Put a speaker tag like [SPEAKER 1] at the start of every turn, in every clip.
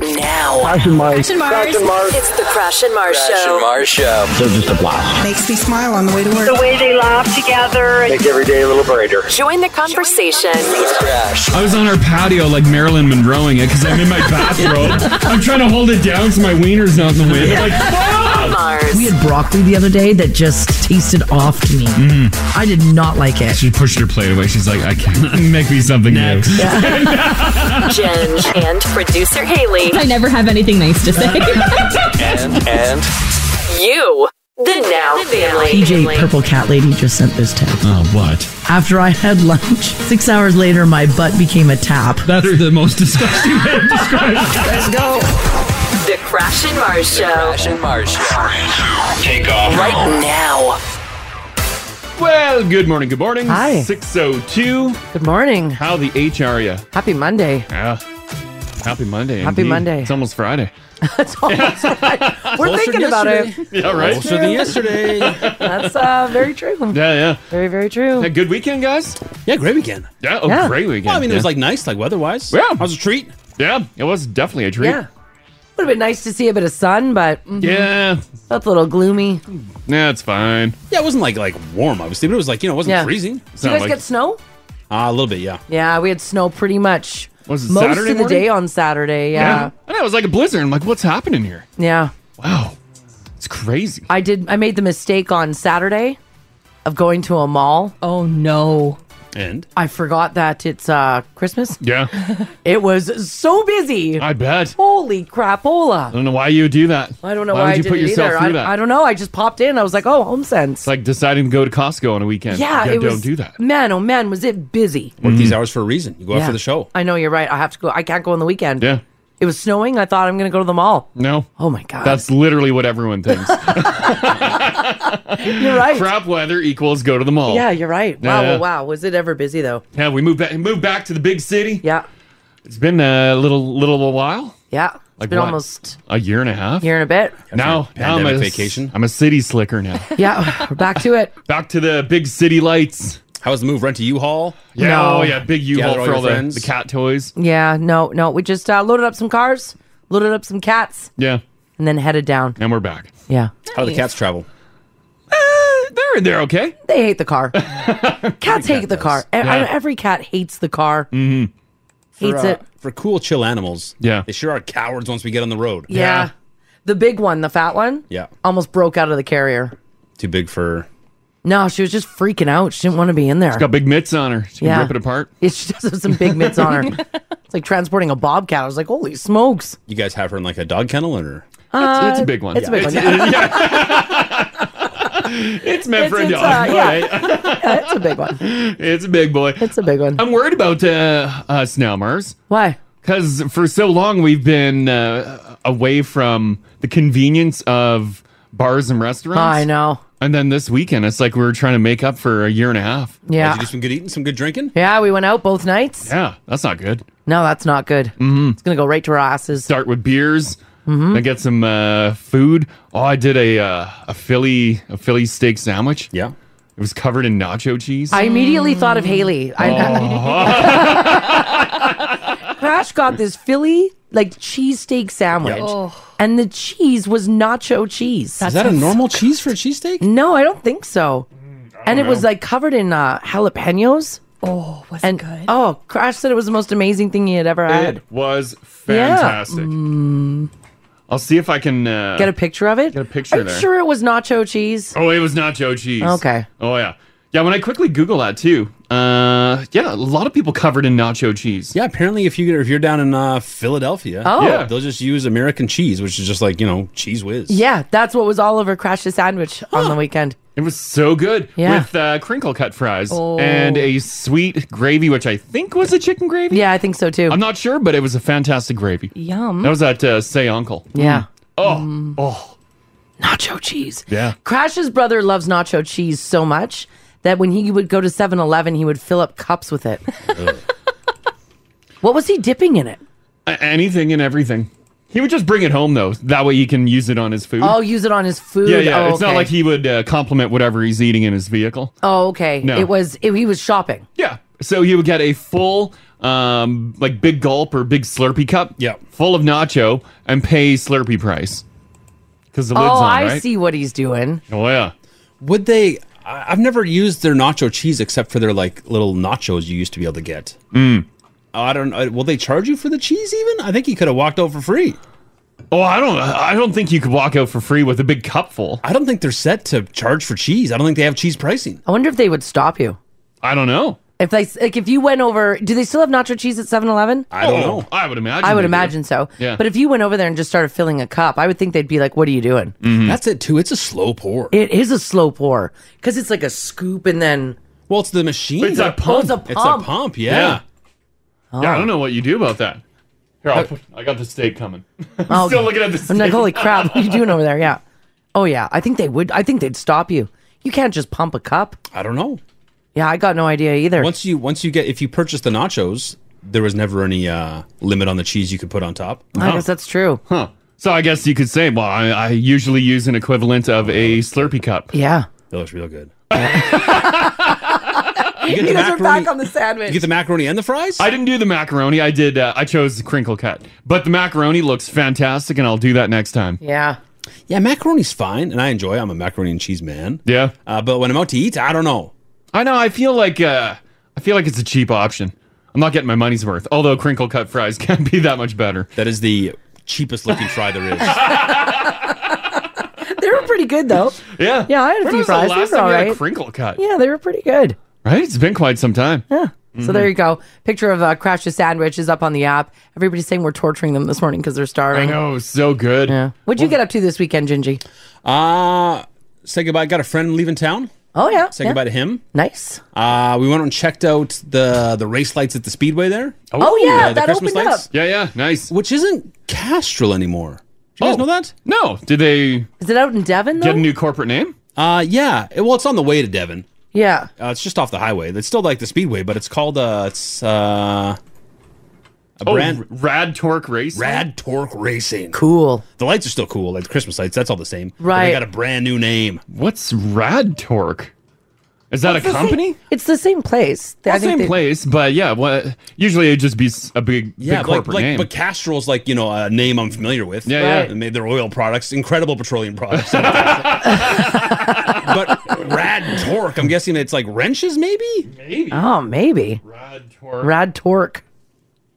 [SPEAKER 1] now.
[SPEAKER 2] Crash and Mars.
[SPEAKER 3] Crash and Mars. Crash and Mars.
[SPEAKER 1] It's the Crash and Mars
[SPEAKER 4] Crash
[SPEAKER 1] Show.
[SPEAKER 4] and Mars Show.
[SPEAKER 2] They're just a blast.
[SPEAKER 5] Makes me smile on the way to work.
[SPEAKER 6] The way they laugh together.
[SPEAKER 7] Make every day a little brighter.
[SPEAKER 1] Join the conversation.
[SPEAKER 4] With Crash.
[SPEAKER 8] I was on our patio like Marilyn Monroeing it because I'm in my bathrobe. I'm trying to hold it down so my wiener's not in the wind. Like, fuck!
[SPEAKER 9] We
[SPEAKER 1] Mars.
[SPEAKER 9] had broccoli the other day that just tasted off to me.
[SPEAKER 8] Mm.
[SPEAKER 9] I did not like it.
[SPEAKER 8] She pushed her plate away. She's like, I can't make me something new.
[SPEAKER 1] Jen and producer Haley.
[SPEAKER 3] I never have anything nice to say.
[SPEAKER 4] And, and,
[SPEAKER 1] You, the Now Family.
[SPEAKER 9] PJ Purple Cat Lady just sent this text.
[SPEAKER 8] Oh, what?
[SPEAKER 9] After I had lunch, six hours later, my butt became a tap.
[SPEAKER 8] That's the most disgusting way to describe it.
[SPEAKER 1] The Crash and Mars Show.
[SPEAKER 4] Crash and Mars Show.
[SPEAKER 2] Take off.
[SPEAKER 1] Right now.
[SPEAKER 8] Well, good morning, good morning.
[SPEAKER 10] Hi.
[SPEAKER 8] 602.
[SPEAKER 10] Good morning.
[SPEAKER 8] How the H are you?
[SPEAKER 10] Happy Monday.
[SPEAKER 8] Yeah. Happy Monday.
[SPEAKER 10] Happy
[SPEAKER 8] indeed.
[SPEAKER 10] Monday.
[SPEAKER 8] It's almost Friday.
[SPEAKER 10] That's all that's right. We're thinking about it.
[SPEAKER 8] Yeah, right? Yeah,
[SPEAKER 7] than yesterday.
[SPEAKER 10] That's uh, very true.
[SPEAKER 8] yeah.
[SPEAKER 10] Very, very true.
[SPEAKER 8] Had a good weekend, guys?
[SPEAKER 7] yeah, great weekend.
[SPEAKER 8] Yeah, oh,
[SPEAKER 10] Yeah.
[SPEAKER 8] great weekend.
[SPEAKER 7] Well, I mean,
[SPEAKER 8] yeah.
[SPEAKER 7] it was like nice, like weather-wise.
[SPEAKER 8] Yeah.
[SPEAKER 7] it was a treat.
[SPEAKER 8] Yeah, it was definitely a treat.
[SPEAKER 10] Yeah. Would have been nice to see a bit of sun, but mm,
[SPEAKER 8] Yeah,
[SPEAKER 10] that's a little gloomy. Do
[SPEAKER 8] yeah, it's fine.
[SPEAKER 7] Yeah, it wasn't like like warm, obviously, but it was like you know, it wasn't
[SPEAKER 10] Yeah.
[SPEAKER 7] freezing.
[SPEAKER 8] It's
[SPEAKER 10] you
[SPEAKER 8] not
[SPEAKER 10] guys
[SPEAKER 8] like,
[SPEAKER 10] get snow?
[SPEAKER 7] Ah, a little bit, yeah.
[SPEAKER 10] Yeah, we had snow pretty much
[SPEAKER 8] Was it
[SPEAKER 10] most
[SPEAKER 8] Saturday
[SPEAKER 10] of the
[SPEAKER 8] morning?
[SPEAKER 10] day on Saturday.
[SPEAKER 8] yeah.
[SPEAKER 10] Yeah.
[SPEAKER 8] And it was like a blizzard. I'm like, what's happening here?
[SPEAKER 10] yeah,
[SPEAKER 8] Wow, it's crazy.
[SPEAKER 10] I did. I made the mistake on Saturday of going to a mall.
[SPEAKER 9] Oh no.
[SPEAKER 7] And
[SPEAKER 10] I forgot that it's uh Christmas.
[SPEAKER 8] Yeah,
[SPEAKER 10] It was so busy.
[SPEAKER 8] I bet. Oh,
[SPEAKER 10] Holy crapola!
[SPEAKER 8] I don't know why you would do that.
[SPEAKER 10] I don't know
[SPEAKER 8] why,
[SPEAKER 10] why,
[SPEAKER 8] would
[SPEAKER 10] I
[SPEAKER 8] you
[SPEAKER 10] did
[SPEAKER 8] put
[SPEAKER 10] it
[SPEAKER 8] yourself
[SPEAKER 10] either.
[SPEAKER 8] through
[SPEAKER 10] I,
[SPEAKER 8] that.
[SPEAKER 10] I don't know. I just popped in. I was like, oh, home sense.
[SPEAKER 8] it's like deciding to go to Costco on a weekend.
[SPEAKER 10] yeah, it
[SPEAKER 8] don't
[SPEAKER 10] was.
[SPEAKER 8] do that. Mm.
[SPEAKER 10] Man, oh man, was it busy?
[SPEAKER 7] work these hours for a reason. You go out
[SPEAKER 10] Yeah.
[SPEAKER 7] for the show.
[SPEAKER 10] I know you're right. I have to go. I can't go on the weekend.
[SPEAKER 8] Yeah,
[SPEAKER 10] It was snowing. I thought I'm going to go to the mall.
[SPEAKER 8] no.
[SPEAKER 10] Oh my god.
[SPEAKER 8] That's literally what everyone thinks.
[SPEAKER 10] you're right.
[SPEAKER 8] Crap weather equals go to the mall.
[SPEAKER 10] Yeah, you're right. Wow,
[SPEAKER 8] Oh. Yeah.
[SPEAKER 10] wow, wow. Was it ever busy though?
[SPEAKER 8] Yeah, we moved back. Moved back to the big city.
[SPEAKER 10] Yeah,
[SPEAKER 8] It's been a little, little while.
[SPEAKER 10] yeah. It's
[SPEAKER 8] Like
[SPEAKER 10] been
[SPEAKER 8] what?
[SPEAKER 10] almost
[SPEAKER 8] A year and a half.
[SPEAKER 10] year and a bit.
[SPEAKER 8] Now, now I'm
[SPEAKER 7] Pandemic
[SPEAKER 8] a
[SPEAKER 7] vacation.
[SPEAKER 8] I'm a city slicker now.
[SPEAKER 10] Yeah, we're back to it.
[SPEAKER 8] Back to the big city lights.
[SPEAKER 7] How was the move? Rent a U-Haul.
[SPEAKER 8] Yeah,
[SPEAKER 10] No.
[SPEAKER 8] oh yeah, big U-Haul
[SPEAKER 7] Gather all
[SPEAKER 8] for
[SPEAKER 7] your
[SPEAKER 8] all the,
[SPEAKER 7] friends.
[SPEAKER 8] the cat toys.
[SPEAKER 10] Yeah, no, no. We just uh, loaded up some cars, loaded up some cats,
[SPEAKER 8] Yeah,
[SPEAKER 10] and then headed down.
[SPEAKER 8] and we're back.
[SPEAKER 10] Yeah,
[SPEAKER 7] How do the cats travel?
[SPEAKER 8] Uh, they're they're okay.
[SPEAKER 10] they hate the car. Cats hate the
[SPEAKER 7] does.
[SPEAKER 10] car. E- I-
[SPEAKER 8] Yeah.
[SPEAKER 10] Every cat hates the car. Mm-hmm. Hates
[SPEAKER 7] for, uh,
[SPEAKER 10] it.
[SPEAKER 7] for cool, chill animals.
[SPEAKER 8] Yeah.
[SPEAKER 7] they sure are cowards once we get on the road.
[SPEAKER 10] Yeah. The big one, the fat one,
[SPEAKER 7] Yeah.
[SPEAKER 10] almost broke out of the carrier.
[SPEAKER 7] too big for.
[SPEAKER 10] No, she was just freaking out. She didn't want to be in there.
[SPEAKER 8] Got big mitts on her. She can
[SPEAKER 10] Yeah.
[SPEAKER 8] rip it apart.
[SPEAKER 10] Yeah, she does have some big mitts on her. It's like transporting a bobcat. I was like, holy smokes.
[SPEAKER 7] You guys have her in like a dog kennel, or
[SPEAKER 8] it's a big one.
[SPEAKER 10] Uh, It's a big one. Yeah,
[SPEAKER 8] It's- It's meant for a
[SPEAKER 10] It's- it's,
[SPEAKER 8] dog.
[SPEAKER 10] uh,
[SPEAKER 8] yeah.
[SPEAKER 10] Yeah, it's a big one.
[SPEAKER 8] It's a big boy.
[SPEAKER 10] It's a big one.
[SPEAKER 8] I'm worried about uh, us now, Mars,
[SPEAKER 10] Why?
[SPEAKER 8] because for so long we've been uh, away from the convenience of bars and restaurants.
[SPEAKER 10] I know.
[SPEAKER 8] And then this weekend, it's like we were trying to make up for a year and a half.
[SPEAKER 10] Yeah.
[SPEAKER 7] did you do some good eating, some good drinking?
[SPEAKER 10] Yeah, we went out both nights.
[SPEAKER 8] Yeah, that's not good. Mm-hmm.
[SPEAKER 10] No, that's not good. It's going to go right to our asses. Mm-hmm.
[SPEAKER 8] Start with beers, then get some uh, food. Oh, I did a uh, a Philly a Philly steak sandwich.
[SPEAKER 7] Yeah,
[SPEAKER 8] It was covered in nacho cheese. Oh,
[SPEAKER 10] I immediately thought of Haley. I, Crash got this Philly like cheesesteak sandwich,
[SPEAKER 3] Oh.
[SPEAKER 10] and the cheese was nacho cheese.
[SPEAKER 7] is that a normal cheese for a cheesesteak?
[SPEAKER 10] No, I don't think so.
[SPEAKER 8] Mm,
[SPEAKER 10] and it was like covered in uh, jalapenos.
[SPEAKER 3] oh, was
[SPEAKER 10] And
[SPEAKER 3] it good?
[SPEAKER 10] oh, Crash said it was the most amazing thing he had ever had.
[SPEAKER 8] it was fantastic. I'll see if I can uh,
[SPEAKER 10] Get a picture of it. Get
[SPEAKER 8] a picture
[SPEAKER 10] Are you
[SPEAKER 8] there.
[SPEAKER 10] sure it was nacho cheese?
[SPEAKER 8] Oh, it was nacho cheese.
[SPEAKER 10] Okay.
[SPEAKER 8] Oh yeah, yeah. When I quickly Google that too, uh, yeah, a lot of people covered in nacho cheese.
[SPEAKER 7] Yeah, apparently if you if you're down in uh, Philadelphia,
[SPEAKER 10] Oh.
[SPEAKER 8] Yeah.
[SPEAKER 7] they'll just use American cheese, which is just like you know cheese whiz.
[SPEAKER 10] Yeah, that's what was all over Crash's sandwich on the weekend.
[SPEAKER 8] It was so good
[SPEAKER 10] Yeah. Oh.
[SPEAKER 8] with uh, crinkle cut fries and a sweet gravy, which I think was a chicken gravy.
[SPEAKER 10] Yeah, I think so too.
[SPEAKER 8] I'm not sure, but it was a fantastic gravy.
[SPEAKER 3] Yum.
[SPEAKER 8] That was at uh, Say Uncle.
[SPEAKER 10] yeah.
[SPEAKER 8] Oh, oh,
[SPEAKER 10] Mm. Nacho cheese.
[SPEAKER 8] yeah.
[SPEAKER 10] Crash's brother loves nacho cheese so much that when he would go to 7 Eleven, he would fill up cups with it. what was he dipping in it?
[SPEAKER 8] A- anything and everything. He would just bring it home though. That way he can use it on his food.
[SPEAKER 10] Oh, use it on his food.
[SPEAKER 8] yeah, yeah.
[SPEAKER 10] Oh,
[SPEAKER 8] It's not
[SPEAKER 10] okay.
[SPEAKER 8] like he would uh, compliment whatever he's eating in his vehicle.
[SPEAKER 10] Oh, okay.
[SPEAKER 8] No.
[SPEAKER 10] It was it, he was shopping.
[SPEAKER 8] Yeah. So he would get a full um, like big gulp or big Slurpee cup, yeah, full of nacho, and pay Slurpee price because the lid's
[SPEAKER 10] oh,
[SPEAKER 8] on,
[SPEAKER 10] I
[SPEAKER 8] right?
[SPEAKER 10] see what he's doing.
[SPEAKER 8] Oh yeah.
[SPEAKER 7] Would they? I- I've never used their nacho cheese except for their like little nachos you used to be able to get.
[SPEAKER 8] Mm.
[SPEAKER 7] I don't. uh, Will they charge you for the cheese? Even I think he could have walked out for free.
[SPEAKER 8] Oh, I don't. I don't think you could walk out for free with a big cupful.
[SPEAKER 7] I don't think they're set to charge for cheese. I don't think they have cheese pricing.
[SPEAKER 10] I wonder if they would stop you.
[SPEAKER 8] I don't know.
[SPEAKER 10] If they like, if you went over, do they still have nacho cheese at 7-Eleven?
[SPEAKER 8] I don't know. Oh, I would imagine.
[SPEAKER 10] I
[SPEAKER 8] they
[SPEAKER 10] would
[SPEAKER 8] do.
[SPEAKER 10] imagine so.
[SPEAKER 8] Yeah.
[SPEAKER 10] But if you went over there and just started filling a cup, I would think they'd be like, "What are you doing?"
[SPEAKER 8] Mhm.
[SPEAKER 7] That's it too. It's a slow pour.
[SPEAKER 10] It is a slow pour because it's like a scoop and then.
[SPEAKER 7] Well, it's the machine.
[SPEAKER 10] It's a
[SPEAKER 7] pump.
[SPEAKER 10] It's a
[SPEAKER 7] It's
[SPEAKER 10] pump. Oh.
[SPEAKER 7] a pump, yeah.
[SPEAKER 8] Yeah, I don't know what you do about that. Here, I'll put, I got the steak coming. I'm
[SPEAKER 10] Uh, Oh,
[SPEAKER 8] still looking at this.
[SPEAKER 10] I'm like, holy crap! What are you doing over there? Yeah. Oh yeah, I think they would. I think they'd stop you. You can't just pump a cup.
[SPEAKER 7] I don't know.
[SPEAKER 10] Yeah, I got no idea either.
[SPEAKER 7] Once you once you get if you purchase the nachos, there was never any uh, limit on the cheese you could put on top.
[SPEAKER 10] I guess that's true.
[SPEAKER 8] Huh. So I guess you could say, well, I, I usually use an equivalent of a Slurpee cup.
[SPEAKER 10] Yeah.
[SPEAKER 7] That looks real good.
[SPEAKER 8] You get the macaroni-
[SPEAKER 10] the sandwich.
[SPEAKER 8] the
[SPEAKER 7] macaroni and the fries?
[SPEAKER 8] I didn't do the macaroni. I did. Uh, I chose the crinkle cut, but the macaroni looks fantastic, and I'll do that next time.
[SPEAKER 10] Yeah.
[SPEAKER 7] Yeah, macaroni's fine, and I enjoy. it. I'm a macaroni and cheese man.
[SPEAKER 8] Yeah.
[SPEAKER 7] Uh, but when I'm out to eat, I don't know.
[SPEAKER 8] I know. I feel like uh, I feel like it's a cheap option. I'm not getting my money's worth. Although crinkle cut fries can be that much better.
[SPEAKER 7] That is the cheapest looking fry there is.
[SPEAKER 10] They were pretty good though.
[SPEAKER 8] yeah.
[SPEAKER 10] Yeah, I had a
[SPEAKER 8] When
[SPEAKER 10] few
[SPEAKER 8] was the
[SPEAKER 10] fries.
[SPEAKER 8] last
[SPEAKER 10] These are
[SPEAKER 8] time
[SPEAKER 10] all
[SPEAKER 8] you had a
[SPEAKER 10] right.
[SPEAKER 8] crinkle cut?
[SPEAKER 10] Yeah, they were pretty good.
[SPEAKER 8] Right. It's been quite some time.
[SPEAKER 10] Yeah. So
[SPEAKER 8] Mhm.
[SPEAKER 10] there you go. Picture of uh, Crash the Sandwich is up on the app. Everybody's saying we're torturing them this morning because they're starving.
[SPEAKER 8] Mm-hmm. I know. So good. Yeah.
[SPEAKER 10] What'd you get up to this weekend, Gingy?
[SPEAKER 7] Uh say goodbye. Got a friend leaving town.
[SPEAKER 10] Oh yeah.
[SPEAKER 7] Say
[SPEAKER 10] yeah.
[SPEAKER 7] goodbye to him.
[SPEAKER 10] Nice.
[SPEAKER 7] Uh, we went and checked out the the race lights at the speedway there. Uh,
[SPEAKER 10] Oh, yeah, that opened up.
[SPEAKER 8] Yeah, yeah, nice.
[SPEAKER 7] Which isn't Castrol anymore. Do you guys know that?
[SPEAKER 8] No. Oh, Did they
[SPEAKER 10] Is it out in Devon though?
[SPEAKER 7] get a
[SPEAKER 8] new corporate name?
[SPEAKER 7] Uh, yeah. It- well, it's on the way to Devon.
[SPEAKER 10] yeah.
[SPEAKER 7] Uh, it's just off the highway. It's still like the speedway, but it's called uh, it's uh, a
[SPEAKER 8] Oh,
[SPEAKER 7] brand
[SPEAKER 8] Rad Torque Racing.
[SPEAKER 7] Rad Torque Racing.
[SPEAKER 10] Cool.
[SPEAKER 7] The lights are still cool, like the Christmas lights. That's all the same. But
[SPEAKER 10] Right.
[SPEAKER 7] They got a brand new name.
[SPEAKER 8] What's Rad Torque? Is that
[SPEAKER 10] It's
[SPEAKER 8] a
[SPEAKER 10] the same-
[SPEAKER 8] company?
[SPEAKER 10] it's the same place. I
[SPEAKER 8] Well,
[SPEAKER 10] think
[SPEAKER 8] same
[SPEAKER 10] they-
[SPEAKER 8] place, but yeah. What usually it'd just be s- a big,
[SPEAKER 7] Yeah, but
[SPEAKER 8] big
[SPEAKER 7] like,
[SPEAKER 8] corporate
[SPEAKER 7] like
[SPEAKER 8] name.
[SPEAKER 7] but Castrol's like you know a name I'm familiar with.
[SPEAKER 8] Yeah, yeah. Right.
[SPEAKER 7] They made their oil products, incredible petroleum products. but Rad Torque, I'm guessing it's like wrenches, maybe.
[SPEAKER 8] Maybe.
[SPEAKER 10] Oh, maybe.
[SPEAKER 8] Rad Torque.
[SPEAKER 10] Rad Torque.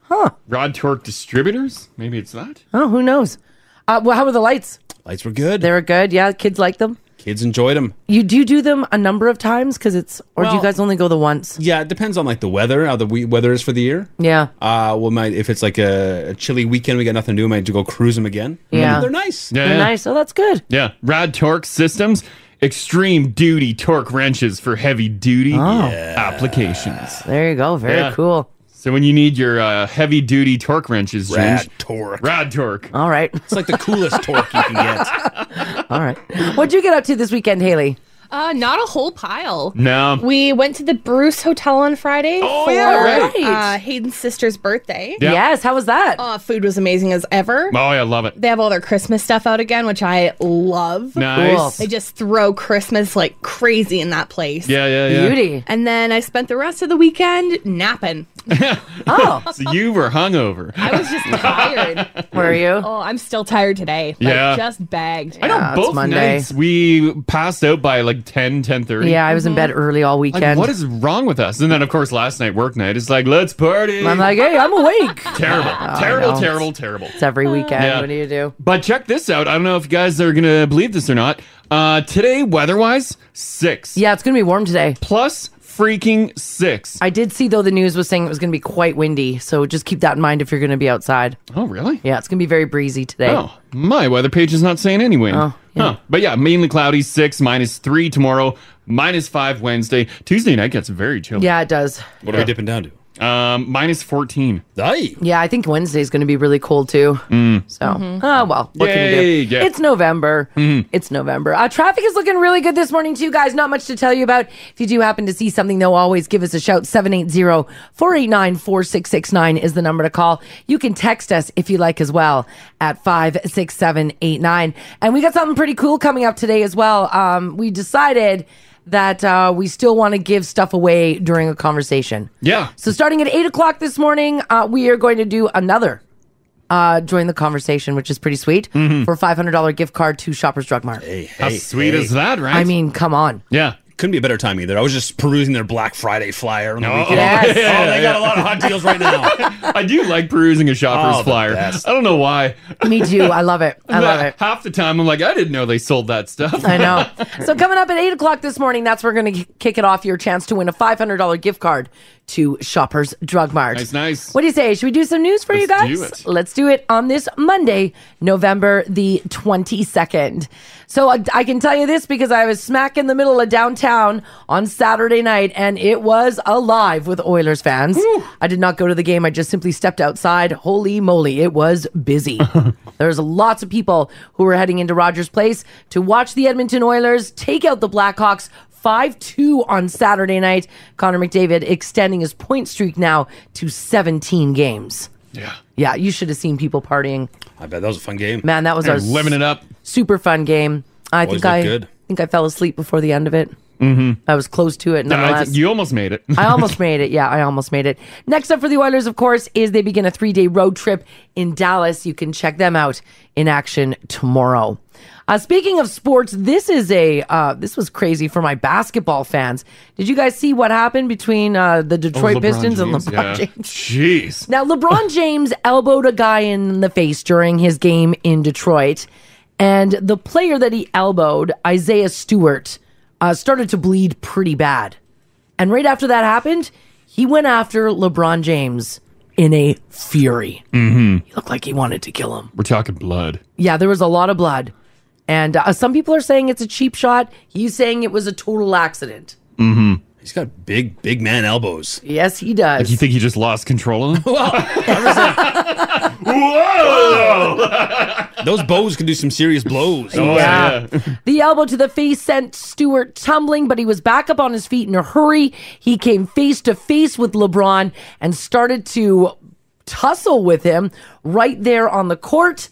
[SPEAKER 10] Huh.
[SPEAKER 8] Rod Torque Distributors. Maybe it's that.
[SPEAKER 10] Oh, who knows? Uh, well, how were the lights?
[SPEAKER 7] Lights were good.
[SPEAKER 10] They were good. Yeah, kids like them.
[SPEAKER 7] Kids enjoyed them.
[SPEAKER 10] You do you do them a number of times because it's, or do you
[SPEAKER 7] Well-
[SPEAKER 10] guys only go the once?
[SPEAKER 7] Yeah, it depends on like the weather, how the we- weather is for the year.
[SPEAKER 10] Yeah.
[SPEAKER 7] Uh, well, might if it's like a, a chilly weekend, we got nothing to do. We might go cruise them again.
[SPEAKER 10] Yeah.
[SPEAKER 7] they're nice.
[SPEAKER 8] Yeah, yeah.
[SPEAKER 10] nice. Oh, that's good.
[SPEAKER 8] Yeah, Rad Torque Systems. Extreme duty torque wrenches for heavy duty applications.
[SPEAKER 10] Oh. There you go. Very
[SPEAKER 8] Yeah.
[SPEAKER 10] cool.
[SPEAKER 8] So when you need your uh, heavy duty torque wrenches,
[SPEAKER 7] Rad
[SPEAKER 8] Ginge,
[SPEAKER 7] torque.
[SPEAKER 8] Rad torque.
[SPEAKER 10] All right.
[SPEAKER 7] It's like the coolest torque you can get.
[SPEAKER 10] All right. What'd you get up to this weekend, Haley?
[SPEAKER 5] Uh, not a whole pile.
[SPEAKER 8] No. Oh,
[SPEAKER 5] We went to the Bruce Hotel on Friday for
[SPEAKER 10] yeah, right.
[SPEAKER 5] uh, Hayden's sister's birthday.
[SPEAKER 8] Yeah. Yes,
[SPEAKER 10] how was that?
[SPEAKER 5] Uh, food was amazing as ever.
[SPEAKER 8] Oh, I love it.
[SPEAKER 5] They have all their Christmas stuff out again, which I love.
[SPEAKER 8] Nice. Cool.
[SPEAKER 5] They just throw Christmas like crazy in that place.
[SPEAKER 8] Yeah, yeah, yeah. Beauty.
[SPEAKER 5] And then I spent the rest of the weekend napping.
[SPEAKER 10] Oh.
[SPEAKER 8] So you were hungover.
[SPEAKER 10] Ah,
[SPEAKER 5] I was just tired.
[SPEAKER 10] Were you?
[SPEAKER 5] Oh, I'm still tired today. Like,
[SPEAKER 8] Yeah.
[SPEAKER 5] Just bagged.
[SPEAKER 8] I know both nights we passed out by like 10, 10
[SPEAKER 10] Yeah, I was in bed early all
[SPEAKER 8] Mm-hmm. Like,
[SPEAKER 10] weekend.
[SPEAKER 8] what is wrong with us? And then, of course, last night, work night, it's like, let's party.
[SPEAKER 10] I'm like, hey, I'm awake.
[SPEAKER 8] terrible,
[SPEAKER 10] Oh, I
[SPEAKER 8] terrible,
[SPEAKER 10] know.
[SPEAKER 8] terrible, terrible.
[SPEAKER 10] It's every weekend.
[SPEAKER 8] Yeah.
[SPEAKER 10] What do you do?
[SPEAKER 8] But check this out. I don't know if you guys are going to believe this or not. Uh, today, weather wise, six.
[SPEAKER 10] Yeah, it's going to be warm today.
[SPEAKER 8] Plus freaking six.
[SPEAKER 10] I did see, though, the news was saying it was going to be quite windy. So just keep that in mind if you're going to be outside.
[SPEAKER 8] Oh, really?
[SPEAKER 10] Yeah, it's going to be very breezy today.
[SPEAKER 8] Oh, my weather page is not saying any wind.
[SPEAKER 10] Oh,
[SPEAKER 8] Huh. But yeah, mainly cloudy, six, minus three tomorrow, minus five Wednesday. Tuesday night gets very chilly.
[SPEAKER 10] Yeah, it does.
[SPEAKER 8] What are we dipping
[SPEAKER 7] down
[SPEAKER 8] to? Um, minus 14.
[SPEAKER 10] Yeah, I think Wednesday's going to be really cold, too.
[SPEAKER 8] Mm.
[SPEAKER 10] So, oh, well, what can
[SPEAKER 8] Yay,
[SPEAKER 10] you do?
[SPEAKER 8] yeah.
[SPEAKER 10] It's November.
[SPEAKER 8] Mhm.
[SPEAKER 10] It's November. Uh, traffic is looking really good this morning, too, guys. Not much to tell you about. If you do happen to see something, though, always give us a shout. 780 489 4669 is the number to call. You can text us if you like as well at 56789. And we got something pretty cool coming up today as well. Um, we decided that uh, we still want to give stuff away during a conversation.
[SPEAKER 8] Yeah.
[SPEAKER 10] So starting at eight o'clock this morning, uh, we are going to do another uh, join the conversation, which is pretty sweet, for a five hundred dollar gift card to Shoppers Drug Mart.
[SPEAKER 7] How Mm-hmm. hey, sweet hey. is that, right?
[SPEAKER 10] I mean, come on.
[SPEAKER 8] Yeah.
[SPEAKER 7] Couldn't be a better time either. I was just perusing their Black Friday flyer on the
[SPEAKER 8] Oh,
[SPEAKER 7] weekend.
[SPEAKER 8] yes.
[SPEAKER 7] oh, they got a lot of hot deals right now.
[SPEAKER 8] I do like perusing a shopper's
[SPEAKER 7] Oh, the
[SPEAKER 8] flyer. I don't know why.
[SPEAKER 10] Me too. I love it. I love it.
[SPEAKER 8] Half the time, I'm like, I didn't know they sold that stuff.
[SPEAKER 10] I know. so coming up at eight o'clock this morning, that's where we're going to kick it off. Your chance to win a five hundred dollar gift card to Shoppers Drug Mart.
[SPEAKER 8] Nice, nice.
[SPEAKER 10] What do you say? Should we do some news for you
[SPEAKER 8] Let's
[SPEAKER 10] guys?
[SPEAKER 8] do it.
[SPEAKER 10] Let's do it on this Monday, November the twenty second. So I, I can tell you this because I was smack in the middle of downtown on Saturday night, and it was alive with Oilers fans. I did not go to the game. I just simply stepped outside. Holy moly, it was busy. There's lots of people who were heading into Rogers Place to watch the Edmonton Oilers take out the Blackhawks 5 2 on Saturday night. Connor McDavid extending his point streak now to 17 games.
[SPEAKER 8] Yeah.
[SPEAKER 10] Yeah, you should have seen people partying.
[SPEAKER 7] I bet that was a fun game.
[SPEAKER 10] Man, that was our
[SPEAKER 8] up.
[SPEAKER 10] super fun game. I
[SPEAKER 7] Boys
[SPEAKER 10] think
[SPEAKER 7] look
[SPEAKER 10] I
[SPEAKER 7] good.
[SPEAKER 10] think I fell asleep before the end of it.
[SPEAKER 8] Mm-hmm.
[SPEAKER 10] I was close to it.
[SPEAKER 8] I
[SPEAKER 10] Nonetheless,
[SPEAKER 8] think you almost made it.
[SPEAKER 10] I almost made it. Yeah, I almost made it. Next up for the Oilers, of course, is they begin a three day road trip in Dallas. You can check them out in action tomorrow. Uh, speaking of sports, this is a uh, this was crazy for my basketball fans. Did you guys see what happened between uh, the Detroit
[SPEAKER 8] Oh, LeBron
[SPEAKER 10] Pistons and
[SPEAKER 8] James,
[SPEAKER 10] LeBron
[SPEAKER 8] yeah.
[SPEAKER 10] James?
[SPEAKER 8] Jeez.
[SPEAKER 10] Now, LeBron James elbowed a guy in the face during his game in Detroit, and the player that he elbowed, Isaiah Stewart, uh, started to bleed pretty bad. And right after that happened, he went after LeBron James in a fury.
[SPEAKER 8] Mm-hmm.
[SPEAKER 10] He looked like he wanted to kill him.
[SPEAKER 8] We're talking blood.
[SPEAKER 10] Yeah, there was a lot of blood. And uh, some people are saying it's a cheap shot. He's saying it was a total accident.
[SPEAKER 8] Mm-hmm.
[SPEAKER 7] He's got big, big man elbows.
[SPEAKER 10] Yes, he does.
[SPEAKER 8] Like you think he just lost control of him?
[SPEAKER 7] Those bows can do some serious blows.
[SPEAKER 10] Oh, Yeah. The elbow to the face sent Stewart tumbling, but he was back up on his feet in a hurry. He came face to face with LeBron and started to tussle with him right there on the court.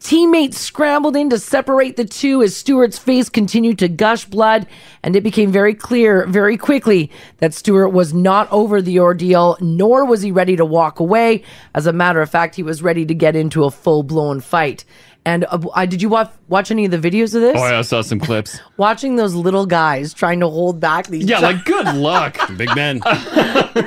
[SPEAKER 10] Teammates scrambled in to separate the two as Stewart's face continued to gush blood, and it became very clear very quickly that Stewart was not over the ordeal, nor was he ready to walk away. As a matter of fact, he was ready to get into a full blown fight. And uh, I, did you watch, watch any of the videos of this?
[SPEAKER 8] Oh, yeah, I saw some clips.
[SPEAKER 10] Watching those little guys trying to hold back these
[SPEAKER 8] Yeah, like good luck.
[SPEAKER 7] Big man.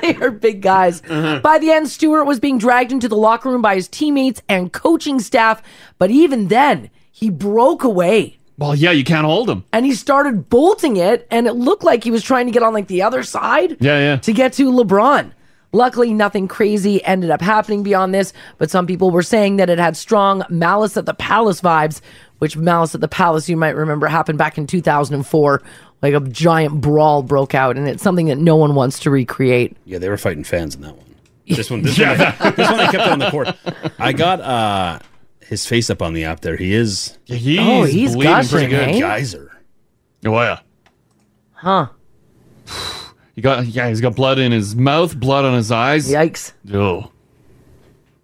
[SPEAKER 10] they are big guys.
[SPEAKER 8] Uh-huh.
[SPEAKER 10] By the end, Stewart was being dragged into the locker room by his teammates and coaching staff, but even then, he broke away
[SPEAKER 8] Well, yeah, you can't hold him.
[SPEAKER 10] and he started bolting it, and it looked like he was trying to get on like the other side
[SPEAKER 8] Yeah, yeah.
[SPEAKER 10] to get to LeBron. Luckily, nothing crazy ended up happening beyond this, but some people were saying that it had strong Malice at the Palace vibes, which Malice at the Palace, you might remember, happened back in 2004. Like a giant brawl broke out, and it's something that no one wants to recreate.
[SPEAKER 7] Yeah, they were fighting fans in that one. This one, this, one, this one, I kept on the court. I got uh his face up on the app. There, he is.
[SPEAKER 8] He's Oh, he's bleeding pretty gushing, good. eh?
[SPEAKER 7] Geyser.
[SPEAKER 8] Oh, yeah.
[SPEAKER 10] Huh.
[SPEAKER 8] He got yeah, he's got blood in his mouth, blood on his eyes.
[SPEAKER 10] Yikes.
[SPEAKER 8] Oh.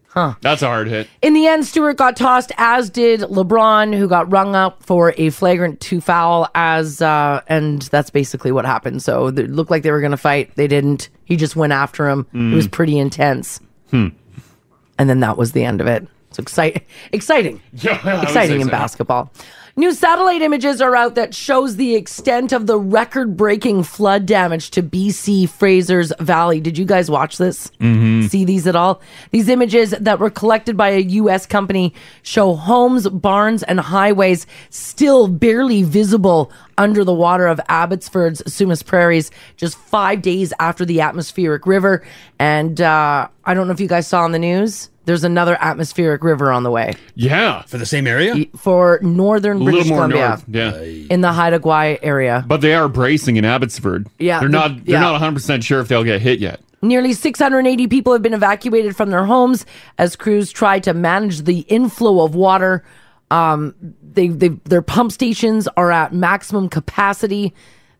[SPEAKER 10] Huh.
[SPEAKER 8] That's a hard hit.
[SPEAKER 10] In the end, Stewart got tossed, as did LeBron, who got rung up for a flagrant two foul. As uh, and that's basically what happened. So it looked like they were going to fight. They didn't. He just went after him. It was
[SPEAKER 8] Mm.
[SPEAKER 10] pretty intense.
[SPEAKER 8] Hmm.
[SPEAKER 10] And then that was the end of it. It's exciting, exciting,
[SPEAKER 8] Yeah, I would say
[SPEAKER 10] exciting in
[SPEAKER 8] so.
[SPEAKER 10] basketball. New satellite images are out that shows the extent of the record-breaking flood damage to BC Fraser's Valley. Did you guys watch this?
[SPEAKER 8] Mm-hmm. Mm.
[SPEAKER 11] Mhm.
[SPEAKER 10] See these at all? These images that were collected by a U.S. company show homes, barns, and highways still barely visible under the water of Abbotsford's Sumas Prairies, just five days after the atmospheric river. And uh, I don't know if you guys saw on the news. There's another atmospheric river on the way
[SPEAKER 8] Yeah.
[SPEAKER 7] For the same area?
[SPEAKER 10] for northern
[SPEAKER 8] A
[SPEAKER 10] British
[SPEAKER 8] little more
[SPEAKER 10] Columbia
[SPEAKER 8] north. Yeah.
[SPEAKER 10] in the Haida Gwaii area.
[SPEAKER 8] But they are bracing in Abbotsford.
[SPEAKER 10] Yeah,
[SPEAKER 8] They're
[SPEAKER 10] the-
[SPEAKER 8] not they're
[SPEAKER 10] yeah.
[SPEAKER 8] not 100% sure if they'll get hit yet.
[SPEAKER 10] Nearly 680 people have been evacuated from their homes as crews try to manage the inflow of water. Um, they, they, their pump stations are at maximum capacity.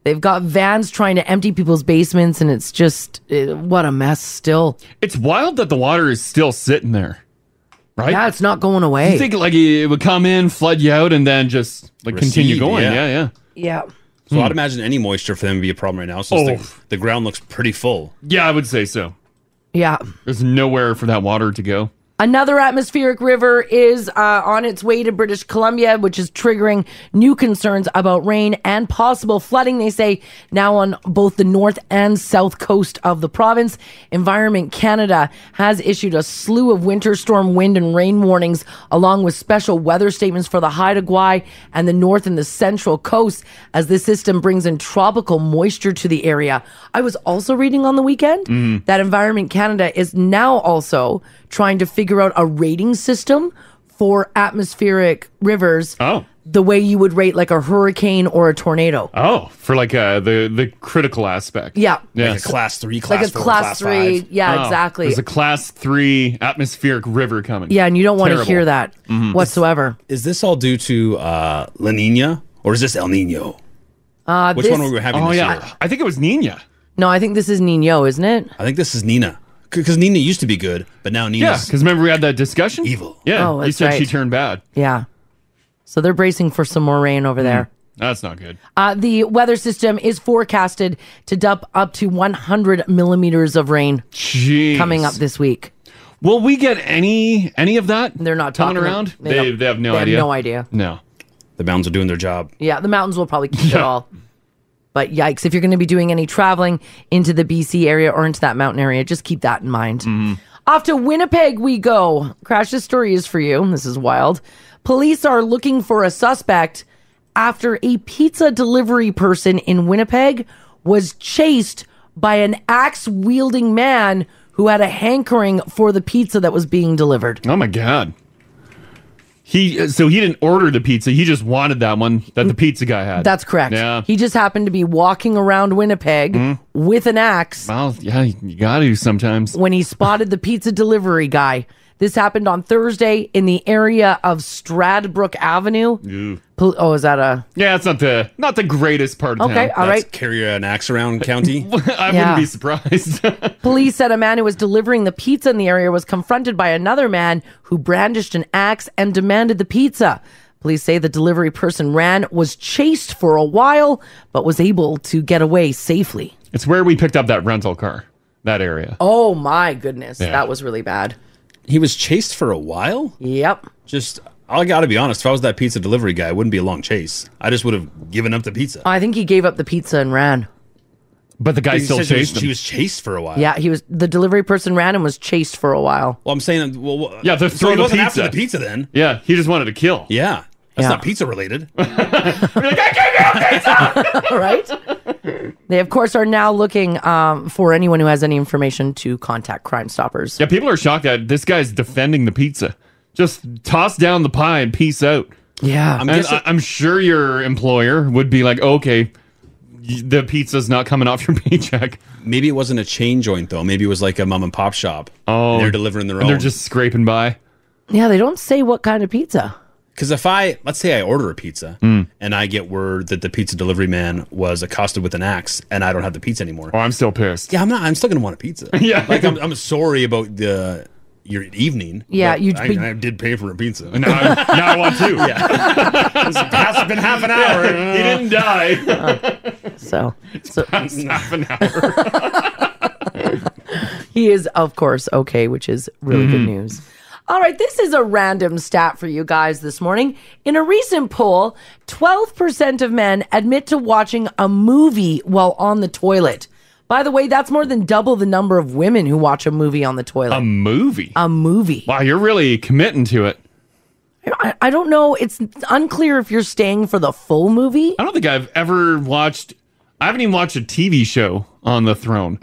[SPEAKER 10] They've got vans trying to empty people's basements, and it's just uh, what a mess still.
[SPEAKER 8] It's wild that the water is still sitting there. Right?
[SPEAKER 10] Yeah, it's not going away.
[SPEAKER 8] You think like it would come in, flood you out and then just like continue
[SPEAKER 10] Recede,
[SPEAKER 8] going.
[SPEAKER 10] yeah.
[SPEAKER 8] Yeah, yeah.
[SPEAKER 10] Yeah.
[SPEAKER 7] So
[SPEAKER 8] Hmm.
[SPEAKER 7] I'd imagine any moisture for them would be a problem right now. So the, the ground looks pretty full.
[SPEAKER 8] Oh. Yeah, I would say so.
[SPEAKER 10] Yeah.
[SPEAKER 8] There's nowhere for that water to go.
[SPEAKER 10] Another atmospheric river is uh, on its way to British Columbia, which is triggering new concerns about rain and possible flooding, they say, now on both the north and south coast of the province. Environment Canada has issued a slew of winter storm wind and rain warnings, along with special weather statements for the Haida Gwaii and the north and the central coast, as this system brings in tropical moisture to the area. I was also reading on the weekend
[SPEAKER 11] Mhm.
[SPEAKER 10] that Environment Canada is now also trying to figure out a rating system for atmospheric rivers.
[SPEAKER 8] Oh.
[SPEAKER 10] The way you would rate like a hurricane or a tornado.
[SPEAKER 8] Oh, for like uh, the the critical aspect.
[SPEAKER 10] Yeah.
[SPEAKER 8] yeah. Oh.
[SPEAKER 10] Like a
[SPEAKER 7] class three,
[SPEAKER 10] Like class a four, class class three, five. yeah, exactly.
[SPEAKER 8] There's a class three atmospheric river coming. Mm-hmm.
[SPEAKER 10] Yeah, and you don't want to
[SPEAKER 7] Terrible.
[SPEAKER 10] hear that
[SPEAKER 7] Mhm.
[SPEAKER 10] whatsoever.
[SPEAKER 7] Is this all due to uh, La Nina or is this El Nino?
[SPEAKER 10] Uh,
[SPEAKER 7] Which
[SPEAKER 10] this-
[SPEAKER 7] one were we having this year?
[SPEAKER 8] Oh, I think it was Nina.
[SPEAKER 10] No, I think this is Nino, isn't it?
[SPEAKER 7] I think this is Nina. Because Nina used to be good, but now
[SPEAKER 8] Yeah,
[SPEAKER 7] Nina's
[SPEAKER 8] because remember we had that discussion. Evil. Yeah,
[SPEAKER 10] Oh,
[SPEAKER 8] you
[SPEAKER 10] that's
[SPEAKER 8] said she
[SPEAKER 10] right.
[SPEAKER 8] turned bad.
[SPEAKER 10] Yeah. So they're bracing for some more rain
[SPEAKER 8] Hmm.
[SPEAKER 10] over there.
[SPEAKER 8] That's not good.
[SPEAKER 10] Uh, the weather system is forecasted to dump up to 100 millimeters of rain coming up this week.
[SPEAKER 8] Will we get any any of that?
[SPEAKER 10] They're not
[SPEAKER 8] Coming
[SPEAKER 10] talking
[SPEAKER 8] around?
[SPEAKER 10] They, don't- they Have no idea.
[SPEAKER 8] No.
[SPEAKER 7] The mounds are doing their job.
[SPEAKER 10] Yeah, the mountains will probably keep it all. But yikes, if you're going to be doing any traveling into the BC area or into that mountain area, just keep that in mind. Off to Winnipeg we go. Crash, this story is for you. This is wild. Police are looking for a suspect after a pizza delivery person in Winnipeg was chased by an axe wielding man who had a hankering for the pizza that was being delivered.
[SPEAKER 8] Oh my god. He so he didn't order the pizza. He just wanted that one that the pizza guy had.
[SPEAKER 10] That's correct.
[SPEAKER 8] Yeah.
[SPEAKER 10] He just happened to be walking around Winnipeg
[SPEAKER 8] Mhm.
[SPEAKER 10] with an axe.
[SPEAKER 8] well, yeah, you got to sometimes.
[SPEAKER 10] when he spotted the pizza delivery guy. This happened on Thursday in the area of Stradbrook Avenue.
[SPEAKER 8] Ew.
[SPEAKER 10] Pol- oh, is that a?
[SPEAKER 8] Yeah, it's not the not the greatest part of
[SPEAKER 10] Okay,
[SPEAKER 8] town.
[SPEAKER 10] all That's right.
[SPEAKER 7] Carry an axe around county.
[SPEAKER 8] I
[SPEAKER 10] Yeah.
[SPEAKER 8] wouldn't be surprised.
[SPEAKER 10] Police said a man who was delivering the pizza in the area was confronted by another man who brandished an axe and demanded the pizza. Police say the delivery person ran, was chased for a while, but was able to get away safely.
[SPEAKER 8] it's where we picked up that rental car. That area.
[SPEAKER 10] Oh my goodness,
[SPEAKER 8] Yeah.
[SPEAKER 10] that was really bad.
[SPEAKER 7] He was chased for a while?
[SPEAKER 10] Yep.
[SPEAKER 7] Just, I gotta be honest, if I was that pizza delivery guy, it wouldn't be a long chase. I just would have given up the pizza.
[SPEAKER 10] I think he gave up the pizza and ran.
[SPEAKER 8] But the guy
[SPEAKER 7] He
[SPEAKER 8] still
[SPEAKER 7] says he was-
[SPEAKER 8] chased him.
[SPEAKER 7] She was chased for a while.
[SPEAKER 10] Yeah, he was. The delivery person ran and was chased for a while.
[SPEAKER 7] Well, I'm saying, that- well, well
[SPEAKER 8] Yeah, they're
[SPEAKER 7] so he
[SPEAKER 8] throwing the
[SPEAKER 7] wasn't
[SPEAKER 8] pizza.
[SPEAKER 7] after the pizza then.
[SPEAKER 8] Yeah, he just wanted to kill.
[SPEAKER 7] Yeah. That's
[SPEAKER 10] Yeah.
[SPEAKER 7] not pizza related.
[SPEAKER 10] right? They, of course, are now looking um, for anyone who has any information to contact Crime Stoppers.
[SPEAKER 8] Yeah, people are shocked that this guy's defending the pizza. Just toss down the pie and peace out.
[SPEAKER 10] Yeah,
[SPEAKER 8] I'm,
[SPEAKER 10] I'm
[SPEAKER 8] and
[SPEAKER 10] guessing-
[SPEAKER 8] I- I'm sure your employer would be like, okay, y- the pizza's not coming off your paycheck.
[SPEAKER 7] Maybe it wasn't a chain joint though. Maybe it was like a mom and pop shop. Oh, they're delivering their
[SPEAKER 8] and
[SPEAKER 7] own.
[SPEAKER 8] they're just scraping by.
[SPEAKER 10] Yeah, they don't say what kind of pizza.
[SPEAKER 7] Because if I let's say I order a pizza
[SPEAKER 8] Hmm.
[SPEAKER 7] and I get word that the pizza delivery man was accosted with an axe and I don't have the pizza anymore.
[SPEAKER 8] Oh, I'm still pissed.
[SPEAKER 7] Yeah, I'm not. I'm still gonna want a pizza.
[SPEAKER 8] yeah,
[SPEAKER 7] like I'm, I'm sorry about the your evening.
[SPEAKER 10] Yeah,
[SPEAKER 7] but
[SPEAKER 10] you-
[SPEAKER 7] I, I did pay for a pizza.
[SPEAKER 8] Now, now I want two.
[SPEAKER 7] Yeah, it's been half an hour.
[SPEAKER 8] he didn't die.
[SPEAKER 10] Oh. So, so
[SPEAKER 8] That's half an hour.
[SPEAKER 10] he is, of course, okay, which is really good news. All right, this is a random stat for you guys this morning. In a recent poll, 12% of men admit to watching a movie while on the toilet. By the way, that's more than double the number of women who watch a movie on the toilet.
[SPEAKER 8] A movie.
[SPEAKER 10] a movie.
[SPEAKER 8] Wow, you're really committing to it.
[SPEAKER 10] I, I don't know. It's unclear if you're staying for the full movie.
[SPEAKER 8] I don't think I've ever watched. I haven't even watched a TV show on the throne.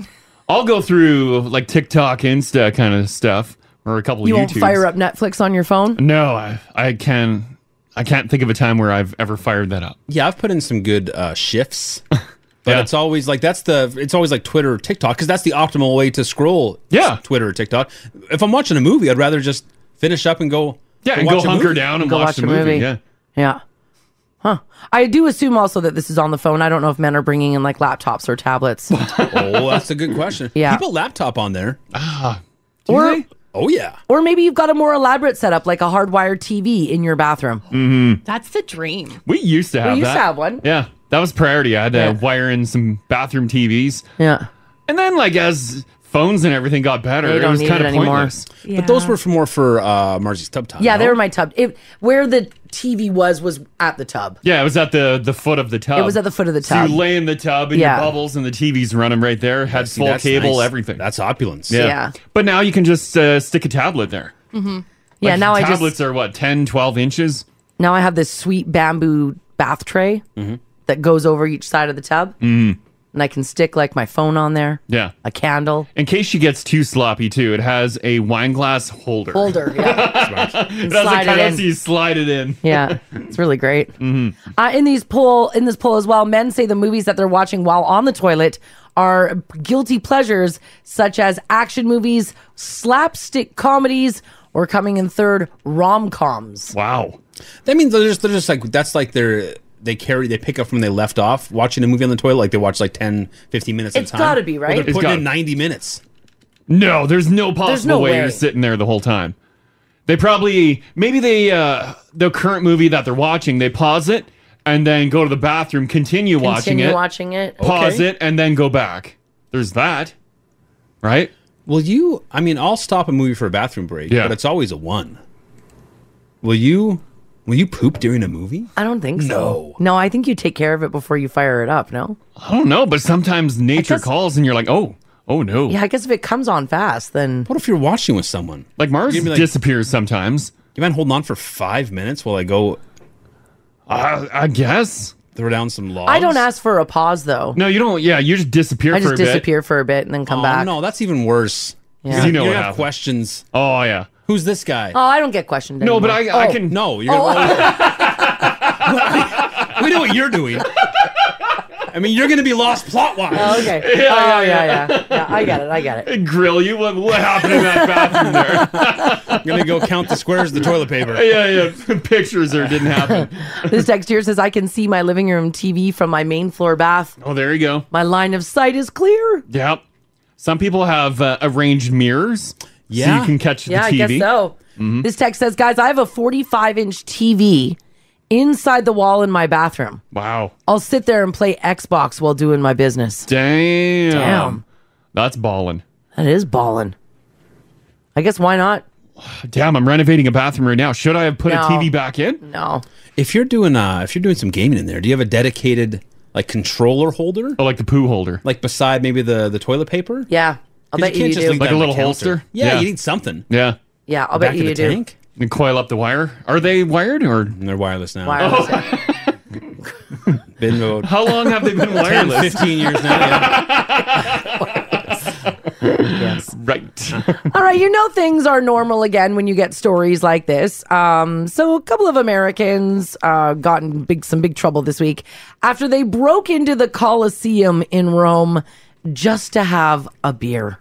[SPEAKER 8] I'll go through like TikTok, Insta kind of stuff, or a couple
[SPEAKER 10] You
[SPEAKER 8] of
[SPEAKER 10] won't
[SPEAKER 8] YouTubes.
[SPEAKER 10] fire up Netflix on your phone.
[SPEAKER 8] No, I, I can. I can't think of a time where I've ever fired that up.
[SPEAKER 7] Yeah, I've put in some good uh, shifts, but it's always like that's the it's always like Twitter or TikTok because that's the optimal way to scroll. Yeah, Twitter or TikTok. If I'm watching a movie, I'd rather just finish up and go.
[SPEAKER 8] Yeah, and go hunker down and Go watch watch the a movie, movie. yeah.
[SPEAKER 10] Yeah. Huh. I do assume also that this is on the phone. I don't know if men are bringing in like laptops or tablets.
[SPEAKER 7] oh, that's a good question.
[SPEAKER 10] Yeah.
[SPEAKER 7] people laptop on there.
[SPEAKER 8] Ah,
[SPEAKER 10] or
[SPEAKER 7] oh yeah.
[SPEAKER 10] Or maybe you've got a more elaborate setup, like a hardwired TV in your bathroom.
[SPEAKER 8] Mm-hmm.
[SPEAKER 5] That's the dream.
[SPEAKER 8] We used
[SPEAKER 10] We
[SPEAKER 8] to have.
[SPEAKER 10] used to
[SPEAKER 8] that.
[SPEAKER 10] have one.
[SPEAKER 8] Yeah, That was priority. I had to wire in some bathroom TVs.
[SPEAKER 10] Yeah.
[SPEAKER 8] And then like as phones and everything got better,
[SPEAKER 10] They
[SPEAKER 8] it
[SPEAKER 10] don't
[SPEAKER 8] was
[SPEAKER 10] need
[SPEAKER 8] kind
[SPEAKER 10] it
[SPEAKER 8] of
[SPEAKER 10] anymore.
[SPEAKER 8] pointless.
[SPEAKER 10] But those Yeah. were
[SPEAKER 7] for more for uh, Marzi's tub
[SPEAKER 8] Oh,
[SPEAKER 7] time.
[SPEAKER 10] yeah, they were my tub. It, where the TV was was at the tub.
[SPEAKER 8] Yeah, it was at the the foot of the tub.
[SPEAKER 10] It was at the foot of the
[SPEAKER 8] So
[SPEAKER 10] tub.
[SPEAKER 8] you lay in the tub and
[SPEAKER 10] Yeah.
[SPEAKER 8] your bubbles and the TV's running right there. Had
[SPEAKER 7] see,
[SPEAKER 8] full
[SPEAKER 7] that's
[SPEAKER 8] cable,
[SPEAKER 7] nice.
[SPEAKER 8] everything. That's opulence.
[SPEAKER 10] Yeah.
[SPEAKER 8] But now you can just uh, stick a tablet there.
[SPEAKER 10] Mm-hmm. Yeah,
[SPEAKER 8] Like,
[SPEAKER 10] now I
[SPEAKER 8] tablets
[SPEAKER 10] just
[SPEAKER 8] are what 10, 12 inches.
[SPEAKER 10] now I have this sweet bamboo bath tray
[SPEAKER 8] Mm-hmm.
[SPEAKER 10] that goes over each side of the tub,
[SPEAKER 8] Mm.
[SPEAKER 10] and I can stick like my phone on there,
[SPEAKER 8] Yeah.
[SPEAKER 10] a candle
[SPEAKER 8] In case she gets too sloppy too, it has a wine glass holder.
[SPEAKER 10] holder. Yeah,
[SPEAKER 8] It
[SPEAKER 10] And
[SPEAKER 8] has
[SPEAKER 10] slide
[SPEAKER 8] a
[SPEAKER 10] it
[SPEAKER 8] kind
[SPEAKER 10] in.
[SPEAKER 8] so you slide it in.
[SPEAKER 10] yeah, it's really great.
[SPEAKER 8] Mm-hmm.
[SPEAKER 10] Uh, in these poll, in this poll as well, men say the movies that they're watching while on the toilet are guilty pleasures, such as action movies, slapstick comedies, or coming in third, rom coms.
[SPEAKER 8] Wow.
[SPEAKER 7] That means they're just they're just like that's like their they carry they pick up from they left off watching a movie on the toilet like they watch like 10 15 minutes
[SPEAKER 10] It's
[SPEAKER 7] at a time.
[SPEAKER 10] gotta be, right?
[SPEAKER 7] Well, they're
[SPEAKER 10] It's
[SPEAKER 7] putting
[SPEAKER 10] gotta
[SPEAKER 7] in 90 minutes.
[SPEAKER 8] No, Oh, there's no possible
[SPEAKER 10] no
[SPEAKER 8] way,
[SPEAKER 10] way.
[SPEAKER 8] you're sitting there the whole time. They probably maybe they uh the current movie that they're watching, they pause it and then go to the bathroom, continue, watching
[SPEAKER 10] Continue
[SPEAKER 8] it.
[SPEAKER 10] watching it.
[SPEAKER 8] Pause it and then go back. There's that. Right?
[SPEAKER 7] Well, you I mean, I'll stop a movie for a bathroom break, but it's always a one. Will you will you poop during a movie?
[SPEAKER 10] I don't think so. No. I think you take care of it before you fire it up, no?
[SPEAKER 8] I don't know, but sometimes nature calls and you're like, "Oh, oh no."
[SPEAKER 10] Yeah, I guess if it comes on fast, then.
[SPEAKER 7] What if you're watching with someone?
[SPEAKER 8] Like Mars disappears sometimes.
[SPEAKER 7] You mind holding on for five minutes while I go?
[SPEAKER 8] Uh, I guess
[SPEAKER 7] throw down some logs.
[SPEAKER 10] I don't ask for a pause, though.
[SPEAKER 8] No, you don't. Yeah, you just disappear
[SPEAKER 10] I
[SPEAKER 8] for
[SPEAKER 10] just
[SPEAKER 8] a bit.
[SPEAKER 10] disappear for a bit and then come back.
[SPEAKER 7] No, that's even worse.
[SPEAKER 10] Yeah.
[SPEAKER 8] 'Cause you know
[SPEAKER 7] you
[SPEAKER 8] what
[SPEAKER 7] have
[SPEAKER 8] happened.
[SPEAKER 7] questions.
[SPEAKER 8] Oh yeah.
[SPEAKER 7] Who's this guy?
[SPEAKER 10] Oh, I don't get questioned.
[SPEAKER 7] No, but
[SPEAKER 10] anymore.
[SPEAKER 7] I- I
[SPEAKER 10] Oh.
[SPEAKER 7] can- No, you're gonna- we know what you're doing. I mean, you're going to be lost plot wise.
[SPEAKER 10] Oh, okay. oh, yeah, yeah, yeah. I got it. I got it.
[SPEAKER 8] Grill you. What, what happened in that bathroom there?
[SPEAKER 7] I'm going to go count the squares of the toilet paper.
[SPEAKER 8] Yeah, yeah. Pictures there didn't happen.
[SPEAKER 10] this text here says I can see my living room TV from my main floor bath.
[SPEAKER 8] Oh, there you go.
[SPEAKER 10] My line of sight is clear.
[SPEAKER 8] Yep. Some people have uh, arranged mirrors. So you can catch
[SPEAKER 10] yeah,
[SPEAKER 8] the TV.
[SPEAKER 10] I guess so.
[SPEAKER 8] Mhm.
[SPEAKER 10] This text says, guys, I have a 45 inch TV inside the wall in my bathroom.
[SPEAKER 8] Wow.
[SPEAKER 10] I'll sit there and play Xbox while doing my business.
[SPEAKER 8] Damn.
[SPEAKER 10] Damn.
[SPEAKER 8] That's balling.
[SPEAKER 10] That is balling. I guess why not?
[SPEAKER 8] Damn, I'm renovating a bathroom right now. Should I have put
[SPEAKER 10] No.
[SPEAKER 8] a TV back in?
[SPEAKER 10] No.
[SPEAKER 7] If you're doing uh if you're doing some gaming in there, do you have a dedicated like controller holder?
[SPEAKER 8] Oh, like the poo holder.
[SPEAKER 7] Like beside maybe the the toilet paper?
[SPEAKER 10] Yeah. I'll
[SPEAKER 7] 'Cause
[SPEAKER 10] bet you,
[SPEAKER 7] can't
[SPEAKER 10] do.
[SPEAKER 7] leave that on the counter. Yeah, you need something.
[SPEAKER 8] Yeah.
[SPEAKER 10] Yeah, I'll bet you, do.
[SPEAKER 8] And coil up the wire. Are they wired or Oh.
[SPEAKER 7] they're wireless now?
[SPEAKER 10] Wireless.
[SPEAKER 7] Been mode.
[SPEAKER 8] How long have they been
[SPEAKER 7] 10,
[SPEAKER 8] wireless?
[SPEAKER 7] 15 years now.
[SPEAKER 8] Right.
[SPEAKER 10] All right, you know things are normal again when you get stories like this. Um, so a couple of Americans uh, got in big some big trouble this week after they broke into the Colosseum in Rome just to have a beer.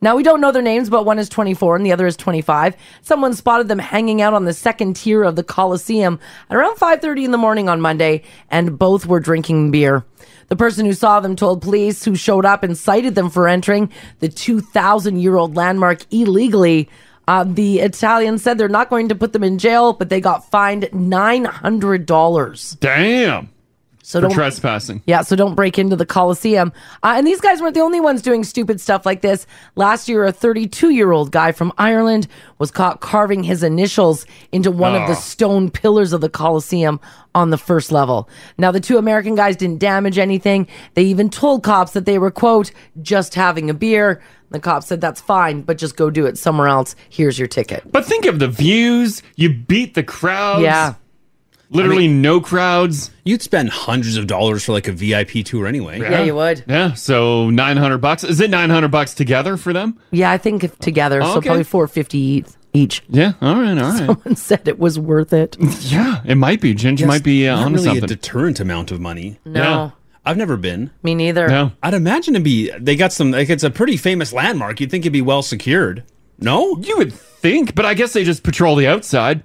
[SPEAKER 10] Now we don't know their names, but one is 24 and the other is 25. Someone spotted them hanging out on the second tier of the Colosseum at around 5:30 in the morning on Monday, and both were drinking beer. The person who saw them told police, who showed up and cited them for entering the 2,000-year-old landmark illegally. Uh, the Italian said they're not going to put them in jail, but they got fined $900.
[SPEAKER 8] Damn.
[SPEAKER 10] So
[SPEAKER 8] For
[SPEAKER 10] don't-
[SPEAKER 8] trespassing.
[SPEAKER 10] Yeah, so don't break into the Coliseum. Uh, and these guys weren't the only ones doing stupid stuff like this. Last year, a 32 year old guy from Ireland was caught carving his initials into one of the
[SPEAKER 11] Oh.
[SPEAKER 8] Ah.
[SPEAKER 10] stone pillars of the Coliseum on the first level. Now, the two American guys didn't damage anything. They even told cops that they were, quote, just having a beer. The cops said, that's fine, but just go do it somewhere else. Here's your ticket.
[SPEAKER 8] But think of the views. You beat the crowds.
[SPEAKER 10] Yeah.
[SPEAKER 8] Literally no crowds.
[SPEAKER 7] You'd spend hundreds of dollars for like a VIP tour anyway.
[SPEAKER 10] Yeah, you would.
[SPEAKER 8] Yeah. So 900 bucks. Is it 900 bucks together for them?
[SPEAKER 10] Yeah, I think if together, so
[SPEAKER 8] Okay.
[SPEAKER 10] probably 450 each. Each.
[SPEAKER 8] Yeah. All right. All right.
[SPEAKER 10] Someone said it was worth it.
[SPEAKER 8] Yeah. It might be. Ginge might be uh,
[SPEAKER 7] not
[SPEAKER 8] on
[SPEAKER 7] really
[SPEAKER 8] something.
[SPEAKER 7] a deterrent amount of money.
[SPEAKER 10] No. Yeah.
[SPEAKER 7] I've never been.
[SPEAKER 10] Me neither.
[SPEAKER 7] I'd imagine it'd be they got some like it's a pretty famous landmark. You'd think it'd be well secured. No?
[SPEAKER 8] You would think, but I guess they just patrol the outside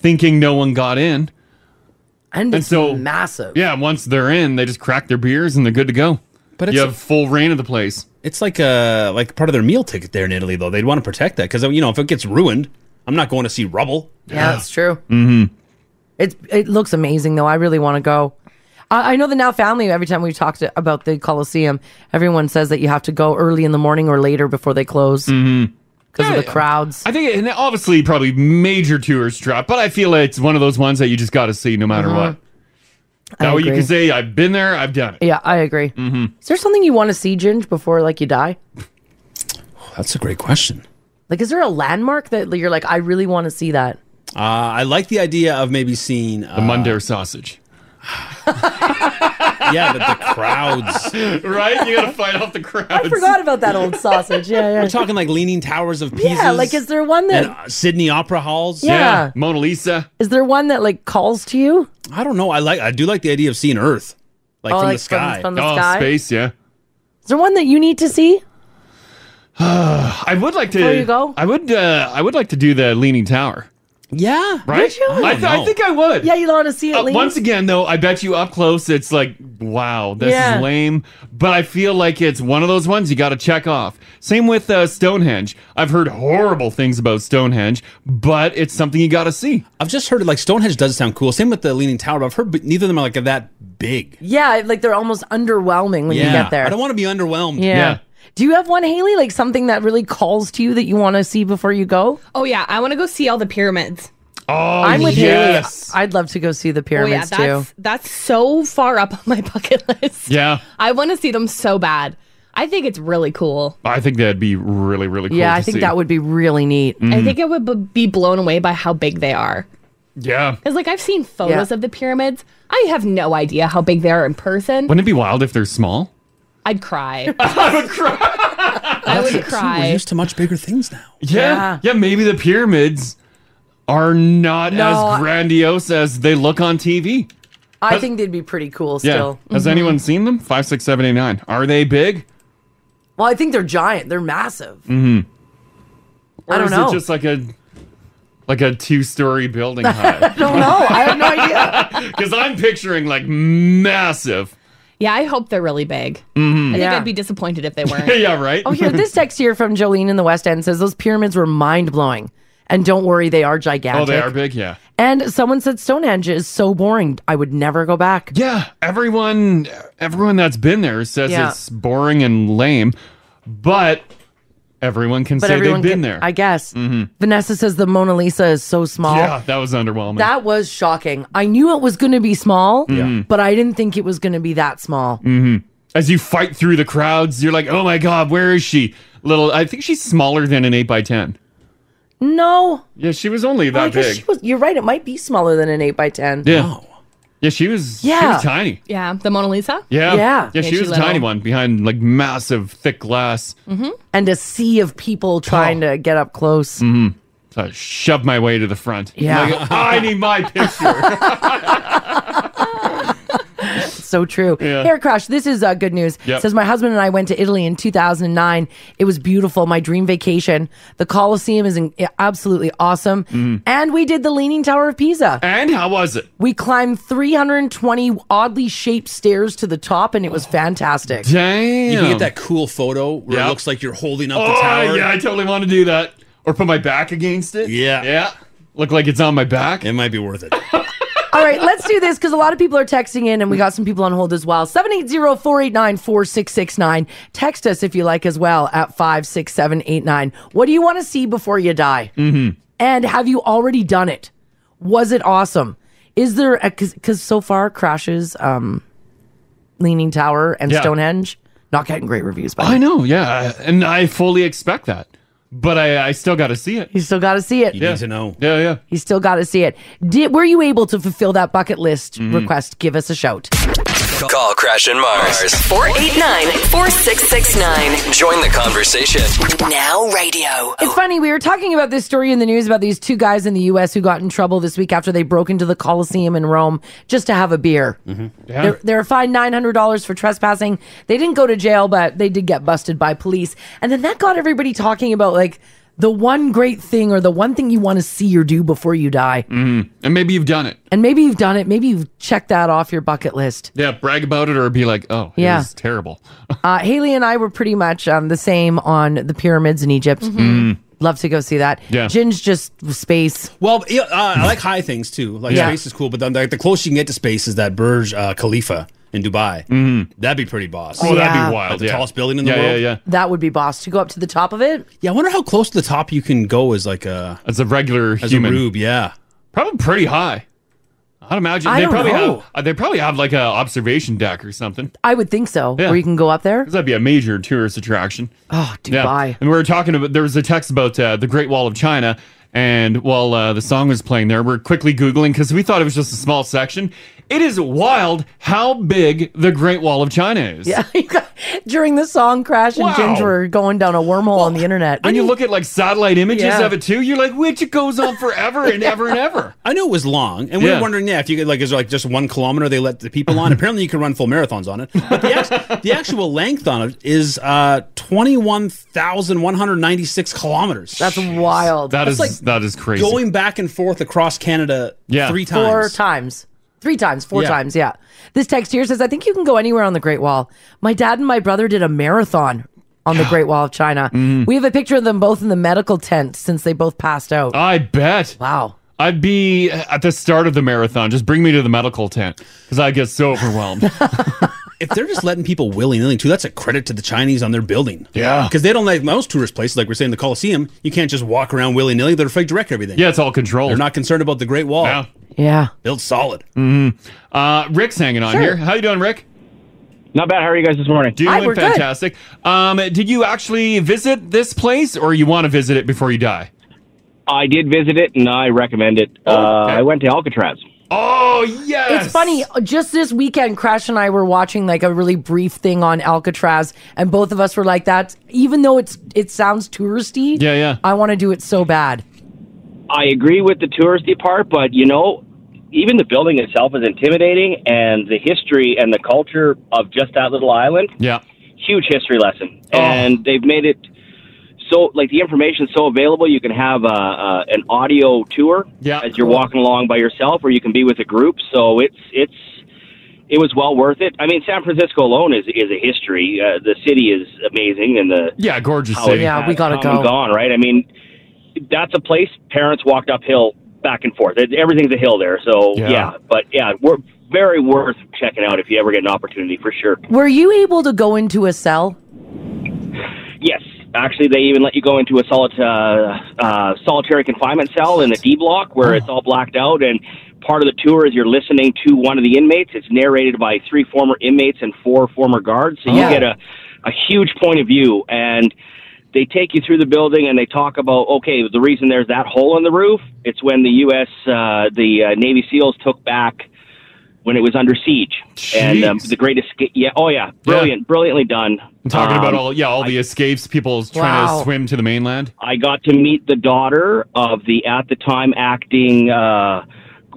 [SPEAKER 8] thinking no one got in.
[SPEAKER 10] And,
[SPEAKER 8] it's so
[SPEAKER 10] massive.
[SPEAKER 8] Yeah, once they're in, they just crack their beers and they're good to go.
[SPEAKER 7] But
[SPEAKER 8] But
[SPEAKER 7] it's
[SPEAKER 8] you
[SPEAKER 7] a-
[SPEAKER 8] have full reign of the place.
[SPEAKER 7] It's like uh like part of their meal ticket there in Italy though. They'd want to protect that because you know if it gets ruined, I'm not going to see rubble.
[SPEAKER 10] Yeah, that's true.
[SPEAKER 8] Mm-hmm.
[SPEAKER 10] It's it looks amazing though. I really want to go. I I know the Now family, every time we've talked about the Coliseum, everyone says that you have to go early in the morning or later before they close because
[SPEAKER 8] Mm-hmm.
[SPEAKER 10] of the crowds.
[SPEAKER 8] I think, and obviously, probably major tours drop, but I feel it's one of those ones that you just got to see no matter
[SPEAKER 10] Uh-huh.
[SPEAKER 8] what.
[SPEAKER 10] I
[SPEAKER 8] That way you
[SPEAKER 10] agree.
[SPEAKER 8] can say, I've been there, I've done it.
[SPEAKER 10] Yeah, I agree.
[SPEAKER 8] Mm-hmm.
[SPEAKER 10] Is there something you want to see, Ginge, before like you die?
[SPEAKER 7] That's a great question.
[SPEAKER 10] Like, is there a landmark that you're like, I really want to see that?
[SPEAKER 7] Uh, I like the idea of maybe seeing uh, the
[SPEAKER 8] Mundare sausage.
[SPEAKER 7] yeah, but the crowds.
[SPEAKER 8] right? You got to fight off the crowds. I
[SPEAKER 10] forgot about that old sausage. Yeah, yeah.
[SPEAKER 7] We're talking like leaning towers of Pisa.
[SPEAKER 10] Yeah, like, is there one that
[SPEAKER 7] and
[SPEAKER 10] is
[SPEAKER 7] uh, Sydney Opera Halls.
[SPEAKER 10] Yeah. Yeah,
[SPEAKER 8] Mona Lisa.
[SPEAKER 10] there one that like calls to you?
[SPEAKER 7] I don't know. I like. I do like the idea of seeing Earth, like
[SPEAKER 10] Oh,
[SPEAKER 7] from
[SPEAKER 10] like
[SPEAKER 7] the
[SPEAKER 10] from-
[SPEAKER 7] sky.
[SPEAKER 10] from the Oh, sky? space,
[SPEAKER 8] Yeah.
[SPEAKER 10] Is there one that you need to see?
[SPEAKER 8] I would like to.
[SPEAKER 10] Before you go?
[SPEAKER 8] I would. Uh, I would like to do the Leaning Tower.
[SPEAKER 7] Yeah.
[SPEAKER 8] Right?
[SPEAKER 10] Would you?
[SPEAKER 8] I, th- I think I would.
[SPEAKER 10] Yeah, you want to see it.
[SPEAKER 8] Uh, once again, though, I bet you up close, it's like, wow, this
[SPEAKER 10] Yeah.
[SPEAKER 8] is lame. But I feel like it's one of those ones you got to check off. Same with uh, Stonehenge. I've heard horrible things about Stonehenge, but it's something you got to see.
[SPEAKER 7] I've just heard it like Stonehenge does sound cool. Same with the Leaning Tower. But I've heard, but neither of them are like that big.
[SPEAKER 10] Yeah, like they're almost underwhelming when you
[SPEAKER 7] Yeah.
[SPEAKER 10] get there.
[SPEAKER 7] I don't want to be underwhelmed.
[SPEAKER 10] Yeah. Do you have one, Haley? Like something that really calls to you that you want to see before you go?
[SPEAKER 5] Oh yeah, I want to go see all the pyramids.
[SPEAKER 8] Oh,
[SPEAKER 10] I'm with
[SPEAKER 5] yes.
[SPEAKER 10] Haley. I'd love to go see the pyramids
[SPEAKER 5] oh yeah, that's
[SPEAKER 10] too.
[SPEAKER 5] that's so far up on my bucket list.
[SPEAKER 8] Yeah.
[SPEAKER 5] I want to see them so bad. I think it's really cool.
[SPEAKER 8] I think that'd be really, really cool.
[SPEAKER 5] Yeah,
[SPEAKER 8] to
[SPEAKER 5] I think
[SPEAKER 8] see. Mm.
[SPEAKER 5] that
[SPEAKER 10] would be really neat.
[SPEAKER 5] I think I would b- be blown away by how big they are.
[SPEAKER 8] Yeah.
[SPEAKER 5] Because like I've seen photos
[SPEAKER 8] Yeah.
[SPEAKER 5] of the pyramids. I have no idea how big they are in person.
[SPEAKER 8] Wouldn't it be wild if they're small?
[SPEAKER 5] I'd cry. I would cry. I would
[SPEAKER 7] We're
[SPEAKER 5] cry.
[SPEAKER 7] used to much bigger things now.
[SPEAKER 8] Yeah. Yeah. maybe the pyramids are not
[SPEAKER 10] No, I-
[SPEAKER 8] as grandiose as they look on TV.
[SPEAKER 10] I
[SPEAKER 8] Has-
[SPEAKER 10] think they'd be pretty cool still. Mm-hmm.
[SPEAKER 8] Yeah. Has anyone seen them? Five, six, seven, eight, nine. Are they big?
[SPEAKER 10] Well, I think they're giant. They're massive.
[SPEAKER 8] Mm-hmm. Or
[SPEAKER 10] I don't
[SPEAKER 8] is
[SPEAKER 10] know.
[SPEAKER 8] it just like a like a two story building high?
[SPEAKER 5] I don't
[SPEAKER 10] know. I have no idea.
[SPEAKER 8] Because I'm picturing like massive.
[SPEAKER 5] Yeah, I hope they're really big. I
[SPEAKER 8] Mm-hmm.
[SPEAKER 5] think
[SPEAKER 10] Yeah.
[SPEAKER 5] I'd be disappointed if they weren't.
[SPEAKER 8] yeah, right.
[SPEAKER 10] Oh, here, this text here from Jolene in the West End says those pyramids were mind blowing. And don't worry, they are gigantic.
[SPEAKER 8] Oh, they are big. Yeah.
[SPEAKER 10] And someone said Stonehenge is so boring. I would never go back.
[SPEAKER 8] Yeah. Everyone, everyone that's been there says
[SPEAKER 10] Yeah.
[SPEAKER 8] it's boring and lame, but everyone can
[SPEAKER 10] But
[SPEAKER 8] say they've
[SPEAKER 10] everyone
[SPEAKER 8] been
[SPEAKER 10] can-
[SPEAKER 8] there.
[SPEAKER 10] I guess.
[SPEAKER 8] Mhm.
[SPEAKER 10] Vanessa says the Mona Lisa is so small.
[SPEAKER 8] Yeah, that was underwhelming.
[SPEAKER 10] That was shocking. I knew it was going to be small,
[SPEAKER 8] Oh, Yeah. Mm-hmm.
[SPEAKER 10] but I didn't think it was going to be that small.
[SPEAKER 8] hmm As you fight through the crowds, you're like, oh my god, where is she? Little, I think she's smaller than an eight by ten.
[SPEAKER 10] No.
[SPEAKER 8] Yeah, she was only
[SPEAKER 10] Oh, I
[SPEAKER 8] that
[SPEAKER 10] guess
[SPEAKER 8] big.
[SPEAKER 10] she was, you're right. It might be smaller than an 8 by 10
[SPEAKER 8] yeah, yeah, she was. she
[SPEAKER 5] Yeah.
[SPEAKER 8] was tiny.
[SPEAKER 5] Yeah, the Mona Lisa.
[SPEAKER 8] Yeah, yeah, she was a tiny
[SPEAKER 5] little.
[SPEAKER 8] one behind like massive thick glass.
[SPEAKER 10] Mm. Mm-hmm. And a sea of people trying to get up close.
[SPEAKER 8] Oh. Mm-hmm. So I shoved my way to the front.
[SPEAKER 10] Yeah.
[SPEAKER 8] Like, I need my picture.
[SPEAKER 10] so true.
[SPEAKER 8] Yeah.
[SPEAKER 10] Hair crash. This is uh, good news.
[SPEAKER 8] Yep.
[SPEAKER 10] Says my husband and I went to Italy in 2009. It was beautiful. My dream vacation. The Colosseum is in- absolutely awesome.
[SPEAKER 7] Mm-hmm.
[SPEAKER 8] Mhm.
[SPEAKER 10] And we did the Leaning Tower of Pisa.
[SPEAKER 8] And how was it?
[SPEAKER 10] We climbed 320 oddly shaped stairs to the top, and it was fantastic.
[SPEAKER 8] Damn. Oh,
[SPEAKER 7] You can get that cool photo where it looks like you're holding up the tower.
[SPEAKER 8] yeah, I totally want to do that. Or put my back against it. Yeah. Yeah. Look like it's on my back.
[SPEAKER 7] It might be worth it.
[SPEAKER 10] All right, let's do this because a lot of people are texting in, and we got some people on hold as well. 780 489 4669. Text us if you like as well at 56789. What do you want to see before you die?
[SPEAKER 8] Mm-hmm.
[SPEAKER 10] And have you already done it? Was it awesome? Is there a because so far crashes, um, Leaning Tower and
[SPEAKER 8] Yeah.
[SPEAKER 10] Stonehenge not getting great reviews. By the
[SPEAKER 8] I
[SPEAKER 10] way.
[SPEAKER 8] know, yeah. And I fully expect that. But I, I still got to see it.
[SPEAKER 10] You still got to see it. You
[SPEAKER 8] yeah.
[SPEAKER 10] need to
[SPEAKER 7] know.
[SPEAKER 8] Yeah, yeah.
[SPEAKER 10] You still got to see it. Did were you able to fulfill that bucket list request? Give us a shout.
[SPEAKER 4] Call Crash and Mars.
[SPEAKER 1] 489 4669.
[SPEAKER 4] Join the conversation.
[SPEAKER 1] Now radio.
[SPEAKER 10] It's funny, we were talking about this story in the news about these two guys in the US who got in trouble this week after they broke into the Coliseum in Rome just to have a beer.
[SPEAKER 7] Mm-hmm.
[SPEAKER 8] Yeah.
[SPEAKER 10] They're, they're fined $900 for trespassing. They didn't go to jail, but they did get busted by police. And then that got everybody talking about like the one great thing or the one thing you want to see or do before you die.
[SPEAKER 8] Mhm. And maybe you've done it.
[SPEAKER 10] And maybe you've done it. Maybe you've checked that off your bucket list.
[SPEAKER 8] Yeah, brag about it or be like, oh, it
[SPEAKER 10] Yeah.
[SPEAKER 8] was terrible.
[SPEAKER 10] Uh, Haley and I were pretty much um, the same on the pyramids in Egypt.
[SPEAKER 8] Mhm. Mm.
[SPEAKER 10] Love to go see that.
[SPEAKER 7] Mm-hmm. Yeah.
[SPEAKER 10] Gin's just space.
[SPEAKER 7] Well, yeah, uh, I like high things too. Like
[SPEAKER 10] Yeah.
[SPEAKER 7] space is cool, but then like the closest you can get to space is that Burj uh, Khalifa in Dubai. Mm-hmm. That'd be pretty boss.
[SPEAKER 10] Oh, that'd be Yeah.
[SPEAKER 8] wild,
[SPEAKER 7] Like the
[SPEAKER 8] yeah.
[SPEAKER 7] tallest building in the
[SPEAKER 8] Yeah,
[SPEAKER 7] world.
[SPEAKER 8] yeah, yeah.
[SPEAKER 10] That would be boss to go up to the top of it.
[SPEAKER 7] Yeah, I wonder how close to the top you can go as like a
[SPEAKER 8] as a regular
[SPEAKER 7] as
[SPEAKER 8] human.
[SPEAKER 7] a rube. Yeah,
[SPEAKER 8] probably pretty high. I'd imagine
[SPEAKER 10] I
[SPEAKER 8] they
[SPEAKER 10] don't
[SPEAKER 8] probably
[SPEAKER 10] know.
[SPEAKER 8] have uh, they probably have like a observation deck or something.
[SPEAKER 10] I would think so.
[SPEAKER 8] Yeah.
[SPEAKER 10] Where you can go up there.
[SPEAKER 8] 'Cause that'd be a major tourist attraction.
[SPEAKER 10] Oh,
[SPEAKER 8] Yeah. And we were talking about there was a text about uh, the Great Wall of China, and while uh, the song was playing there, we're quickly googling because we thought it was just a small section. It is wild how big the Great Wall of China is.
[SPEAKER 10] Yeah. During the song Crash and
[SPEAKER 8] Wow.
[SPEAKER 10] Ginger are going down a wormhole on the internet.
[SPEAKER 8] When you look at like satellite images
[SPEAKER 10] Yeah.
[SPEAKER 8] of it too, you're like, which it goes on forever and ever and ever.
[SPEAKER 7] I knew it was long, and we
[SPEAKER 8] Yeah.
[SPEAKER 7] were wondering, yeah, if you could like is there like just one kilometer they let the people on. Apparently, you can run full marathons on it, but the, act- the actual length on it is uh, twenty one thousand one hundred ninety six kilometers.
[SPEAKER 10] That's wild.
[SPEAKER 7] That
[SPEAKER 10] That
[SPEAKER 7] That's
[SPEAKER 10] is
[SPEAKER 7] is- like
[SPEAKER 8] That is crazy.
[SPEAKER 7] Going back and forth across Canada three times.
[SPEAKER 10] Four times. Three times, four
[SPEAKER 7] Yeah.
[SPEAKER 10] times, yeah. This text here says, I think you can go anywhere on the Great Wall. My dad and my brother did a marathon on the Great Wall of China.
[SPEAKER 8] Mm.
[SPEAKER 10] We have a picture of them both in the medical tent since they both passed out.
[SPEAKER 8] I bet.
[SPEAKER 10] Wow.
[SPEAKER 8] I'd be at the start of the marathon. Just bring me to the medical tent because I get so overwhelmed.
[SPEAKER 7] if they're just letting people willy nilly too, that's a credit to the Chinese on their building.
[SPEAKER 8] Yeah.
[SPEAKER 7] Because they don't like most tourist places, like we're saying the Coliseum, you can't just walk around willy nilly. They're afraid to wreck everything.
[SPEAKER 8] Yeah, it's all controlled.
[SPEAKER 7] They're not concerned about the Great Wall. Yeah.
[SPEAKER 8] Oh.
[SPEAKER 10] Yeah.
[SPEAKER 7] Built solid.
[SPEAKER 8] hmm Uh, Rick's hanging on
[SPEAKER 7] Sure.
[SPEAKER 8] here. How you doing, Rick? Not bad. How are you guys this morning? Doing
[SPEAKER 7] Hi, we're good.
[SPEAKER 8] fantastic. Um, did you actually visit this place, or you want to visit it before you die?
[SPEAKER 11] I did visit it, and I recommend it. Uh, I went to Alcatraz.
[SPEAKER 8] Oh, yes.
[SPEAKER 10] It's funny. Just this weekend, Crash and I were watching like a really brief thing on Alcatraz, and both of us were like, "That." Even though it's it sounds touristy,
[SPEAKER 11] Yeah, yeah.
[SPEAKER 10] I want to do it so bad.
[SPEAKER 11] I agree with the touristy part, but you know, even the building itself is intimidating, and the history and the culture of just that little island.
[SPEAKER 8] Yeah.
[SPEAKER 11] Huge history lesson, and they've made it so like the information so available. You can have uh, uh, an audio tour
[SPEAKER 8] Yeah.
[SPEAKER 11] as you're walking along by yourself, or you can be with a group. So it's it's it was well worth it. I mean, San Francisco alone is is a history. Uh, the city is amazing, and the
[SPEAKER 8] Yeah, gorgeous
[SPEAKER 11] how it
[SPEAKER 8] city.
[SPEAKER 11] has come and Gone right. I mean, that's a place parents walked uphill back and forth. It, everything's a hill there. So
[SPEAKER 10] Yeah.
[SPEAKER 11] yeah. but yeah, we're very worth checking out if you ever get an opportunity for sure.
[SPEAKER 10] Were you able to go into a cell?
[SPEAKER 11] Yes, actually, they even let you go into a solid, uh, uh, solitary confinement cell in the D block where it's all blacked out. And part of the tour is you're listening to one of the inmates. It's narrated by three former inmates and four former guards, so you
[SPEAKER 12] Oh.
[SPEAKER 11] get a a huge point of view and. They take you through the building and they talk about okay the reason there's that hole in the roof it's when the U.S. Uh, the uh, Navy SEALs took back when it was under siege and um, the great escape yeah oh yeah brilliant brilliantly done
[SPEAKER 8] I'm talking about
[SPEAKER 11] Um,
[SPEAKER 8] all yeah all the escapes, people trying
[SPEAKER 11] Wow.
[SPEAKER 8] to swim to the mainland.
[SPEAKER 11] I got to meet the daughter of the at the time acting uh,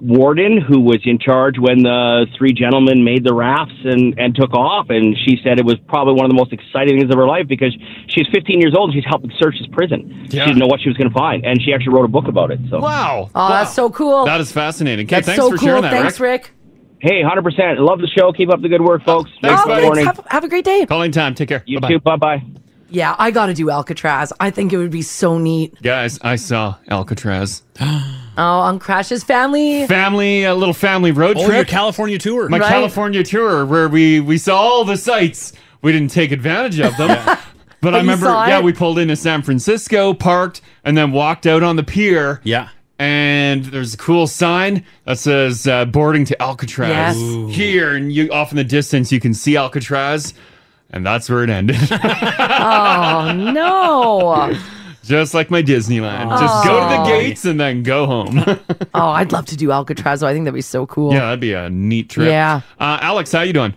[SPEAKER 11] warden who was in charge when the three gentlemen made the rafts and, and took off. And she said it was probably one of the most exciting things of her life because she's 15 years old and she's helping search this prison. She didn't know what she was going to find, and she actually wrote a book about it. So
[SPEAKER 8] Wow.
[SPEAKER 10] Oh, that's so cool.
[SPEAKER 8] That is fascinating. Okay,
[SPEAKER 11] That's
[SPEAKER 8] thanks
[SPEAKER 11] so
[SPEAKER 8] for
[SPEAKER 11] cool.
[SPEAKER 8] sharing that,
[SPEAKER 11] Thanks,
[SPEAKER 8] Rick.
[SPEAKER 10] Rick.
[SPEAKER 11] Hey, 100%. Love the show. Keep up the good work, folks. Have
[SPEAKER 10] Thanks,
[SPEAKER 11] a good
[SPEAKER 10] buddy.
[SPEAKER 11] morning.
[SPEAKER 10] Have, have a great day.
[SPEAKER 8] Calling time. Take care.
[SPEAKER 11] You too. Bye bye.
[SPEAKER 10] Yeah, I got to do Alcatraz. I think it would be so neat.
[SPEAKER 8] Guys, I saw Alcatraz.
[SPEAKER 10] Oh, on Crash's family.
[SPEAKER 8] family, a little family road
[SPEAKER 10] Oh,
[SPEAKER 8] trip.
[SPEAKER 10] your
[SPEAKER 7] California tour.
[SPEAKER 8] My
[SPEAKER 10] Right.
[SPEAKER 8] California tour, where we we saw all the sights. We didn't take advantage of them. But,
[SPEAKER 7] But
[SPEAKER 8] I
[SPEAKER 7] you
[SPEAKER 8] remember,
[SPEAKER 7] saw
[SPEAKER 8] yeah,
[SPEAKER 7] it?
[SPEAKER 8] we pulled into San Francisco, parked, and then walked out on the pier. Yeah. And there's a cool sign that says uh, boarding to Alcatraz.
[SPEAKER 7] Yes. Ooh.
[SPEAKER 8] Here, and you off in the distance, you can see Alcatraz. And that's where it ended.
[SPEAKER 10] oh no.
[SPEAKER 8] Just like my Disneyland. Just go to the gates and then go home.
[SPEAKER 10] Oh, I'd love to do Alcatraz. though. I think that'd be so cool.
[SPEAKER 8] Yeah, that'd be a neat trip.
[SPEAKER 10] Yeah.
[SPEAKER 8] Uh, Alex, how you doing?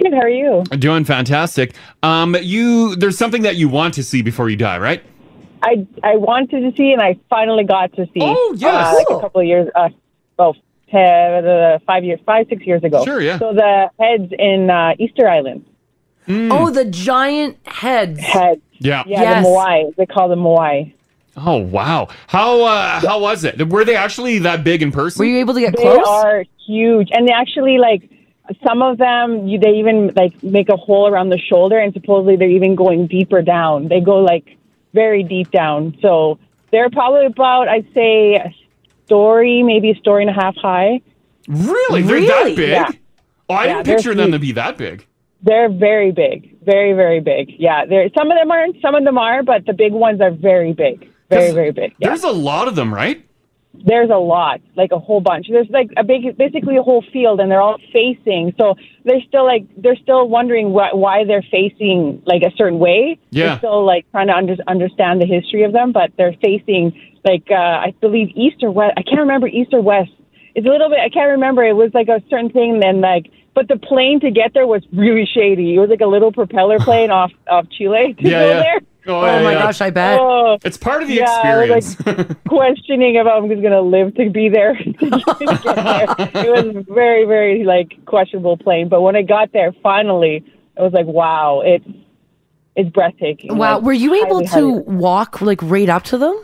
[SPEAKER 13] Good. How are you?
[SPEAKER 8] Doing fantastic. Um, you there's something that you want to see before you die, right?
[SPEAKER 13] I I wanted to see, and I finally got to see. Oh
[SPEAKER 8] yes.
[SPEAKER 13] uh, like a couple of years. Uh, well, te- uh, five years, five six years ago.
[SPEAKER 10] Sure, yeah.
[SPEAKER 13] So the heads in uh, Easter Island.
[SPEAKER 10] Oh, the giant heads.
[SPEAKER 13] Heads.
[SPEAKER 8] Yeah.
[SPEAKER 13] Yeah, the Moai. They call them Moai.
[SPEAKER 8] Oh wow. How uh, how was it? Were they actually that big in person?
[SPEAKER 13] they are huge, and they actually like some of them. You, they even like make a hole around the shoulder, and supposedly they're even going deeper down. They go like very deep down. So they're probably about, I'd say, a story, maybe a story and a half high.
[SPEAKER 8] Really? They're that big?
[SPEAKER 13] Yeah.
[SPEAKER 8] Oh, I
[SPEAKER 13] Yeah,
[SPEAKER 8] didn't
[SPEAKER 13] they're
[SPEAKER 8] picture them
[SPEAKER 13] huge.
[SPEAKER 8] to be that big.
[SPEAKER 13] They're very big, very very big. Yeah, there. Some of them aren't, some of them are, but the big ones are very big, very very big. Yeah.
[SPEAKER 8] There's a lot of them, right?
[SPEAKER 13] There's a lot, like a whole bunch. There's like a big, basically a whole field, and they're all facing. So they're still like they're still wondering why, why they're facing like a certain way.
[SPEAKER 8] Yeah.
[SPEAKER 13] They're still like trying to under, understand the history of them, but they're facing like uh, I believe east or west. I can't remember east or west. It's a little bit. I can't remember. It was like a certain thing, and like. But the plane to get there was really shady. It was like a little propeller plane off off Chile to go there. Oh,
[SPEAKER 8] It's part of the
[SPEAKER 13] yeah, I was, like,
[SPEAKER 8] experience.
[SPEAKER 13] questioning if I'm going to live to be there. to get there. It was very, very like questionable plane. But when I got there, finally, I was like, wow, it's it's breathtaking.
[SPEAKER 10] Wow.
[SPEAKER 13] Like,
[SPEAKER 10] Were you able
[SPEAKER 13] highly, highly-
[SPEAKER 10] to walk like right up to them?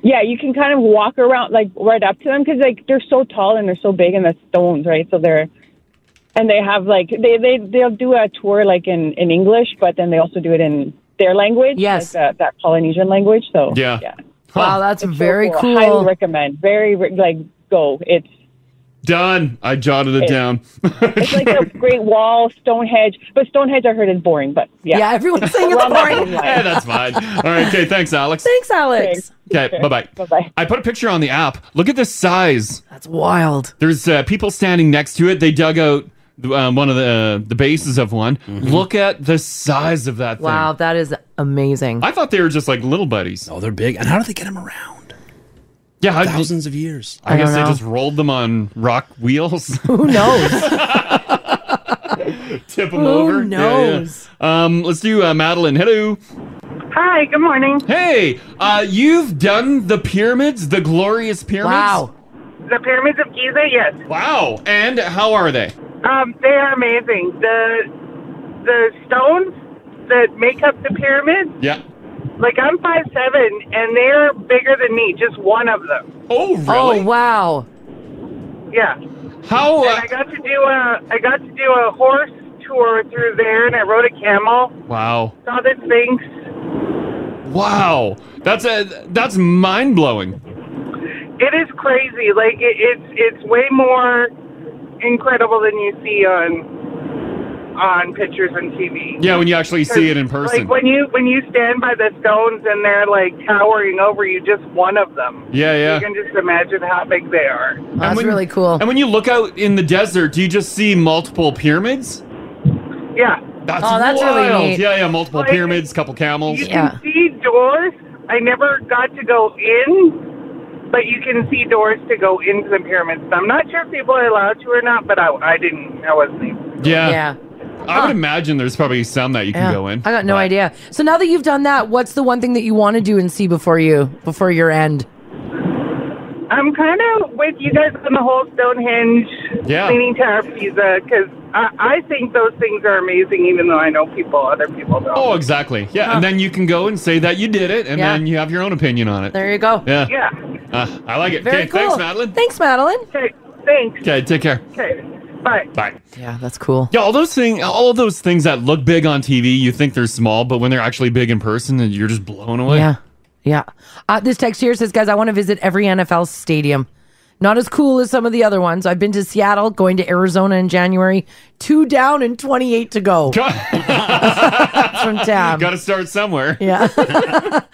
[SPEAKER 13] Yeah, you can kind of walk around like right up to them because like they're so tall and they're so big and the stones, right? So they're and they have like they they they'll do a tour like in in English, but then they also do it in their language, yes, like that, that Polynesian language. So
[SPEAKER 8] Yeah.
[SPEAKER 10] Wow, that's very
[SPEAKER 13] so
[SPEAKER 10] cool.
[SPEAKER 13] Highly recommend. Very re- like go. It's
[SPEAKER 8] Done. I jotted it
[SPEAKER 13] It-
[SPEAKER 8] down.
[SPEAKER 13] it's like the Great Wall, Stonehenge, but Stonehenge I heard is boring. But yeah,
[SPEAKER 10] yeah, everyone's saying
[SPEAKER 13] it's
[SPEAKER 10] boring.
[SPEAKER 8] yeah, that's fine. All right. Okay. Thanks, Alex.
[SPEAKER 10] Thanks, Alex.
[SPEAKER 8] Okay. Bye bye.
[SPEAKER 13] Bye.
[SPEAKER 8] I put a picture on the app. Look at this size.
[SPEAKER 10] That's wild.
[SPEAKER 8] There's uh, people standing next to it. They dug out um, one of the the bases of one.
[SPEAKER 7] Mm-hmm.
[SPEAKER 8] Look at the size of that thing.
[SPEAKER 10] Wow, that is amazing.
[SPEAKER 8] I thought they were just like little buddies.
[SPEAKER 7] Oh, they're big. And how do they get them around?
[SPEAKER 8] Yeah, how-
[SPEAKER 7] Thousands of years.
[SPEAKER 8] I, guess they just rolled them on rock wheels.
[SPEAKER 10] Who knows?
[SPEAKER 8] Tip them
[SPEAKER 10] Who
[SPEAKER 8] over.
[SPEAKER 10] knows?
[SPEAKER 8] Yeah, yeah. Um, let's do uh, Madeline. Hello.
[SPEAKER 12] Hi, good morning.
[SPEAKER 8] Hey, uh, you've done the pyramids, the glorious pyramids.
[SPEAKER 12] Wow. The pyramids of Giza, yes.
[SPEAKER 8] Wow. And how are they?
[SPEAKER 12] Um, they are amazing. The the stones that make up the pyramids,
[SPEAKER 8] Yeah.
[SPEAKER 12] like I'm five seven and they're bigger than me, just one of them. Oh,
[SPEAKER 8] Oh
[SPEAKER 10] Oh wow.
[SPEAKER 12] Yeah.
[SPEAKER 8] How uh
[SPEAKER 12] and I got to do a I got to do a horse tour through there and I rode a camel,
[SPEAKER 8] Wow.
[SPEAKER 12] saw the Sphinx.
[SPEAKER 8] Wow. That's a that's mind blowing.
[SPEAKER 12] It is crazy. Like it, it's it's way more incredible than you see on on pictures and TV.
[SPEAKER 8] Yeah, when you actually see it in person.
[SPEAKER 12] Like when you when you stand by the stones and they're like towering over you, just one of them.
[SPEAKER 8] Yeah, yeah.
[SPEAKER 12] You can just imagine how big they are.
[SPEAKER 10] That's really cool.
[SPEAKER 8] And when you look out in the desert, do you just see multiple pyramids?
[SPEAKER 12] Yeah.
[SPEAKER 8] That's
[SPEAKER 10] Oh,
[SPEAKER 8] wild. Yeah, yeah, multiple
[SPEAKER 12] Like,
[SPEAKER 8] pyramids, couple camels.
[SPEAKER 12] You can see doors. I never got to go in, but you can see doors to go into the pyramids. I'm not sure if people are allowed to or not, but I, I didn't. I wasn't. even-
[SPEAKER 8] Yeah.
[SPEAKER 10] Yeah.
[SPEAKER 8] I would imagine there's probably some that you can
[SPEAKER 10] Yeah.
[SPEAKER 8] go in.
[SPEAKER 10] I got no idea. So now that you've done that, what's the one thing that you want to do and see before you before your end?
[SPEAKER 12] I'm kind of with you guys on the whole Stonehenge
[SPEAKER 10] Yeah.
[SPEAKER 12] Leaning Tower of Pisa because I, I think those things are amazing, even though I know people, other people don't.
[SPEAKER 8] Oh, exactly. Yeah, and then you can go and say that you did it, and
[SPEAKER 12] Yeah.
[SPEAKER 8] then you have your own opinion on it.
[SPEAKER 10] There you go.
[SPEAKER 8] Yeah. Uh, I like it.
[SPEAKER 10] Very
[SPEAKER 8] okay,
[SPEAKER 10] cool.
[SPEAKER 8] thanks, Madeline.
[SPEAKER 10] Thanks, Madeline.
[SPEAKER 12] Okay, thanks.
[SPEAKER 8] Okay, take care.
[SPEAKER 12] Okay, bye.
[SPEAKER 8] Bye.
[SPEAKER 10] Yeah, that's cool.
[SPEAKER 8] Yeah, all those thing, all those things that look big on TV, you think they're small, but when they're actually big in person, then you're just blown away.
[SPEAKER 10] Yeah. Yeah. Uh, this text here says, guys, I want to visit every NFL stadium. Not as cool as some of the other ones. I've been to Seattle, going to Arizona in January, two down and 28 to go. From Tab.
[SPEAKER 8] Got to start somewhere.
[SPEAKER 10] Yeah.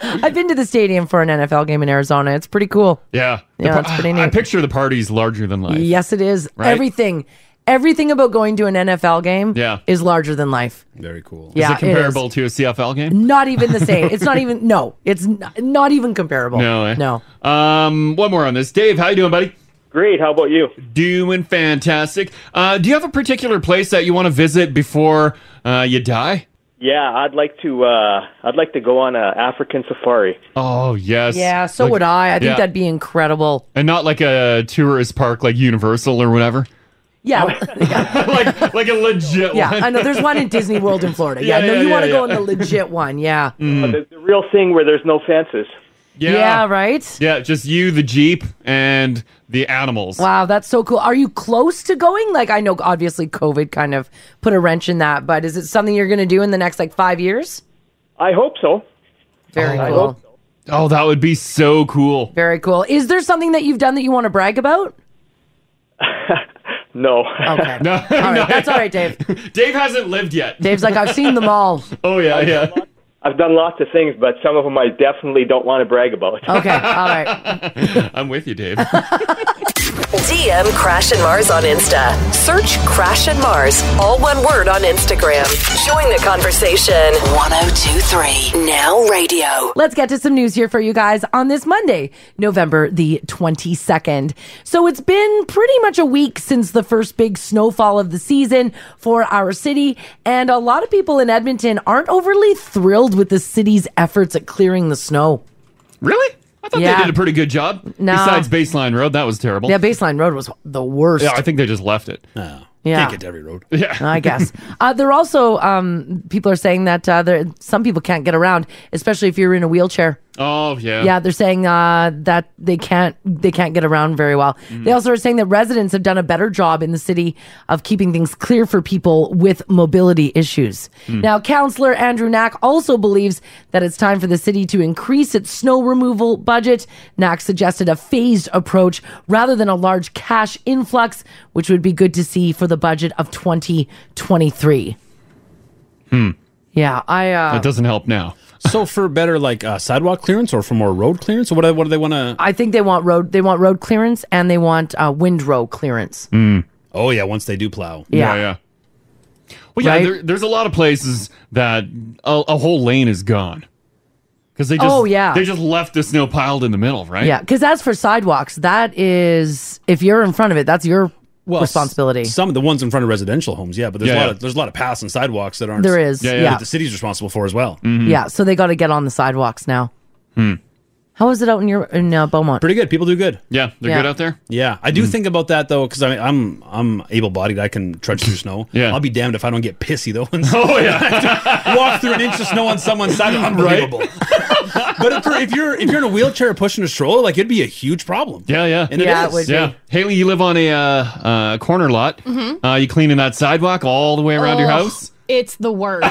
[SPEAKER 10] I've been to the stadium for an NFL game in Arizona. It's pretty cool.
[SPEAKER 8] Yeah. The
[SPEAKER 10] Yeah,
[SPEAKER 8] par-
[SPEAKER 10] it's pretty
[SPEAKER 8] I picture the party's larger than life.
[SPEAKER 10] Yes, it is.
[SPEAKER 8] Right?
[SPEAKER 10] Everything. Everything about going to an NFL game
[SPEAKER 8] Yeah.
[SPEAKER 10] is larger than life.
[SPEAKER 8] Very cool.
[SPEAKER 10] Yeah,
[SPEAKER 8] is it
[SPEAKER 10] it is.
[SPEAKER 8] comparable to a CFL game?
[SPEAKER 10] Not even the same. it's not even, no, it's n- not even comparable.
[SPEAKER 8] No, eh?
[SPEAKER 10] No.
[SPEAKER 8] Um, one more on this, Dave. How you doing, buddy?
[SPEAKER 14] Great. How about you?
[SPEAKER 8] Doing fantastic. Uh, do you have a particular place that you want to visit before uh, you die?
[SPEAKER 14] Yeah, I'd like to. Uh, I'd like to go on a African safari.
[SPEAKER 8] Oh yes.
[SPEAKER 10] Yeah, so
[SPEAKER 8] Like-
[SPEAKER 10] would I. I think
[SPEAKER 8] yeah.
[SPEAKER 10] that'd be incredible.
[SPEAKER 8] and not like a tourist park like Universal or whatever.
[SPEAKER 10] Yeah.
[SPEAKER 8] like like a legit
[SPEAKER 10] yeah,
[SPEAKER 8] one.
[SPEAKER 10] I know. There's one in Disney World in Florida. Yeah,
[SPEAKER 14] Yeah,
[SPEAKER 10] no,
[SPEAKER 14] yeah,
[SPEAKER 10] you want to
[SPEAKER 14] yeah,
[SPEAKER 10] go on
[SPEAKER 14] yeah.
[SPEAKER 10] the legit one. Yeah.
[SPEAKER 14] Oh, The, the real thing where there's no fences.
[SPEAKER 8] Mm. Yeah.
[SPEAKER 10] Yeah, right?
[SPEAKER 8] Yeah, just you, the Jeep, and the animals.
[SPEAKER 10] Wow, that's so cool. Are you close to going? Like, I know obviously COVID kind of put a wrench in that, but is it something you're going to do in the next like five years?
[SPEAKER 14] I hope so.
[SPEAKER 10] Very
[SPEAKER 8] Oh.
[SPEAKER 10] cool.
[SPEAKER 8] Oh, that would be so cool.
[SPEAKER 10] Very cool. Is there something that you've done that you want to brag about?
[SPEAKER 14] No.
[SPEAKER 10] Okay.
[SPEAKER 8] no.
[SPEAKER 10] All right, that's all right, Dave.
[SPEAKER 8] Dave hasn't lived yet.
[SPEAKER 10] Dave's like, I've seen them all.
[SPEAKER 8] Oh yeah, yeah.
[SPEAKER 14] I've done lots of things, but some of them I definitely don't want to brag about.
[SPEAKER 10] Okay, all right.
[SPEAKER 8] I'm with you, Dave.
[SPEAKER 1] DM Crash and Mars on Insta. Search Crash and Mars, all one word on Instagram. Join the conversation. 1023 Now Radio.
[SPEAKER 10] Let's get to some news here for you guys on this Monday, November the 22nd. So it's been pretty much a week since the first big snowfall of the season for our city, and a lot of people in Edmonton aren't overly thrilled with the city's efforts at clearing the snow.
[SPEAKER 8] Really? I thought
[SPEAKER 10] Yeah.
[SPEAKER 8] they did a pretty good job.
[SPEAKER 10] No.
[SPEAKER 8] Besides Baseline Road, that was terrible.
[SPEAKER 10] Yeah, Baseline Road was the worst.
[SPEAKER 8] Yeah, I think they just left it.
[SPEAKER 7] No.
[SPEAKER 10] Yeah.
[SPEAKER 8] Can't
[SPEAKER 10] get
[SPEAKER 7] to every road.
[SPEAKER 8] Yeah.
[SPEAKER 10] I guess. Uh, they're also, um, people are saying that uh, there, some people can't get around, especially if you're in a wheelchair.
[SPEAKER 8] oh yeah.
[SPEAKER 10] Yeah, they're saying uh, that they can't they can't get around very well. They also are saying that residents have done a better job in the city of keeping things clear for people with mobility issues.
[SPEAKER 15] Mm.
[SPEAKER 10] Now, Councillor Andrew Knack also believes that it's time for the city to increase its snow removal budget. Knack suggested a phased approach rather than a large cash influx, which would be good to see for the budget of 2023.
[SPEAKER 8] Hmm.
[SPEAKER 10] Yeah, I uh,
[SPEAKER 8] That doesn't help now.
[SPEAKER 7] so for better like uh, sidewalk clearance or for more road clearance, or what? do- What do they want to?
[SPEAKER 10] I think they want road they want road clearance and they want uh, windrow clearance.
[SPEAKER 8] Hmm.
[SPEAKER 7] Oh yeah, once they do plow.
[SPEAKER 10] Yeah.
[SPEAKER 8] yeah. Well, yeah.
[SPEAKER 10] Right?
[SPEAKER 8] There, there's a lot of places that a, a whole lane is gone because they just
[SPEAKER 10] Oh, yeah.
[SPEAKER 8] they just left the snow piled in the middle, right?
[SPEAKER 10] Yeah, because as for sidewalks, that is if you're in front of it, that's your responsibility.
[SPEAKER 7] s- Some of the ones in front of residential homes, yeah, but there's a
[SPEAKER 8] Yeah,
[SPEAKER 7] lot
[SPEAKER 8] yeah.
[SPEAKER 7] of there's a lot of paths and sidewalks that aren't.
[SPEAKER 10] There is, Yeah, yeah. yeah.
[SPEAKER 7] That the city's responsible for as well.
[SPEAKER 8] Mm-hmm.
[SPEAKER 10] Yeah, so they got to get on the sidewalks now.
[SPEAKER 7] mm-hmm. Hmm.
[SPEAKER 10] How is it out in your in uh, Beaumont?
[SPEAKER 7] Pretty good. People do good.
[SPEAKER 8] Yeah,
[SPEAKER 10] they're Yeah. good out there?
[SPEAKER 7] Yeah, I do think about that though, because I mean, I'm I'm able-bodied. I can trudge through snow. yeah, I'll be damned if I don't get pissy though.
[SPEAKER 8] oh
[SPEAKER 7] yeah, walk through an inch of snow on someone's side. Unbelievable. but if, you're- if you're if you're in a wheelchair pushing a stroller, like it'd be a huge problem.
[SPEAKER 8] Yeah, yeah,
[SPEAKER 7] And it Yeah, it is. would be.
[SPEAKER 8] yeah. Haley, you live on a uh, uh, corner lot.
[SPEAKER 5] Mhm.
[SPEAKER 8] Uh, you cleaning that sidewalk all the way around your
[SPEAKER 5] Ugh,
[SPEAKER 8] house?
[SPEAKER 5] Oh, It's the worst.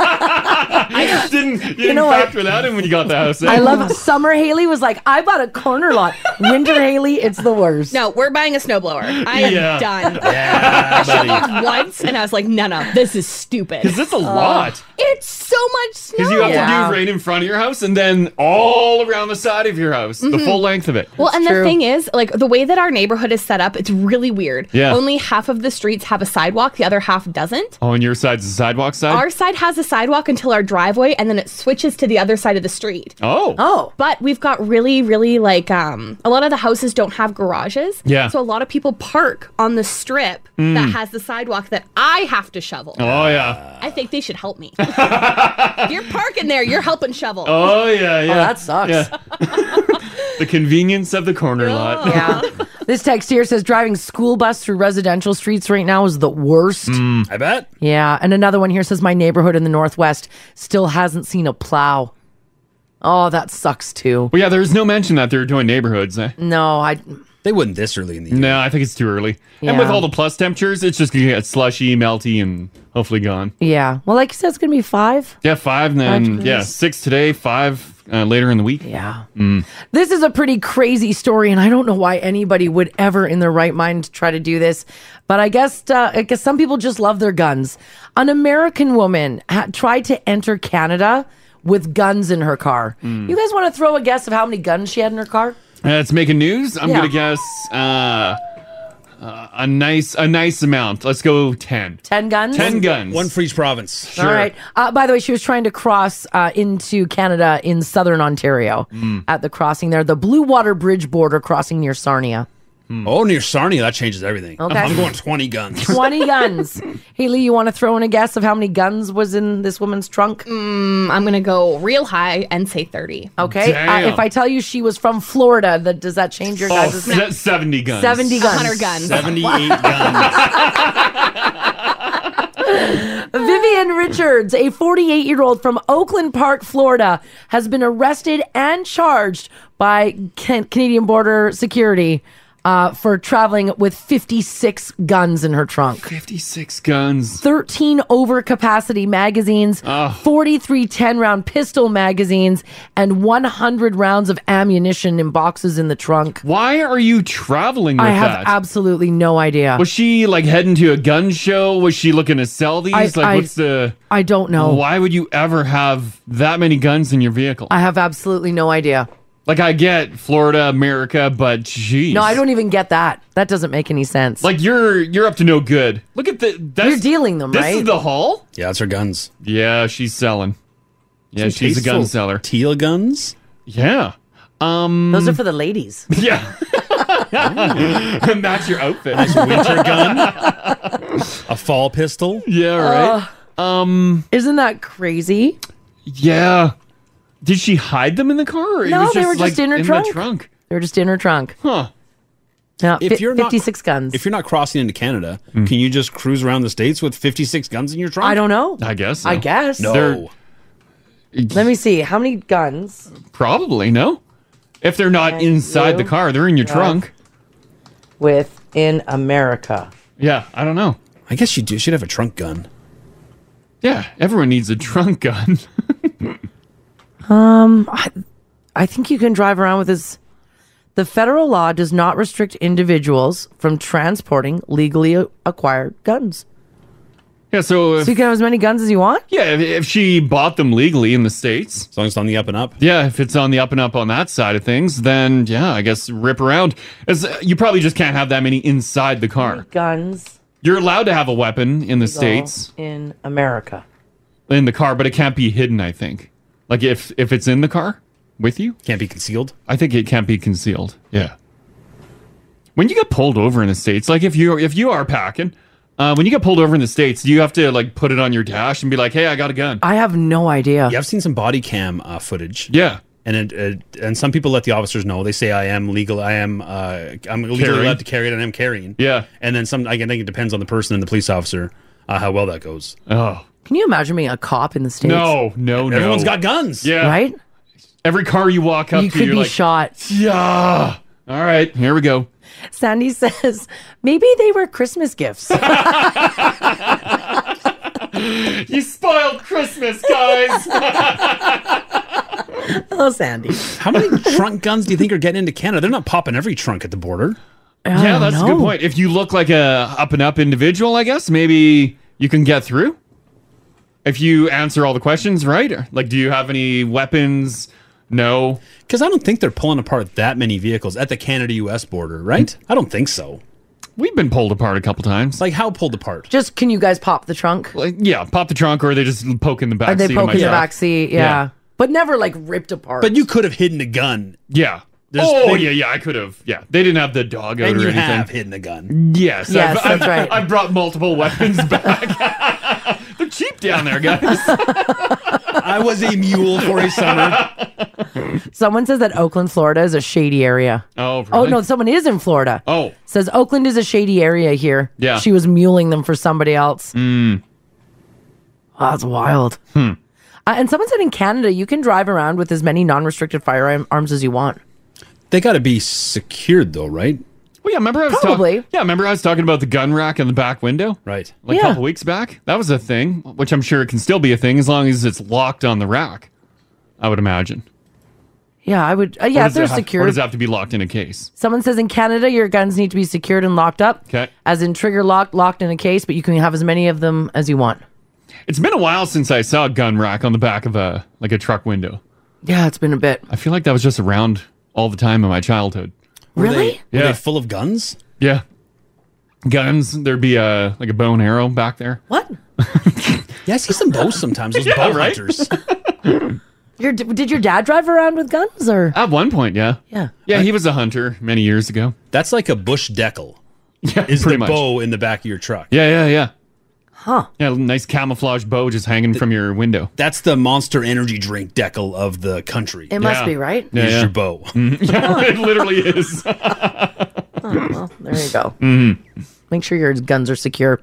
[SPEAKER 8] I just didn't. You, didn't
[SPEAKER 10] know what?
[SPEAKER 8] factor that in when you got the house. eh?
[SPEAKER 10] I love Summer Haley was like, I bought a corner lot. Winter Haley, it's the worst.
[SPEAKER 5] No, we're buying a snowblower. I am
[SPEAKER 10] Yeah.
[SPEAKER 5] done. I shoveled once and I was like, no, no, this is stupid.
[SPEAKER 8] 'Cause it's a lot.
[SPEAKER 5] It's so much snow.
[SPEAKER 8] Because you have to do right in front of your house and then all around the side of your house, the
[SPEAKER 5] Mhm.
[SPEAKER 8] full length of it.
[SPEAKER 5] Well, and the thing is, like the way that our neighborhood is set up, it's really weird.
[SPEAKER 8] Yeah.
[SPEAKER 5] Only half of the streets have a sidewalk, the other half doesn't.
[SPEAKER 8] Oh, and your side's the sidewalk side?
[SPEAKER 5] Our side has a sidewalk until our driveway, and then it switches to the other side of the street.
[SPEAKER 8] Oh.
[SPEAKER 5] But we've got really, really like um a lot of the houses don't have garages.
[SPEAKER 8] Yeah.
[SPEAKER 5] So a lot of people park on the strip that
[SPEAKER 8] Mm.
[SPEAKER 5] has the sidewalk that I have to shovel.
[SPEAKER 8] Oh, yeah.
[SPEAKER 5] I think they should help me. you're parking there, you're helping shovel.
[SPEAKER 8] Oh, yeah, yeah.
[SPEAKER 10] that sucks.
[SPEAKER 8] Yeah. the convenience of the corner lot.
[SPEAKER 10] Yeah. This text here says driving school bus through residential streets right now is the worst.
[SPEAKER 8] Hmm.
[SPEAKER 7] I bet.
[SPEAKER 10] Yeah, and another one here says my neighborhood in the northwest still hasn't seen a plow. Oh, that sucks too.
[SPEAKER 8] Well, yeah, there's no mention that they're doing neighborhoods. eh?
[SPEAKER 10] No, I.
[SPEAKER 7] They wouldn't this early in the year.
[SPEAKER 8] No, I think it's too early. And with
[SPEAKER 10] Yeah.
[SPEAKER 8] all the plus temperatures, it's just going to get slushy, melty, and hopefully gone.
[SPEAKER 10] Yeah. Well, like you said, it's gonna be five.
[SPEAKER 8] Yeah, five, and
[SPEAKER 10] Five
[SPEAKER 8] then,
[SPEAKER 10] degrees.
[SPEAKER 8] yeah, six today, five uh, later in the week. Mm.
[SPEAKER 10] Yeah. This is a pretty crazy story, and I don't know why anybody would ever, in their right mind, try to do this. But I guess, uh, I guess some people just love their guns. An American woman ha- tried to enter Canada with guns in her car. You guys want to throw a guess of how many guns she had in her car?
[SPEAKER 8] That's making news. I'm
[SPEAKER 10] Yeah.
[SPEAKER 8] going to guess uh, uh, a nice a nice amount. Let's go 10.
[SPEAKER 10] Ten guns.
[SPEAKER 8] 10 guns.
[SPEAKER 7] One for each province.
[SPEAKER 10] All right. Uh, by the way, she was trying to cross uh, into Canada in southern Ontario at the crossing there, the Blue Water Bridge border crossing near Sarnia.
[SPEAKER 7] Oh, near Sarnia, that changes everything.
[SPEAKER 10] Okay.
[SPEAKER 7] I'm going 20 guns.
[SPEAKER 10] 20 guns. Haley, you want to throw in a guess of how many guns was in this woman's trunk?
[SPEAKER 5] Mm, I'm going to go real high and say 30.
[SPEAKER 10] Okay. Uh, if I tell you she was from Florida, that does that change your
[SPEAKER 8] Oh,
[SPEAKER 10] guys'
[SPEAKER 8] se- 70 guns.
[SPEAKER 10] 70 guns.
[SPEAKER 5] 100 guns.
[SPEAKER 7] 78
[SPEAKER 10] Vivian Richards, a 48 year old from Oakland Park, Florida, has been arrested and charged by Can- Canadian Border Security uh, for traveling with 56 guns in her trunk.
[SPEAKER 8] 56 guns.
[SPEAKER 10] 13 overcapacity magazines,
[SPEAKER 8] Ah.
[SPEAKER 10] 43 10 round pistol magazines, and 100 rounds of ammunition in boxes in the trunk.
[SPEAKER 8] Why are you traveling with
[SPEAKER 10] I have
[SPEAKER 8] that?
[SPEAKER 10] absolutely no idea.
[SPEAKER 8] Was she like heading to a gun show? Was she looking to sell these?
[SPEAKER 10] I-
[SPEAKER 8] like,
[SPEAKER 10] I-
[SPEAKER 8] what's the?
[SPEAKER 10] I don't know.
[SPEAKER 8] Why would you ever have that many guns in your vehicle?
[SPEAKER 10] I have absolutely no idea.
[SPEAKER 8] like, I get Florida, America, but geez,
[SPEAKER 10] No, I don't even get that. That doesn't make any sense.
[SPEAKER 8] Like, you're you're up to no good. Look at the. That's,
[SPEAKER 10] You're dealing them,
[SPEAKER 8] this
[SPEAKER 10] right?
[SPEAKER 8] is the haul.
[SPEAKER 7] Yeah, that's her guns.
[SPEAKER 8] Yeah, she's selling.
[SPEAKER 7] Some
[SPEAKER 8] Yeah, she's a gun
[SPEAKER 7] tasteful
[SPEAKER 8] seller.
[SPEAKER 7] Teal guns.
[SPEAKER 8] Yeah. Um.
[SPEAKER 10] Those are for the ladies.
[SPEAKER 8] Yeah. Match your outfit.
[SPEAKER 7] winter gun. a fall pistol.
[SPEAKER 8] Yeah, right. um,
[SPEAKER 10] isn't that crazy?
[SPEAKER 8] Yeah. Did she hide them in the car? Or it
[SPEAKER 10] No,
[SPEAKER 8] was
[SPEAKER 10] they were
[SPEAKER 8] like,
[SPEAKER 10] just in her
[SPEAKER 8] the
[SPEAKER 10] trunk.
[SPEAKER 8] trunk.
[SPEAKER 10] They were just in her trunk.
[SPEAKER 8] Huh.
[SPEAKER 10] Yeah,
[SPEAKER 7] If
[SPEAKER 10] fif-
[SPEAKER 7] you're not-
[SPEAKER 10] 56 guns.
[SPEAKER 7] If you're not crossing into Canada, can you just cruise around the states with 56 guns in your trunk?
[SPEAKER 10] I don't know.
[SPEAKER 8] I guess.
[SPEAKER 10] I guess.
[SPEAKER 7] No.
[SPEAKER 10] Let me see. How many guns?
[SPEAKER 8] Probably no. If they're not
[SPEAKER 10] Okay,
[SPEAKER 8] inside the
[SPEAKER 10] you
[SPEAKER 8] car, they're in your
[SPEAKER 10] have-
[SPEAKER 8] trunk.
[SPEAKER 10] Within America.
[SPEAKER 8] Yeah, I don't know.
[SPEAKER 7] I guess you do. Should have a trunk gun.
[SPEAKER 8] Yeah, everyone needs a trunk gun.
[SPEAKER 10] Um, I, I think you can drive around with this. The federal law does not restrict individuals from transporting legally a- acquired guns.
[SPEAKER 8] yeah, so if,
[SPEAKER 10] So you can have as many guns as you want.
[SPEAKER 8] yeah, if, if she bought them legally in the states, as
[SPEAKER 7] long as it's on the up and up.
[SPEAKER 8] Yeah, if it's on the up and up on that side of things, then yeah, I guess rip around. As you probably just can't have that many inside the car.
[SPEAKER 10] Guns
[SPEAKER 8] You're allowed to have a weapon in
[SPEAKER 10] legal
[SPEAKER 8] the states
[SPEAKER 10] in America.
[SPEAKER 8] in the car, but it can't be hidden. I think, like if if it's in the car with you,
[SPEAKER 7] can't be concealed.
[SPEAKER 8] I think it can't be concealed. Yeah. When you get pulled over in the states, like if you if you are packing, uh, when you get pulled over in the states, do you have to like put it on your dash and be like, "Hey, I got a gun."
[SPEAKER 10] I have no idea.
[SPEAKER 7] Yeah, I've seen some body cam uh, footage.
[SPEAKER 8] Yeah.
[SPEAKER 7] And it, it, and some people let the officers know. They say I am legal. I am uh, I'm legally
[SPEAKER 8] Carrying.
[SPEAKER 7] allowed to carry it, and I'm carrying.
[SPEAKER 8] Yeah.
[SPEAKER 7] And then some. I think it depends on the person and the police officer uh, how well that goes.
[SPEAKER 8] Oh.
[SPEAKER 10] Can you imagine being a cop in the states?
[SPEAKER 8] No, no, no.
[SPEAKER 7] Everyone's got guns.
[SPEAKER 8] Yeah.
[SPEAKER 10] Right?
[SPEAKER 8] Every car you walk up
[SPEAKER 10] You
[SPEAKER 8] to,
[SPEAKER 10] could
[SPEAKER 8] you're
[SPEAKER 10] be
[SPEAKER 8] like,
[SPEAKER 10] shot.
[SPEAKER 8] Yeah. All right, here we go.
[SPEAKER 10] Sandy says maybe they were Christmas gifts.
[SPEAKER 8] you spoiled Christmas, guys.
[SPEAKER 10] Hello, Sandy.
[SPEAKER 7] How many trunk guns do you think are getting into Canada? They're not popping every trunk at the border.
[SPEAKER 8] yeah, that's a good point. If you look like a up and up individual, I guess maybe you can get through. If you answer all the questions right, like do you have any weapons? No,
[SPEAKER 7] because I don't think they're pulling apart that many vehicles at the Canada-U.S. border, right? I don't think so.
[SPEAKER 8] We've been pulled apart a couple times.
[SPEAKER 7] Like how pulled apart?
[SPEAKER 10] Just can you guys pop the trunk?
[SPEAKER 8] Like yeah, pop the trunk, or they just poke in the back.
[SPEAKER 10] Are they
[SPEAKER 8] seat of my
[SPEAKER 10] poking the
[SPEAKER 8] truck.
[SPEAKER 10] back seat? Yeah. But never like ripped apart.
[SPEAKER 7] But you could have hidden a gun.
[SPEAKER 8] Yeah.
[SPEAKER 7] There's
[SPEAKER 8] oh
[SPEAKER 7] thing-
[SPEAKER 8] yeah, yeah. I could have. Yeah, they didn't have the dog out
[SPEAKER 7] And
[SPEAKER 8] or
[SPEAKER 7] you
[SPEAKER 8] anything.
[SPEAKER 7] have hidden a gun.
[SPEAKER 8] Yes,
[SPEAKER 7] Yes,
[SPEAKER 8] I've,
[SPEAKER 7] that's
[SPEAKER 8] I've-
[SPEAKER 7] right.
[SPEAKER 8] I've brought multiple weapons back. They're cheap down there, guys.
[SPEAKER 7] I was a mule for a summer.
[SPEAKER 10] Someone says that Oakland, Florida is a shady area.
[SPEAKER 8] Oh,
[SPEAKER 10] Oh, no, someone is in Florida.
[SPEAKER 8] Oh.
[SPEAKER 10] Says Oakland is a shady area here.
[SPEAKER 8] Yeah.
[SPEAKER 10] She was muling them for somebody else. Wow, that's wild.
[SPEAKER 8] Hmm.
[SPEAKER 10] Uh, and someone said in Canada, you can drive around with as many non restricted firearms as you want.
[SPEAKER 7] They got to be secured though, right?
[SPEAKER 8] Well, yeah. Remember I was
[SPEAKER 10] Probably.
[SPEAKER 8] Talk- yeah, remember I was talking about the gun rack in the back window,
[SPEAKER 7] right?
[SPEAKER 8] Like
[SPEAKER 10] Yeah.
[SPEAKER 8] a couple weeks back. That was a thing, which I'm sure it can still be a thing as long as it's locked on the rack. I would imagine.
[SPEAKER 10] Yeah, I would. Uh,
[SPEAKER 8] Or
[SPEAKER 10] yeah, if
[SPEAKER 8] does it
[SPEAKER 10] they're
[SPEAKER 8] have-
[SPEAKER 10] secured.
[SPEAKER 8] Or does it have to be locked in a case?
[SPEAKER 10] Someone says in Canada, your guns need to be secured and locked up,
[SPEAKER 8] Okay.
[SPEAKER 10] as in trigger locked, locked in a case, but you can have as many of them as you want.
[SPEAKER 8] It's been a while since I saw a gun rack on the back of a like a truck window.
[SPEAKER 10] Yeah, it's been a bit.
[SPEAKER 8] I feel like that was just around all the time in my childhood.
[SPEAKER 10] Really?
[SPEAKER 7] Were
[SPEAKER 8] Yeah.
[SPEAKER 7] they full of guns?
[SPEAKER 8] Yeah. Guns. There'd be a like a bow and arrow back there.
[SPEAKER 10] What?
[SPEAKER 7] yeah, I see some bows sometimes. Those
[SPEAKER 8] Yeah,
[SPEAKER 7] bow
[SPEAKER 8] right?
[SPEAKER 7] hunters.
[SPEAKER 10] Your, did your dad drive around with guns or?
[SPEAKER 8] At one point, yeah.
[SPEAKER 10] Yeah.
[SPEAKER 8] Yeah, he was a hunter many years ago.
[SPEAKER 7] That's like a bush deckle.
[SPEAKER 8] Yeah,
[SPEAKER 7] Is
[SPEAKER 8] pretty
[SPEAKER 7] the
[SPEAKER 8] much.
[SPEAKER 7] bow in the back of your truck?
[SPEAKER 8] Yeah, yeah, yeah.
[SPEAKER 10] Huh.
[SPEAKER 8] Yeah, a nice camouflage bow just hanging from your window.
[SPEAKER 7] That's the Monster Energy drink deckle of the country.
[SPEAKER 10] It must Yeah. be, right?
[SPEAKER 7] Here's
[SPEAKER 8] Yeah, Mm-hmm. yeah.
[SPEAKER 7] your bow.
[SPEAKER 8] Mhm. Yeah, it literally is.
[SPEAKER 10] There you go.
[SPEAKER 8] Mhm.
[SPEAKER 10] Make sure your guns are secure.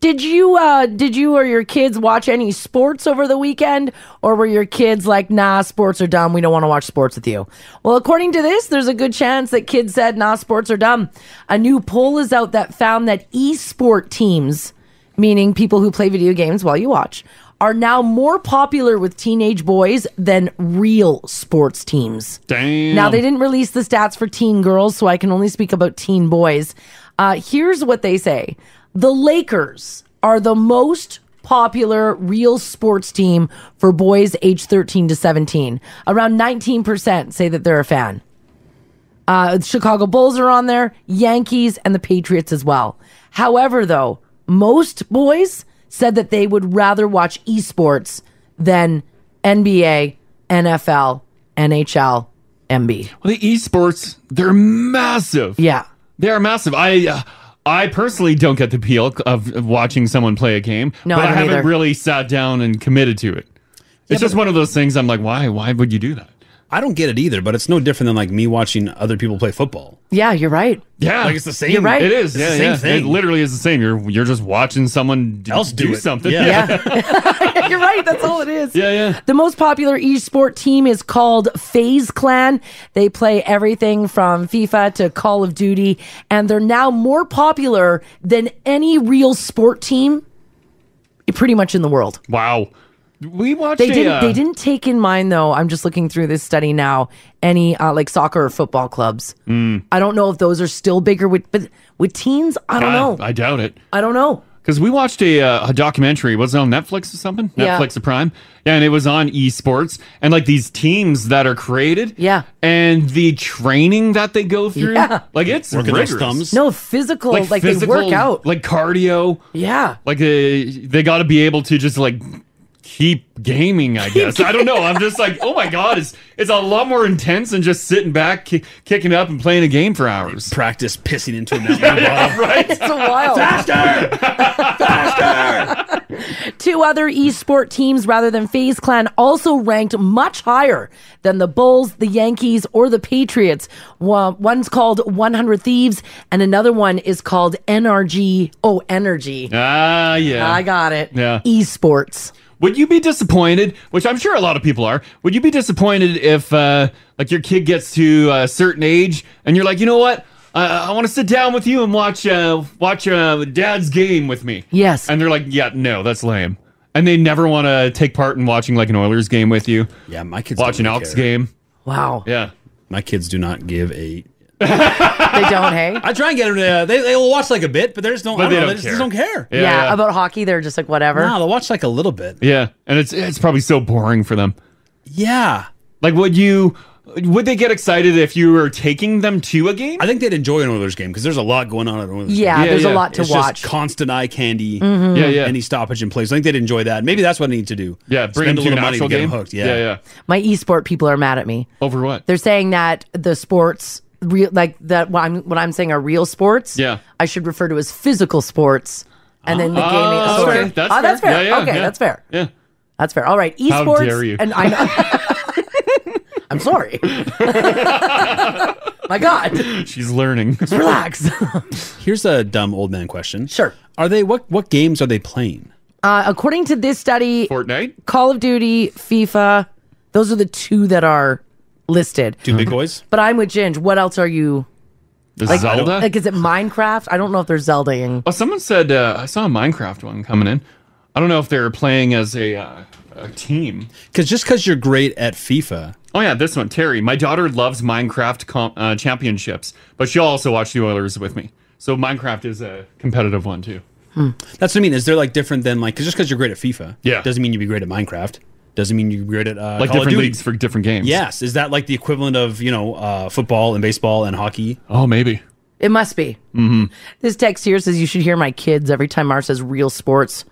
[SPEAKER 10] Did you uh did you or your kids watch any sports over the weekend or were your kids like, "Nah, sports are dumb. We don't want to watch sports with you." Well, according to this, there's a good chance that kids said, "Nah, sports are dumb." A new poll is out that found that e-sport teams, meaning people who play video games while you watch, are now more popular with teenage boys than real sports teams.
[SPEAKER 8] Damn.
[SPEAKER 10] Now, they didn't release the stats for teen girls, so I can only speak about teen boys. Uh, here's what they say The Lakers are the most popular real sports team for boys aged 13 to 17. Around 19% say that they're a fan. Uh, the Chicago Bulls are on there, Yankees, and the Patriots as well. However, though, most boys said that they would rather watch esports than NBA, NFL, NHL, MB.
[SPEAKER 8] Well, the esports, they're massive.
[SPEAKER 10] Yeah.
[SPEAKER 8] They are massive. I uh, I personally don't get the appeal of, of watching someone play a game,
[SPEAKER 10] No, I
[SPEAKER 8] but I,
[SPEAKER 10] don't
[SPEAKER 8] haven't
[SPEAKER 10] either.
[SPEAKER 8] really sat down and committed to it. It's just one of those things I'm like, why why would you do that?
[SPEAKER 7] I don't get it either, but it's no different than like me watching other people play football.
[SPEAKER 10] Yeah, you're right.
[SPEAKER 8] Yeah,
[SPEAKER 7] Like, it's the same-
[SPEAKER 10] You're right.
[SPEAKER 8] It is.
[SPEAKER 7] It's
[SPEAKER 8] yeah,
[SPEAKER 7] the same
[SPEAKER 8] yeah.
[SPEAKER 7] thing.
[SPEAKER 8] It literally is the same. You're you're just watching someone d-
[SPEAKER 7] Else do it.
[SPEAKER 8] something.
[SPEAKER 7] Yeah.
[SPEAKER 10] You're right. That's all it is.
[SPEAKER 8] Yeah, yeah.
[SPEAKER 10] The most popular esport team is called Phase Clan. They play everything from FIFA to Call of Duty, and they're now more popular than any real sport team pretty much in the world.
[SPEAKER 8] Wow. We watched.
[SPEAKER 10] They
[SPEAKER 8] a,
[SPEAKER 10] didn't.
[SPEAKER 8] uh,
[SPEAKER 10] They didn't take in mind though. I'm just looking through this study now. Any uh, like soccer or football clubs?
[SPEAKER 8] Mm.
[SPEAKER 10] I don't know if those are still bigger with, but with teens, I don't
[SPEAKER 8] Ah,
[SPEAKER 10] know.
[SPEAKER 8] I doubt it.
[SPEAKER 10] I don't know.
[SPEAKER 8] Because we watched a, uh, a documentary. Was it on Netflix or something?
[SPEAKER 10] Yeah.
[SPEAKER 8] Netflix or Prime? Yeah, and it was on esports and like these teams that are created. Yeah. And the training that they go through.
[SPEAKER 10] Yeah.
[SPEAKER 8] Like it's
[SPEAKER 7] Working those
[SPEAKER 8] rigorous.
[SPEAKER 7] thumbs.
[SPEAKER 10] No physical. Like, they work
[SPEAKER 8] physical,
[SPEAKER 10] out.
[SPEAKER 8] Like cardio.
[SPEAKER 10] Yeah.
[SPEAKER 8] Like they, they got to be able to just like keep gaming, I guess. I don't know. I'm just like, oh my God, it's, it's a lot more intense than just sitting back, ki- kicking up and playing a game for hours.
[SPEAKER 7] Practice pissing into a
[SPEAKER 8] right?
[SPEAKER 10] It's a wild. Faster! Faster! Two other esport teams rather than FaZe Clan also ranked much higher than the Bulls, the Yankees, or the Patriots. One- One's called 100 Thieves, and another one is called NRG. Oh, Energy.
[SPEAKER 8] Ah, yeah.
[SPEAKER 10] I got it.
[SPEAKER 8] Yeah.
[SPEAKER 10] Esports.
[SPEAKER 8] Would you be disappointed, which I'm sure a lot of people are, would you be disappointed if, uh, like, your kid gets to a certain age and you're like, you know what? Uh, I want to sit down with you and watch uh, watch uh, dad's game with me.
[SPEAKER 10] Yes.
[SPEAKER 8] And they're like, yeah, no, that's lame. And they never want to take part in watching like an Oilers game with you.
[SPEAKER 7] Yeah, my kids
[SPEAKER 8] watch an
[SPEAKER 7] don't
[SPEAKER 8] Elks
[SPEAKER 7] care.
[SPEAKER 8] game.
[SPEAKER 10] Wow.
[SPEAKER 8] Yeah.
[SPEAKER 7] My kids do not give a.
[SPEAKER 10] They don't, hey?
[SPEAKER 7] I try and get them to. Uh, they they'll watch like a bit, but they just don't.
[SPEAKER 8] But
[SPEAKER 7] I
[SPEAKER 8] they
[SPEAKER 7] don't know,
[SPEAKER 8] don't
[SPEAKER 7] they just- just don't care.
[SPEAKER 10] Yeah, about hockey, they're just like, whatever.
[SPEAKER 7] No, they'll watch like a little bit.
[SPEAKER 8] Yeah, and it's it's probably so boring for them.
[SPEAKER 7] Yeah.
[SPEAKER 8] Like, would you? Would they get excited if you were taking them to a game?
[SPEAKER 7] I think they'd enjoy an Oilers game because there's a lot going on at Oilers. games.
[SPEAKER 10] Yeah, Yeah, there's a yeah. lot to
[SPEAKER 7] It's just
[SPEAKER 10] watch.
[SPEAKER 7] constant eye candy.
[SPEAKER 10] Mhm. Yeah, yeah.
[SPEAKER 7] Any stoppage in place. I think they'd enjoy that. Maybe that's what I need to do. Yeah,
[SPEAKER 8] bring them to an actual
[SPEAKER 7] get 'em
[SPEAKER 8] game.
[SPEAKER 7] hooked. Yeah,
[SPEAKER 8] Yeah, yeah.
[SPEAKER 10] My esport people are mad at me.
[SPEAKER 8] Over what?
[SPEAKER 10] They're saying that the sports, real like that, what I'm, what I'm saying are real sports.
[SPEAKER 8] Yeah.
[SPEAKER 10] I should refer to as physical sports, and then the
[SPEAKER 8] Oh,
[SPEAKER 10] gaming.
[SPEAKER 8] that's
[SPEAKER 10] Oh,
[SPEAKER 8] fair.
[SPEAKER 10] okay.
[SPEAKER 8] That's
[SPEAKER 10] oh, that's
[SPEAKER 8] fair.
[SPEAKER 10] fair.
[SPEAKER 8] Yeah, yeah,
[SPEAKER 10] okay,
[SPEAKER 8] yeah.
[SPEAKER 10] that's fair.
[SPEAKER 8] Yeah.
[SPEAKER 10] That's fair. All right,
[SPEAKER 8] How
[SPEAKER 10] esports.
[SPEAKER 8] dare you.
[SPEAKER 10] And I know. I'm sorry. My God.
[SPEAKER 8] She's learning.
[SPEAKER 10] Relax.
[SPEAKER 7] Here's a dumb old man question.
[SPEAKER 10] Sure.
[SPEAKER 7] Are they what? What games are they playing?
[SPEAKER 10] Uh, according to this study,
[SPEAKER 8] Fortnite,
[SPEAKER 10] Call of Duty, FIFA, those are the two that are listed.
[SPEAKER 7] Two big boys.
[SPEAKER 10] But I'm with Ginge. What else are you?
[SPEAKER 8] The
[SPEAKER 10] like,
[SPEAKER 8] Zelda?
[SPEAKER 10] Like, is it Minecraft? I don't know if they're Zeldaing.
[SPEAKER 8] Oh, someone said uh, I saw a Minecraft one coming in. I don't know if they were playing as a uh, a team.
[SPEAKER 7] Because just because you're great at FIFA.
[SPEAKER 8] Oh yeah, this one, Terry. My daughter loves Minecraft com- uh, championships, but she'll also watch the Oilers with me. So Minecraft is a competitive one too.
[SPEAKER 10] Hmm.
[SPEAKER 7] That's what I mean. Is they're like different than like 'cause just because you're great at FIFA?
[SPEAKER 8] Yeah.
[SPEAKER 7] Doesn't mean you'd be great at Minecraft. Doesn't mean you'd be great at uh,
[SPEAKER 8] like
[SPEAKER 7] Call of
[SPEAKER 8] different
[SPEAKER 7] Duty.
[SPEAKER 8] leagues for different games.
[SPEAKER 7] Yes. Is that like the equivalent of you know uh, football and baseball and hockey?
[SPEAKER 8] Oh, maybe.
[SPEAKER 10] It must be.
[SPEAKER 7] Mm-hmm.
[SPEAKER 10] This text here says you should hear my kids every time Mar says real sports.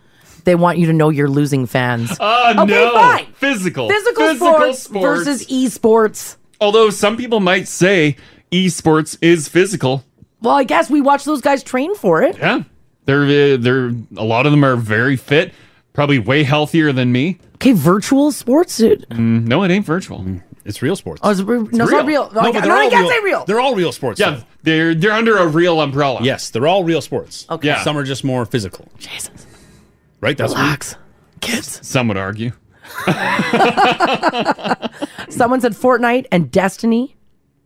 [SPEAKER 10] They want you to know you're losing fans.
[SPEAKER 8] Oh
[SPEAKER 10] Okay,
[SPEAKER 8] no!
[SPEAKER 10] fine.
[SPEAKER 8] Physical.
[SPEAKER 10] Physical, sports, versus esports.
[SPEAKER 8] Although some people might say esports is physical.
[SPEAKER 10] Well, I guess we watch those guys train for it.
[SPEAKER 8] Yeah, they're uh, they're a lot of them are very fit, probably way healthier than me. Mm,
[SPEAKER 10] Okay, virtual sports. Dude.
[SPEAKER 8] no, it ain't virtual.
[SPEAKER 7] Mm, It's real sports.
[SPEAKER 10] Oh, it's re- no, it's not real. No, I
[SPEAKER 7] but
[SPEAKER 10] ca-
[SPEAKER 7] they're
[SPEAKER 10] no, I
[SPEAKER 7] all
[SPEAKER 10] can't say real.
[SPEAKER 7] They're all real sports. Yeah,
[SPEAKER 8] they're they're under a real umbrella.
[SPEAKER 7] Yes, they're all real sports.
[SPEAKER 10] Okay. Yeah.
[SPEAKER 7] some are just more physical. Jesus, right? That's
[SPEAKER 10] Relax.
[SPEAKER 7] kids.
[SPEAKER 8] Some would argue.
[SPEAKER 10] Someone said Fortnite and Destiny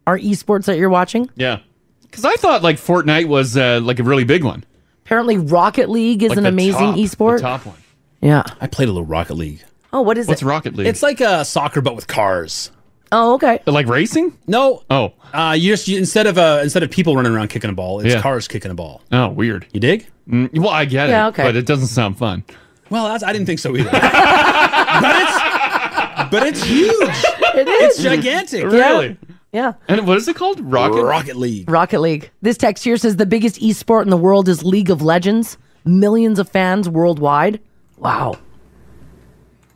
[SPEAKER 10] are esports that you're watching.
[SPEAKER 8] Yeah, because I thought like Fortnite was uh, like a really big one.
[SPEAKER 10] Apparently, Rocket League is
[SPEAKER 8] Like
[SPEAKER 10] an
[SPEAKER 8] the
[SPEAKER 10] amazing
[SPEAKER 8] top- the
[SPEAKER 10] esport.
[SPEAKER 8] top one.
[SPEAKER 10] Yeah.
[SPEAKER 7] I played a little Rocket League.
[SPEAKER 10] Oh, what is it?
[SPEAKER 8] Rocket
[SPEAKER 7] It's like a soccer, but with cars.
[SPEAKER 10] Oh, okay.
[SPEAKER 8] Like racing?
[SPEAKER 7] No.
[SPEAKER 8] Oh.
[SPEAKER 7] Uh, you just you, instead of uh, instead of people running around kicking a ball, it's
[SPEAKER 8] Yeah.
[SPEAKER 7] cars kicking a ball.
[SPEAKER 8] Oh, weird.
[SPEAKER 7] You dig?
[SPEAKER 8] Mm, well, I get
[SPEAKER 7] Yeah,
[SPEAKER 8] it.
[SPEAKER 7] okay.
[SPEAKER 8] But it doesn't sound fun.
[SPEAKER 7] Well, that's, I didn't think so either. but it's but it's huge.
[SPEAKER 10] It
[SPEAKER 7] It's gigantic.
[SPEAKER 8] Really?
[SPEAKER 10] Yeah.
[SPEAKER 8] And what is it called? Rocket
[SPEAKER 7] Rocket League.
[SPEAKER 10] Rocket League. This text here says the biggest esport in the world is League of Legends. Millions of fans worldwide. Wow.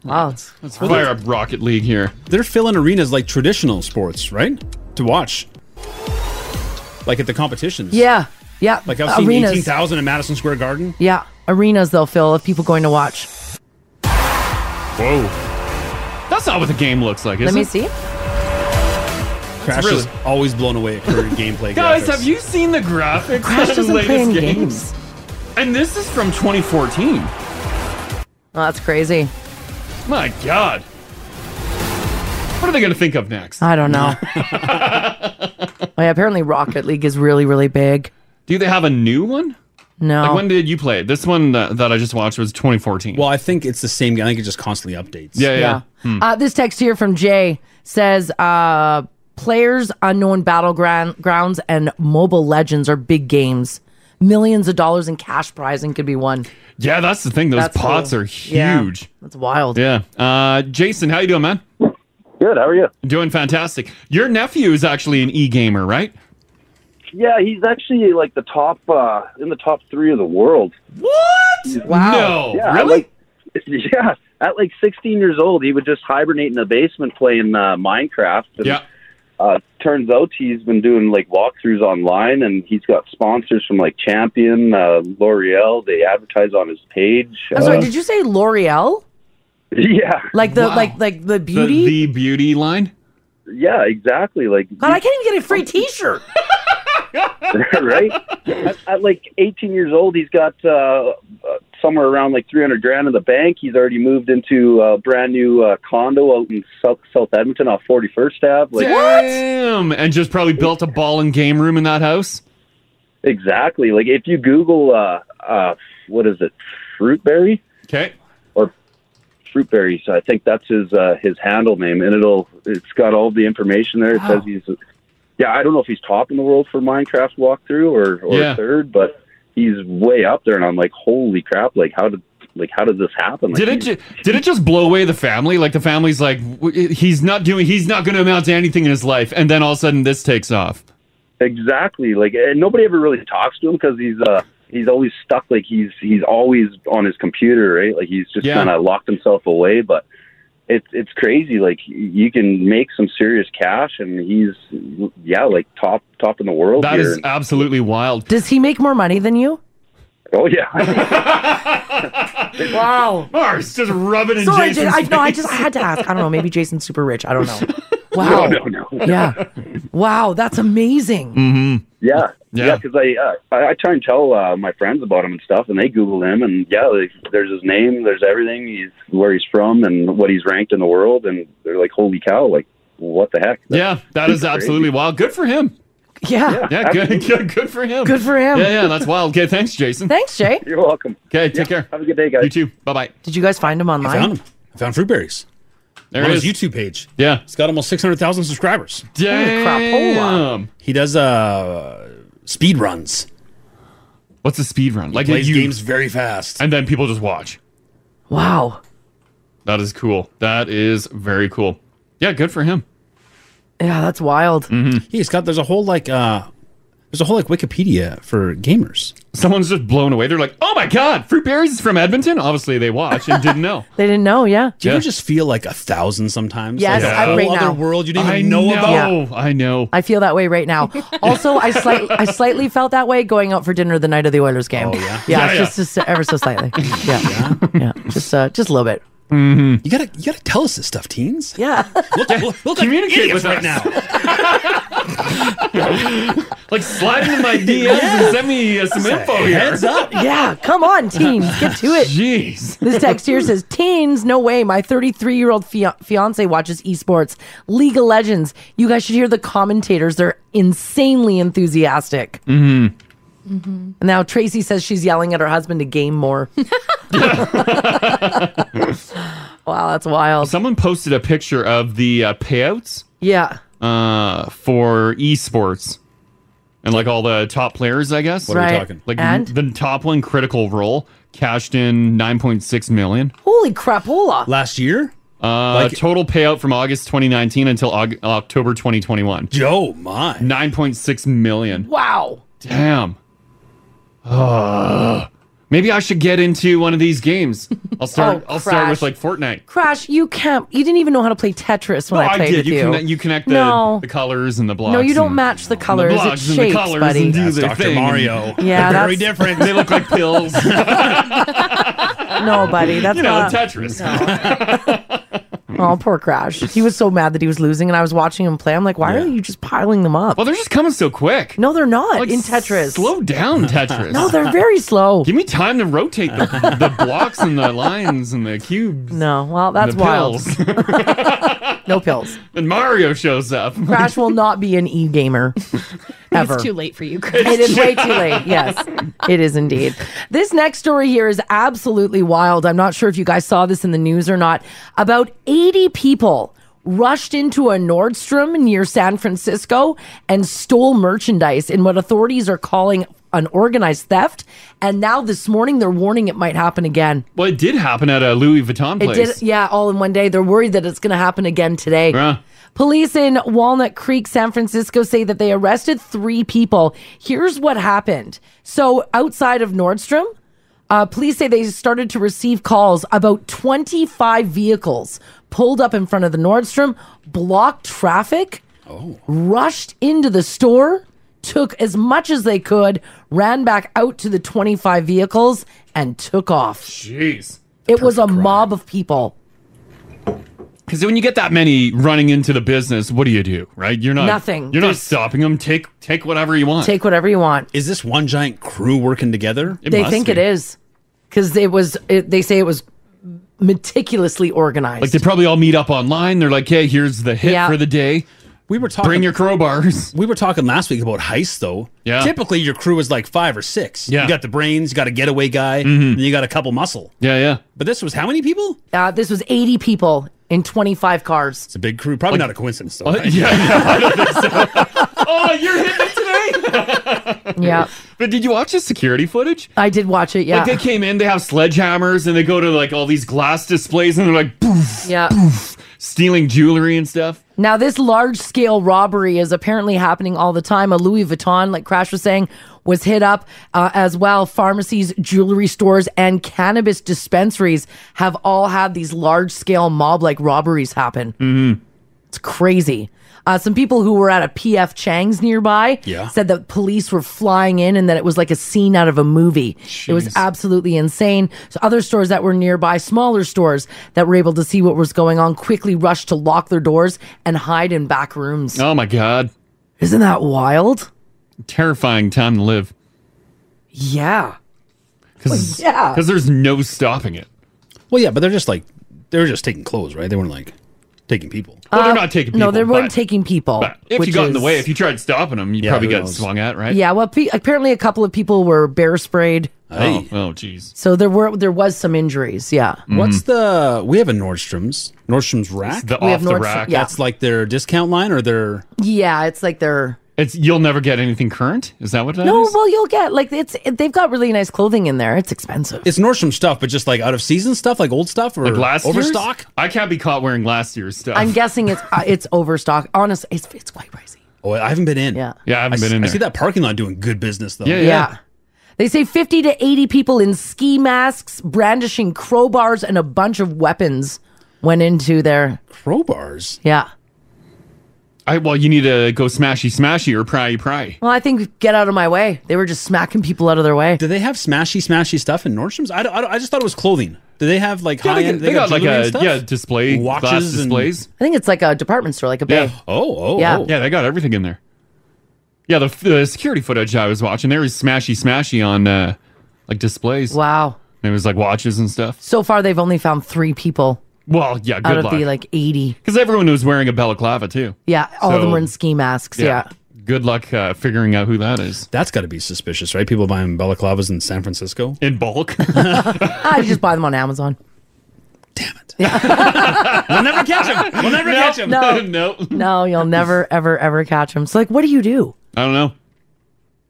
[SPEAKER 10] Wow.
[SPEAKER 8] Let's fire up Rocket League here.
[SPEAKER 7] They're filling arenas like traditional sports, right? To watch, like at the competitions.
[SPEAKER 10] Yeah. Yeah.
[SPEAKER 7] Like I've seen
[SPEAKER 10] Arenas.
[SPEAKER 7] eighteen thousand in Madison Square Garden.
[SPEAKER 10] Yeah. Arenas, they'll fill of people going to watch.
[SPEAKER 8] Whoa. That's not what the game looks like, is
[SPEAKER 10] Let me
[SPEAKER 8] it?
[SPEAKER 10] see.
[SPEAKER 7] Crash
[SPEAKER 8] It's
[SPEAKER 7] is always blown away at current gameplay.
[SPEAKER 8] Guys,
[SPEAKER 7] graphics.
[SPEAKER 8] have you seen the graphics
[SPEAKER 10] Crash
[SPEAKER 8] of the
[SPEAKER 10] doesn't
[SPEAKER 8] latest
[SPEAKER 10] play in
[SPEAKER 8] games?
[SPEAKER 10] games.
[SPEAKER 8] And this is from 2014.
[SPEAKER 10] Oh, that's crazy.
[SPEAKER 8] My God. What are they going to think of next?
[SPEAKER 10] I don't know. oh, yeah, apparently Rocket League is really, really big.
[SPEAKER 8] Do they have a new one?
[SPEAKER 10] No.
[SPEAKER 8] Like, when did you play it? This one that, that I just watched was 2014. Well,
[SPEAKER 7] I think it's the same game. I think it just constantly updates.
[SPEAKER 8] Yeah, yeah.
[SPEAKER 10] Yeah.
[SPEAKER 8] Hmm.
[SPEAKER 10] Uh, this text here from Jay says uh, Players Unknown Battlegrounds and Mobile Legends are big games. Millions of dollars in cash prizing could be won.
[SPEAKER 8] yeah, that's the thing. Those
[SPEAKER 10] That's
[SPEAKER 8] pots
[SPEAKER 10] cool.
[SPEAKER 8] are
[SPEAKER 10] Yeah.
[SPEAKER 8] huge.
[SPEAKER 10] That's wild.
[SPEAKER 8] Yeah. Uh, Jason, how you doing, man?
[SPEAKER 15] Good. How are you?
[SPEAKER 8] Doing fantastic. Your nephew is actually an e-gamer, right?
[SPEAKER 15] Yeah, he's actually like the top uh, in the top three of the world. What?
[SPEAKER 8] Wow. No.
[SPEAKER 15] Yeah,
[SPEAKER 8] Really?
[SPEAKER 15] At like, yeah. At like 16 years old, he would just hibernate in the basement playing uh, Minecraft. And,
[SPEAKER 8] yeah.
[SPEAKER 15] Uh, turns out he's been doing like walkthroughs online, and he's got sponsors from like Champion, uh, L'Oreal. They advertise on his page. Uh,
[SPEAKER 10] I'm
[SPEAKER 8] Uh,
[SPEAKER 10] sorry, did you say L'Oreal?
[SPEAKER 15] Yeah.
[SPEAKER 10] Like the like like the beauty?
[SPEAKER 8] The, the beauty line?
[SPEAKER 15] Yeah, exactly. Like
[SPEAKER 10] God, I can't even get a free T-shirt.
[SPEAKER 15] right? At, at like 18 years old, he's got uh, uh, somewhere around like 300 grand in the bank. He's already moved into a brand new uh, condo out in South, South Edmonton off 41st Ave. Like,
[SPEAKER 8] Damn. And just probably built a ball and game room in that house.
[SPEAKER 15] Exactly. Like if you Google, uh, uh, what is it, Fruitberry?
[SPEAKER 8] Okay.
[SPEAKER 15] Or Fruitberry. So I think that's his uh, his handle name, and it'll it's got all the information there. It says he's. Yeah, I don't know if he's top in the world for Minecraft walkthrough or or
[SPEAKER 8] Yeah.
[SPEAKER 15] third, but he's way up there, and I'm like, holy crap! Like how did like how did this happen? Like,
[SPEAKER 8] Did it
[SPEAKER 15] he's-
[SPEAKER 8] ju- did it just blow away the family? Like the family's like w- he's not doing he's not going to amount to anything in his life and then all of a sudden this takes off.
[SPEAKER 15] Exactly. Like, and nobody ever really talks to him because he's uh he's always stuck. Like he's he's always on his computer, right? Like he's just
[SPEAKER 8] Yeah.
[SPEAKER 15] kind of locked himself away. But it's it's crazy. Like you can make some serious cash, and he's yeah, like top top in the world.
[SPEAKER 8] That
[SPEAKER 15] here.
[SPEAKER 8] is uh, absolutely wild.
[SPEAKER 10] Does he make more money than you?
[SPEAKER 15] oh yeah.
[SPEAKER 10] Wow.
[SPEAKER 8] Mars just rubbing in
[SPEAKER 10] Sorry,
[SPEAKER 8] Jason's
[SPEAKER 10] I, no, I just I
[SPEAKER 8] face.
[SPEAKER 10] had to ask. I don't know. Maybe Jason's super rich. I don't know. Wow.
[SPEAKER 15] No, no, no.
[SPEAKER 10] Yeah. Wow, that's amazing.
[SPEAKER 8] Mm-hmm.
[SPEAKER 15] Yeah,
[SPEAKER 8] Yeah.
[SPEAKER 15] yeah. Because I, uh, I I try and tell uh, my friends about him and stuff, and they Google him, and yeah, like, there's his name, there's everything, he's where he's from, and what he's ranked in the world, and they're like, holy cow, like what the heck?
[SPEAKER 8] Yeah, that is
[SPEAKER 15] Crazy.
[SPEAKER 8] absolutely wild. Good for him.
[SPEAKER 10] Yeah.
[SPEAKER 8] Yeah, good, good, good for him.
[SPEAKER 10] Good for him.
[SPEAKER 8] Yeah, yeah, that's wild. Okay, thanks, Jason.
[SPEAKER 10] Thanks, Jay.
[SPEAKER 15] You're welcome.
[SPEAKER 8] Okay, take care.
[SPEAKER 15] Have a good day, guys.
[SPEAKER 8] You too. Bye bye.
[SPEAKER 10] Did you guys find him online?
[SPEAKER 7] I found him. I found Fruitberries.
[SPEAKER 8] There
[SPEAKER 7] on
[SPEAKER 8] it
[SPEAKER 7] his
[SPEAKER 8] is.
[SPEAKER 7] YouTube page.
[SPEAKER 8] Yeah.
[SPEAKER 7] It's got almost 600,000 subscribers.
[SPEAKER 8] Damn.
[SPEAKER 7] He does uh speed runs.
[SPEAKER 8] What's a speed run?
[SPEAKER 7] Like
[SPEAKER 8] Like
[SPEAKER 7] he plays
[SPEAKER 8] you-
[SPEAKER 7] games very fast.
[SPEAKER 8] And then people just watch.
[SPEAKER 10] Wow.
[SPEAKER 8] That is cool. That is very cool. Yeah, good for him. Mm-hmm.
[SPEAKER 10] Yeah, that's wild.
[SPEAKER 7] He's got there's a whole like uh there's a whole like Wikipedia for gamers.
[SPEAKER 8] Someone's just blown away. They're like, oh my God, Fruit Berries is from Edmonton? Obviously, they watch and didn't know.
[SPEAKER 10] They didn't know, yeah.
[SPEAKER 7] Do you ever just feel like a thousand sometimes?
[SPEAKER 10] Yes,
[SPEAKER 7] like a
[SPEAKER 10] I-
[SPEAKER 7] whole
[SPEAKER 10] right
[SPEAKER 7] other
[SPEAKER 10] now.
[SPEAKER 7] world you didn't even
[SPEAKER 10] I
[SPEAKER 7] know,
[SPEAKER 10] know.
[SPEAKER 7] about.
[SPEAKER 8] I know.
[SPEAKER 10] I feel that way right now. Also, I slight, I slightly felt that way going out for dinner the night of the Oilers game. Oh
[SPEAKER 7] yeah,
[SPEAKER 10] yeah,
[SPEAKER 8] Yeah, Mm-hmm.
[SPEAKER 10] just, just ever so slightly. Yeah, yeah, just uh, just a little bit.
[SPEAKER 7] You gotta you gotta tell us this stuff, teens.
[SPEAKER 10] Yeah.
[SPEAKER 7] Look, look, look communicate with right now.
[SPEAKER 8] like slide into my DMs and send me uh, some info here.
[SPEAKER 10] Yeah, come on, teens. Get to it.
[SPEAKER 8] Jeez.
[SPEAKER 10] This text here says, Teens, no way. My 33 year old fia- fiance watches esports, League of Legends. You guys should hear the commentators. They're insanely enthusiastic.
[SPEAKER 8] Mm-hmm.
[SPEAKER 10] And now Tracy says she's yelling at her husband to game more. wow, that's wild.
[SPEAKER 8] Someone posted a picture of the uh, payouts
[SPEAKER 10] yeah.
[SPEAKER 8] uh, for esports and like all the top players, I guess.
[SPEAKER 10] What are we Right. talking?
[SPEAKER 8] Like
[SPEAKER 10] And?
[SPEAKER 8] the top one, Critical Role, cashed in 9.6 million.
[SPEAKER 10] Holy crapola.
[SPEAKER 7] Last year?
[SPEAKER 8] Uh,
[SPEAKER 7] Like-
[SPEAKER 8] total payout from August 2019 until Aug- October 2021.
[SPEAKER 7] Joe, my
[SPEAKER 8] 9.6 million.
[SPEAKER 10] Wow.
[SPEAKER 8] Damn. Ugh. maybe I should get into one of these games. I'll start.
[SPEAKER 10] Oh,
[SPEAKER 8] I'll start with like
[SPEAKER 10] crash.
[SPEAKER 8] Fortnite.
[SPEAKER 10] Crash, you can't. You didn't even know how to play Tetris when I played with
[SPEAKER 8] Oh, You,
[SPEAKER 10] you.
[SPEAKER 8] connect, you connect the,
[SPEAKER 10] No.
[SPEAKER 8] the colors and the blocks.
[SPEAKER 10] no, you don't
[SPEAKER 8] and-
[SPEAKER 10] match the
[SPEAKER 8] and
[SPEAKER 10] colors.
[SPEAKER 8] The blocks
[SPEAKER 10] it's
[SPEAKER 8] and
[SPEAKER 10] shapes,
[SPEAKER 8] the colors
[SPEAKER 10] buddy.
[SPEAKER 8] and do their
[SPEAKER 7] Dr.
[SPEAKER 8] thing.
[SPEAKER 7] Mario.
[SPEAKER 10] Yeah, Very that's-
[SPEAKER 7] different.
[SPEAKER 8] they look like pills.
[SPEAKER 10] No, buddy, that's
[SPEAKER 8] you know
[SPEAKER 10] not.
[SPEAKER 8] Tetris.
[SPEAKER 10] Oh, poor Crash. He was so mad that he was losing, and I was watching him play. I'm like, why are you just piling them up? Well,
[SPEAKER 8] they're just coming so quick.
[SPEAKER 10] No, they're not in Tetris.
[SPEAKER 8] Slow down, Tetris.
[SPEAKER 10] No, they're very slow.
[SPEAKER 8] Give me time to rotate the, the blocks and the lines and the cubes.
[SPEAKER 10] No, well,
[SPEAKER 8] and
[SPEAKER 10] that's
[SPEAKER 8] the
[SPEAKER 10] wild.
[SPEAKER 8] pills.
[SPEAKER 10] no pills.
[SPEAKER 8] And Mario shows up.
[SPEAKER 10] Crash will not be an e gamer ever.
[SPEAKER 3] It's too late for you, Chris.
[SPEAKER 10] It is way too late. Yes, it is indeed. This next story here is absolutely wild. I'm not sure if you guys saw this in the news or not. About 80 people rushed into a Nordstrom near San Francisco and stole merchandise in what authorities are calling an organized theft. And now this morning, they're warning it might happen again.
[SPEAKER 8] Well, it did happen at a Louis Vuitton place.
[SPEAKER 10] It did, yeah, all in one day. They're worried that it's going to happen again today.
[SPEAKER 8] Yeah.
[SPEAKER 10] Police in Walnut Creek, San Francisco say that they arrested three people. Here's what happened. So, outside of Nordstrom, uh, police say they started to receive calls about 25 vehicles pulled up in front of the Nordstrom, blocked traffic,
[SPEAKER 7] Oh.
[SPEAKER 10] rushed into the store, took as much as they could, ran back out to the 25 vehicles, and took off.
[SPEAKER 8] Jeez.
[SPEAKER 10] It was a mob of people.
[SPEAKER 8] Because when you get that many running into the business, what do you do, right? You're not
[SPEAKER 10] Nothing.
[SPEAKER 8] You're not
[SPEAKER 10] There's-
[SPEAKER 8] stopping them. Take take whatever you want.
[SPEAKER 10] Take whatever you want.
[SPEAKER 7] Is this one giant crew working together?
[SPEAKER 10] they think it is because it was. It, they say it was meticulously organized.
[SPEAKER 8] Like they probably all meet up online. They're like, hey, here's the hit
[SPEAKER 10] Yeah.
[SPEAKER 8] for the day.
[SPEAKER 7] We were talking.
[SPEAKER 8] Bring your crowbars.
[SPEAKER 7] We were talking last week about heists, though.
[SPEAKER 8] Yeah.
[SPEAKER 7] Typically, your crew is like five or six.
[SPEAKER 8] Yeah.
[SPEAKER 7] You got the brains, you got a getaway guy,
[SPEAKER 8] Mhm.
[SPEAKER 7] and you got a couple muscle.
[SPEAKER 8] Yeah, yeah.
[SPEAKER 7] But this was how many people?
[SPEAKER 10] uh, this was eighty people in twenty-five cars. It's
[SPEAKER 7] a big crew. Probably not a coincidence, though. right?
[SPEAKER 8] oh, you're hitting it
[SPEAKER 10] today. yeah.
[SPEAKER 8] But did you watch the security footage?
[SPEAKER 10] I did watch it. Yeah.
[SPEAKER 8] Like they came in, they have sledgehammers, and they go to like all these glass displays, and they're like poof,
[SPEAKER 10] yeah.
[SPEAKER 8] poof, stealing jewelry and stuff.
[SPEAKER 10] Now, this large scale robbery is apparently happening all the time. A Louis Vuitton, like Crash was saying, was hit up uh, as well. Pharmacies, jewelry stores, and cannabis dispensaries have all had these large scale mob like robberies happen. Mm-hmm. It's crazy. Uh, some people who were at a PF Chang's nearby
[SPEAKER 16] Yeah.
[SPEAKER 10] said that police were flying in and that it was like a scene out of a movie. It was absolutely insane. So other stores that were nearby, smaller stores that were able to see what was going on, quickly rushed to lock their doors and hide in back rooms.
[SPEAKER 8] Oh my god!
[SPEAKER 10] Isn't that wild?
[SPEAKER 8] Terrifying time to live.
[SPEAKER 10] Yeah.
[SPEAKER 8] Because
[SPEAKER 10] Well, yeah.
[SPEAKER 8] there's no stopping it.
[SPEAKER 7] Well, yeah, but they're just like they're just taking clothes, right? They weren't like taking people.
[SPEAKER 8] Well, they're not taking people.
[SPEAKER 10] Uh, No, they weren't
[SPEAKER 8] but-
[SPEAKER 10] taking people.
[SPEAKER 8] But if you
[SPEAKER 10] which
[SPEAKER 8] got in
[SPEAKER 10] is-
[SPEAKER 8] the way, if you tried stopping them, you probably
[SPEAKER 7] who
[SPEAKER 8] got
[SPEAKER 7] knows?
[SPEAKER 8] swung at, right?
[SPEAKER 10] Yeah, well, pe- apparently a couple of people were bear sprayed.
[SPEAKER 8] Oh, oh, jeez.
[SPEAKER 10] So there were there was some injuries. Yeah.
[SPEAKER 8] Mm-hmm.
[SPEAKER 7] What's the? We have a Nordstrom's. Nordstrom's rack.
[SPEAKER 10] the We have off the Nordstrom- rack. yeah.
[SPEAKER 7] That's like their discount line, or their.
[SPEAKER 10] Yeah, it's like they're
[SPEAKER 8] It's you'll never get anything current. Is that what that is?
[SPEAKER 10] no. Well, you'll get like it's they've got really nice clothing in there. It's expensive.
[SPEAKER 7] It's Nordstrom stuff, but just like out of season stuff, like old stuff, or
[SPEAKER 8] Like last year's?
[SPEAKER 7] overstock.
[SPEAKER 8] I can't be caught wearing last year's stuff.
[SPEAKER 10] I'm guessing it's uh, it's overstock. Honestly, it's it's quite pricey.
[SPEAKER 7] Oh, I haven't been in. Yeah,
[SPEAKER 8] yeah, I haven't been in
[SPEAKER 7] I
[SPEAKER 8] there.
[SPEAKER 7] see that parking lot doing good business though.
[SPEAKER 10] They say 50 to 80 people in ski masks, brandishing crowbars and a bunch of weapons went into their
[SPEAKER 7] crowbars.
[SPEAKER 10] Yeah.
[SPEAKER 8] I, well, you need to go smashy smashy or pry pry.
[SPEAKER 10] Well, I think get out of my way. They were just smacking people out of their way.
[SPEAKER 7] Do they have smashy smashy stuff in Nordstrom's? I, don't- I, don't- I just thought it was clothing. Do they have like
[SPEAKER 8] Yeah,
[SPEAKER 7] high
[SPEAKER 8] they
[SPEAKER 7] end?
[SPEAKER 8] got- they got like
[SPEAKER 7] jewelry and
[SPEAKER 8] a-
[SPEAKER 7] stuff?
[SPEAKER 8] yeah, display, glass
[SPEAKER 7] watches, and-
[SPEAKER 8] displays.
[SPEAKER 10] I think it's like a department store, like a big.
[SPEAKER 7] Oh, oh,
[SPEAKER 10] Yeah.
[SPEAKER 8] yeah. Yeah, they got everything in there. Yeah, the, the security footage I was watching, there was smashy smashy on uh, like displays.
[SPEAKER 10] Wow.
[SPEAKER 8] And it was like watches and stuff.
[SPEAKER 10] So far, they've only found three people
[SPEAKER 8] Well, yeah, good
[SPEAKER 10] out of
[SPEAKER 8] luck.
[SPEAKER 10] the like eighty.
[SPEAKER 8] Because everyone was wearing a balaclava too.
[SPEAKER 10] Yeah, all of them
[SPEAKER 8] So-
[SPEAKER 10] were in ski masks. yeah.
[SPEAKER 8] Good luck uh, figuring out who that is.
[SPEAKER 7] That's got to be suspicious, right? People buying balaclavas in San Francisco
[SPEAKER 8] in bulk.
[SPEAKER 10] I Ah, just buy them on Amazon.
[SPEAKER 7] we'll never catch him. We'll never catch him.
[SPEAKER 10] No,
[SPEAKER 8] no,
[SPEAKER 10] no, you'll never, ever, ever catch them. So, like, what do you do?
[SPEAKER 8] I don't know.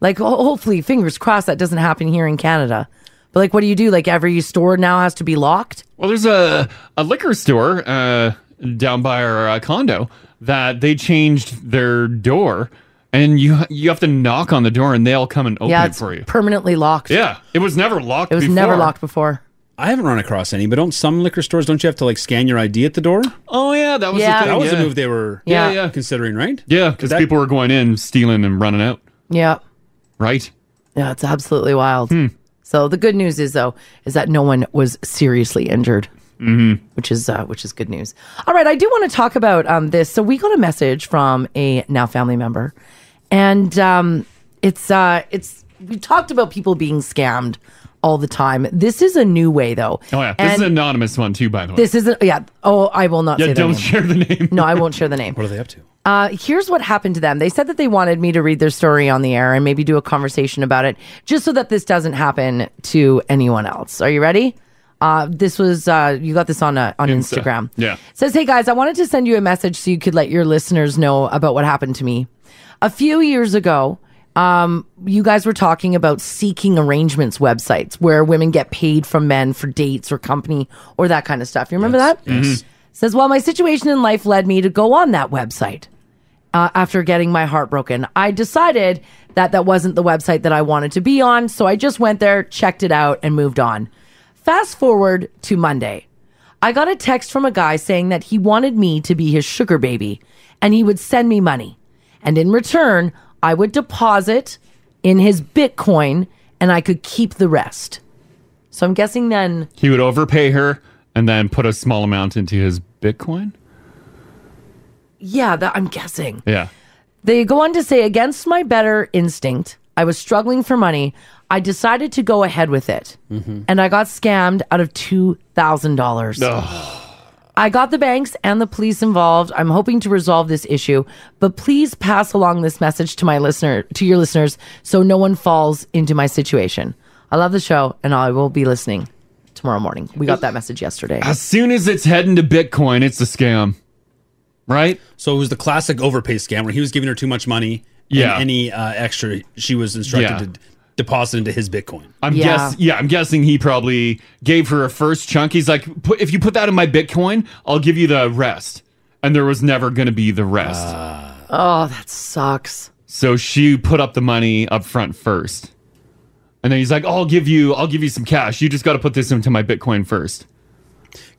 [SPEAKER 10] Like, ho- hopefully, fingers crossed, that doesn't happen here in Canada. But like, what do you do? Like, every store now has to be locked.
[SPEAKER 8] Well, there's a, a liquor store uh, down by our uh, condo that they changed their door, and you you have to knock on the door, and they'll come and open
[SPEAKER 10] yeah,
[SPEAKER 8] it
[SPEAKER 10] it's
[SPEAKER 8] for you.
[SPEAKER 10] permanently locked.
[SPEAKER 8] Yeah, it was never locked.
[SPEAKER 10] it was never locked before.
[SPEAKER 7] I haven't run across any, but don't some liquor stores don't you have to like scan your ID at the door?
[SPEAKER 8] Oh yeah, that
[SPEAKER 10] was the Yeah. thing,
[SPEAKER 7] That was
[SPEAKER 10] yeah.
[SPEAKER 7] the move they were
[SPEAKER 10] Yeah.
[SPEAKER 7] considering, right?
[SPEAKER 8] Yeah, because people were going in, stealing, and running out.
[SPEAKER 10] Yeah,
[SPEAKER 8] Right?
[SPEAKER 10] yeah, it's absolutely wild.
[SPEAKER 8] Hmm.
[SPEAKER 10] So the good news is though is that no one was seriously injured, mm-hmm. which is uh, which is good news. All right, I do want to talk about um, this. So we got a message from a now family member, and um, it's uh, it's we talked about people being scammed all the time. This is a new way though.
[SPEAKER 8] Oh yeah, this is
[SPEAKER 10] And-
[SPEAKER 8] an anonymous one too, by the way.
[SPEAKER 10] This isn't. Yeah. Oh, I will not.
[SPEAKER 8] Yeah,
[SPEAKER 10] say
[SPEAKER 8] don't share the name.
[SPEAKER 10] No, I won't share the name.
[SPEAKER 7] What are they up to?
[SPEAKER 10] Uh, here's what happened to them. They said that they wanted me to read their story on the air and maybe do a conversation about it, just so that this doesn't happen to anyone else. Are you ready? Uh, this was uh, you got this on uh, on Instagram.
[SPEAKER 8] Yeah.
[SPEAKER 10] It says, Hey guys, I wanted to send you a message so you could let your listeners know about what happened to me. A few years ago, um, you guys were talking about seeking arrangements websites where women get paid from men for dates or company or that kind of stuff. You remember that?
[SPEAKER 17] Mm-hmm.
[SPEAKER 8] Mm-hmm.
[SPEAKER 16] yes. Mhm.
[SPEAKER 10] Says, Well, my situation in life led me to go on that website. Uh, after getting my heart broken, I decided that that wasn't the website that I wanted to be on. So I just went there, checked it out, and moved on. Fast forward to Monday. I got a text from a guy saying that he wanted me to be his sugar baby and he would send me money. And in return, I would deposit in his Bitcoin and I could keep the rest. So I'm guessing then,
[SPEAKER 8] He would overpay her and then put a small amount into his Bitcoin.
[SPEAKER 10] yeah, that I'm guessing.
[SPEAKER 8] Yeah.
[SPEAKER 10] They go on to say, against my better instinct, I was struggling for money. I decided to go ahead with it.
[SPEAKER 18] Mm-hmm.
[SPEAKER 10] And I got scammed out of $2,000. I got the banks and the police involved. I'm hoping to resolve this issue, but please pass along this message to my listener, to your listeners, so no one falls into my situation. I love the show and I will be listening tomorrow morning. We got that message yesterday.
[SPEAKER 8] As soon as it's heading to Bitcoin, it's a scam, right?
[SPEAKER 7] So it was the classic overpay scam where he was giving her too much money.
[SPEAKER 8] Yeah.
[SPEAKER 7] And any uh, extra she was instructed
[SPEAKER 8] Yeah.
[SPEAKER 7] to d- deposit into his Bitcoin.
[SPEAKER 8] I'm
[SPEAKER 7] Yeah.
[SPEAKER 8] guess yeah, I'm guessing he probably gave her a first chunk. He's like, put, if you put that in my Bitcoin, I'll give you the rest. And there was never going to be the rest.
[SPEAKER 10] Oh, that sucks.
[SPEAKER 8] so she put up the money up front first. And then he's like, I'll give you, I'll give you some cash. You just got to put this into my Bitcoin first.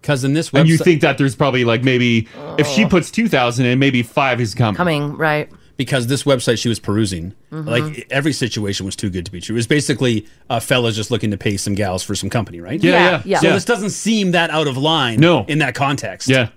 [SPEAKER 7] Because in this
[SPEAKER 8] and you
[SPEAKER 7] website-
[SPEAKER 8] think that there's probably like maybe if she
[SPEAKER 7] Ugh.
[SPEAKER 8] puts two thousand in, maybe five is coming.
[SPEAKER 10] Oh. Coming, right.
[SPEAKER 7] Because this website she was perusing,
[SPEAKER 10] Mhm.
[SPEAKER 7] like every situation was too good to be true. It was basically uh, fellas just looking to pay some gals for some company, right?
[SPEAKER 8] Yeah, Yeah, yeah, yeah.
[SPEAKER 7] So
[SPEAKER 8] yeah.
[SPEAKER 7] this doesn't seem that out of line.
[SPEAKER 8] No.
[SPEAKER 7] In that context.
[SPEAKER 8] Yeah.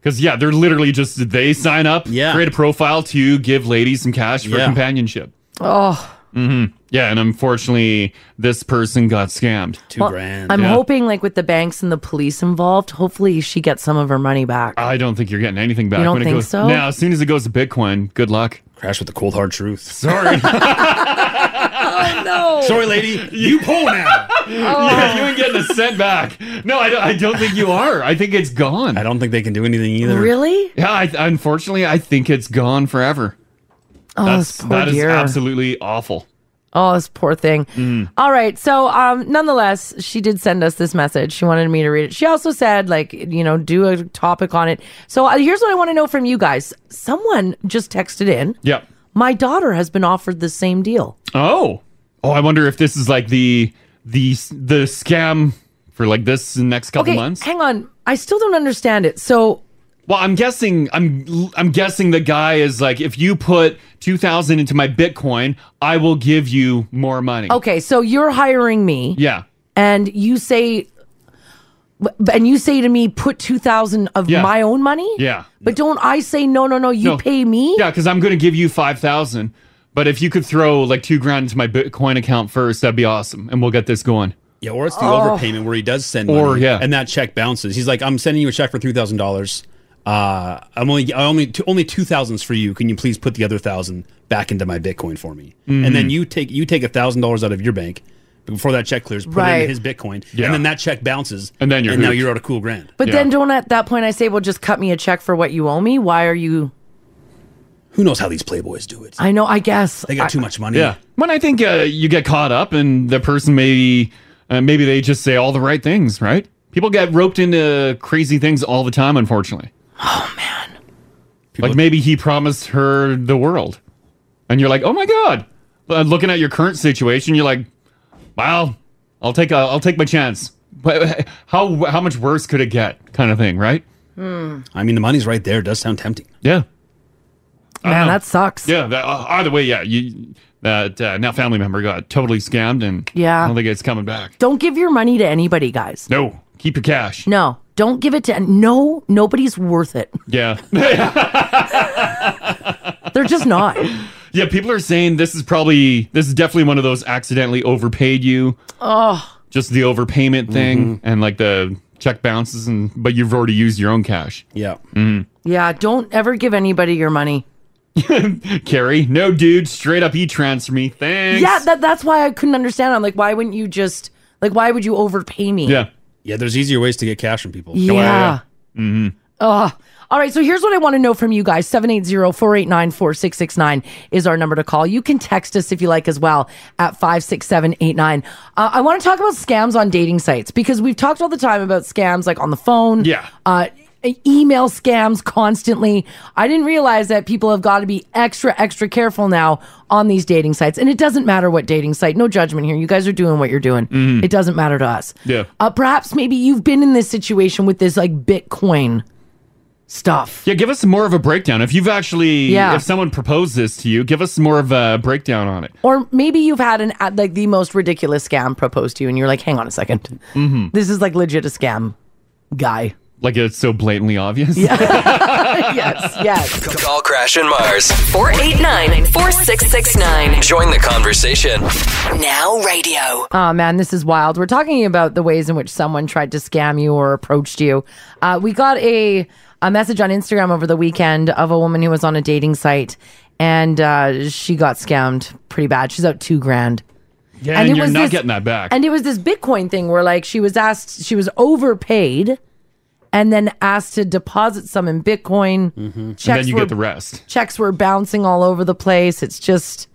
[SPEAKER 8] Because yeah, they're literally just they sign up, create a profile to give ladies some cash for
[SPEAKER 10] Yeah.
[SPEAKER 8] companionship.
[SPEAKER 10] Oh.
[SPEAKER 8] hmm Yeah, and unfortunately, this person got scammed. Two
[SPEAKER 10] Well, I'm
[SPEAKER 8] yeah.
[SPEAKER 10] hoping, like, with the banks and the police involved, hopefully she gets some of her money back.
[SPEAKER 8] I don't think you're getting anything back.
[SPEAKER 10] You don't
[SPEAKER 8] when it
[SPEAKER 10] think
[SPEAKER 8] goes,
[SPEAKER 10] so?
[SPEAKER 8] Now, as soon as it goes to Bitcoin, good luck.
[SPEAKER 7] Crash with the cold hard truth.
[SPEAKER 8] Sorry.
[SPEAKER 10] oh, no.
[SPEAKER 7] Sorry, lady. You pull now.
[SPEAKER 8] Yeah, you ain't getting a cent back. No, I don't, I don't think you are. I think it's gone. I
[SPEAKER 7] don't think they can do anything either.
[SPEAKER 10] Really?
[SPEAKER 8] Yeah. I, unfortunately, I think it's gone forever.
[SPEAKER 10] Oh, this poor
[SPEAKER 8] that is
[SPEAKER 10] dear.
[SPEAKER 8] absolutely awful. Mm.
[SPEAKER 10] Oh, this poor thing. All right. So, um, nonetheless, she did send us this message. She wanted me to read it. She also said, like, you know, do a topic on it. So, uh, here's what I want to know from you guys. Someone just texted in.
[SPEAKER 8] Yep.
[SPEAKER 10] My daughter has been offered the same deal.
[SPEAKER 8] Oh. Oh, I wonder if this is like the the the scam for like this next couple
[SPEAKER 10] okay,
[SPEAKER 8] months.
[SPEAKER 10] hang on. I still don't understand it. So,
[SPEAKER 8] Well, I'm guessing I'm I'm guessing the guy is like if you put 2000 into my bitcoin, I will give you more money.
[SPEAKER 10] okay, so you're hiring me,
[SPEAKER 8] Yeah.
[SPEAKER 10] and you say, But- And you say to me, put two thousand of
[SPEAKER 8] Yeah.
[SPEAKER 10] my own money.
[SPEAKER 8] Yeah.
[SPEAKER 10] But don't I say no, no, no? You
[SPEAKER 8] No.
[SPEAKER 10] pay me.
[SPEAKER 8] Yeah, because I'm going to give you 5,000. But if you could throw like two grand into my Bitcoin account first, that'd be awesome. And we'll get this going.
[SPEAKER 7] Yeah, or it's the
[SPEAKER 8] Oh.
[SPEAKER 7] overpayment where he does send
[SPEAKER 8] Or,
[SPEAKER 7] money,
[SPEAKER 8] yeah.
[SPEAKER 7] and that check bounces. He's like, "I'm sending you a check for three thousand dollars. Uh, I'm only I only two, only two thousands for you. Can you please put the other thousand back into my Bitcoin for me?
[SPEAKER 8] Mhm.
[SPEAKER 7] And then you take you take a thousand dollars out of your bank before that check clears, put it
[SPEAKER 10] Right.
[SPEAKER 7] into his Bitcoin,
[SPEAKER 8] Yeah.
[SPEAKER 7] and then that check bounces,
[SPEAKER 8] And then you're
[SPEAKER 7] and now
[SPEAKER 8] hooped.
[SPEAKER 7] you're out a cool grand.
[SPEAKER 10] But then don't at that point I say, well, just cut me a check for what you owe me. Why are you?
[SPEAKER 7] who knows how these playboys do it?
[SPEAKER 10] I know. I guess
[SPEAKER 7] They got
[SPEAKER 10] I-
[SPEAKER 7] too much money.
[SPEAKER 8] Yeah. When I think uh, you get caught up and the person maybe, uh, maybe they just say all the right things, right? People get roped into crazy things all the time, unfortunately. Oh, man. like maybe he promised her the world. And you're like, oh my God. Uh, looking at your current situation, you're like, well, I'll take, a, I'll take my chance. But how, how much worse could it get? Kind of thing, right?
[SPEAKER 10] Hmm.
[SPEAKER 7] I mean, the money's right there. It does sound tempting.
[SPEAKER 8] Yeah.
[SPEAKER 10] Man, that sucks.
[SPEAKER 8] Yeah. That, uh, either way, yeah. You, that uh, now family member got totally scammed, and
[SPEAKER 10] Yeah.
[SPEAKER 8] I don't think it's coming back.
[SPEAKER 10] Don't give your money to anybody, guys.
[SPEAKER 8] No, keep your cash.
[SPEAKER 10] No, don't give it to. No, nobody's worth it.
[SPEAKER 8] Yeah.
[SPEAKER 10] They're just not.
[SPEAKER 8] Yeah, people are saying this is probably this is definitely one of those accidentally overpaid you,
[SPEAKER 10] Oh,
[SPEAKER 8] just the overpayment thing and like the check bounces and but you've already used your own cash.
[SPEAKER 7] Yeah.
[SPEAKER 8] Mm.
[SPEAKER 10] yeah. Don't ever give anybody your money.
[SPEAKER 8] Carrie, no dude, straight up e transfer me. Thanks.
[SPEAKER 10] Yeah, that, that's why I couldn't understand. I'm like, why wouldn't you just like, why would you overpay me?
[SPEAKER 7] yeah. There's easier ways to get cash from people.
[SPEAKER 10] Yeah. Yeah.
[SPEAKER 7] Mm-hmm.
[SPEAKER 10] Oh, all right. So here's what I want to know from you guys 780 489 4669 is our number to call. You can text us if you like as well at 56789. Uh, I want to talk about scams on dating sites because we've talked all the time about scams like on the phone. Yeah. Uh, e- Email scams constantly. I didn't realize that people have got to be extra, extra careful now on these dating sites. And it doesn't matter what dating site, no judgment here. You guys are doing what you're doing. It doesn't matter to us.
[SPEAKER 8] Yeah.
[SPEAKER 10] Uh, perhaps maybe you've been in this situation with this like Bitcoin stuff.
[SPEAKER 8] Yeah, give us more of a breakdown. If you've actually
[SPEAKER 10] Yeah.
[SPEAKER 8] if someone proposed this to you, give us more of a breakdown on it.
[SPEAKER 10] Or maybe you've had an ad- like the most ridiculous scam proposed to you, and you're like, "Hang on a 2nd
[SPEAKER 8] Mhm.
[SPEAKER 10] this is like legit a scam, guy."
[SPEAKER 8] Like it's so blatantly obvious.
[SPEAKER 10] yes, yes.
[SPEAKER 4] Call Crash and Mars.
[SPEAKER 1] 489 4669.
[SPEAKER 4] Join the conversation.
[SPEAKER 1] Now radio.
[SPEAKER 10] Oh man, this is wild. We're talking about the ways in which someone tried to scam you or approached you. Uh, we got a a message on Instagram over the weekend of a woman who was on a dating site, and uh, she got scammed pretty bad. She's out two grand.
[SPEAKER 8] Yeah, and, you're not getting that back.
[SPEAKER 10] And it was this Bitcoin thing where like she was asked, she was overpaid, and then asked to deposit some in Bitcoin.
[SPEAKER 8] Mm-hmm. And
[SPEAKER 10] Checks
[SPEAKER 8] then you
[SPEAKER 10] were-
[SPEAKER 8] get the rest.
[SPEAKER 10] Checks were bouncing all over the place. It's just,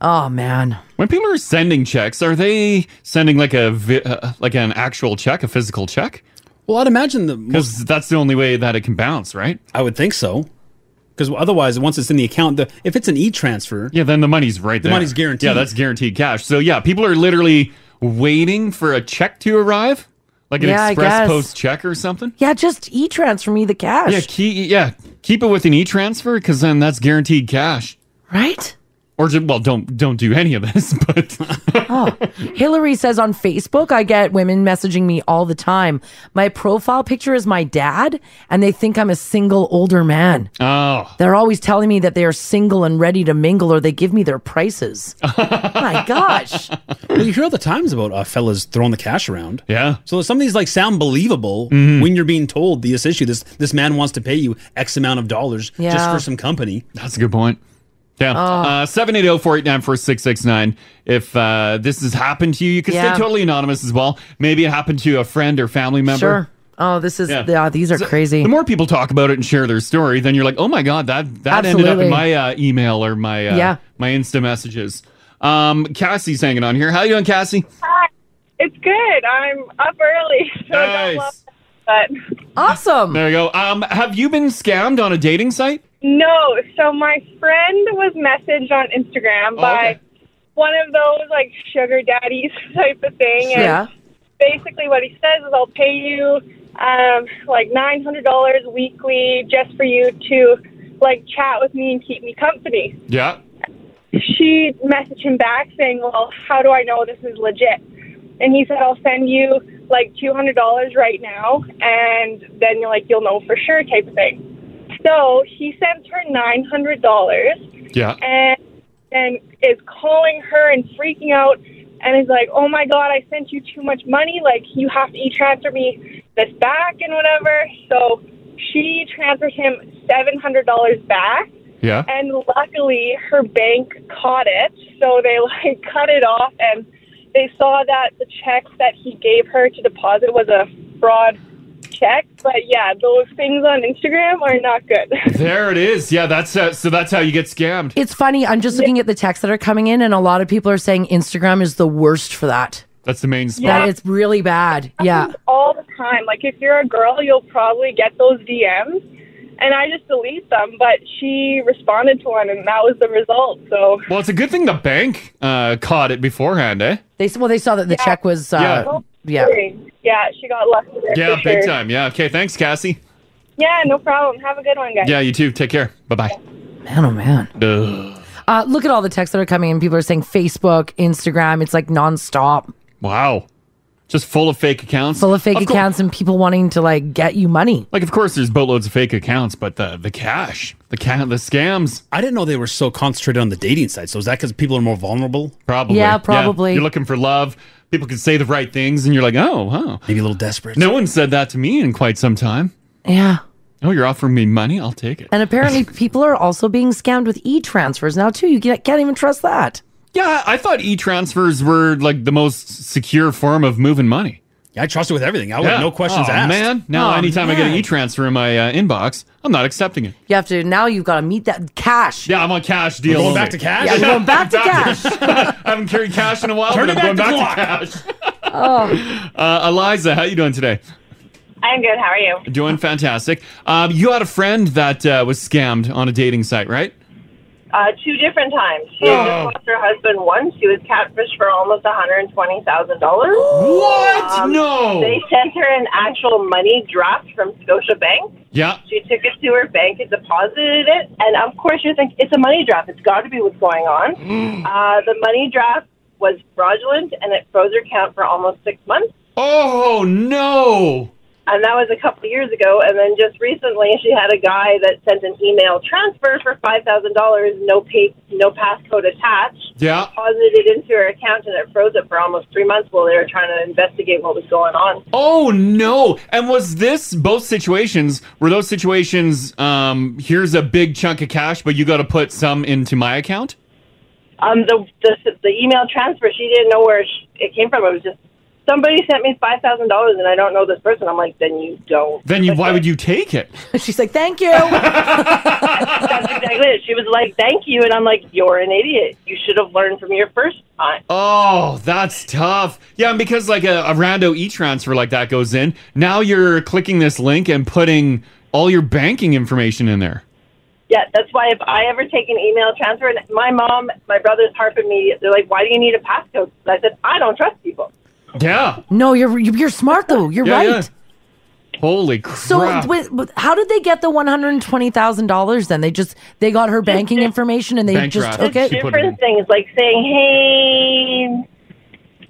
[SPEAKER 10] oh man.
[SPEAKER 8] When people are sending checks, are they sending like a vi- uh, like an actual check, a physical check?
[SPEAKER 7] Well, I'd imagine the
[SPEAKER 8] because that's the only way that it can bounce, right?
[SPEAKER 7] I would think so. Because otherwise, once it's in the account, the, if it's an e transfer,
[SPEAKER 8] yeah, then the money's right
[SPEAKER 7] The
[SPEAKER 8] there.
[SPEAKER 7] money's guaranteed.
[SPEAKER 8] Yeah, that's guaranteed cash. So yeah, people are literally waiting for a check to arrive, like an
[SPEAKER 10] Yeah, I
[SPEAKER 8] express
[SPEAKER 10] guess.
[SPEAKER 8] post check or something.
[SPEAKER 10] Yeah, just e transfer me the cash.
[SPEAKER 8] Yeah, key, yeah, keep it with an e transfer because then that's guaranteed cash,
[SPEAKER 10] right?
[SPEAKER 8] Or ju- well, don't don't do any of this, but
[SPEAKER 10] Oh. Hillary says on Facebook, I get women messaging me all the time. My profile picture is my dad, and they think I'm a single older man.
[SPEAKER 8] Oh.
[SPEAKER 10] They're always telling me that they are single and ready to mingle, or they give me their prices. my gosh.
[SPEAKER 7] well, you hear all the times about uh, fellas throwing the cash around.
[SPEAKER 8] Yeah. Mm-hmm.
[SPEAKER 7] So some of these like sound believable when you're being told this issue. This this man wants to pay you X amount of dollars just
[SPEAKER 8] Yeah.
[SPEAKER 7] for some company.
[SPEAKER 8] That's a good point.
[SPEAKER 10] Oh.
[SPEAKER 8] Yeah. uh, Seven eight zero four eight nine four six six nine. If uh, this has happened to you, you can
[SPEAKER 10] Yeah.
[SPEAKER 8] stay totally anonymous as well. Maybe it happened to a friend or family member.
[SPEAKER 10] Sure. Oh, this is, yeah. these are
[SPEAKER 8] So,
[SPEAKER 10] crazy.
[SPEAKER 8] The more people talk about it and share their story, then you're like, oh my god, that that ended up
[SPEAKER 10] Absolutely.
[SPEAKER 8] in my uh, email or my uh,
[SPEAKER 10] Yeah.
[SPEAKER 8] my Insta messages. Um, Cassie's hanging on here. How you doing, Cassie?
[SPEAKER 16] Hi. It's good. I'm up early. So I don't love it, but
[SPEAKER 10] Awesome.
[SPEAKER 8] There you go. Um, have you been scammed on a dating site?
[SPEAKER 16] no. So my friend was messaged on Instagram by
[SPEAKER 8] okay.
[SPEAKER 16] one of those like sugar daddies type of thing. And
[SPEAKER 10] Yeah.
[SPEAKER 16] basically what he says is I'll pay you um, like nine hundred dollars weekly just for you to like chat with me and keep me company.
[SPEAKER 8] Yeah.
[SPEAKER 16] she messaged him back saying, Well, how do I know this is legit? And he said, I'll send you like two hundred dollars right now, and then you're like you'll know for sure type of thing. So he sent her nine hundred dollars,
[SPEAKER 8] Yeah.
[SPEAKER 16] and and is calling her and freaking out and is like, "Oh my god, I sent you too much money. Like you have to e-transfer me this back and whatever." So she transfers him seven hundred dollars back.
[SPEAKER 8] Yeah.
[SPEAKER 16] And luckily, her bank caught it, so they like cut it off, and they saw that the checks that he gave her to deposit was a fraud check. But yeah, those things on Instagram are not good.
[SPEAKER 8] There it is. Yeah, that's uh, so that's how you get scammed.
[SPEAKER 10] It's funny. I'm just looking at the texts that are coming in, and a lot of people are saying Instagram is the worst for that.
[SPEAKER 8] That's the main spot.
[SPEAKER 10] That it's really bad. Yeah.
[SPEAKER 16] all the time. Like if you're a girl, you'll probably get those DMs, and I just delete them. But she responded to one, and that was the result. So
[SPEAKER 8] Well, it's a good thing the bank uh, caught it beforehand, eh?
[SPEAKER 10] They well, they saw that the check was. Uh, yeah.
[SPEAKER 16] yeah, she got lucky. there
[SPEAKER 8] Yeah,
[SPEAKER 16] for
[SPEAKER 8] big
[SPEAKER 16] sure.
[SPEAKER 8] time. Yeah. Okay. Thanks, Cassie.
[SPEAKER 16] Yeah, no problem. Have a good one, guys.
[SPEAKER 8] Yeah, you too. Take care. Bye bye.
[SPEAKER 10] Man, oh man. Uh, look at all the texts that are coming in. People are saying Facebook, Instagram. It's like nonstop,
[SPEAKER 8] Wow. Just full of fake accounts.
[SPEAKER 10] full of fake
[SPEAKER 8] course-
[SPEAKER 10] accounts and people wanting to like get you money.
[SPEAKER 8] Like, of course, there's boatloads of fake accounts, but the the cash, the ca- the scams.
[SPEAKER 7] I didn't know they were so concentrated on the dating site. So is that because people are more vulnerable?
[SPEAKER 8] Probably.
[SPEAKER 10] probably.
[SPEAKER 8] You're looking for love. People can say the right things, and you're like, oh, wow.
[SPEAKER 7] Maybe a little desperate.
[SPEAKER 8] No one said that to me in quite some time.
[SPEAKER 10] Yeah.
[SPEAKER 8] Oh, you're offering me money? I'll take it.
[SPEAKER 10] And apparently, people are also being scammed with e transfers now too. You can't can't even trust that.
[SPEAKER 8] Yeah, I thought e transfers were like the most secure form of moving money.
[SPEAKER 7] Yeah, I trust it with everything. I would no questions
[SPEAKER 8] oh,
[SPEAKER 7] asked.
[SPEAKER 8] man. Now,
[SPEAKER 10] Oh,
[SPEAKER 8] anytime I get an
[SPEAKER 10] man.
[SPEAKER 8] e transfer in my uh, inbox, I'm not accepting it.
[SPEAKER 10] You have to now. You've got to meet that cash.
[SPEAKER 8] Yeah, I'm on cash deal.
[SPEAKER 10] going
[SPEAKER 8] only.
[SPEAKER 10] back to cash? Yeah, we're going back to
[SPEAKER 8] I haven't carried cash in a while.
[SPEAKER 10] Turn
[SPEAKER 8] but
[SPEAKER 10] it
[SPEAKER 8] I'm
[SPEAKER 10] back
[SPEAKER 8] going
[SPEAKER 10] to
[SPEAKER 8] back to cash. Uh, Eliza, how you doing today?
[SPEAKER 19] I'm good. How are you?
[SPEAKER 8] Doing fantastic. Um, you had a friend that uh, was scammed on a dating site, right?
[SPEAKER 19] Uh, two different times. She had
[SPEAKER 8] Oh.
[SPEAKER 19] just lost her husband once. She was catfished for almost $120,000.
[SPEAKER 8] What?
[SPEAKER 20] No.
[SPEAKER 19] Um, They sent her an actual money draft from Scotiabank.
[SPEAKER 8] Yeah.
[SPEAKER 19] She took it to her bank and deposited it. And of course, you think it's a money draft. It's got to be what's going on.
[SPEAKER 8] Mm.
[SPEAKER 19] Uh, the money draft was fraudulent and it froze her account for almost six months.
[SPEAKER 8] Oh no!
[SPEAKER 19] And that was a couple of years ago. And then just recently, she had a guy that sent an email transfer for five thousand dollars, no pay, no passcode attached.
[SPEAKER 8] Yeah.
[SPEAKER 19] Deposited it into her account and it froze it for almost three months while they were trying to investigate what was going on.
[SPEAKER 8] Oh no! And was this both situations? Were those situations? Um, here's a big chunk of cash, but you got to put some into my account.
[SPEAKER 19] Um, the the, the email transfer, she didn't know where sh it came from. It was just somebody sent me five thousand dollars, and I don't know this person. I'm like, then you don't.
[SPEAKER 8] Then you, why would you take it?
[SPEAKER 10] She's like, thank you.
[SPEAKER 19] That's exactly it. She was like, thank you, and I'm like, you're an idiot. You should have learned from your first time.
[SPEAKER 8] Oh, that's tough. Yeah, and because like a, a rando e transfer like that goes in, now you're clicking this link and putting all your banking information in there.
[SPEAKER 19] Yeah, that's why if I ever take an email transfer, and my mom, my brother's harping me, they're like, "Why do you need a passcode?" And I said, "I don't trust people."
[SPEAKER 8] Yeah.
[SPEAKER 10] No, you're you're smart though. You're
[SPEAKER 8] Yeah,
[SPEAKER 10] right.
[SPEAKER 8] yeah. Holy crap!
[SPEAKER 10] So, wait, but how did they get the one hundred twenty thousand dollars? Then they just they got her banking information and they
[SPEAKER 19] Bank
[SPEAKER 10] just
[SPEAKER 19] draft.
[SPEAKER 10] took
[SPEAKER 19] There's
[SPEAKER 10] it.
[SPEAKER 19] different things like saying, "Hey,"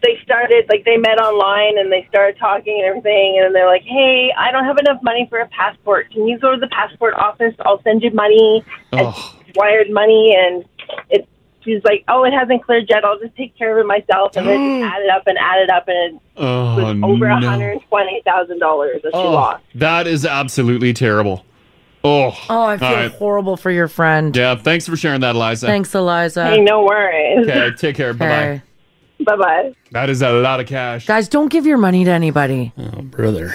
[SPEAKER 19] they started like they met online and they started talking and everything, and they're like, "Hey, I don't have enough money for a passport. Can you go to the passport office? I'll send you money."
[SPEAKER 8] Oh.
[SPEAKER 19] wired money and it she's like, Oh, it hasn't cleared yet, I'll just take care of it myself and then add it up and add it up and it
[SPEAKER 8] Oh,
[SPEAKER 19] was over
[SPEAKER 8] no.
[SPEAKER 19] hundred and twenty thousand dollars that she
[SPEAKER 8] Oh,
[SPEAKER 19] lost.
[SPEAKER 8] that is absolutely terrible. Oh.
[SPEAKER 10] Oh, I feel
[SPEAKER 8] All right.
[SPEAKER 10] horrible for your friend.
[SPEAKER 8] Yeah. Thanks for sharing that, Eliza.
[SPEAKER 10] Thanks, Eliza.
[SPEAKER 19] Hey, no worries.
[SPEAKER 8] Okay. Take care. Bye bye.
[SPEAKER 19] Bye bye.
[SPEAKER 8] That is a lot of cash.
[SPEAKER 10] Guys, don't give your money to anybody.
[SPEAKER 7] Oh, brother.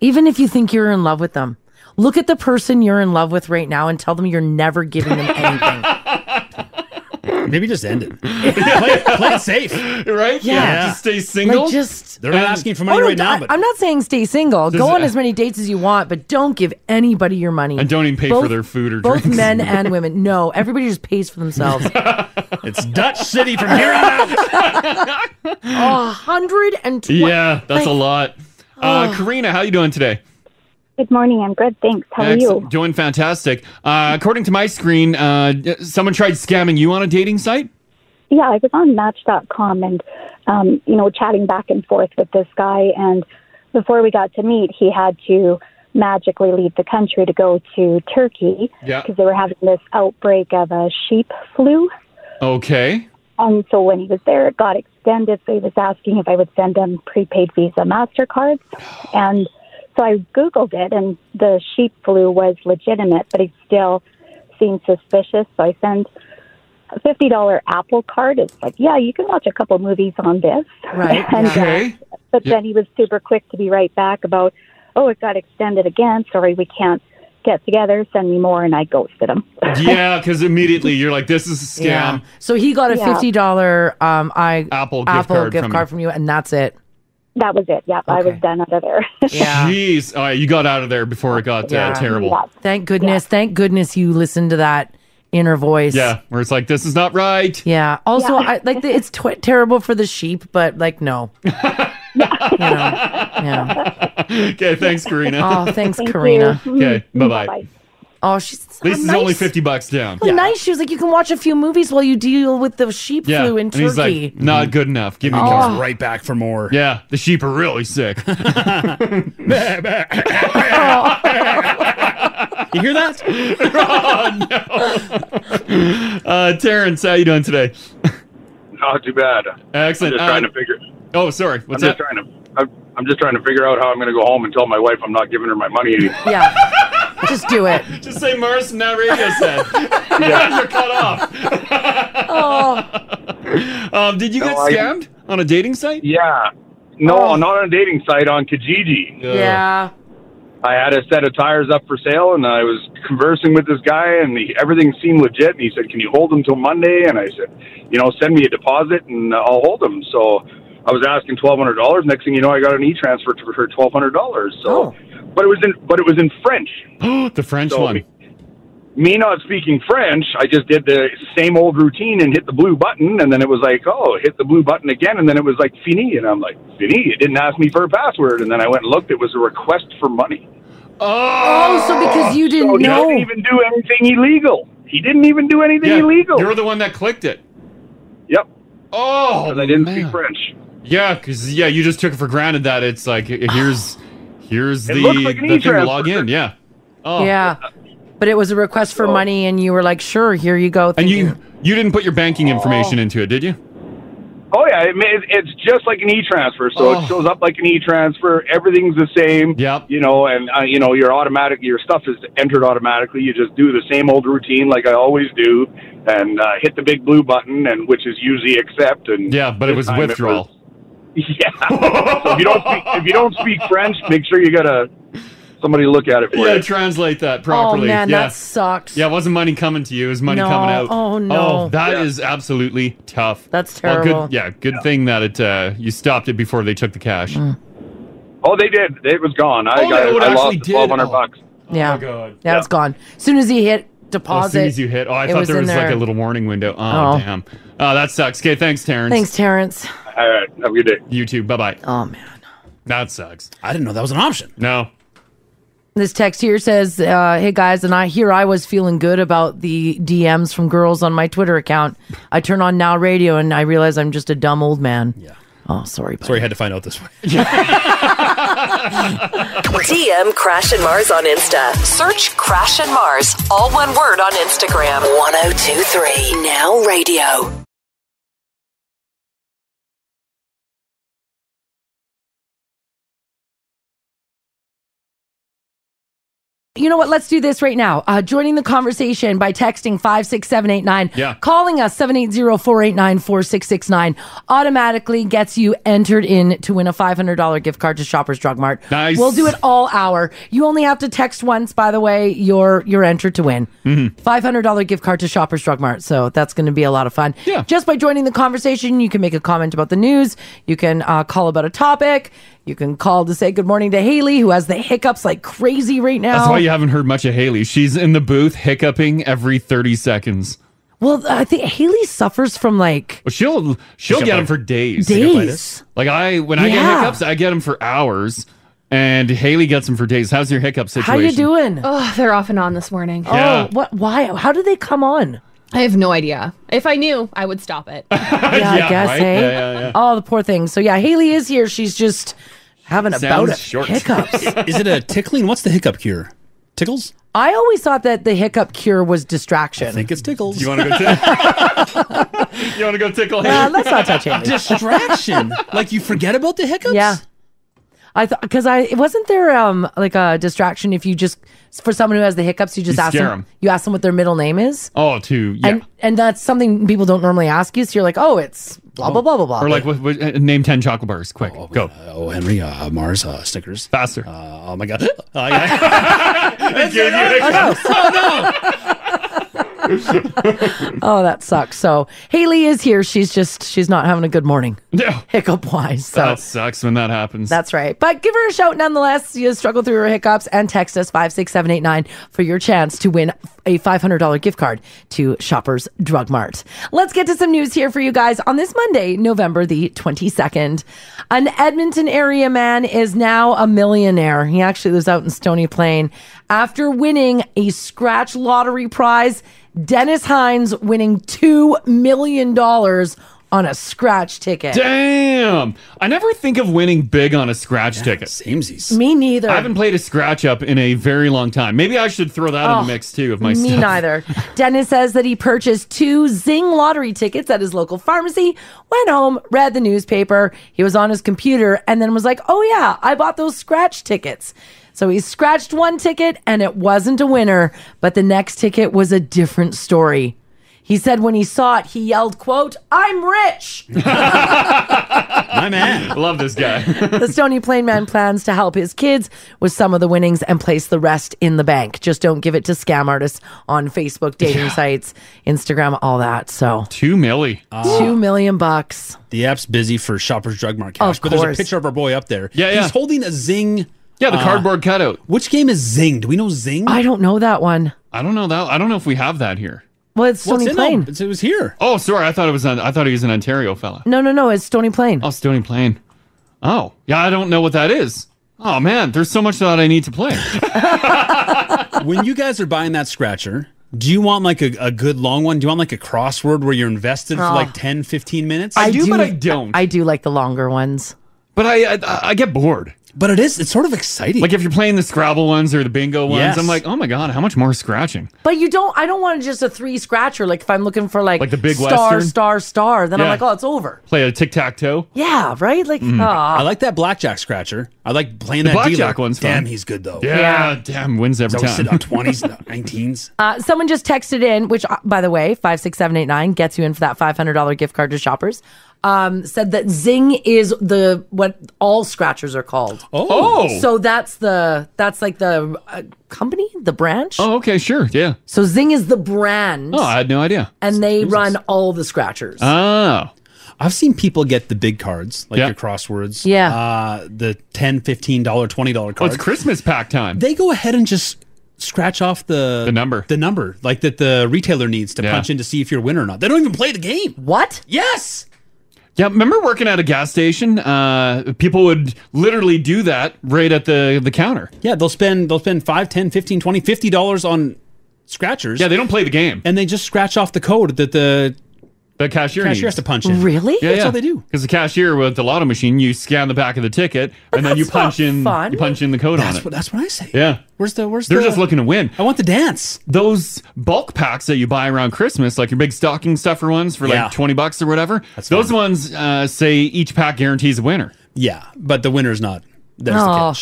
[SPEAKER 10] Even if you think you're in love with them. Look at the person you're in love with right now and tell them you're never giving them anything.
[SPEAKER 7] Maybe just end it. play, play it safe,
[SPEAKER 8] right?
[SPEAKER 10] Yeah. Yeah. Just
[SPEAKER 8] stay
[SPEAKER 10] single. Like, just-
[SPEAKER 7] they're not asking for
[SPEAKER 10] Oh,
[SPEAKER 7] money
[SPEAKER 10] no,
[SPEAKER 7] right now,
[SPEAKER 10] I-
[SPEAKER 7] but
[SPEAKER 10] I'm not saying stay single.
[SPEAKER 7] Does
[SPEAKER 10] Go
[SPEAKER 7] it-
[SPEAKER 10] on as many dates as you want, but don't give anybody your money.
[SPEAKER 8] And don't even pay for
[SPEAKER 10] Both-
[SPEAKER 8] their food or
[SPEAKER 10] Both
[SPEAKER 8] drinks.
[SPEAKER 10] men and women. No, everybody just pays for themselves.
[SPEAKER 7] it's Dutch City from here on out.
[SPEAKER 10] A hundred and twenty.
[SPEAKER 8] Yeah, that's a
[SPEAKER 10] Like,
[SPEAKER 8] lot. Uh,
[SPEAKER 10] Oh.
[SPEAKER 8] Karina, how you doing today?
[SPEAKER 21] Good morning. I'm good. Thanks. How are
[SPEAKER 8] Excellent.
[SPEAKER 21] you?
[SPEAKER 8] Doing fantastic. Uh, according to my screen, uh, someone tried scamming you on a dating site.
[SPEAKER 21] yeah, I was on Match.com and, um, you know, chatting back and forth with this guy. And before we got to meet, he had to magically leave the country to go to Turkey because
[SPEAKER 8] Yeah.
[SPEAKER 21] they were having this outbreak of a sheep flu.
[SPEAKER 8] Okay.
[SPEAKER 21] And so when he was there, it got extended. So he was asking if I would send him prepaid Visa MasterCards. And so I Googled it, and the sheep flu was legitimate, but he still seemed suspicious. So I send a $50 Apple card. It's like, yeah, you can watch a couple movies on this.
[SPEAKER 10] Right.
[SPEAKER 21] and,
[SPEAKER 10] Okay.
[SPEAKER 21] uh, but then he was super quick to be right back about, oh, it got extended again. Sorry, we can't get together. Send me more. And I ghosted him.
[SPEAKER 8] Yeah, because immediately you're like, this is a scam.
[SPEAKER 10] Yeah. So he got a
[SPEAKER 21] Yeah.
[SPEAKER 10] fifty dollar um I
[SPEAKER 8] Apple gift
[SPEAKER 10] Apple
[SPEAKER 8] card
[SPEAKER 10] gift
[SPEAKER 8] from
[SPEAKER 10] card
[SPEAKER 8] you.
[SPEAKER 10] from you, and that's it.
[SPEAKER 21] That was it. Yep. I was done out of there.
[SPEAKER 8] Jeez. All right, you got out of there before it got uh, terrible.
[SPEAKER 10] Thank goodness. Thank goodness you listened to that inner voice.
[SPEAKER 8] Yeah, where it's like, this is not right.
[SPEAKER 10] Yeah. Also, I like the, it's tw- terrible for the sheep, but like no.
[SPEAKER 8] okay, thanks, Karina.
[SPEAKER 10] Oh, thanks, Thank Karina. you.
[SPEAKER 8] Okay,
[SPEAKER 10] Mm,
[SPEAKER 8] bye bye.
[SPEAKER 10] bye-bye. Oh, she's
[SPEAKER 8] This is
[SPEAKER 10] nice.
[SPEAKER 8] only 50 bucks down.
[SPEAKER 10] Well, nice. She was like, you can watch a few movies while you deal with the sheep flu in
[SPEAKER 8] and he's
[SPEAKER 10] Turkey.
[SPEAKER 8] like, not good enough. Give me
[SPEAKER 10] Oh.
[SPEAKER 8] more.
[SPEAKER 7] Right back for more.
[SPEAKER 8] Yeah, the sheep are really sick.
[SPEAKER 7] you hear that?
[SPEAKER 10] Oh,
[SPEAKER 8] Uh, Terrence, how you doing today?
[SPEAKER 20] Not too bad.
[SPEAKER 8] Excellent.
[SPEAKER 20] I'm just
[SPEAKER 8] Uh,
[SPEAKER 20] trying to figure.
[SPEAKER 8] Oh, sorry. What's
[SPEAKER 20] I'm
[SPEAKER 8] that?
[SPEAKER 20] just trying to. I'm, I'm just trying to figure out how I'm going to go home and tell my wife I'm not giving her my money anymore.
[SPEAKER 10] yeah. Just do it.
[SPEAKER 8] Just say Morris Now Radio said. You're cut off.
[SPEAKER 10] Oh.
[SPEAKER 8] Um, did you
[SPEAKER 20] No,
[SPEAKER 8] get
[SPEAKER 20] I-
[SPEAKER 8] scammed on a dating site? Oh.
[SPEAKER 20] Yeah. No, not on a dating site on Kijiji.
[SPEAKER 8] uh,
[SPEAKER 10] Yeah.
[SPEAKER 20] I had a set of tires up for sale, and I was conversing with this guy, and he, everything seemed legit. And he said, "Can you hold them till Monday?" And I said, "You know, send me a deposit, and I'll hold them." So I was asking twelve hundred dollars. Next thing you know, I got an e-transfer to- for twelve hundred dollars. So,
[SPEAKER 8] Oh.
[SPEAKER 20] but it was in but it was in French.
[SPEAKER 8] the French one.
[SPEAKER 20] Me, me not speaking French, I just did the same old routine and hit the blue button, and then it was like, oh, hit the blue button again, and then it was like fini, and I'm like fini. It didn't ask me for a password, and then I went and looked. It was a request for money.
[SPEAKER 10] Oh, so because you didn't
[SPEAKER 20] So he
[SPEAKER 10] know.
[SPEAKER 20] didn't even do anything illegal. He didn't even do anything
[SPEAKER 8] Yeah,
[SPEAKER 20] illegal.
[SPEAKER 8] You're the one that clicked it.
[SPEAKER 20] Yep.
[SPEAKER 8] Oh,
[SPEAKER 20] I didn't speak French.
[SPEAKER 8] Yeah, because yeah, you just took it for granted that it's like eh, here's here's
[SPEAKER 20] It
[SPEAKER 8] the,
[SPEAKER 20] looks like an
[SPEAKER 8] the thing to
[SPEAKER 20] e-transfer.
[SPEAKER 8] log in. Yeah. Oh.
[SPEAKER 10] Yeah. But it was a request for money, and you were like, sure, here you go.
[SPEAKER 8] And you you didn't put your banking information into it, did you?
[SPEAKER 20] Oh yeah, it, ma- it, it's just like an e-transfer. So it shows up like an e-transfer. Everything's the same.
[SPEAKER 8] Oh. Yep.
[SPEAKER 20] You know, and uh, you know your automatic your stuff is entered automatically. You just do the same old routine like I always do, and uh, hit the big blue button, and which is usually accept. And
[SPEAKER 8] Yeah, but it
[SPEAKER 20] this
[SPEAKER 8] was
[SPEAKER 20] time
[SPEAKER 8] withdrawal.
[SPEAKER 20] yeah. so if you don't speak, if you don't speak French, make sure you got a somebody look at it for
[SPEAKER 8] Yeah,
[SPEAKER 20] you.
[SPEAKER 8] translate that
[SPEAKER 10] Oh,
[SPEAKER 8] properly.
[SPEAKER 10] man,
[SPEAKER 8] yeah.
[SPEAKER 10] that sucks.
[SPEAKER 8] Yeah, it wasn't money coming to you. It was money
[SPEAKER 10] No.
[SPEAKER 8] coming out.
[SPEAKER 10] Oh, no.
[SPEAKER 8] Oh, that is
[SPEAKER 10] Yeah.
[SPEAKER 8] absolutely tough.
[SPEAKER 10] That's
[SPEAKER 8] Well,
[SPEAKER 10] terrible.
[SPEAKER 8] good, yeah, good thing that it uh, you stopped it before they took the cash.
[SPEAKER 10] Mm.
[SPEAKER 20] Oh, they did. It was gone. I
[SPEAKER 8] Oh,
[SPEAKER 20] got.
[SPEAKER 8] they- oh, it
[SPEAKER 20] I
[SPEAKER 8] actually
[SPEAKER 20] lost
[SPEAKER 8] did.
[SPEAKER 20] twelve hundred
[SPEAKER 8] Oh.
[SPEAKER 20] bucks.
[SPEAKER 10] Yeah.
[SPEAKER 8] God.
[SPEAKER 10] Yeah, it's gone. As soon as he hit deposit.
[SPEAKER 8] as soon as you hit, oh, I
[SPEAKER 10] it
[SPEAKER 8] thought there
[SPEAKER 10] in
[SPEAKER 8] was like a little warning window. Oh,
[SPEAKER 10] Oh.
[SPEAKER 8] damn. Oh, that sucks. Okay, thanks, Terrence.
[SPEAKER 10] Thanks, Terrence.
[SPEAKER 20] All right, have a good day.
[SPEAKER 8] You too. Bye bye.
[SPEAKER 10] Oh man,
[SPEAKER 8] that sucks.
[SPEAKER 7] I didn't know that was an option.
[SPEAKER 8] No.
[SPEAKER 10] This text here says, uh, "Hey guys, and I here I was feeling good about the DMs from girls on my Twitter account. I turn on Now Radio and I realize I'm just a dumb old man. Yeah. Oh, sorry. Buddy.
[SPEAKER 7] Sorry, I had to find out this way.
[SPEAKER 1] DM Crash and Mars on Insta. Search Crash and Mars, all one word on Instagram. 1023 Now Radio.
[SPEAKER 10] You know what? Let's do this right now. Uh, joining the conversation by texting 56789,
[SPEAKER 17] Yeah.
[SPEAKER 10] calling us 780-489-4669 automatically gets you entered in to win a $500 gift card to Shoppers Drug Mart.
[SPEAKER 17] Nice.
[SPEAKER 10] We'll do it all hour. You only have to text once, by the way, you're you're entered to win. $500 gift card to Shoppers Drug Mart. So that's going to be a lot of fun. Yeah. Just by joining the conversation, you can make a comment about the news. You can uh, call about a topic. You can call to say good morning to Haley, who has the hiccups like crazy right now.
[SPEAKER 8] That's why you haven't heard much of Haley. She's in the booth hiccuping every 30 seconds.
[SPEAKER 10] Well, I think Haley suffers from like
[SPEAKER 8] Well, she'll she'll get them for days.
[SPEAKER 10] Days.
[SPEAKER 8] Like I when I get
[SPEAKER 10] Yeah.
[SPEAKER 8] hiccups, I get them for hours, and Haley gets them for days. How's your hiccup situation?
[SPEAKER 5] doing? Oh, they're off and on this morning.
[SPEAKER 8] Yeah.
[SPEAKER 10] oh, what? Why? How do they come on?
[SPEAKER 5] I have no idea. If I knew, I would stop it.
[SPEAKER 10] Yeah, I guess,
[SPEAKER 8] right?
[SPEAKER 10] hey?
[SPEAKER 8] Yeah, yeah, yeah.
[SPEAKER 10] Oh, the poor thing. So yeah, Haley is here. She's just having a bout of hiccups.
[SPEAKER 7] Is it a tickling? What's the hiccup cure? Tickles?
[SPEAKER 10] I always thought that the hiccup cure was distraction. I think
[SPEAKER 7] it's tickles.
[SPEAKER 8] You want to go? T- you want to go tickle?
[SPEAKER 10] Nah,
[SPEAKER 8] Haley?
[SPEAKER 10] let's not touch Haley.
[SPEAKER 7] Distraction. like you forget about the hiccups?
[SPEAKER 10] Yeah. I thought because I wasn't there um like a distraction if you just for someone who has the hiccups you just
[SPEAKER 8] You
[SPEAKER 10] ask
[SPEAKER 8] scare
[SPEAKER 10] them,
[SPEAKER 8] 'em.
[SPEAKER 10] you ask them what their middle name is
[SPEAKER 8] Oh, to yeah.
[SPEAKER 10] and and that's something people don't normally ask you so you're like oh it's blah blah blah blah blah
[SPEAKER 8] Or like, what, what, uh, name ten chocolate bars. Quick, go.
[SPEAKER 7] Oh, Henry, uh, Mars, uh, Snickers.
[SPEAKER 8] Faster.
[SPEAKER 7] Uh, oh my god.
[SPEAKER 10] oh that sucks so Haley is here she's just she's not having a good morning
[SPEAKER 8] yeah
[SPEAKER 10] hiccup wise so
[SPEAKER 8] That sucks when that happens.
[SPEAKER 10] That's right. But give her a shout nonetheless. You struggle through her hiccups and text us 56789 for your chance to win a $500 gift card to Shoppers Drug Mart. Let's get to some news here for you guys on this Monday, November the 22nd. An Edmonton area man is now a millionaire. He actually lives out in Stony Plain after winning a scratch lottery prize. Dennis Hines winning $2 million on a scratch ticket.
[SPEAKER 8] Damn! I never think of winning big on a scratch ticket.
[SPEAKER 7] Samesies.
[SPEAKER 10] Me neither.
[SPEAKER 8] I haven't played a scratch up in a very long time. Maybe I should throw that in
[SPEAKER 10] Oh,
[SPEAKER 8] the mix too of my
[SPEAKER 10] Me
[SPEAKER 8] stuff.
[SPEAKER 10] neither. Dennis says that he purchased two Zing lottery tickets at his local pharmacy, went home, read the newspaper, he was on his computer, and then was like, oh yeah, I bought those scratch tickets. So he scratched one ticket and it wasn't a winner, but the next ticket was a different story. He said when he saw it, he yelled, quote, I'm rich.
[SPEAKER 8] My man. Love this guy.
[SPEAKER 10] the Stony Plain Man plans to help his kids with some of the winnings and place the rest in the bank. Just don't give it to scam artists on Facebook, dating sites, Instagram, all that. So
[SPEAKER 8] Two milli.
[SPEAKER 10] two million bucks.
[SPEAKER 7] Uh, The app's busy for Shoppers Drug Mart cash,
[SPEAKER 10] Of
[SPEAKER 7] but there's
[SPEAKER 10] course.
[SPEAKER 7] a picture of our boy up there.
[SPEAKER 8] Yeah, yeah.
[SPEAKER 7] He's holding a zing. uh,
[SPEAKER 8] Yeah, the cardboard cutout.
[SPEAKER 7] Which game is zing? Do we know zing?
[SPEAKER 10] I don't know that one.
[SPEAKER 8] I don't know that. I don't know if we have that here.
[SPEAKER 10] Well, it's
[SPEAKER 8] Well, it's
[SPEAKER 10] Stony
[SPEAKER 8] in
[SPEAKER 10] Plain.
[SPEAKER 7] it was here.
[SPEAKER 8] Oh, sorry. I thought it was. An, I thought he was an Ontario fella.
[SPEAKER 10] No, no, no. It's Stony Plain.
[SPEAKER 8] Oh, Stony Plain. Oh, yeah. I don't know what that is. Oh man, there's so much that I need to play.
[SPEAKER 7] when you guys are buying that scratcher, do you want like a, a good long one? Do you want like a crossword where you're invested for
[SPEAKER 10] Oh.
[SPEAKER 7] like 10, 15 minutes?
[SPEAKER 10] I do like the longer ones.
[SPEAKER 8] But I, I I get bored.
[SPEAKER 7] But it is it's sort of exciting.
[SPEAKER 8] Like if you're playing the Scrabble ones or the bingo ones,
[SPEAKER 10] Yes.
[SPEAKER 8] I'm like, oh my god, how much more scratching?
[SPEAKER 10] But you don't. I don't want just a three scratcher. Like if I'm looking for like,
[SPEAKER 8] Like the big
[SPEAKER 10] star,
[SPEAKER 8] Western?
[SPEAKER 10] star, star, then I'm
[SPEAKER 8] Yeah. Mm.
[SPEAKER 10] like, oh, it's over.
[SPEAKER 8] Play a tic tac toe.
[SPEAKER 10] Yeah, right. Like, aw.
[SPEAKER 7] Mm. I like that blackjack scratcher. I like playing
[SPEAKER 8] The
[SPEAKER 7] that
[SPEAKER 8] blackjack
[SPEAKER 7] dealer.
[SPEAKER 8] one's fun.
[SPEAKER 7] Damn, he's good though.
[SPEAKER 8] Yeah, damn, wins every
[SPEAKER 7] So we sit
[SPEAKER 8] time.
[SPEAKER 7] on 20s, 19s.
[SPEAKER 10] Uh, someone just texted in, which, uh, by the way, 56789 gets you in for that $500 gift card to shoppers. Um, said that Zing is the what all scratchers are called.
[SPEAKER 8] Oh. Oh.
[SPEAKER 10] so that's the that's like the uh, company, the branch.
[SPEAKER 8] Oh, okay, sure, yeah.
[SPEAKER 10] So Zing is the brand,
[SPEAKER 8] Oh, I had no idea.
[SPEAKER 10] and they run all the scratchers.
[SPEAKER 8] Oh.
[SPEAKER 7] I've seen people get the big cards, like your crosswords.
[SPEAKER 10] Yeah.
[SPEAKER 7] Uh, the 10 $15, $20 cards.
[SPEAKER 8] Oh, it's Christmas pack time.
[SPEAKER 7] They go ahead and just scratch off the, the
[SPEAKER 8] number.
[SPEAKER 7] The number, like that the retailer needs to punch in to see if you're a winner or not. They don't even play the game.
[SPEAKER 10] What?
[SPEAKER 7] Yes.
[SPEAKER 8] Yeah, remember working at a gas station? Uh, people would literally do that right at the, the counter.
[SPEAKER 7] Yeah, they'll spend they'll spend 5, 10, 15, 20, 50 dollars on scratchers. Yeah,
[SPEAKER 8] they don't play the game.
[SPEAKER 7] And they just scratch off the code that the
[SPEAKER 8] the cashier
[SPEAKER 7] cashier
[SPEAKER 8] needs.
[SPEAKER 7] has to punch in.
[SPEAKER 10] Really?
[SPEAKER 8] Yeah,
[SPEAKER 7] That's
[SPEAKER 8] yeah.
[SPEAKER 7] all they do.
[SPEAKER 8] Because the cashier with the lotto machine, you scan the back of the ticket and then you punch in you punch in the code on
[SPEAKER 7] That's
[SPEAKER 8] it.
[SPEAKER 7] what that's what I say.
[SPEAKER 8] yeah.
[SPEAKER 7] Where's the where's
[SPEAKER 8] They're
[SPEAKER 7] the
[SPEAKER 8] just looking to win. I
[SPEAKER 7] want the dance.
[SPEAKER 8] Those bulk packs that you buy around Christmas, like your big stocking stuffer ones for like
[SPEAKER 7] Yeah.
[SPEAKER 8] 20 bucks or whatever, those ones uh, say each pack guarantees a winner.
[SPEAKER 7] Yeah, but the winner's not. There's
[SPEAKER 10] Oh.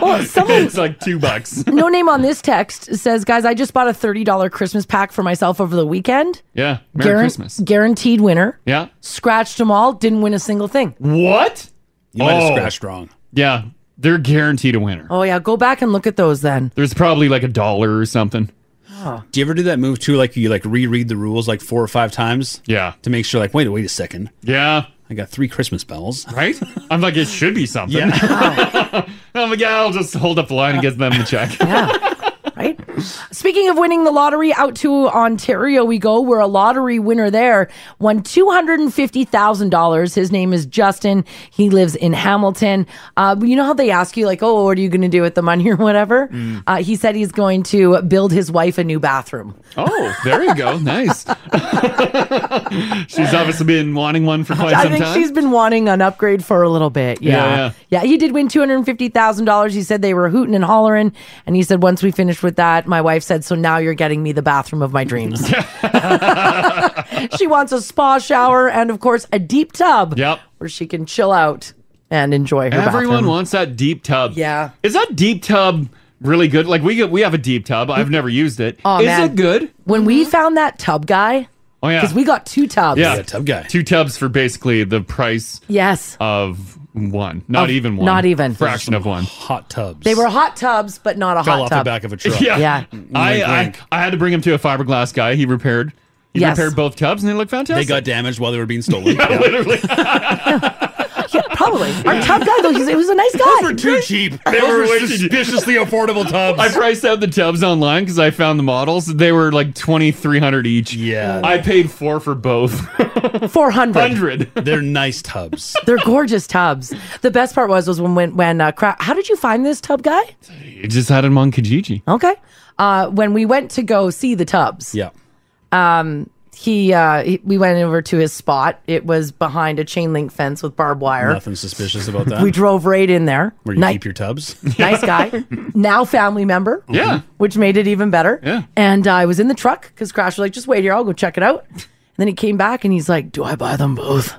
[SPEAKER 10] well, someone
[SPEAKER 8] it's like two bucks.
[SPEAKER 10] no name on this text says, guys, I just bought a $30 Christmas pack for myself over the weekend.
[SPEAKER 8] Yeah. Merry
[SPEAKER 10] Guaran-
[SPEAKER 8] Christmas.
[SPEAKER 10] Guaranteed winner.
[SPEAKER 8] Yeah.
[SPEAKER 10] Scratched them all, didn't win a single thing.
[SPEAKER 8] What? Oh.
[SPEAKER 7] You might have scratched wrong.
[SPEAKER 8] Yeah. They're guaranteed a winner.
[SPEAKER 10] Oh, yeah. Go back and look at those then.
[SPEAKER 8] There's probably like a dollar or something.
[SPEAKER 7] Do you ever do that move too? Like you like reread the rules like four or five times.
[SPEAKER 8] Yeah.
[SPEAKER 7] To make sure, like, wait, wait a second.
[SPEAKER 8] Yeah.
[SPEAKER 7] I got three Christmas bells.
[SPEAKER 8] Right? I'm like, it should be something. I'm like, yeah, I'll just hold up the line and get them the check.
[SPEAKER 10] Yeah. right? Speaking of winning the lottery, out to Ontario we go, where a lottery winner there won $250,000. His name is Justin. He lives in Hamilton. Uh, you know how they ask you, like, oh, what are you going to do with the money or whatever?
[SPEAKER 8] Mm.
[SPEAKER 10] Uh, he said he's going to build his wife a new bathroom.
[SPEAKER 8] Oh, there you go. Nice. She's obviously been wanting one for quite
[SPEAKER 10] I
[SPEAKER 8] some
[SPEAKER 10] think
[SPEAKER 8] time.
[SPEAKER 10] she's been wanting an upgrade for a little bit. Yeah.
[SPEAKER 8] Yeah,
[SPEAKER 10] Yeah,
[SPEAKER 8] yeah.
[SPEAKER 10] he did win $250,000. He said they were hooting and hollering. And he said, once we finished with that, my wife said, so now you're getting me the bathroom of my dreams. she wants a spa shower and, of course, a deep tub
[SPEAKER 8] yep.
[SPEAKER 10] where she can chill out and enjoy her
[SPEAKER 8] Everyone
[SPEAKER 10] bathroom.
[SPEAKER 8] wants that deep tub.
[SPEAKER 10] Yeah.
[SPEAKER 8] Is that deep tub really good? Like we we have a deep tub. I've never used it. Is
[SPEAKER 10] Aw, man.
[SPEAKER 8] it good?
[SPEAKER 10] When we found that tub guy,
[SPEAKER 8] Oh yeah.
[SPEAKER 10] because we got two tubs.
[SPEAKER 8] yeah, tub guy. Two tubs for basically the price
[SPEAKER 10] Yes.
[SPEAKER 8] of one. Not
[SPEAKER 10] Of-
[SPEAKER 8] even one.
[SPEAKER 10] not even.
[SPEAKER 8] Fraction of one. Hot tubs.
[SPEAKER 10] They were hot tubs, but not a
[SPEAKER 8] Fell
[SPEAKER 10] hot
[SPEAKER 8] off the
[SPEAKER 10] tub.
[SPEAKER 8] back of a truck.
[SPEAKER 10] Yeah.
[SPEAKER 8] Yeah. I, I I had to bring him to a fiberglass guy. He repaired. He
[SPEAKER 10] Yes.
[SPEAKER 8] repaired both tubs and they look fantastic.
[SPEAKER 7] They got damaged while they were being stolen.
[SPEAKER 10] Yeah, probably. Our tub guy, though, he's, he was a nice guy.
[SPEAKER 7] Those were too cheap.
[SPEAKER 8] They
[SPEAKER 7] Those
[SPEAKER 8] were
[SPEAKER 7] were
[SPEAKER 8] way too cheap.
[SPEAKER 7] suspiciously affordable tubs.
[SPEAKER 8] I priced out the tubs online because I found the models. They were like twenty three hundred each. Yeah, I paid four for both.
[SPEAKER 10] 400.
[SPEAKER 7] They're nice tubs.
[SPEAKER 10] They're gorgeous tubs. The best part was was when when, when uh, cra- how did you find this tub guy?
[SPEAKER 8] You just had them on Kijiji.
[SPEAKER 10] Okay, uh, when we went to go see the tubs,
[SPEAKER 7] Yeah.
[SPEAKER 10] um, he, uh, he- we went over to his spot. It was behind a chain link fence with barbed wire.
[SPEAKER 7] Nothing suspicious about that.
[SPEAKER 10] We drove right in there.
[SPEAKER 7] Where you
[SPEAKER 10] Ni-
[SPEAKER 7] keep your tubs.
[SPEAKER 10] nice guy, now family member.
[SPEAKER 7] Yeah.
[SPEAKER 10] which made it even better.
[SPEAKER 7] Yeah.
[SPEAKER 10] and uh, I was in the truck because Crash was like, "Just wait here, I'll go check it out." And then he came back and he's like, "Do I buy them both?"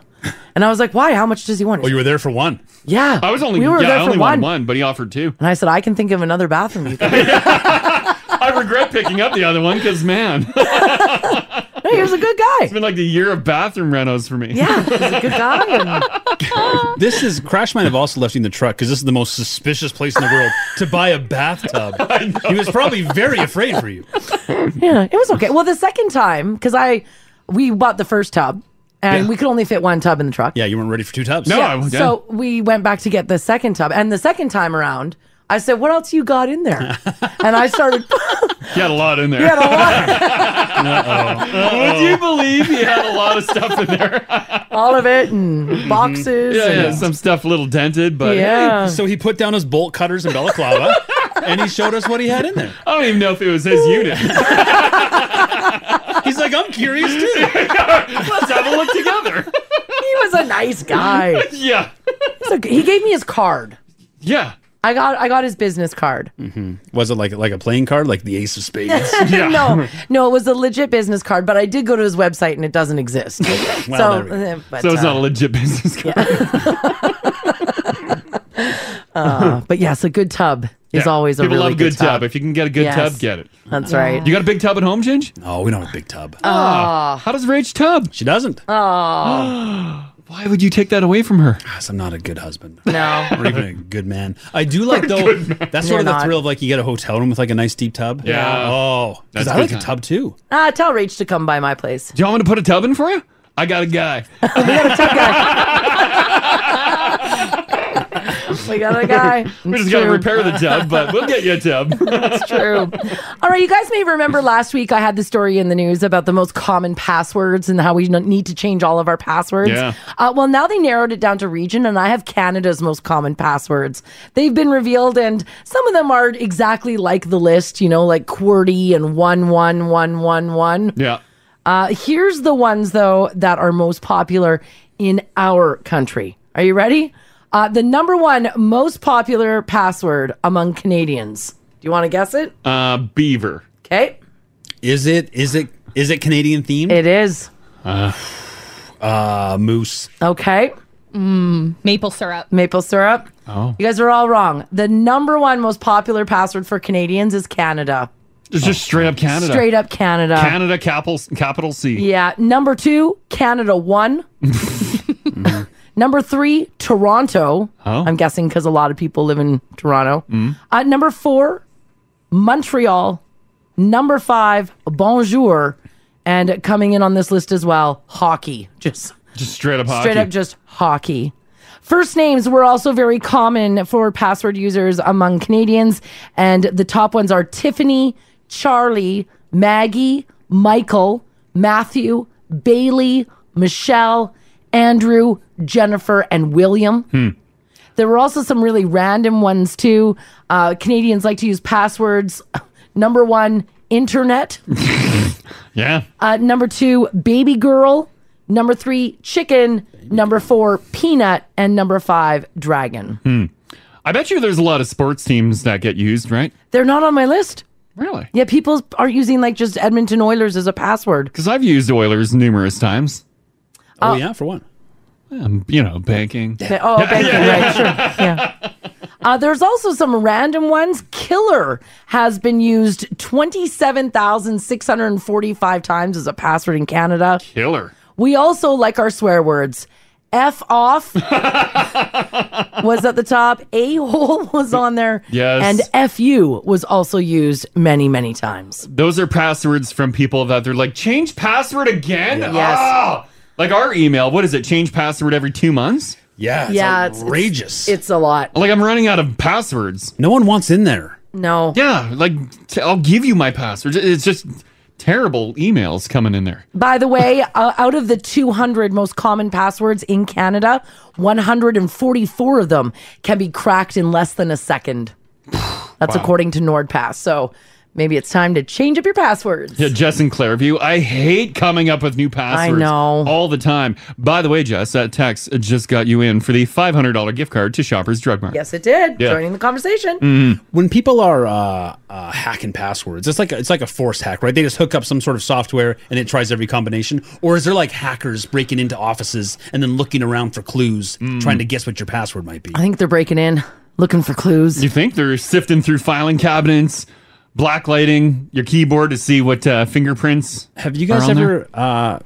[SPEAKER 10] And I was like, "Why? How much does he want?"
[SPEAKER 7] Well, you were there for one.
[SPEAKER 10] Yeah.
[SPEAKER 8] I was only
[SPEAKER 10] We were
[SPEAKER 8] yeah,
[SPEAKER 10] there
[SPEAKER 8] I
[SPEAKER 10] for
[SPEAKER 8] only won
[SPEAKER 10] one.
[SPEAKER 8] one, but he offered two.
[SPEAKER 10] And I said, I can think of another bathroom. You can.
[SPEAKER 8] I regret picking up the other one because man,
[SPEAKER 10] hey, here's a good guy. It's
[SPEAKER 8] been like the year of bathroom renos for me.
[SPEAKER 10] Yeah, he's a good guy. and-
[SPEAKER 7] This is Crash might have also left you in the truck because this is the most suspicious place in the world to buy a bathtub. He was probably very afraid for you.
[SPEAKER 10] yeah, it was okay. Well, the second time, because I we bought the first tub and
[SPEAKER 7] Yeah.
[SPEAKER 10] we could only fit one tub in the truck.
[SPEAKER 7] Yeah, you weren't ready for two tubs.
[SPEAKER 10] Yeah, So we went back to get the second tub, and the second time around, I said, "What else you got in there?" and I started.
[SPEAKER 8] He had a lot in there.
[SPEAKER 10] You had a
[SPEAKER 8] Would you believe he had a lot of stuff in there?
[SPEAKER 10] All of it and boxes.
[SPEAKER 8] Mm-hmm. Yeah, yeah,
[SPEAKER 10] and-
[SPEAKER 8] some stuff a little dented, but
[SPEAKER 10] Yeah.
[SPEAKER 7] So he put down his bolt cutters and balaclava, and he showed us what he had in there.
[SPEAKER 8] I don't even know if it was his unit.
[SPEAKER 7] He's like, I'm curious too.
[SPEAKER 8] Let's have a look together.
[SPEAKER 10] He was a nice guy.
[SPEAKER 8] yeah.
[SPEAKER 10] So he gave me his card.
[SPEAKER 8] Yeah.
[SPEAKER 10] I got I got his business card.
[SPEAKER 7] hmm Was it like like a playing card, like the Ace of Spades?
[SPEAKER 10] no, no, it was a legit business card, but I did go to his website and it doesn't exist.
[SPEAKER 8] Well,
[SPEAKER 10] so,
[SPEAKER 8] there
[SPEAKER 10] eh,
[SPEAKER 8] we
[SPEAKER 10] but,
[SPEAKER 8] so it's
[SPEAKER 10] uh,
[SPEAKER 8] not a legit business card.
[SPEAKER 10] uh, but yes, a good tub is
[SPEAKER 8] Yeah.
[SPEAKER 10] always a
[SPEAKER 8] People
[SPEAKER 10] really
[SPEAKER 8] love a good tub. If you can get a good
[SPEAKER 10] Yes.
[SPEAKER 8] tub, get it.
[SPEAKER 10] That's right.
[SPEAKER 8] You got a big tub at home, Ginge?
[SPEAKER 7] No, we don't have a big tub.
[SPEAKER 8] Ah,
[SPEAKER 10] Aw.
[SPEAKER 8] how does Rach tub?
[SPEAKER 7] She doesn't.
[SPEAKER 10] Oh.
[SPEAKER 8] Why would you take that away from her?
[SPEAKER 7] Yes, I'm not a good husband.
[SPEAKER 10] No.
[SPEAKER 7] Or even a good man. I do like though. That's
[SPEAKER 10] You're
[SPEAKER 7] sort of the
[SPEAKER 10] not.
[SPEAKER 7] thrill of like you get a hotel room with like a nice deep tub.
[SPEAKER 8] Yeah.
[SPEAKER 7] Oh,
[SPEAKER 8] That's
[SPEAKER 7] because I
[SPEAKER 8] good
[SPEAKER 7] like
[SPEAKER 8] time.
[SPEAKER 7] a tub too.
[SPEAKER 10] Ah, tell Rach to come by my place.
[SPEAKER 8] Do you want me to put a tub in for you? I got a guy.
[SPEAKER 10] We got a guy.
[SPEAKER 8] we
[SPEAKER 10] It's
[SPEAKER 8] just got to
[SPEAKER 10] true.
[SPEAKER 8] repair the tub, but we'll get you a tub.
[SPEAKER 10] That's true. All right, you guys may remember last week I had the story in the news about the most common passwords and how we n- need to change all of our passwords.
[SPEAKER 8] Yeah.
[SPEAKER 10] Uh, well, now they narrowed it down to region, and I have Canada's most common passwords. They've been revealed, and some of them are exactly like the list, you know, like QWERTY and 11111.
[SPEAKER 8] Yeah.
[SPEAKER 10] Uh, here's the ones, though, that are most popular in our country. Are you ready? Uh, the number one most popular password among Canadians. Do you want to guess it?
[SPEAKER 8] Uh, beaver.
[SPEAKER 10] Okay.
[SPEAKER 7] Is it? Is it? Is it Canadian themed?
[SPEAKER 10] It is.
[SPEAKER 7] Uh, uh, moose.
[SPEAKER 10] Okay.
[SPEAKER 5] Mm, maple syrup.
[SPEAKER 10] Maple syrup.
[SPEAKER 7] Oh.
[SPEAKER 10] You guys are all wrong. The number one most popular password for Canadians is Canada.
[SPEAKER 8] It's just straight up Canada.
[SPEAKER 10] Straight up Canada.
[SPEAKER 8] Canada, capital, capital C.
[SPEAKER 10] Yeah. Number two, Canada one. number three, Toronto.
[SPEAKER 8] Oh. Mm.
[SPEAKER 10] I'm guessing because a lot of people live in Toronto. Uh, number four, Montreal. Number five, Bonjour. And coming in on this list as well, hockey. Just
[SPEAKER 8] Just straight up hockey.
[SPEAKER 10] Straight up just hockey. First names were also very common for password users among Canadians, and the top ones are Tiffany, Charlie, Maggie, Michael, Matthew, Bailey, Michelle, Andrew, Jennifer, and William.
[SPEAKER 8] Hmm.
[SPEAKER 10] There were also some really random ones too. Uh, Canadians like to use passwords. Number one, internet.
[SPEAKER 8] Yeah.
[SPEAKER 10] Uh, number two, baby girl. Number three, chicken. Number four, peanut. And number five, dragon.
[SPEAKER 8] Hmm. I bet you there's a lot of sports teams that get used, right?
[SPEAKER 10] They're not on my list.
[SPEAKER 8] Really?
[SPEAKER 10] Yeah, people aren't using like just Edmonton Oilers as a password.
[SPEAKER 8] Because I've used Oilers numerous times.
[SPEAKER 10] Oh, Oh.
[SPEAKER 7] yeah, for what?
[SPEAKER 8] Um, you know, banking.
[SPEAKER 10] Ba- Oh, banking, right, sure. Yeah. Uh, there's also some random ones. Killer has been used 27,645 times as a password in Canada.
[SPEAKER 8] Killer.
[SPEAKER 10] We also like our swear words. F off was at the top. A hole was on there.
[SPEAKER 8] Yes.
[SPEAKER 10] And FU was also used many, many times.
[SPEAKER 8] Those are passwords from people that they're like, change password again?
[SPEAKER 10] Yes.
[SPEAKER 8] Ah! Like our email, what is it? Change password every two months?
[SPEAKER 7] Yeah.
[SPEAKER 10] it's- it's- It's, a lot.
[SPEAKER 8] Like I'm running out of passwords.
[SPEAKER 7] No one wants in there.
[SPEAKER 10] No.
[SPEAKER 8] Yeah, like t- I'll give you my password. It's just terrible emails coming in there.
[SPEAKER 10] By the way, uh, out of the 200 most common passwords in Canada, 144 of them can be cracked in less than a second. That's
[SPEAKER 8] Wow.
[SPEAKER 10] according to NordPass. So maybe it's time to change up your passwords.
[SPEAKER 8] Yeah, Jess in Clairview. I hate coming up with new passwords.
[SPEAKER 10] know.
[SPEAKER 8] all the time. By the way, Jess, that text just got you in for the five hundred dollar gift card to Shoppers Drug Mart. Mm-hmm.
[SPEAKER 10] Yes, it did.
[SPEAKER 8] Yeah.
[SPEAKER 10] Joining the conversation.
[SPEAKER 7] When people are uh, uh, hacking passwords, it's like a, it's like a force hack, right? They just hook up some sort of software and it tries every combination. Or is there like hackers breaking into offices and then looking around for clues,
[SPEAKER 8] Hmm.
[SPEAKER 7] trying to guess what your password might be?
[SPEAKER 10] I think they're breaking in, looking for clues.
[SPEAKER 8] You think they're sifting through filing cabinets, blacklighting your keyboard to see what uh, fingerprints?
[SPEAKER 7] Have you guys ever uh,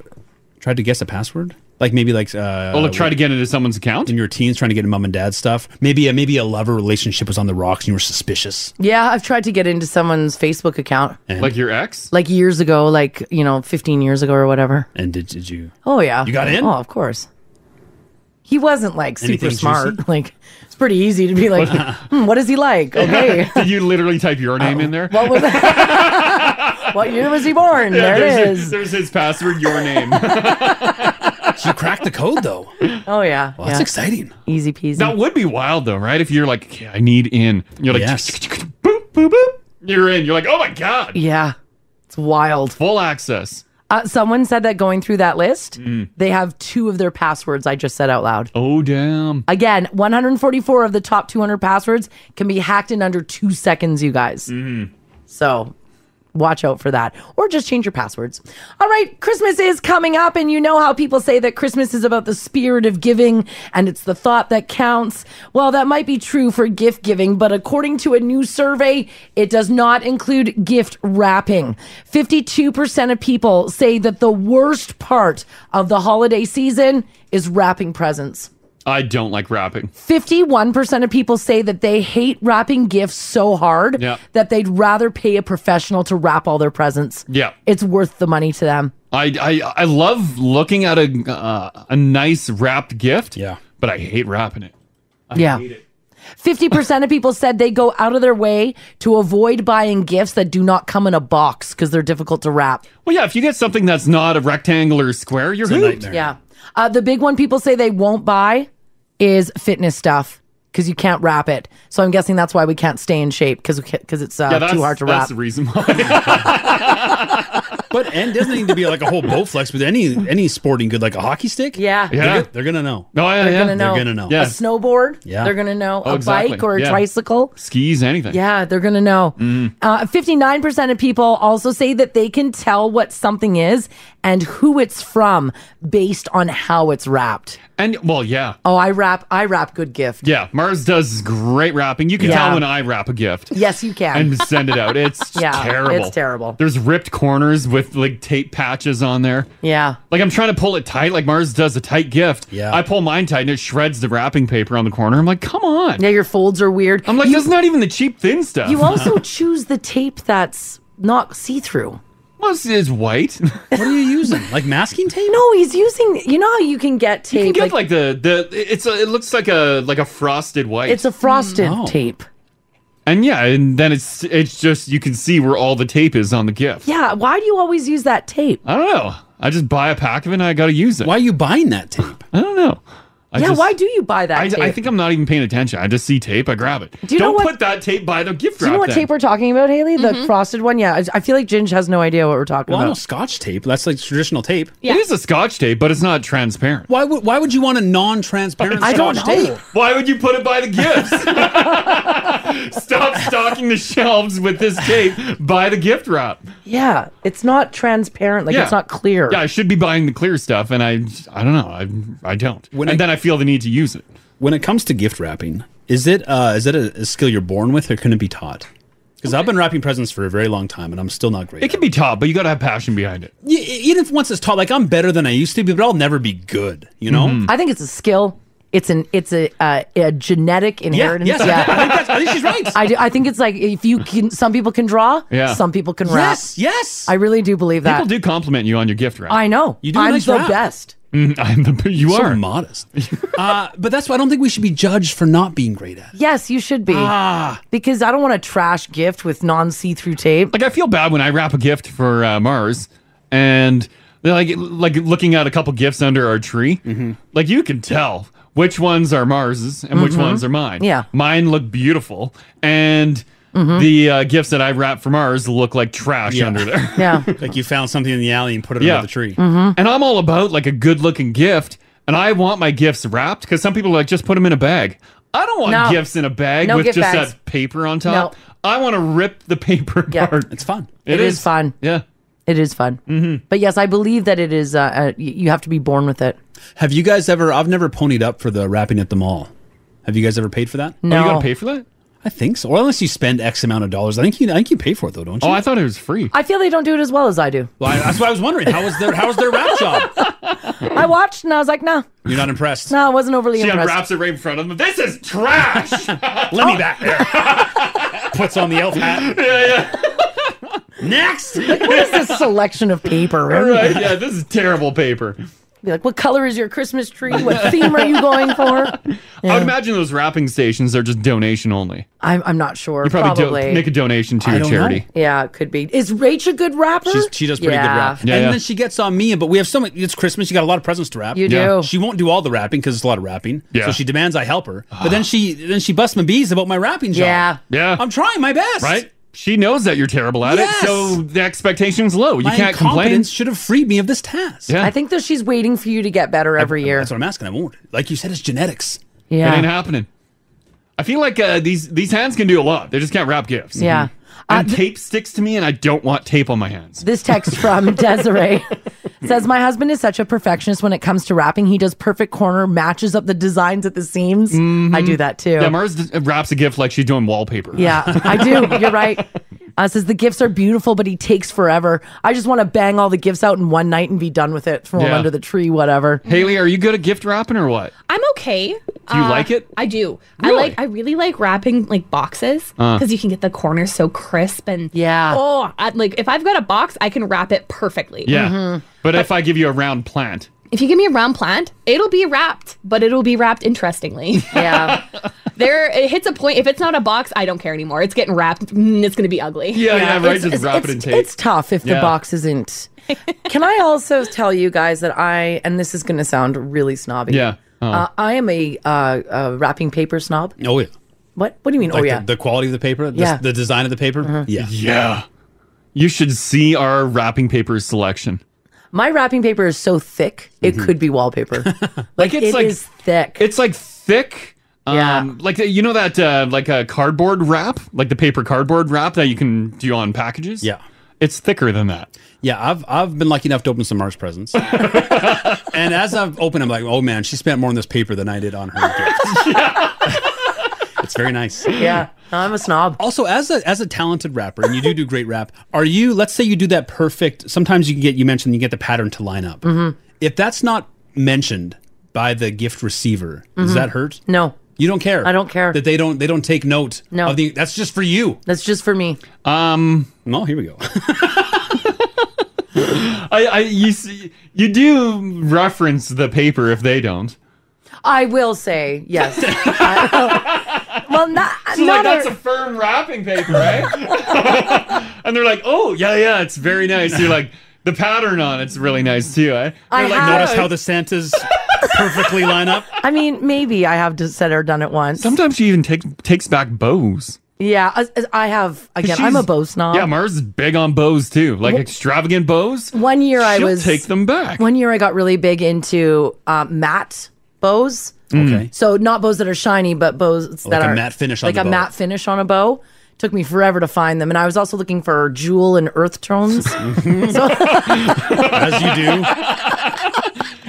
[SPEAKER 7] tried to guess a password? Like maybe like uh,
[SPEAKER 8] Oh, like try to get into someone's account
[SPEAKER 7] in your teens, trying to get into mom and dad stuff. Maybe a, maybe a lover relationship was on the rocks and you were suspicious.
[SPEAKER 10] Yeah, I've tried to get into someone's Facebook account.
[SPEAKER 8] Like your ex?
[SPEAKER 10] Like years ago, like, you know, 15 years ago or whatever.
[SPEAKER 7] And did, did you?
[SPEAKER 10] Oh, yeah.
[SPEAKER 7] You got in?
[SPEAKER 10] Oh, of course. He wasn't like super
[SPEAKER 8] Anything
[SPEAKER 10] smart.
[SPEAKER 8] juicy?
[SPEAKER 10] Like, it's pretty easy to be like, hmm, what is he like? Okay.
[SPEAKER 8] Did you literally type your name in there? What
[SPEAKER 10] was what year was he born? there it
[SPEAKER 8] there's,
[SPEAKER 10] is.
[SPEAKER 8] There's his password, your name.
[SPEAKER 7] you cracked the code though.
[SPEAKER 10] Oh, yeah.
[SPEAKER 8] Well, that's
[SPEAKER 10] yeah.
[SPEAKER 7] exciting.
[SPEAKER 10] Easy peasy.
[SPEAKER 8] That would be wild though, right? If you're like, "Okay, I need in. You're like, yes. boop, boop, boop. You're in. You're like, oh my god.
[SPEAKER 10] Yeah. It's wild.
[SPEAKER 8] Full access.
[SPEAKER 10] Uh, someone said that going through that list, they have two of their passwords I just said out loud.
[SPEAKER 8] Oh, damn.
[SPEAKER 10] Again, 144 of the top 200 passwords can be hacked in under two seconds, you guys. So watch out for that. Or just change your passwords. All right, Christmas is coming up, and you know how people say that Christmas is about the spirit of giving and it's the thought that counts. Well, that might be true for gift giving, but according to a new survey, it does not include gift wrapping. 52% of people say that the worst part of the holiday season is wrapping presents.
[SPEAKER 8] I don't like rapping.
[SPEAKER 10] 51% of people say that they hate wrapping gifts so hard
[SPEAKER 8] Yeah.
[SPEAKER 10] that they'd rather pay a professional to wrap all their presents.
[SPEAKER 8] Yeah.
[SPEAKER 10] It's worth the money to them.
[SPEAKER 8] I I, I love looking at a uh, a nice wrapped gift. Yeah. But I hate wrapping it. I
[SPEAKER 10] yeah.
[SPEAKER 8] hate it.
[SPEAKER 10] 50% of people said they go out of their way to avoid buying gifts that do not come in a box because they're difficult to wrap.
[SPEAKER 8] Well, yeah. If you get something that's not a rectangle or square, you're hooped.
[SPEAKER 10] Yeah. Uh, the big one people say they won't buy is fitness stuff because you can't wrap it. So I'm guessing that's why we can't stay in shape because it's uh,
[SPEAKER 8] Yeah, that's,
[SPEAKER 10] too hard to
[SPEAKER 8] that's
[SPEAKER 10] wrap.
[SPEAKER 8] the reason why.
[SPEAKER 7] But and doesn't need to be like a whole Bowflex with any any sporting good like a hockey stick.
[SPEAKER 10] Yeah.
[SPEAKER 7] They're,
[SPEAKER 10] Yeah.
[SPEAKER 7] go- they're gonna know.
[SPEAKER 8] No, Oh, yeah,
[SPEAKER 10] They're gonna know.
[SPEAKER 7] They're gonna know.
[SPEAKER 10] A snowboard.
[SPEAKER 7] Yeah.
[SPEAKER 10] They're gonna know.
[SPEAKER 7] Oh,
[SPEAKER 10] a
[SPEAKER 7] exactly.
[SPEAKER 10] bike or a
[SPEAKER 7] Yeah.
[SPEAKER 10] tricycle.
[SPEAKER 8] Skis, anything.
[SPEAKER 10] Yeah, they're gonna know.
[SPEAKER 8] Mm.
[SPEAKER 10] Uh, 59% of people also say that they can tell what something is and who it's from based on how it's wrapped.
[SPEAKER 8] And well, yeah.
[SPEAKER 10] Oh, I wrap. I wrap good gift.
[SPEAKER 8] Yeah, Mars does great wrapping. You can
[SPEAKER 10] Yeah.
[SPEAKER 8] tell when I wrap a gift.
[SPEAKER 10] Yes, you can.
[SPEAKER 8] and send it out. It's just
[SPEAKER 10] Yeah,
[SPEAKER 8] terrible.
[SPEAKER 10] it's terrible.
[SPEAKER 8] There's ripped corners with like tape patches on there.
[SPEAKER 10] Yeah.
[SPEAKER 8] Like I'm trying to pull it tight, like Mars does a tight gift. Yeah. I pull mine tight and it shreds the wrapping paper on the corner. I'm like, come on.
[SPEAKER 10] Yeah, your folds are weird.
[SPEAKER 8] I'm like, that's not even the cheap thin stuff.
[SPEAKER 10] You also choose the tape that's not see through.
[SPEAKER 8] Mars is white.
[SPEAKER 7] what are you using? Like masking tape?
[SPEAKER 10] No, he's using. You know how you can get tape.
[SPEAKER 8] You can get like, the the it's a, it looks like a like a frosted white. Oh.
[SPEAKER 10] It's a frosted tape.
[SPEAKER 8] And yeah, and then it's it's just you can see where all the tape is on the gift.
[SPEAKER 10] Yeah, why do you always use that tape?
[SPEAKER 8] I don't know. I just buy a pack of it and I got to use it. Why are
[SPEAKER 7] you buying that tape?
[SPEAKER 8] I don't know. I
[SPEAKER 10] yeah,
[SPEAKER 8] just-
[SPEAKER 10] why do you buy that
[SPEAKER 8] I,
[SPEAKER 10] tape?
[SPEAKER 8] I think I'm not even paying attention. I just see tape. I grab it.
[SPEAKER 10] Do you know
[SPEAKER 8] don't
[SPEAKER 10] what-
[SPEAKER 8] put that tape by the gift
[SPEAKER 10] do you know
[SPEAKER 8] wrap
[SPEAKER 10] what
[SPEAKER 8] then.
[SPEAKER 10] tape we're talking about, Haley? The frosted one? Yeah, I- I feel like Ginge has no idea what we're talking
[SPEAKER 7] Well, I know
[SPEAKER 10] about.
[SPEAKER 7] Scotch tape. That's like traditional tape.
[SPEAKER 10] Yeah. It
[SPEAKER 8] is a Scotch tape, but it's not transparent.
[SPEAKER 7] Why would Why would you want a non-transparent
[SPEAKER 8] I don't
[SPEAKER 7] Scotch
[SPEAKER 8] know.
[SPEAKER 7] tape?
[SPEAKER 8] Why would you put it by the gifts? Stop stocking the shelves with this tape. Buy the gift wrap.
[SPEAKER 10] Yeah, it's not transparent. Like
[SPEAKER 8] Yeah.
[SPEAKER 10] it's not clear.
[SPEAKER 8] Yeah, I should be buying the clear stuff, and I I don't know. I I don't. and then I feel the need to use it.
[SPEAKER 7] When it comes to gift wrapping, is it uh, is it a, a skill you're born with, or can it be taught? Because I've been wrapping presents for a very long time, and I'm still not great.
[SPEAKER 8] It can be taught, but you got to have passion behind it.
[SPEAKER 7] Y- e, even if once it's taught, like I'm better than I used to be, but I'll never be good. You know.
[SPEAKER 8] Mm-hmm.
[SPEAKER 10] I think it's a skill. It's an it's a uh, a genetic inheritance.
[SPEAKER 7] yes, I think- I think that's- I think she's right.
[SPEAKER 10] I, do, I think it's like if you can, some people can draw.
[SPEAKER 8] Yeah.
[SPEAKER 10] Some people can rap.
[SPEAKER 8] Yes,
[SPEAKER 7] yes.
[SPEAKER 10] I really do believe that.
[SPEAKER 8] People do compliment you on your gift wrap.
[SPEAKER 10] I know.
[SPEAKER 8] You do a
[SPEAKER 10] I'm
[SPEAKER 8] nice
[SPEAKER 10] the
[SPEAKER 8] wrap.
[SPEAKER 10] best.
[SPEAKER 8] Mm, I'm the, you
[SPEAKER 7] So
[SPEAKER 8] are
[SPEAKER 7] modest. uh, but that's why I don't think we should be judged for not being great at. it.
[SPEAKER 10] Yes, you should be.
[SPEAKER 7] Ah.
[SPEAKER 10] Because I don't want a trash gift with non see through tape.
[SPEAKER 8] Like I feel bad when I wrap a gift for uh, Mars, and they're like like looking at a couple gifts under our tree.
[SPEAKER 10] Mm-hmm.
[SPEAKER 8] Like you can tell which ones are Mars's and which
[SPEAKER 10] Mhm.
[SPEAKER 8] ones are mine.
[SPEAKER 10] Yeah.
[SPEAKER 8] mine look beautiful, and
[SPEAKER 10] Mhm.
[SPEAKER 8] the uh, gifts that I wrap for Mars look like trash
[SPEAKER 7] Yeah.
[SPEAKER 8] under there.
[SPEAKER 10] Yeah.
[SPEAKER 7] like you found something in the alley and put it under the tree.
[SPEAKER 10] Mhm.
[SPEAKER 8] And I'm all about like a good looking gift, and I want my gifts wrapped because some people are like just put them in a bag. I don't want
[SPEAKER 10] No.
[SPEAKER 8] gifts in a bag
[SPEAKER 10] No
[SPEAKER 8] with
[SPEAKER 10] gift
[SPEAKER 8] just
[SPEAKER 10] bags.
[SPEAKER 8] that paper on top. I want to rip the paper apart. It's
[SPEAKER 7] fun.
[SPEAKER 10] it is. fun.
[SPEAKER 8] Yeah. Mm.
[SPEAKER 10] It is fun. Mm-hmm. But yes, I believe that it is. Uh, uh, y- you have to be born with it.
[SPEAKER 7] Have you guys ever? I've never ponied up for the wrapping at the mall. Have you guys ever paid for that?
[SPEAKER 8] Oh,
[SPEAKER 10] No. you gotta pay
[SPEAKER 8] for that?
[SPEAKER 7] I think so. Or unless you spend X amount of dollars, I think you. I think you pay for it though, don't you?
[SPEAKER 8] Oh, I thought it was free.
[SPEAKER 10] I feel they don't do it as well as I do.
[SPEAKER 7] Well, I, that's what I was wondering. How was their How was their wrap job?
[SPEAKER 10] I watched and I was like, no,
[SPEAKER 7] You're not impressed.
[SPEAKER 10] no, I wasn't overly
[SPEAKER 8] She
[SPEAKER 10] impressed.
[SPEAKER 8] unwraps it right in front of them. This is trash. Let
[SPEAKER 7] me back there. Puts on the elf hat.
[SPEAKER 8] yeah,
[SPEAKER 7] yeah. Next.
[SPEAKER 10] Like, what is this selection of paper?
[SPEAKER 8] All right. Yeah, this is terrible paper.
[SPEAKER 10] Be like, what color is your Christmas tree? What theme are you going for?
[SPEAKER 8] I would imagine those wrapping stations are just donation only.
[SPEAKER 10] I'm, I'm not sure.
[SPEAKER 8] You probably, do-
[SPEAKER 10] probably.
[SPEAKER 8] make a donation to
[SPEAKER 10] I
[SPEAKER 8] your
[SPEAKER 10] don't
[SPEAKER 8] charity.
[SPEAKER 10] Yeah, it could be. Is Rach a good rapper?
[SPEAKER 7] She's, she does pretty
[SPEAKER 10] Yeah.
[SPEAKER 7] good wrap.
[SPEAKER 8] Yeah,
[SPEAKER 7] and
[SPEAKER 8] yeah.
[SPEAKER 7] then she gets on me, but we have so much. It's Christmas. You got a lot of presents to wrap.
[SPEAKER 10] You do. Yeah.
[SPEAKER 7] She won't do all the wrapping because it's a lot of wrapping.
[SPEAKER 8] Yeah.
[SPEAKER 7] So she demands I help her. But then she then she busts my bees about my wrapping job.
[SPEAKER 10] Yeah.
[SPEAKER 8] Yeah.
[SPEAKER 7] I'm trying my best.
[SPEAKER 8] Right? She knows that you're terrible at
[SPEAKER 7] Yes.
[SPEAKER 8] it, so the expectation's low. You
[SPEAKER 7] My
[SPEAKER 8] can't complain.
[SPEAKER 7] incompetence should have freed me of this task.
[SPEAKER 8] Yeah.
[SPEAKER 10] I think though she's waiting for you to get better every year. That's
[SPEAKER 7] what I'm asking. I won't. Like you said, it's genetics.
[SPEAKER 10] Yeah.
[SPEAKER 8] It ain't happening. I feel like uh, these these hands can do a lot. They just can't wrap gifts.
[SPEAKER 10] Yeah.
[SPEAKER 7] Mm-hmm.
[SPEAKER 10] Uh,
[SPEAKER 8] And tape sticks to me, and I don't want tape on my hands.
[SPEAKER 10] This text from Desiree says, My husband is such a perfectionist when it comes to wrapping. He does perfect corner, matches up the designs at the seams. I do that too.
[SPEAKER 8] Mm-hmm. Yeah, Mars d- uh, wraps a gift like she's doing wallpaper.
[SPEAKER 10] Yeah, I do. You're right. Uh, says the gifts are beautiful, but he takes forever. I just want to bang all the gifts out in one night and be done with it. Throw them
[SPEAKER 8] Yeah.
[SPEAKER 10] under the tree, whatever.
[SPEAKER 8] Haley, are you good at gift wrapping or what?
[SPEAKER 5] I'm okay. Uh,
[SPEAKER 8] Do you like it?
[SPEAKER 5] I do.
[SPEAKER 8] Really?
[SPEAKER 5] I like. I really like wrapping like boxes
[SPEAKER 8] Uh.
[SPEAKER 5] because you can get the corners so crisp and
[SPEAKER 10] yeah.
[SPEAKER 5] Oh, I, like if I've got a box, I can wrap it perfectly.
[SPEAKER 8] Yeah.
[SPEAKER 10] Mm-hmm.
[SPEAKER 8] But if I give you a round plant,
[SPEAKER 5] If you give me a round plant, it'll be wrapped, but it'll be wrapped interestingly.
[SPEAKER 10] Yeah.
[SPEAKER 5] there, it hits a point. If it's not a box, I don't care anymore. It's getting wrapped. Mm, it's going to be ugly.
[SPEAKER 10] It's- it's- it's- It's tough if the
[SPEAKER 5] Yeah.
[SPEAKER 10] box isn't. Can I also tell you guys that I, and this is going to sound really snobby.
[SPEAKER 7] Yeah.
[SPEAKER 10] uh
[SPEAKER 7] Uh-huh.
[SPEAKER 10] I am a uh, uh, wrapping paper snob.
[SPEAKER 7] Oh yeah.
[SPEAKER 10] What? What do you mean?
[SPEAKER 7] Like
[SPEAKER 10] oh yeah.
[SPEAKER 7] The, the quality of the paper. The,
[SPEAKER 10] Yeah. Mm-hmm.
[SPEAKER 7] The design of the paper. Yeah.
[SPEAKER 8] Yeah. You should see our wrapping paper selection.
[SPEAKER 10] My wrapping paper is so thick it could be wallpaper. like, it's
[SPEAKER 8] like-
[SPEAKER 10] thick.
[SPEAKER 8] It's like thick. Um, Like you know that uh, like a cardboard wrap, like the paper cardboard wrap that you can do on packages. Yeah. It's thicker than that.
[SPEAKER 7] Yeah, I've I've been lucky enough to open some Mars presents, and as I've opened, I'm like, oh man, she spent more on this paper than I did on her gift. it's very nice.
[SPEAKER 10] Yeah, I'm a snob.
[SPEAKER 7] Also, as a as a talented rapper, and you do do great rap. Are you? Let's say you do that perfect. Sometimes you can get you mentioned you get the pattern to line up.
[SPEAKER 10] Mhm.
[SPEAKER 7] If that's not mentioned by the gift receiver, does
[SPEAKER 10] Mhm.
[SPEAKER 7] that hurt?
[SPEAKER 10] No.
[SPEAKER 7] You don't care.
[SPEAKER 10] I don't care.
[SPEAKER 7] that they don't they don't take note.
[SPEAKER 10] No.
[SPEAKER 7] of the, that's just for you.
[SPEAKER 10] That's just for me.
[SPEAKER 8] Um.
[SPEAKER 7] No, here we go.
[SPEAKER 8] I, I you see, you do reference the paper if they don't.
[SPEAKER 10] I will say yes. I, well, not
[SPEAKER 8] She's like,
[SPEAKER 10] not
[SPEAKER 8] that's
[SPEAKER 10] a-
[SPEAKER 8] a firm wrapping paper, right? and they're like, oh, yeah, yeah, it's very nice. You're like, the pattern on it's really nice too. Eh?
[SPEAKER 10] I
[SPEAKER 8] They're like,
[SPEAKER 10] have-
[SPEAKER 8] notice how
[SPEAKER 7] the Santas perfectly line up.
[SPEAKER 10] I mean, maybe I have said or done it once.
[SPEAKER 8] Sometimes she even takes takes back bows.
[SPEAKER 10] Yeah, as- as I have. Again, I'm a
[SPEAKER 8] She's-
[SPEAKER 10] bow snob.
[SPEAKER 8] Yeah, Mars is big on bows too, like extravagant bows.
[SPEAKER 10] One year I
[SPEAKER 8] She'll
[SPEAKER 10] was
[SPEAKER 8] take them back.
[SPEAKER 10] One year I got really big into um, matte bows.
[SPEAKER 8] Okay.
[SPEAKER 10] So not bows that are shiny, but bows
[SPEAKER 7] Like
[SPEAKER 10] that
[SPEAKER 7] a
[SPEAKER 10] are
[SPEAKER 7] matte finish on
[SPEAKER 10] like
[SPEAKER 7] the
[SPEAKER 10] a
[SPEAKER 7] bow.
[SPEAKER 10] matte finish on a bow. Took me forever to find them, and I was also looking for jewel and earth tones.
[SPEAKER 7] As you do.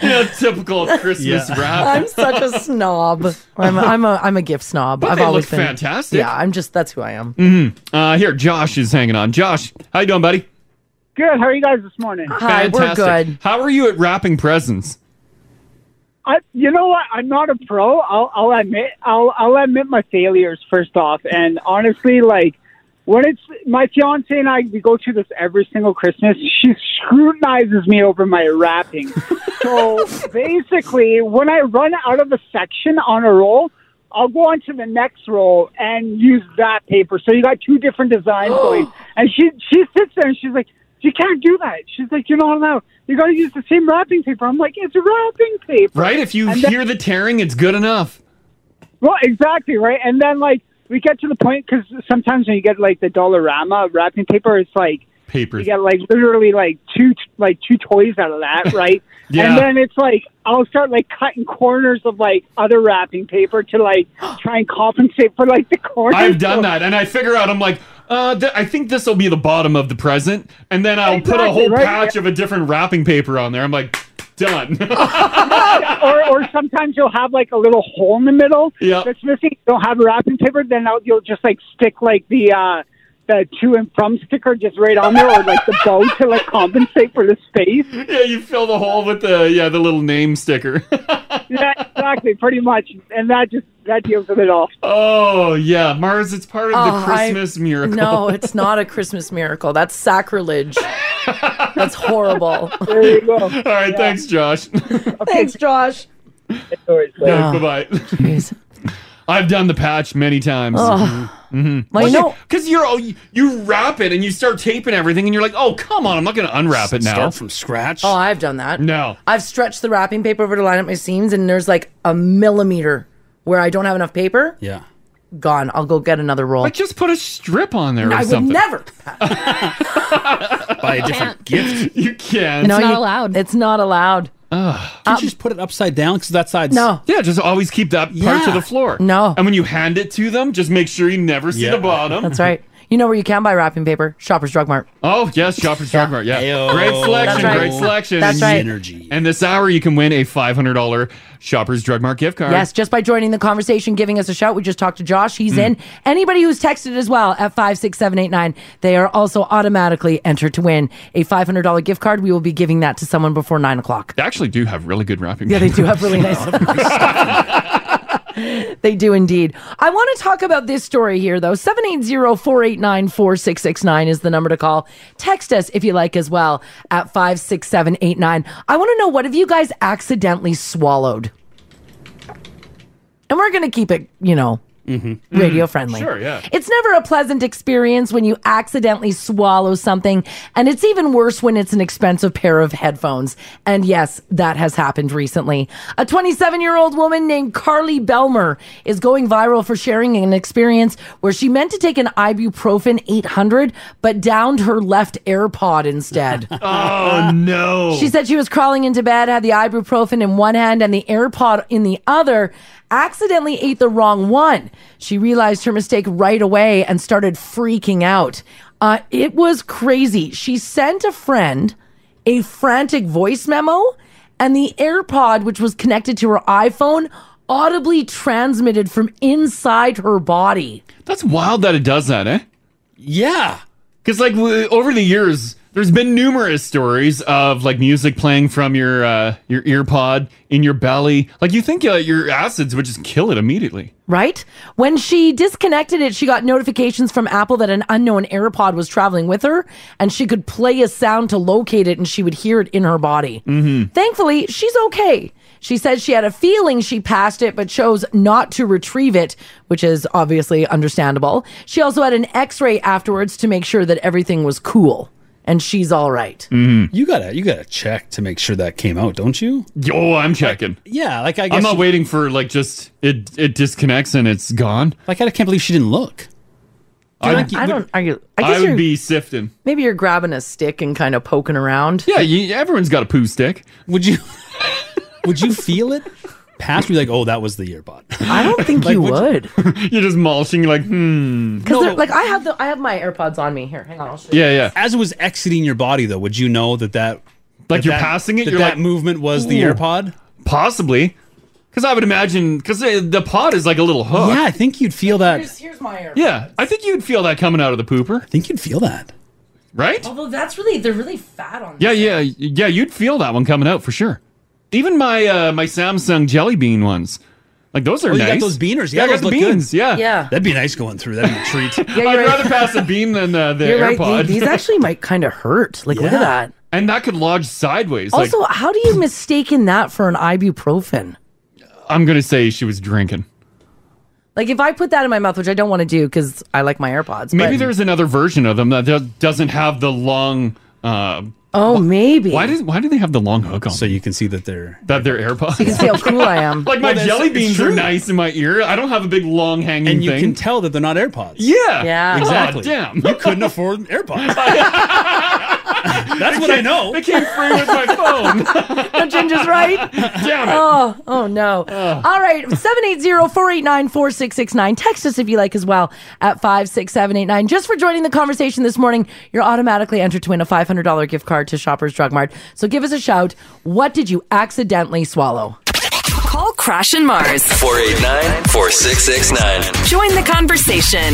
[SPEAKER 8] You know, typical Christmas
[SPEAKER 10] Yeah.
[SPEAKER 8] wrap.
[SPEAKER 10] I'm such a snob. I'm a, I'm a I'm a gift snob.
[SPEAKER 8] But
[SPEAKER 10] I've
[SPEAKER 8] they
[SPEAKER 10] always
[SPEAKER 8] look
[SPEAKER 10] been
[SPEAKER 8] fantastic.
[SPEAKER 10] Yeah, I'm just that's who I am.
[SPEAKER 8] hmm Uh, here, Josh is hanging on. Josh, how you doing, buddy?
[SPEAKER 17] Good. How are you guys this morning?
[SPEAKER 8] Fantastic. How are you at wrapping presents?
[SPEAKER 17] I, you know what? I'm not a pro. I'll, I'll admit. I'll, I'll admit my failures first off. And honestly, like when it's my fiance and I, we go through this every single Christmas. She scrutinizes me over my wrapping. so basically, when I run out of a section on a roll, I'll go on to the next roll and use that paper. So you got two different designs going. And she she sits there and she's like, You can't do that. She's like, You're not allowed. You gotta use the same wrapping paper. I'm like, It's wrapping paper.
[SPEAKER 8] Right? If you
[SPEAKER 17] And then-
[SPEAKER 8] hear the tearing, it's good enough.
[SPEAKER 17] well, exactly, right? And then, like, we get to the point because sometimes when you get, like, the Dollarama wrapping paper, it's like,
[SPEAKER 8] Paper.
[SPEAKER 17] you get, like, literally, like, two, like, two toys out of that, right?
[SPEAKER 8] Yeah.
[SPEAKER 17] And then it's like, I'll start, like, cutting corners of, like, other wrapping paper to, like, try and compensate for, like, the corners.
[SPEAKER 8] I've done that, and I figure out I'm like, uh, th- I think this will be the bottom of the present, and then I'll put a
[SPEAKER 17] Exactly,
[SPEAKER 8] whole
[SPEAKER 17] right?
[SPEAKER 8] patch of a different wrapping paper on there. I'm like, done.
[SPEAKER 17] or, or sometimes you'll have like a little hole in the middle
[SPEAKER 8] Yeah.
[SPEAKER 17] that's missing. You don't have wrapping paper, then I'll- you'll just like stick like the uh, the to and from sticker just right on there, or like the bow to like compensate for the space.
[SPEAKER 8] yeah, you fill the hole with the yeah the little name sticker.
[SPEAKER 17] Yeah, exactly, pretty much, and that just that deals with it all.
[SPEAKER 8] oh yeah, Mars, it's part of
[SPEAKER 10] Oh,
[SPEAKER 8] the
[SPEAKER 10] I-
[SPEAKER 8] Christmas miracle.
[SPEAKER 10] No, it's not a Christmas miracle. That's sacrilege. That's horrible.
[SPEAKER 17] There you go. All
[SPEAKER 8] right, thanks, Josh.
[SPEAKER 10] Thanks, Josh.
[SPEAKER 8] Yeah, bye bye. I've done the patch many times.
[SPEAKER 10] Ugh.
[SPEAKER 8] Mhm.
[SPEAKER 10] Well, you know-
[SPEAKER 8] because you're all you, you wrap it and you start taping everything, and you're like, oh come on, I'm not going to unwrap it now.
[SPEAKER 10] Start
[SPEAKER 7] from scratch.
[SPEAKER 10] Oh, I've done that.
[SPEAKER 8] No.
[SPEAKER 10] I've stretched the wrapping paper over to line up my seams, and there's like a millimeter where I don't have enough paper.
[SPEAKER 7] Yeah.
[SPEAKER 10] Gone. I'll go get another roll.
[SPEAKER 8] But just put a strip on there or
[SPEAKER 10] I would
[SPEAKER 8] something.
[SPEAKER 10] never.
[SPEAKER 7] Buy a different gift.
[SPEAKER 8] You can't.
[SPEAKER 10] allowed. It's not allowed.
[SPEAKER 8] Ugh.
[SPEAKER 7] Can't you just put it upside down? Because that side's.
[SPEAKER 10] No.
[SPEAKER 8] Yeah, just always keep that part
[SPEAKER 10] Yeah.
[SPEAKER 8] to the floor.
[SPEAKER 10] No.
[SPEAKER 8] And when you hand it to them, just make sure you never see
[SPEAKER 10] Yeah.
[SPEAKER 8] the bottom.
[SPEAKER 10] That's right. You know where you can buy wrapping paper? Shoppers Drug Mart.
[SPEAKER 8] Oh, yes, Shoppers Drug Mart. Yeah. Great
[SPEAKER 10] That's
[SPEAKER 8] selection.
[SPEAKER 10] right.
[SPEAKER 8] Great selection.
[SPEAKER 10] That's right.
[SPEAKER 8] Energy. And this hour, you can win a $500 Shoppers Drug Mart gift card.
[SPEAKER 10] Yes, just by joining the conversation, giving us a shout. We just talked to Josh. He's
[SPEAKER 8] Mm.
[SPEAKER 10] in. Anybody who's texted as well at 56789, they are also automatically entered to win a $500 gift card. We will be giving that to someone before 9 o'clock.
[SPEAKER 8] They actually do have really good wrapping.
[SPEAKER 10] Yeah, they
[SPEAKER 8] paper.
[SPEAKER 10] do have really nice. they do indeed. I want to talk about this story here, though. 780 489 4669 is the number to call. Text us if you like as well at 56789. I want to know what have you guys accidentally swallowed? And we're going to keep it, you know, Mm-hmm. radio friendly.
[SPEAKER 8] Mm. Sure, yeah.
[SPEAKER 10] It's never a pleasant experience when you accidentally swallow something, and it's even worse when it's an expensive pair of headphones. And yes, that has happened recently. A 27 year old woman named Carly Belmer is going viral for sharing an experience where she meant to take an ibuprofen 800, but downed her left AirPod instead.
[SPEAKER 8] Oh, no.
[SPEAKER 10] She said she was crawling into bed, had the ibuprofen in one hand and the AirPod in the other, accidentally ate the wrong one. She realized her mistake right away and started freaking out. Uh, it was crazy. She sent a friend a frantic voice memo, and the AirPod, which was connected to her iPhone, audibly transmitted from inside her body.
[SPEAKER 8] That's wild that it does that, eh?
[SPEAKER 7] Yeah.
[SPEAKER 8] Because, like, w- over the years, there's been numerous stories of, like, music playing from your uh, your ear pod in your belly. Like, you think uh, your acids would just kill it immediately.
[SPEAKER 10] Right? When she disconnected it, she got notifications from Apple that an unknown AirPod was traveling with her and she could play a sound to locate it and she would hear it in her body.
[SPEAKER 8] Mm-hmm.
[SPEAKER 10] Thankfully, she's okay. She says she had a feeling she passed it, but chose not to retrieve it, which is obviously understandable. She also had an x ray afterwards to make sure that everything was cool and she's all right.
[SPEAKER 7] Mm-hmm. You gotta you gotta check to make sure that came out, don't you?
[SPEAKER 8] Yo, I'm checking.
[SPEAKER 7] Yeah, like I guess
[SPEAKER 8] I'm not waiting for like just it it disconnects and it's gone.
[SPEAKER 7] Like I can't believe she didn't look.
[SPEAKER 10] I, I don't. Are you? I
[SPEAKER 8] I,
[SPEAKER 10] guess
[SPEAKER 8] would
[SPEAKER 10] you're,
[SPEAKER 8] be sifting.
[SPEAKER 10] maybe you're grabbing a stick and kind of poking around.
[SPEAKER 8] Yeah, you, everyone's got a poo stick.
[SPEAKER 7] Would you? Would you feel it? Pass me like, oh, that was the year bot.
[SPEAKER 10] I don't think you would.
[SPEAKER 8] You're just mulching. You're like, hmm.
[SPEAKER 10] Because like I have the I have my AirPods on me here. Hang on, I'll show you.
[SPEAKER 8] Yeah, yeah.
[SPEAKER 7] As it was exiting your body, though, would you know that that
[SPEAKER 8] Like
[SPEAKER 7] that
[SPEAKER 8] you're
[SPEAKER 7] that-
[SPEAKER 8] passing it,
[SPEAKER 7] That,
[SPEAKER 8] you're
[SPEAKER 7] that
[SPEAKER 8] like,
[SPEAKER 7] movement was the
[SPEAKER 8] "Ooh."
[SPEAKER 7] AirPod.
[SPEAKER 8] Possibly, because I would imagine because the pod is like a little hook.
[SPEAKER 7] Yeah, I think you'd feel that.
[SPEAKER 10] Here's, here's my AirPods.
[SPEAKER 8] Yeah, I think you'd feel that coming out of the pooper. I
[SPEAKER 7] think you'd feel that,
[SPEAKER 8] right?
[SPEAKER 10] Although that's really they're really fat on.
[SPEAKER 8] Yeah, yeah, yeah. You'd feel that one coming out for sure. Even my uh, my Samsung Jelly Bean ones, like those are
[SPEAKER 7] Oh, you got
[SPEAKER 8] nice.
[SPEAKER 7] those beaners.
[SPEAKER 8] Yeah,
[SPEAKER 7] Yeah,
[SPEAKER 8] I got
[SPEAKER 7] those
[SPEAKER 8] the
[SPEAKER 7] look good.
[SPEAKER 8] beans. Yeah,
[SPEAKER 10] Yeah.
[SPEAKER 7] That'd be nice going through. That'd be a treat.
[SPEAKER 8] I'd rather pass a bean than uh, the
[SPEAKER 10] You're right.
[SPEAKER 8] AirPod.
[SPEAKER 10] the- These actually might kind of hurt. Like look at that.
[SPEAKER 8] and that could lodge sideways.
[SPEAKER 10] also,
[SPEAKER 8] like,
[SPEAKER 10] how do you mistaken that for an ibuprofen?
[SPEAKER 8] I'm gonna say she was drinking.
[SPEAKER 10] Like if I put that in my mouth, which I don't want to do because I like my AirPods.
[SPEAKER 8] Maybe
[SPEAKER 10] but-
[SPEAKER 8] there's another version of them that do- doesn't have the long. Uh,
[SPEAKER 10] oh, maybe.
[SPEAKER 8] Why did Why do they have the long hook on? So
[SPEAKER 7] you can see that they're
[SPEAKER 8] that they're AirPods.
[SPEAKER 10] you can see how cool I am.
[SPEAKER 8] like my jelly beans are nice in my ear. I don't have a big long hanging thing.
[SPEAKER 7] And you can tell that they're not AirPods.
[SPEAKER 8] Yeah.
[SPEAKER 10] Yeah.
[SPEAKER 7] Exactly.
[SPEAKER 8] Aw, damn.
[SPEAKER 7] You couldn't afford AirPods. That's what I know.
[SPEAKER 8] They came free with my phone.
[SPEAKER 10] No, Ginger's right.
[SPEAKER 8] Damn it.
[SPEAKER 10] Oh, oh no. All right. 780-489-4669. Text us if you like as well at 56789. Just for joining the conversation this morning, you're automatically entered to win a $500 gift card to Shoppers Drug Mart. So give us a shout. What did you accidentally swallow?
[SPEAKER 1] Call Crash and Mars.
[SPEAKER 4] 489 4669.
[SPEAKER 1] Join the conversation.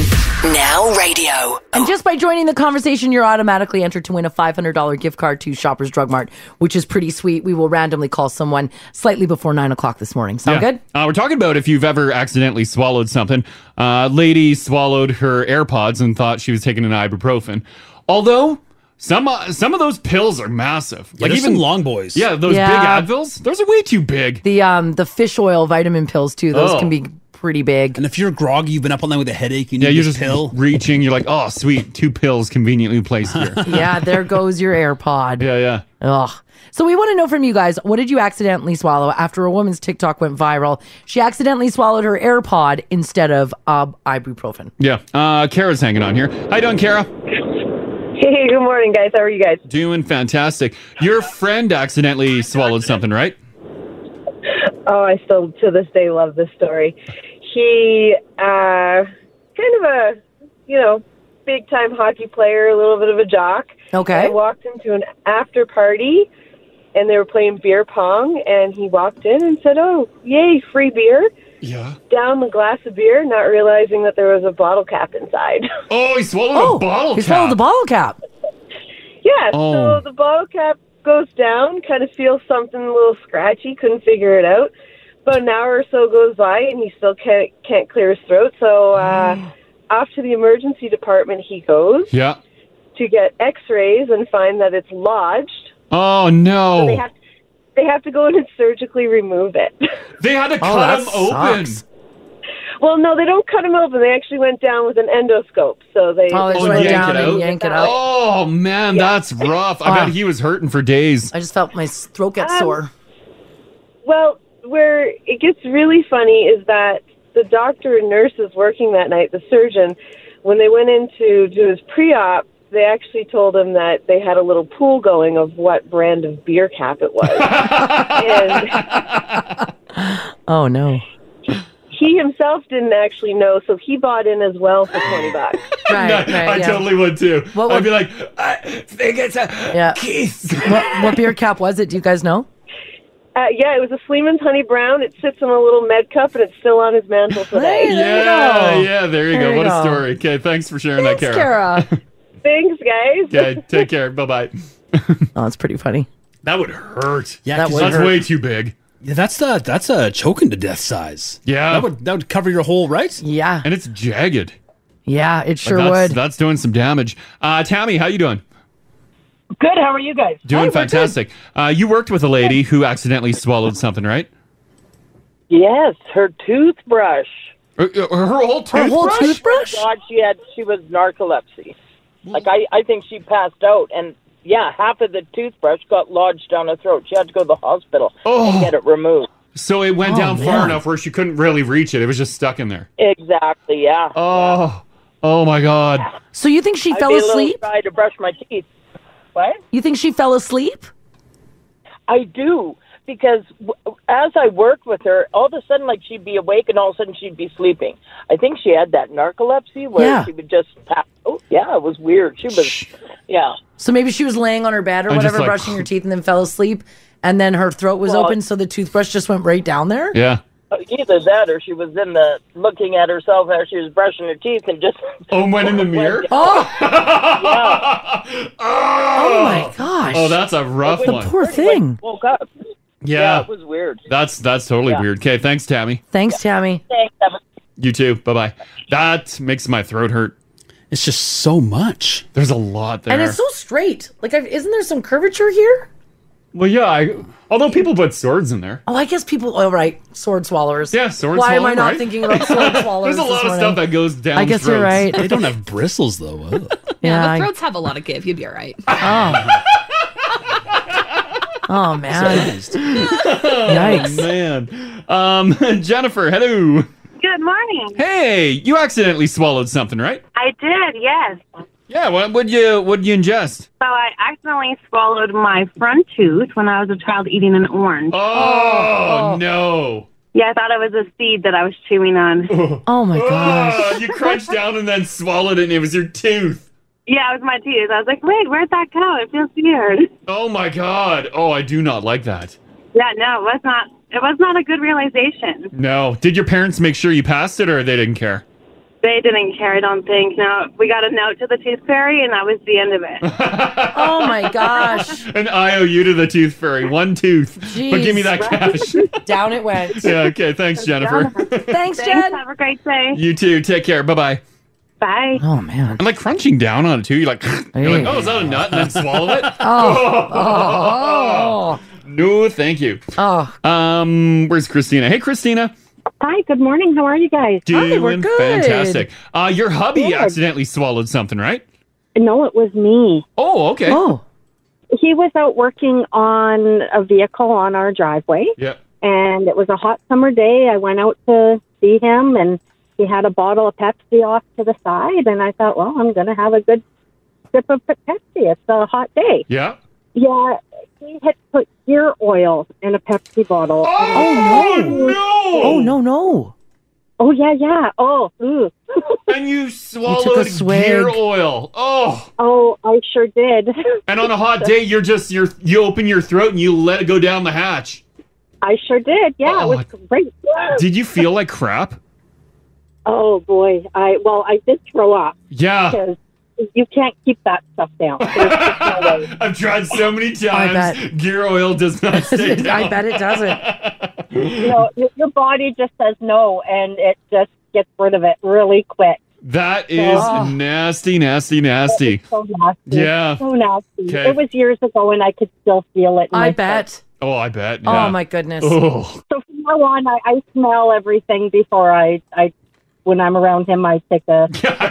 [SPEAKER 1] Now radio.
[SPEAKER 10] And just by joining the conversation, you're automatically entered to win a $500 gift card to Shoppers Drug Mart, which is pretty sweet. We will randomly call someone slightly before 9 o'clock this morning. Sound
[SPEAKER 8] Yeah.
[SPEAKER 10] good?
[SPEAKER 8] Uh, we're talking about if you've ever accidentally swallowed something. Uh, lady swallowed her AirPods and thought she was taking an ibuprofen. Although some uh, some of those pills are massive,
[SPEAKER 7] Yeah, there's some long boys.
[SPEAKER 8] Yeah, those
[SPEAKER 10] Yeah.
[SPEAKER 8] big Advils. Those are way too big.
[SPEAKER 10] The um the fish oil vitamin pills too. Those
[SPEAKER 8] Oh.
[SPEAKER 10] can be pretty big.
[SPEAKER 7] And if you're groggy, you've been up all night with a headache, you need
[SPEAKER 8] Yeah, you're
[SPEAKER 7] this
[SPEAKER 8] just
[SPEAKER 7] pill.
[SPEAKER 8] reaching. You're like, oh, sweet, two pills conveniently placed here.
[SPEAKER 10] yeah, there goes your AirPod.
[SPEAKER 8] Yeah, yeah.
[SPEAKER 10] Ugh. So we want to know from you guys, what did you accidentally swallow after a woman's TikTok went viral? She accidentally swallowed her AirPod instead of uh, ibuprofen.
[SPEAKER 8] Yeah. Uh, Kara's hanging on here. How you doing, Kara?
[SPEAKER 22] Hey, good morning, guys. How are you guys?
[SPEAKER 8] Doing fantastic. Your friend accidentally swallowed something, right?
[SPEAKER 22] Oh, I still to this day love this story. He uh kind of a you know, big time hockey player, a little bit of a jock.
[SPEAKER 10] Okay.
[SPEAKER 22] I walked into an after party and they were playing beer pong and he walked in and said, Oh, yay, free beer.
[SPEAKER 8] Yeah.
[SPEAKER 22] Down the glass of beer, not realizing that there was a bottle cap inside.
[SPEAKER 8] Oh, he swallowed a bottle
[SPEAKER 10] he
[SPEAKER 8] cap.
[SPEAKER 10] swallowed the bottle cap.
[SPEAKER 22] Yeah,
[SPEAKER 8] Oh.
[SPEAKER 22] so the bottle cap goes down, kind of feels something a little scratchy, couldn't figure it out. But an hour or so goes by, and he still can't, can't clear his throat. So uh, off to the emergency department he goes
[SPEAKER 8] Yeah.
[SPEAKER 22] to get x rays and find that it's lodged.
[SPEAKER 8] Oh no.
[SPEAKER 22] So they, have, they have to go in and surgically remove it.
[SPEAKER 8] They had to
[SPEAKER 22] Oh,
[SPEAKER 8] cut
[SPEAKER 22] that
[SPEAKER 8] him open.
[SPEAKER 22] well, no, they don't cut him open. They actually went down with an endoscope. So they
[SPEAKER 10] Oh, they just went down and yanked it out.
[SPEAKER 8] Oh man, that's rough. I
[SPEAKER 10] Ah.
[SPEAKER 8] bet he was hurting for days.
[SPEAKER 10] I just felt my s- throat get
[SPEAKER 22] Um,
[SPEAKER 10] sore.
[SPEAKER 22] Well, where it gets really funny is that the doctor and nurses working that night, the surgeon, when they went in to do his pre op, they actually told him that they had a little pool going of what brand of beer cap it was. and
[SPEAKER 10] Oh no.
[SPEAKER 22] he himself didn't actually know, so he bought in as well for 20 bucks.
[SPEAKER 10] Right,
[SPEAKER 8] No, I totally would too.
[SPEAKER 10] What
[SPEAKER 8] I'd
[SPEAKER 10] would-
[SPEAKER 8] be like, I think it's a
[SPEAKER 10] Yeah. what, what beer cap was it? Do you guys know?
[SPEAKER 22] Uh, yeah, it was a Sleeman's Honey Brown. It sits in a little med cup, and it's still on his mantle today.
[SPEAKER 8] yeah, yeah. There you
[SPEAKER 22] There
[SPEAKER 8] go.
[SPEAKER 22] you
[SPEAKER 8] What
[SPEAKER 22] go.
[SPEAKER 8] a story. Okay, thanks for sharing that, Kara.
[SPEAKER 22] Kara. Thanks, guys.
[SPEAKER 8] Okay, take care. Bye bye.
[SPEAKER 10] Oh, that's pretty funny.
[SPEAKER 8] That would hurt.
[SPEAKER 7] Yeah,
[SPEAKER 10] That
[SPEAKER 7] 'cause
[SPEAKER 10] would
[SPEAKER 7] that's
[SPEAKER 10] hurt.
[SPEAKER 7] way
[SPEAKER 8] too big.
[SPEAKER 7] Yeah, that's the that's a choking to death size.
[SPEAKER 8] Yeah,
[SPEAKER 7] that would that would cover your whole right.
[SPEAKER 10] Yeah,
[SPEAKER 8] and it's jagged.
[SPEAKER 10] Yeah, it sure
[SPEAKER 8] that's,
[SPEAKER 10] would.
[SPEAKER 8] That's doing some damage. Uh, Tammy, how you doing?
[SPEAKER 23] Good. How are you guys?
[SPEAKER 8] Doing fantastic. Uh, you worked with a lady who accidentally swallowed something, right?
[SPEAKER 18] Yes, her toothbrush.
[SPEAKER 8] Her, her whole toothbrush.
[SPEAKER 18] God, she had. She was narcolepsy. Like I, I think she passed out, and yeah, half of the toothbrush got lodged down her throat. She had to go to the hospital and get it removed.
[SPEAKER 8] So it went
[SPEAKER 18] Oh,
[SPEAKER 8] down far
[SPEAKER 18] man.
[SPEAKER 8] enough where she couldn't really reach it. It was just stuck in there.
[SPEAKER 18] Exactly. Yeah.
[SPEAKER 8] Oh, oh my God.
[SPEAKER 10] So you think she
[SPEAKER 18] I'd
[SPEAKER 10] fell
[SPEAKER 18] be a little
[SPEAKER 10] asleep?
[SPEAKER 18] shy to brush my teeth. What?
[SPEAKER 10] You think she fell asleep?
[SPEAKER 18] I do because w- as I worked with her, all of a sudden, like she'd be awake and all of a sudden she'd be sleeping. I think she had that narcolepsy where
[SPEAKER 10] Yeah.
[SPEAKER 18] she would just pass. Oh, yeah, it was weird. She was, yeah.
[SPEAKER 10] So maybe she was laying on her bed or
[SPEAKER 18] I'm just
[SPEAKER 10] whatever,
[SPEAKER 18] like-
[SPEAKER 10] brushing her teeth, and then fell asleep, and then her throat was
[SPEAKER 18] Well-
[SPEAKER 10] open, so the toothbrush just went right down there.
[SPEAKER 8] Yeah.
[SPEAKER 18] uh, Either that, or she was in the looking at herself as she was brushing her teeth and just.
[SPEAKER 8] Oh, went in the mirror.
[SPEAKER 10] Oh.
[SPEAKER 18] Oh
[SPEAKER 10] my gosh.
[SPEAKER 8] Oh, that's a rough
[SPEAKER 18] The
[SPEAKER 8] one.
[SPEAKER 10] Poor thing.
[SPEAKER 18] Woke up.
[SPEAKER 8] Yeah.
[SPEAKER 18] it was weird.
[SPEAKER 8] That's that's totally
[SPEAKER 18] Yeah.
[SPEAKER 8] weird. Okay, thanks, Tammy.
[SPEAKER 10] Thanks, Tammy.
[SPEAKER 18] Thanks. Have a
[SPEAKER 8] You too. Bye bye. That makes my throat hurt. It's just so much. There's a lot there.
[SPEAKER 10] And it's so straight. Like, I've, isn't there some curvature here?
[SPEAKER 8] well, yeah. I, although people put swords in there.
[SPEAKER 10] Oh, I guess people. All right, sword swallowers.
[SPEAKER 8] Yeah, sword
[SPEAKER 10] Why am I
[SPEAKER 8] swallower,
[SPEAKER 10] not
[SPEAKER 8] right?
[SPEAKER 10] thinking about sword swallowers?
[SPEAKER 8] There's a lot
[SPEAKER 10] this
[SPEAKER 8] of stuff
[SPEAKER 10] morning?
[SPEAKER 8] that goes down.
[SPEAKER 10] I guess you're
[SPEAKER 8] throats.
[SPEAKER 10] right. They don't
[SPEAKER 7] have bristles though.
[SPEAKER 3] Yeah,
[SPEAKER 10] I-
[SPEAKER 3] the throats have a lot of give. You'd be all right.
[SPEAKER 10] Oh man. Yikes.
[SPEAKER 8] Oh, man. Um, Jennifer, hello.
[SPEAKER 24] Good morning.
[SPEAKER 8] Hey, you accidentally swallowed something, right?
[SPEAKER 24] I did, yes.
[SPEAKER 8] Yeah. What would you would you ingest?
[SPEAKER 24] So I accidentally swallowed my front tooth when I was a child eating an orange.
[SPEAKER 8] Oh, no.
[SPEAKER 24] Yeah, I thought it was a seed that I was chewing on.
[SPEAKER 10] Oh my
[SPEAKER 8] Ah, you crunched down and then swallowed it, and it was your tooth.
[SPEAKER 24] Yeah, it was my tooth. I was like, wait, where'd that go? It feels weird.
[SPEAKER 8] Oh my god. Oh, I do not like that.
[SPEAKER 24] Yeah, no, it was not. It was not a good realization.
[SPEAKER 8] No. Did your parents make sure you passed it, or they didn't care?
[SPEAKER 24] They didn't care, I don't think. No, we got a note to the tooth fairy, and that was the end of it.
[SPEAKER 10] oh my gosh.
[SPEAKER 8] An IOU to the tooth fairy, one tooth. But give me that cash.
[SPEAKER 10] Down it went.
[SPEAKER 8] yeah. Okay. Thanks, Jennifer.
[SPEAKER 10] Thanks,
[SPEAKER 24] Jen. Have a great day.
[SPEAKER 8] You too. Take care. Bye bye.
[SPEAKER 24] Bye.
[SPEAKER 10] Oh man.
[SPEAKER 8] And like crunching down on it too. You're like, you're like oh, is that a nut? And then swallow it.
[SPEAKER 24] Oh.
[SPEAKER 8] No, thank you.
[SPEAKER 10] Oh.
[SPEAKER 8] Um, where's Christina? Hey, Christina.
[SPEAKER 24] Hi, good morning. How are you guys?
[SPEAKER 8] Doing fantastic. Uh, your hubby accidentally swallowed something, right?
[SPEAKER 25] No, it was me.
[SPEAKER 8] Oh, okay. Oh.
[SPEAKER 25] He was out working on a vehicle on our driveway,
[SPEAKER 8] Yeah.
[SPEAKER 25] and it was a hot summer day. I went out to see him, and he had a bottle of Pepsi off to the side, and I thought, well, I'm going to have a good sip of Pepsi. It's a hot day.
[SPEAKER 8] Yeah.
[SPEAKER 25] Yeah, he had put gear oil in a Pepsi bottle.
[SPEAKER 8] Oh, no! Oh
[SPEAKER 10] no no!
[SPEAKER 25] Oh yeah yeah oh. Ooh.
[SPEAKER 8] And you Swallowed gear oil. Oh.
[SPEAKER 25] Oh, I sure did.
[SPEAKER 8] And on a hot day, you're just you're you open your throat and you let it go down the hatch.
[SPEAKER 25] I sure did. Yeah,
[SPEAKER 8] Oh,
[SPEAKER 25] it was great.
[SPEAKER 8] Did you feel like crap?
[SPEAKER 25] Oh boy, I well, I did throw up.
[SPEAKER 8] Yeah.
[SPEAKER 25] because you can't keep that stuff down.
[SPEAKER 8] I've tried so many
[SPEAKER 25] I
[SPEAKER 8] times. Gear oil does not stay down.
[SPEAKER 25] bet
[SPEAKER 10] it doesn't.
[SPEAKER 25] you know, your, your body just says no, and it just gets rid of it really quick.
[SPEAKER 8] That is
[SPEAKER 25] Oh.
[SPEAKER 8] nasty, nasty, nasty.
[SPEAKER 25] So nasty.
[SPEAKER 8] Yeah.
[SPEAKER 25] So nasty.
[SPEAKER 8] Okay.
[SPEAKER 25] It was years ago, and I could still feel it. in
[SPEAKER 8] I
[SPEAKER 25] my
[SPEAKER 8] bet.
[SPEAKER 25] throat.
[SPEAKER 8] Oh, I bet.
[SPEAKER 25] Oh,
[SPEAKER 8] yeah. Oh.
[SPEAKER 25] my goodness.
[SPEAKER 8] Ugh.
[SPEAKER 25] So from now on, I, I smell everything before I, I, when I'm around him, I take a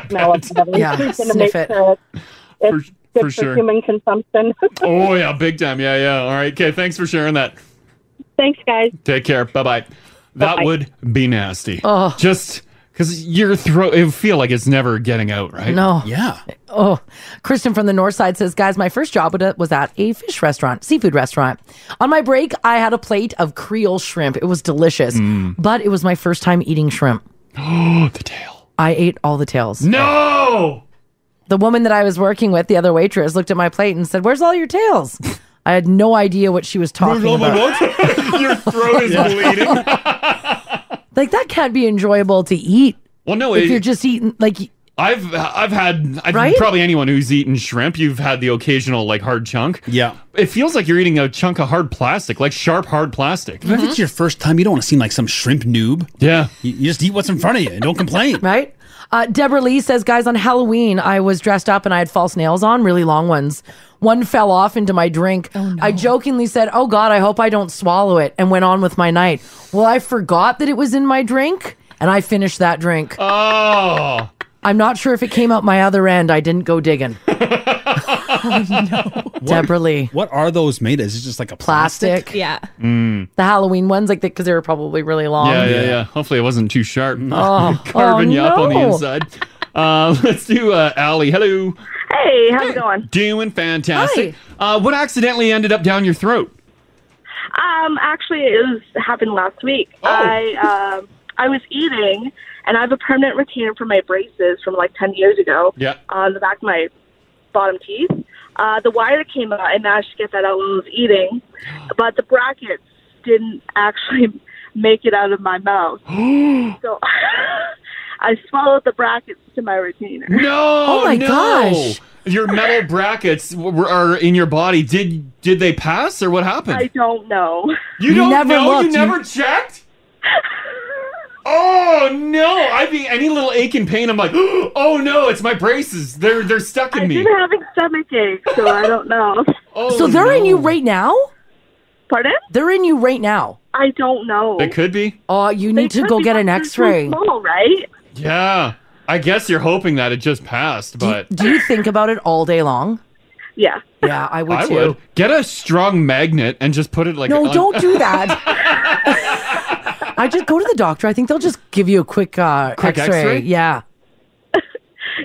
[SPEAKER 25] smell of everything
[SPEAKER 10] Yeah,
[SPEAKER 25] to
[SPEAKER 10] sniff
[SPEAKER 25] make
[SPEAKER 10] it.
[SPEAKER 25] sure it's, it's good
[SPEAKER 8] for sure.
[SPEAKER 25] human consumption.
[SPEAKER 8] Oh, yeah, big time. Yeah, yeah. All right. Okay. Thanks for sharing that.
[SPEAKER 25] Thanks, guys.
[SPEAKER 8] Take care. Bye bye. That
[SPEAKER 25] Bye-bye.
[SPEAKER 8] would be nasty.
[SPEAKER 25] Oh.
[SPEAKER 8] Just because your throat, it would feel like it's never getting out, right?
[SPEAKER 10] No.
[SPEAKER 8] Yeah.
[SPEAKER 10] Oh, Kristen from the north side says, guys, my first job was at- was at a fish restaurant, seafood restaurant. On my break, I had a plate of Creole shrimp. It was delicious, but it was my first time eating shrimp.
[SPEAKER 8] Oh, Mm. the tail.
[SPEAKER 10] I ate all the tails.
[SPEAKER 8] No.
[SPEAKER 10] The woman that I was working with, the other waitress, looked at my plate and said, Where's all your tails? I had no idea what she was talking about.
[SPEAKER 8] your throat is bleeding.
[SPEAKER 10] Like, that can't be enjoyable to eat.
[SPEAKER 8] Well, no,
[SPEAKER 10] if
[SPEAKER 8] it-
[SPEAKER 10] you're just eating, like,
[SPEAKER 8] I've I've had I
[SPEAKER 10] Right?
[SPEAKER 8] think probably anyone who's eaten shrimp, you've had the occasional like hard chunk.
[SPEAKER 7] Yeah.
[SPEAKER 8] It feels like you're eating a chunk of hard plastic, like sharp hard plastic.
[SPEAKER 10] Mm-hmm.
[SPEAKER 7] But If it's your first time, you don't want to seem like some shrimp noob.
[SPEAKER 8] Yeah.
[SPEAKER 7] You, you just eat what's in front of you and don't complain.
[SPEAKER 10] right? Uh, Deborah Lee says, guys, on Halloween, I was dressed up and I had false nails on, really long ones. One fell off into my drink. I jokingly said, oh God, I hope I don't swallow it, and went on with my night. Well, I forgot that it was in my drink, and I finished that drink.
[SPEAKER 8] Oh.
[SPEAKER 10] I'm not sure if it came out my other end. I didn't go digging. Deborah Lee.
[SPEAKER 7] What are those made of? Is it just like a plastic?
[SPEAKER 10] Plastic. Yeah.
[SPEAKER 8] Mm.
[SPEAKER 10] The Halloween ones, like, because they were probably really long.
[SPEAKER 8] Yeah, yeah, yeah. Hopefully it wasn't too sharp.
[SPEAKER 10] Oh.
[SPEAKER 8] Carving
[SPEAKER 10] Oh,
[SPEAKER 8] you up on the
[SPEAKER 10] no.
[SPEAKER 8] inside. Uh, let's do uh, Allie. Hello.
[SPEAKER 2] Hey, how's it going?
[SPEAKER 8] Doing fantastic. Uh, what accidentally ended up down your throat?
[SPEAKER 2] Um, actually, it was happened last week.
[SPEAKER 8] Oh.
[SPEAKER 2] I um, I was eating, and I have a permanent retainer for my braces from like ten years ago.
[SPEAKER 1] Yeah.
[SPEAKER 2] On the back of my bottom teeth, uh, the wire came out. I managed to get that out while I was eating, but the brackets didn't actually make it out of my mouth. so I swallowed the brackets to my retainer.
[SPEAKER 8] No.
[SPEAKER 10] Oh
[SPEAKER 8] no. Your metal brackets w- were, are in your body. Did did they pass or what happened?
[SPEAKER 2] I don't know.
[SPEAKER 8] You don't know? You never checked? Oh no! I mean, any little ache and pain, I'm like, oh no, it's my braces. They're they're stuck in
[SPEAKER 2] I've
[SPEAKER 8] me.
[SPEAKER 2] been having stomach ache, so I don't know.
[SPEAKER 8] Oh,
[SPEAKER 10] so they're in you right now?
[SPEAKER 2] Pardon?
[SPEAKER 10] They're in you right now.
[SPEAKER 2] I don't know.
[SPEAKER 8] It could be.
[SPEAKER 10] Oh, you
[SPEAKER 2] They
[SPEAKER 10] need to
[SPEAKER 2] could
[SPEAKER 10] go
[SPEAKER 2] be,
[SPEAKER 10] get
[SPEAKER 2] but
[SPEAKER 10] an
[SPEAKER 2] they're too
[SPEAKER 10] x-ray.
[SPEAKER 2] Small, right?
[SPEAKER 8] Yeah, I guess you're hoping that it just passed, but
[SPEAKER 10] Do you think about it all day long?
[SPEAKER 2] Yeah.
[SPEAKER 10] Yeah, I would
[SPEAKER 8] I
[SPEAKER 10] too.
[SPEAKER 8] would get a strong magnet and just put it like.
[SPEAKER 10] no,
[SPEAKER 8] on-
[SPEAKER 10] don't do that. I just go to the doctor. I think they'll just give you a quick uh
[SPEAKER 8] Quick
[SPEAKER 10] x-ray.
[SPEAKER 8] x-ray?
[SPEAKER 10] Yeah.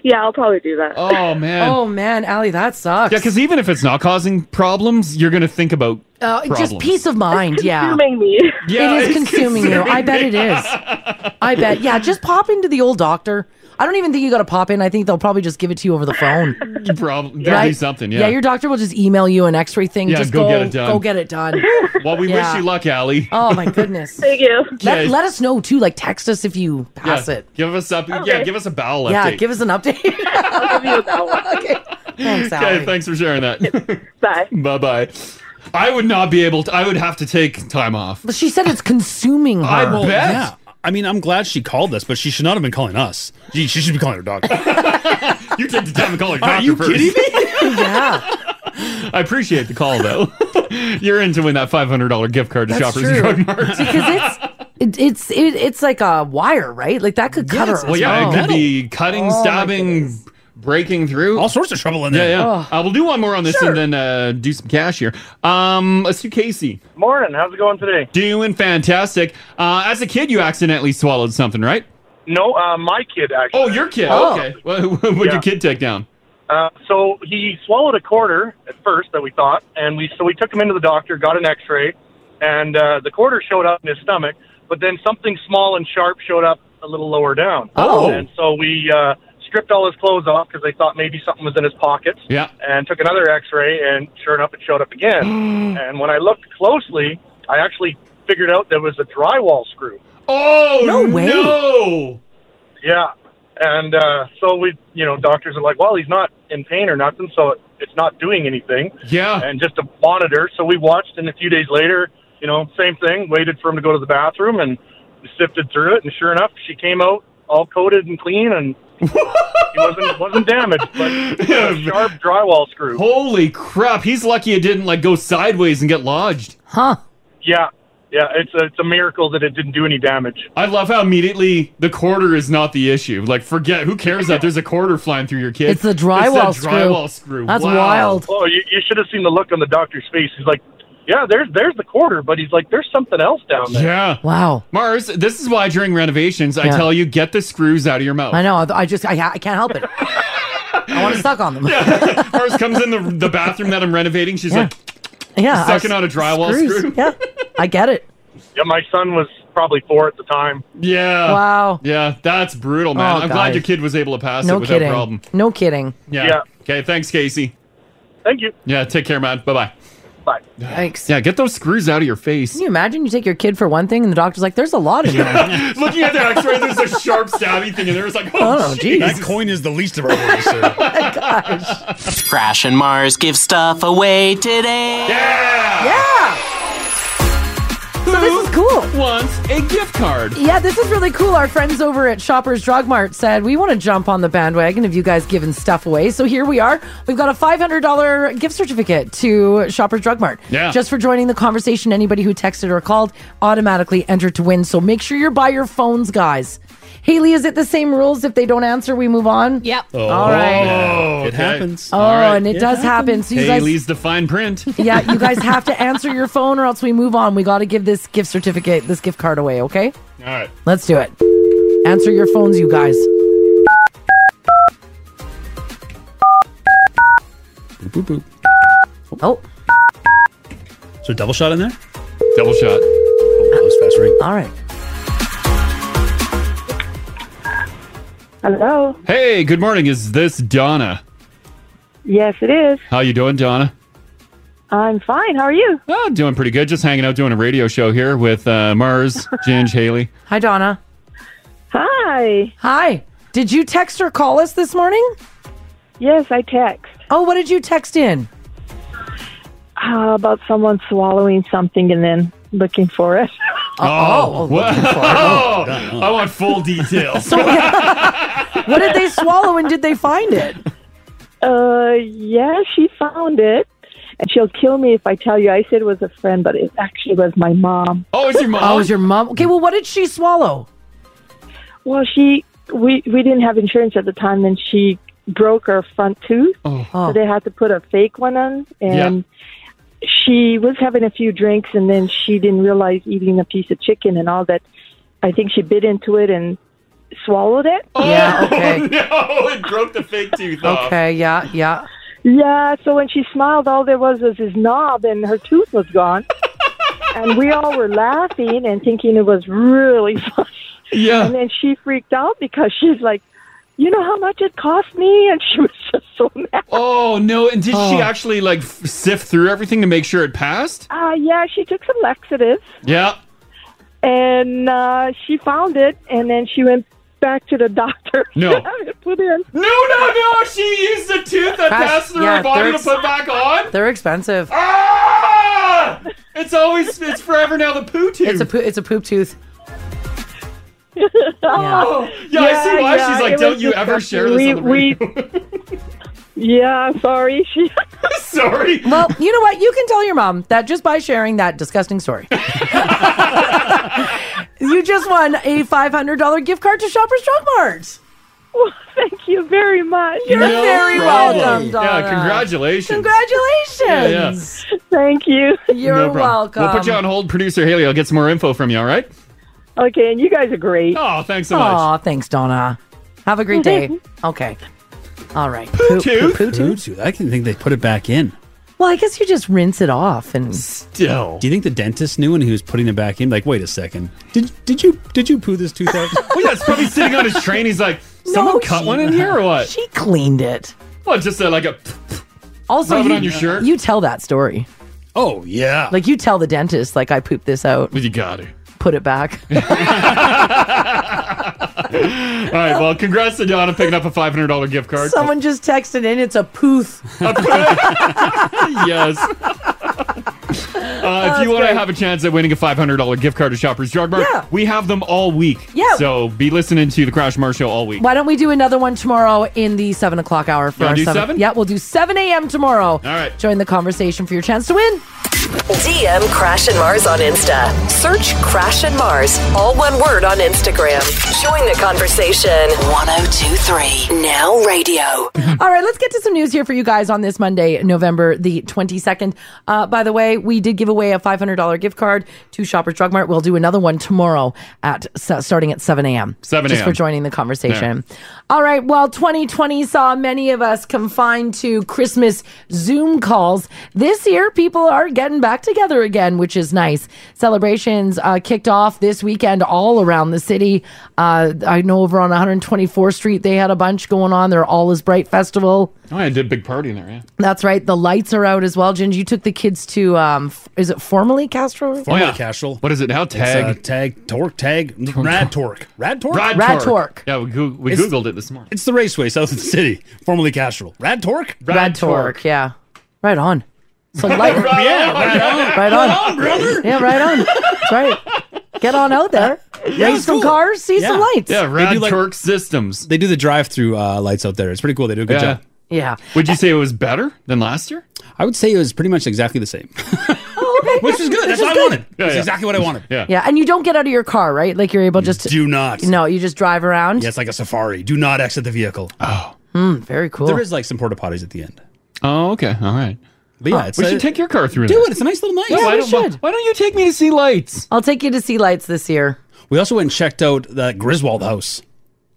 [SPEAKER 2] yeah, I'll probably do that.
[SPEAKER 8] Oh man.
[SPEAKER 10] Oh man, Allie, that sucks.
[SPEAKER 8] yeah, because even if it's not causing problems, you're gonna think about
[SPEAKER 10] uh, just
[SPEAKER 8] problems.
[SPEAKER 10] peace of mind, yeah.
[SPEAKER 2] consuming me.
[SPEAKER 8] Yeah,
[SPEAKER 10] it is
[SPEAKER 8] it's
[SPEAKER 10] consuming, you. I
[SPEAKER 8] consuming
[SPEAKER 10] bet
[SPEAKER 8] me.
[SPEAKER 10] it is. I bet. Yeah, just pop into the old doctor. I don't even think you got to pop in. I think they'll probably just give it to you over the phone.
[SPEAKER 8] Problem. There'll be
[SPEAKER 10] Right?
[SPEAKER 8] something. Yeah.
[SPEAKER 10] your doctor will just email you an x-ray thing.
[SPEAKER 8] Yeah,
[SPEAKER 10] just
[SPEAKER 8] go
[SPEAKER 10] go,
[SPEAKER 8] get it done.
[SPEAKER 10] Go get it done.
[SPEAKER 8] well, we
[SPEAKER 10] Yeah.
[SPEAKER 8] wish you luck, Allie.
[SPEAKER 10] Oh my goodness.
[SPEAKER 2] Thank you.
[SPEAKER 10] Let,
[SPEAKER 8] Okay.
[SPEAKER 10] let us know too. Like text us if you pass
[SPEAKER 8] yeah,
[SPEAKER 10] it.
[SPEAKER 8] Give us up. Yeah, give us a bowel
[SPEAKER 10] yeah,
[SPEAKER 8] update.
[SPEAKER 10] give us an update.
[SPEAKER 2] I'll give you that one. okay.
[SPEAKER 10] Thanks,
[SPEAKER 8] Okay,
[SPEAKER 10] Allie.
[SPEAKER 8] thanks for sharing that.
[SPEAKER 2] Bye.
[SPEAKER 8] bye bye. I would not be able to. I would have to take time off.
[SPEAKER 10] But she said it's consuming her.
[SPEAKER 7] I bet. Yeah. I mean, I'm glad she called us, but she should not have been calling us. She, she should be calling her doctor.
[SPEAKER 8] you take the time to call your
[SPEAKER 7] Are
[SPEAKER 8] doctor
[SPEAKER 7] you
[SPEAKER 8] first.
[SPEAKER 7] kidding me?
[SPEAKER 10] yeah.
[SPEAKER 8] I appreciate the call though. You're in to win that $500 gift card to
[SPEAKER 10] That's
[SPEAKER 8] Shoppers
[SPEAKER 10] true.
[SPEAKER 8] Drug
[SPEAKER 10] because
[SPEAKER 8] Mart.
[SPEAKER 10] it's it, it's it, it's like a wire, right? Like that could cut her.
[SPEAKER 8] Well, yeah,
[SPEAKER 10] Oh.
[SPEAKER 8] it could be cutting,
[SPEAKER 10] Oh, my
[SPEAKER 8] stabbing, breaking through. All
[SPEAKER 7] sorts of trouble in
[SPEAKER 8] Yeah,
[SPEAKER 7] there.
[SPEAKER 8] yeah. Uh, we'll do one more on this
[SPEAKER 7] Sure.
[SPEAKER 8] and then uh, do some cash here. Um, let's do Casey.
[SPEAKER 26] Morning. How's it going today?
[SPEAKER 8] Doing fantastic. Uh, as a kid, you accidentally swallowed something, right?
[SPEAKER 26] No, uh, my kid actually.
[SPEAKER 8] Oh, your kid. Okay. What would
[SPEAKER 26] Yeah.
[SPEAKER 8] your kid take down?
[SPEAKER 26] Uh, so he swallowed a quarter at first that we thought, and we so we took him into the doctor, got an X-ray, and uh, the quarter showed up in his stomach, but then something small and sharp showed up a little lower down.
[SPEAKER 8] Oh.
[SPEAKER 26] And so we uh, stripped all his clothes off because they thought maybe something was in his pockets.
[SPEAKER 8] Yeah.
[SPEAKER 26] and took another x-ray and sure enough it showed up again and when i looked closely i actually figured out there was a drywall screw
[SPEAKER 8] Oh
[SPEAKER 26] No
[SPEAKER 8] way. no.
[SPEAKER 26] yeah and uh, so we you know doctors are like well he's not in pain or nothing so it- it's not doing anything
[SPEAKER 8] yeah
[SPEAKER 26] and just a monitor so we watched and a few days later you know same thing waited for him to go to the bathroom and sifted through it and sure enough she came out all coated and clean and he wasn't wasn't damaged but a sharp drywall screw
[SPEAKER 8] Holy crap! He's lucky it didn't like go sideways and get lodged.
[SPEAKER 10] Huh?
[SPEAKER 26] Yeah, yeah. It's a it's a miracle that it didn't do any damage.
[SPEAKER 8] I love how immediately the quarter is not the issue. Like, forget who cares that there's a quarter flying through your kid.
[SPEAKER 26] It's the
[SPEAKER 8] that
[SPEAKER 26] drywall screw.
[SPEAKER 8] drywall screw. Wow.
[SPEAKER 26] Oh, you, you should have seen the look on the doctor's face. He's like, "Yeah, there's there's the quarter," but he's like, "There's something else down there."
[SPEAKER 8] Yeah.
[SPEAKER 10] Wow.
[SPEAKER 8] Mars, this is why during renovations I
[SPEAKER 26] Yeah.
[SPEAKER 8] tell you get the screws out of your mouth.
[SPEAKER 10] I know. I just I, ha- I can't help it. I want to suck on them.
[SPEAKER 8] Mars comes in the the bathroom that I'm renovating. She's like
[SPEAKER 10] Yeah,
[SPEAKER 8] sucking
[SPEAKER 10] I-
[SPEAKER 8] on a drywall
[SPEAKER 10] screws.
[SPEAKER 8] screw.
[SPEAKER 10] Yeah, I get it.
[SPEAKER 26] Yeah, my son was probably four at the time.
[SPEAKER 8] Yeah.
[SPEAKER 10] Wow.
[SPEAKER 8] Yeah, that's brutal, man.
[SPEAKER 10] Oh,
[SPEAKER 8] I'm glad
[SPEAKER 10] guys.
[SPEAKER 8] your kid was able to pass it
[SPEAKER 10] no
[SPEAKER 8] without
[SPEAKER 10] kidding.
[SPEAKER 8] problem.
[SPEAKER 10] No kidding.
[SPEAKER 8] Yeah. Okay. Thanks, Casey.
[SPEAKER 26] Thank you.
[SPEAKER 8] Yeah. Take care, man. Bye bye.
[SPEAKER 27] But
[SPEAKER 10] Yikes.
[SPEAKER 8] Yeah, get those screws out of your face.
[SPEAKER 10] Can you imagine you take your kid for one thing and the doctor's like, there's a lot in there?
[SPEAKER 8] Looking at the x-ray, there's a sharp stabby thing in there. It's like, oh,
[SPEAKER 10] Oh,
[SPEAKER 8] jeez.
[SPEAKER 10] geez.
[SPEAKER 7] That coin is the least of our worries, sir.
[SPEAKER 4] Crash and Mars give stuff away today.
[SPEAKER 10] yeah. So this is cool.
[SPEAKER 8] Wants a gift card.
[SPEAKER 10] Yeah, this is really cool. Our friends over at Shoppers Drug Mart said we want to jump on the bandwagon of you guys giving stuff away. So here we are. We've got a $500 gift certificate to Shoppers Drug Mart.
[SPEAKER 18] Yeah.
[SPEAKER 10] Just for joining the conversation, anybody who texted or called automatically entered to win. So make sure you're by your phones, guys. Haley, is it the same rules? If they don't answer, we move on? Yep. All right.
[SPEAKER 8] Oh,
[SPEAKER 7] It happens.
[SPEAKER 10] Oh, and it does happen. So you guys-
[SPEAKER 8] Haley's the fine print.
[SPEAKER 10] yeah, you guys have to answer your phone or else we move on. We got to give this gift certificate, this gift card away, okay?
[SPEAKER 8] All right.
[SPEAKER 10] Let's do it. Answer your phones, you guys.
[SPEAKER 7] Boop, boop, boop.
[SPEAKER 10] Oh.
[SPEAKER 7] Is there a double shot in there?
[SPEAKER 8] Double shot.
[SPEAKER 7] Oh, that was fast ring.
[SPEAKER 10] All right.
[SPEAKER 28] Hello.
[SPEAKER 8] Hey, good morning. Is this Donna?
[SPEAKER 28] Yes, it is.
[SPEAKER 8] How you doing, Donna?
[SPEAKER 28] I'm fine. How are you?
[SPEAKER 8] Oh, doing pretty good. Just hanging out doing a radio show here with uh, Mars, Ginge, Haley.
[SPEAKER 10] Hi, Donna.
[SPEAKER 28] Hi.
[SPEAKER 10] Hi. Did you text or call us this morning?
[SPEAKER 28] Yes, I text.
[SPEAKER 10] Oh, what did you text in?
[SPEAKER 28] Uh, about someone swallowing something and then looking for it.
[SPEAKER 8] Oh, wow. I want full details.
[SPEAKER 10] What did they swallow and did they find it?
[SPEAKER 28] Uh, yeah, she found it. And she'll kill me if I tell you. I said it was a friend, but it actually was my mom.
[SPEAKER 8] Oh, it's your mom.
[SPEAKER 10] Oh, it's your mom. Okay, well, what did she swallow?
[SPEAKER 28] Well, she we we didn't have insurance at the time, and she broke her front tooth, so they had to put a fake one on. And she was having a few drinks, and then she didn't realize eating a piece of chicken and all that. I think she bit into it and swallowed it.
[SPEAKER 10] Yeah, okay.
[SPEAKER 8] Oh, no, it broke the fake tooth off.
[SPEAKER 10] Okay, yeah, yeah.
[SPEAKER 28] Yeah, so when she smiled, all there was was this knob, and her tooth was gone. and we all were laughing and thinking it was really funny.
[SPEAKER 8] Yeah.
[SPEAKER 28] And then she freaked out because she's like, "You know how much it cost me?" And she was just so mad.
[SPEAKER 8] Oh, no. And did she actually like f- sift through everything to make sure it passed?
[SPEAKER 28] Uh, yeah, she took some laxatives,
[SPEAKER 8] Yeah.
[SPEAKER 28] and uh, she found it, and then she went back to the doctor.
[SPEAKER 8] No.
[SPEAKER 28] to have it put in.
[SPEAKER 8] No, no, no. She used a tooth that
[SPEAKER 28] Gosh,
[SPEAKER 8] passed through
[SPEAKER 28] yeah,
[SPEAKER 8] her body to
[SPEAKER 28] there's-
[SPEAKER 8] put back on.
[SPEAKER 10] They're expensive.
[SPEAKER 8] Ah! It's always, it's forever now the poo tooth.
[SPEAKER 10] It's a, po- it's a poop tooth.
[SPEAKER 8] Oh, yeah, I see why she's like,
[SPEAKER 28] it
[SPEAKER 8] don't
[SPEAKER 28] was
[SPEAKER 8] you ever
[SPEAKER 28] disgusting.
[SPEAKER 8] share this on the
[SPEAKER 28] We, we, yeah, sorry. She,
[SPEAKER 8] sorry.
[SPEAKER 10] Well, you know what? You can tell your mom that just by sharing that disgusting story. you just won a $500 gift card to Shoppers Drug Mart.
[SPEAKER 28] Well, thank you very much.
[SPEAKER 10] You're
[SPEAKER 8] No
[SPEAKER 10] very
[SPEAKER 8] problem.
[SPEAKER 10] welcome, Donna.
[SPEAKER 8] Yeah, congratulations.
[SPEAKER 10] Congratulations.
[SPEAKER 28] Thank you.
[SPEAKER 10] You're
[SPEAKER 8] No problem.
[SPEAKER 10] welcome.
[SPEAKER 8] We'll put you on hold, producer Haley. I'll get some more info from you, all right?
[SPEAKER 28] Okay, and you guys are great.
[SPEAKER 8] Oh, thanks so much.
[SPEAKER 10] Aw, thanks, Donna. Have a great day. okay. All right.
[SPEAKER 7] Poo tooth. I didn't think they put it back in.
[SPEAKER 10] Well, I guess you just rinse it off and
[SPEAKER 7] Still. Do you think the dentist knew when he was putting it back in? Like, wait a second. Did did you did you poo this tooth out?
[SPEAKER 8] well, yeah, it's probably sitting on his train. He's like, someone cut one in here or what? She
[SPEAKER 10] cleaned it.
[SPEAKER 8] Well, just uh, like a.
[SPEAKER 10] also
[SPEAKER 8] Rub it
[SPEAKER 10] you,
[SPEAKER 8] on your shirt.
[SPEAKER 10] you tell that story.
[SPEAKER 7] Oh yeah.
[SPEAKER 10] Like you tell the dentist, like I pooped this out.
[SPEAKER 8] You got it.
[SPEAKER 10] Put it back.
[SPEAKER 8] All right. Well, congrats to Donna picking up a five hundred dollar gift card.
[SPEAKER 10] Someone just texted in. It's a pooth.
[SPEAKER 8] yes. Uh, if
[SPEAKER 10] that's
[SPEAKER 8] you want to
[SPEAKER 10] great.
[SPEAKER 8] have a chance at winning a five hundred dollar gift card to Shoppers Drug Mart,
[SPEAKER 10] Yeah.
[SPEAKER 8] we have them all week.
[SPEAKER 10] Yeah.
[SPEAKER 8] So be listening to the Crash Mars show all week.
[SPEAKER 10] Why don't we do another one tomorrow in the seven o'clock hour for
[SPEAKER 8] You wanna
[SPEAKER 10] our
[SPEAKER 8] do seven?
[SPEAKER 10] Yeah, we'll do seven a.m. tomorrow. All
[SPEAKER 8] right.
[SPEAKER 10] Join the conversation for your chance to win.
[SPEAKER 1] DM Crash and Mars on Insta. Search Crash and Mars, all one word on Instagram. Join the conversation. 1023 Now Radio.
[SPEAKER 10] All right, let's get to some news here for you guys on this Monday, November the 22nd. Uh, by the way, we did give away a $500 gift card to Shoppers Drug Mart. We'll do another one tomorrow at so- starting at 7 a.m.
[SPEAKER 18] 7
[SPEAKER 10] Just for
[SPEAKER 18] a.m..
[SPEAKER 10] joining the conversation. All right, well, 2020 saw many of us confined to Christmas Zoom calls. This year, people are getting back together again, which is nice. Celebrations uh, kicked off this weekend all around the city. Uh, I know over on 124th Street, they had a bunch going on. Their All is Bright Festival.
[SPEAKER 8] Oh, I did a big party in there, yeah.
[SPEAKER 10] That's right. The lights are out as well. Ginge, you took the kids to, um, f- is it formerly Castro?
[SPEAKER 7] Formerly Castrol.
[SPEAKER 8] Oh, What is it now? Tag.
[SPEAKER 7] uh, tag torque tag rad torque rad torque
[SPEAKER 8] Rad Rad Torque. Yeah, we, goo- we
[SPEAKER 7] It's-
[SPEAKER 8] Googled it this morning.
[SPEAKER 7] It's the raceway south of the city, formerly Castrol. Rad torque.
[SPEAKER 10] Rad, Torque. Yeah. Right on. So light.
[SPEAKER 7] yeah, right on.
[SPEAKER 10] Right on. brother. Yeah, right on. That's right. Get on out there. Race some cars, see some lights.
[SPEAKER 7] They do, like-
[SPEAKER 8] Systems.
[SPEAKER 7] They do the drive-through uh, lights out there. It's pretty cool. They do a good
[SPEAKER 8] Yeah.
[SPEAKER 7] job.
[SPEAKER 10] Yeah.
[SPEAKER 8] Would you say it was better than last year?
[SPEAKER 7] I would say it was pretty much exactly the same.
[SPEAKER 10] Which is
[SPEAKER 7] good. That's what I wanted. That's exactly what I wanted.
[SPEAKER 8] Yeah.
[SPEAKER 10] Yeah, and you don't get out of your car, right? Like you're able just to.
[SPEAKER 7] Do not.
[SPEAKER 10] No, you just drive around.
[SPEAKER 7] Yeah, it's like a safari. Do not exit the vehicle. Oh.
[SPEAKER 10] Hmm, very cool.
[SPEAKER 7] There is like some porta potties at the end.
[SPEAKER 8] Oh, okay. All right.
[SPEAKER 7] But yeah, it's
[SPEAKER 8] we
[SPEAKER 7] a-
[SPEAKER 8] should take your car through
[SPEAKER 7] Do
[SPEAKER 8] there.
[SPEAKER 7] it. It's a nice little night.
[SPEAKER 10] Yeah, we should.
[SPEAKER 8] Why don't you take me to see lights?
[SPEAKER 10] I'll take you to see lights this year.
[SPEAKER 7] We also went and checked out the Griswold house.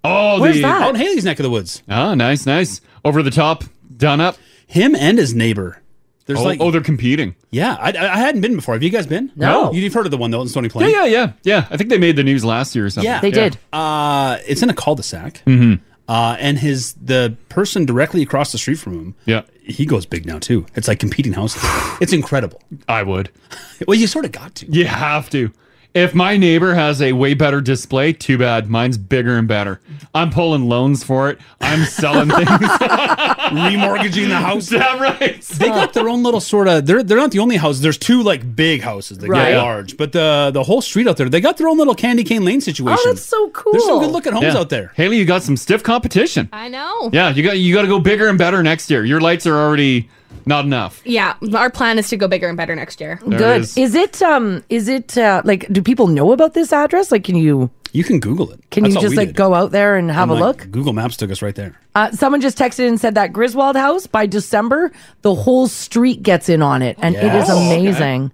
[SPEAKER 8] Oh,
[SPEAKER 10] Where's the- that?
[SPEAKER 7] Out in Haley's neck of the woods.
[SPEAKER 8] Oh, nice, nice. Over the top, done up.
[SPEAKER 7] Him and his neighbor. There's
[SPEAKER 8] oh,
[SPEAKER 7] like-
[SPEAKER 8] oh, they're competing.
[SPEAKER 7] Yeah, I, I hadn't been before. Have you guys been?
[SPEAKER 8] No. No.
[SPEAKER 7] You've heard of the one though in Stony
[SPEAKER 8] Yeah,
[SPEAKER 7] Plain.
[SPEAKER 8] yeah, yeah, yeah. I think they made the news last year or something.
[SPEAKER 7] Yeah, Uh, it's in a cul-de-sac,
[SPEAKER 8] Mm-hmm.
[SPEAKER 7] uh, and his the person directly across the street from him.
[SPEAKER 8] Yeah,
[SPEAKER 7] he goes big now too. It's like competing houses. it's incredible.
[SPEAKER 8] I would.
[SPEAKER 7] Well, you sort of got to.
[SPEAKER 8] You have to. If my neighbor has a way better display, too bad. Mine's bigger and better. I'm pulling loans for it. I'm selling things.
[SPEAKER 7] Remortgaging the house.
[SPEAKER 8] Damn right.
[SPEAKER 7] They got their own little sort of. They're they're not the only houses. There's two like big houses that
[SPEAKER 8] Right.
[SPEAKER 7] get large, but the the whole street out there, they got their own little candy cane lane situation.
[SPEAKER 10] oh, so cool.
[SPEAKER 7] There's some good looking homes
[SPEAKER 8] Yeah.
[SPEAKER 7] out there.
[SPEAKER 8] Haley, you got some stiff competition.
[SPEAKER 5] I know.
[SPEAKER 8] Yeah, you got you got to go bigger and better next year. Your lights are already not enough.
[SPEAKER 5] Yeah, our plan is to go bigger and better next year.
[SPEAKER 8] There it
[SPEAKER 10] Good.
[SPEAKER 8] is.
[SPEAKER 10] Is. it um is it uh like do people know about this address? Like can you
[SPEAKER 7] You can Google it.
[SPEAKER 10] can
[SPEAKER 7] That's
[SPEAKER 10] you
[SPEAKER 7] all
[SPEAKER 10] just
[SPEAKER 7] we
[SPEAKER 10] like
[SPEAKER 7] did.
[SPEAKER 10] go out there and have
[SPEAKER 7] I'm
[SPEAKER 10] a
[SPEAKER 7] like,
[SPEAKER 10] look?
[SPEAKER 7] Google Maps took us right there.
[SPEAKER 10] Uh, someone just texted and said that Griswold house by December the whole street gets in on it and it
[SPEAKER 8] Yes.
[SPEAKER 10] is amazing.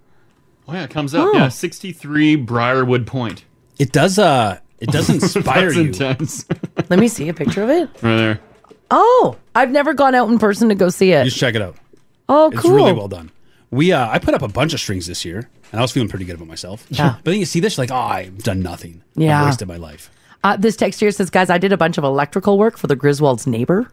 [SPEAKER 8] Oh yeah, it comes up.
[SPEAKER 10] Oh.
[SPEAKER 8] Yeah, 63 Briarwood Point.
[SPEAKER 7] It does. Uh, it does inspire
[SPEAKER 8] That's
[SPEAKER 7] you.
[SPEAKER 8] intense.
[SPEAKER 10] Let me see a picture of it.
[SPEAKER 8] right there.
[SPEAKER 10] Oh, I've never gone out in person to go see it.
[SPEAKER 7] You should check it out.
[SPEAKER 10] Oh, cool.
[SPEAKER 7] It's really well done. We uh, I put up a bunch of strings this year, and I was feeling pretty good about myself.
[SPEAKER 10] Yeah.
[SPEAKER 7] But then you see this, you're like, oh, I've done nothing.
[SPEAKER 10] Yeah.
[SPEAKER 7] I've wasted my life.
[SPEAKER 10] Uh, this text here says, guys, I did a bunch of electrical work for the Griswold's neighbor.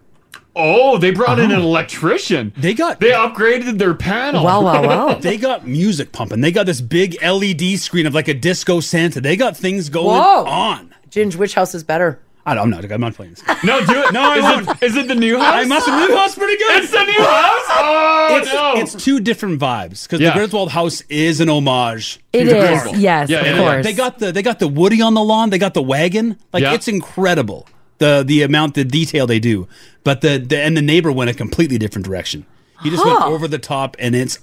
[SPEAKER 8] Oh, they brought in an electrician. They
[SPEAKER 7] got
[SPEAKER 8] they upgraded their panel.
[SPEAKER 7] they got music pumping. They got this big LED screen of like a disco Santa. They got things going
[SPEAKER 10] Whoa.
[SPEAKER 7] on.
[SPEAKER 10] Ginge, which house is better?
[SPEAKER 7] I don't, I'm not. I'm not playing this.
[SPEAKER 8] no, do it.
[SPEAKER 7] No, I
[SPEAKER 8] is
[SPEAKER 7] won't.
[SPEAKER 8] It, is it the new house?
[SPEAKER 7] Oh. I must have new house pretty good.
[SPEAKER 8] It's the new house. Oh
[SPEAKER 7] it's,
[SPEAKER 8] no.
[SPEAKER 7] it's two different vibes because
[SPEAKER 8] Yeah.
[SPEAKER 7] the Griswold house is an homage.
[SPEAKER 10] It
[SPEAKER 7] It is.
[SPEAKER 10] is, yes, Yeah, of yeah, yeah. course.
[SPEAKER 7] They got the they got the Woody on the lawn. They got the wagon. Like
[SPEAKER 8] Yeah.
[SPEAKER 7] it's incredible the the amount the detail they do. But the, the and the neighbor went a completely different direction. He just went
[SPEAKER 10] Huh.
[SPEAKER 7] over the top, and it's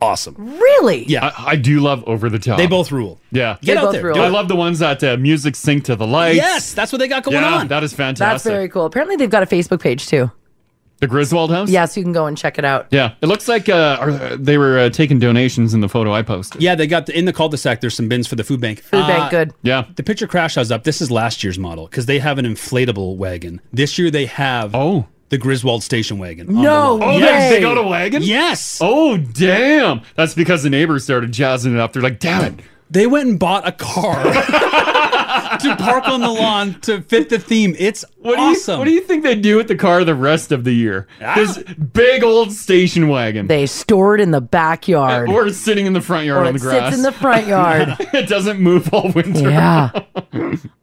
[SPEAKER 7] awesome.
[SPEAKER 10] Really?
[SPEAKER 7] Yeah,
[SPEAKER 8] I, I do love over the top.
[SPEAKER 7] They both rule.
[SPEAKER 8] Yeah,
[SPEAKER 7] Get They out both there. rule. Do
[SPEAKER 8] I
[SPEAKER 7] it.
[SPEAKER 8] love the ones that uh, music sync to the lights.
[SPEAKER 7] Yes, that's what they got going
[SPEAKER 8] yeah,
[SPEAKER 7] on.
[SPEAKER 8] That is fantastic.
[SPEAKER 10] That's very cool. Apparently, they've got a Facebook page too.
[SPEAKER 8] The Griswold house.
[SPEAKER 10] Yes, you can go and check it out.
[SPEAKER 8] Yeah, it looks like uh, are- they were uh, taking donations in the photo I posted.
[SPEAKER 7] Yeah, they got the, in the cul-de-sac. There's some bins for the food bank. Uh,
[SPEAKER 10] Food bank, good.
[SPEAKER 8] Yeah,
[SPEAKER 7] the picture crash house up. This is last year's model because they have an inflatable wagon. This year they have oh the Griswold station wagon. on the
[SPEAKER 10] No
[SPEAKER 7] lawn.
[SPEAKER 8] Oh, they, they got a wagon.
[SPEAKER 7] Yes.
[SPEAKER 8] Oh, damn. That's because the neighbors started jazzing it up. They're like, damn it.
[SPEAKER 7] They went and bought a car to park on the lawn to fit the theme. It's
[SPEAKER 8] What do
[SPEAKER 7] awesome.
[SPEAKER 8] you What do you think they do with the car the rest of the year?
[SPEAKER 10] Ah.
[SPEAKER 8] This big old station wagon.
[SPEAKER 10] They store it in the backyard.
[SPEAKER 8] or it's sitting in the front yard
[SPEAKER 10] Or
[SPEAKER 8] on the
[SPEAKER 10] it sits
[SPEAKER 8] grass.
[SPEAKER 10] in the front yard.
[SPEAKER 8] it doesn't move all winter.
[SPEAKER 10] Yeah.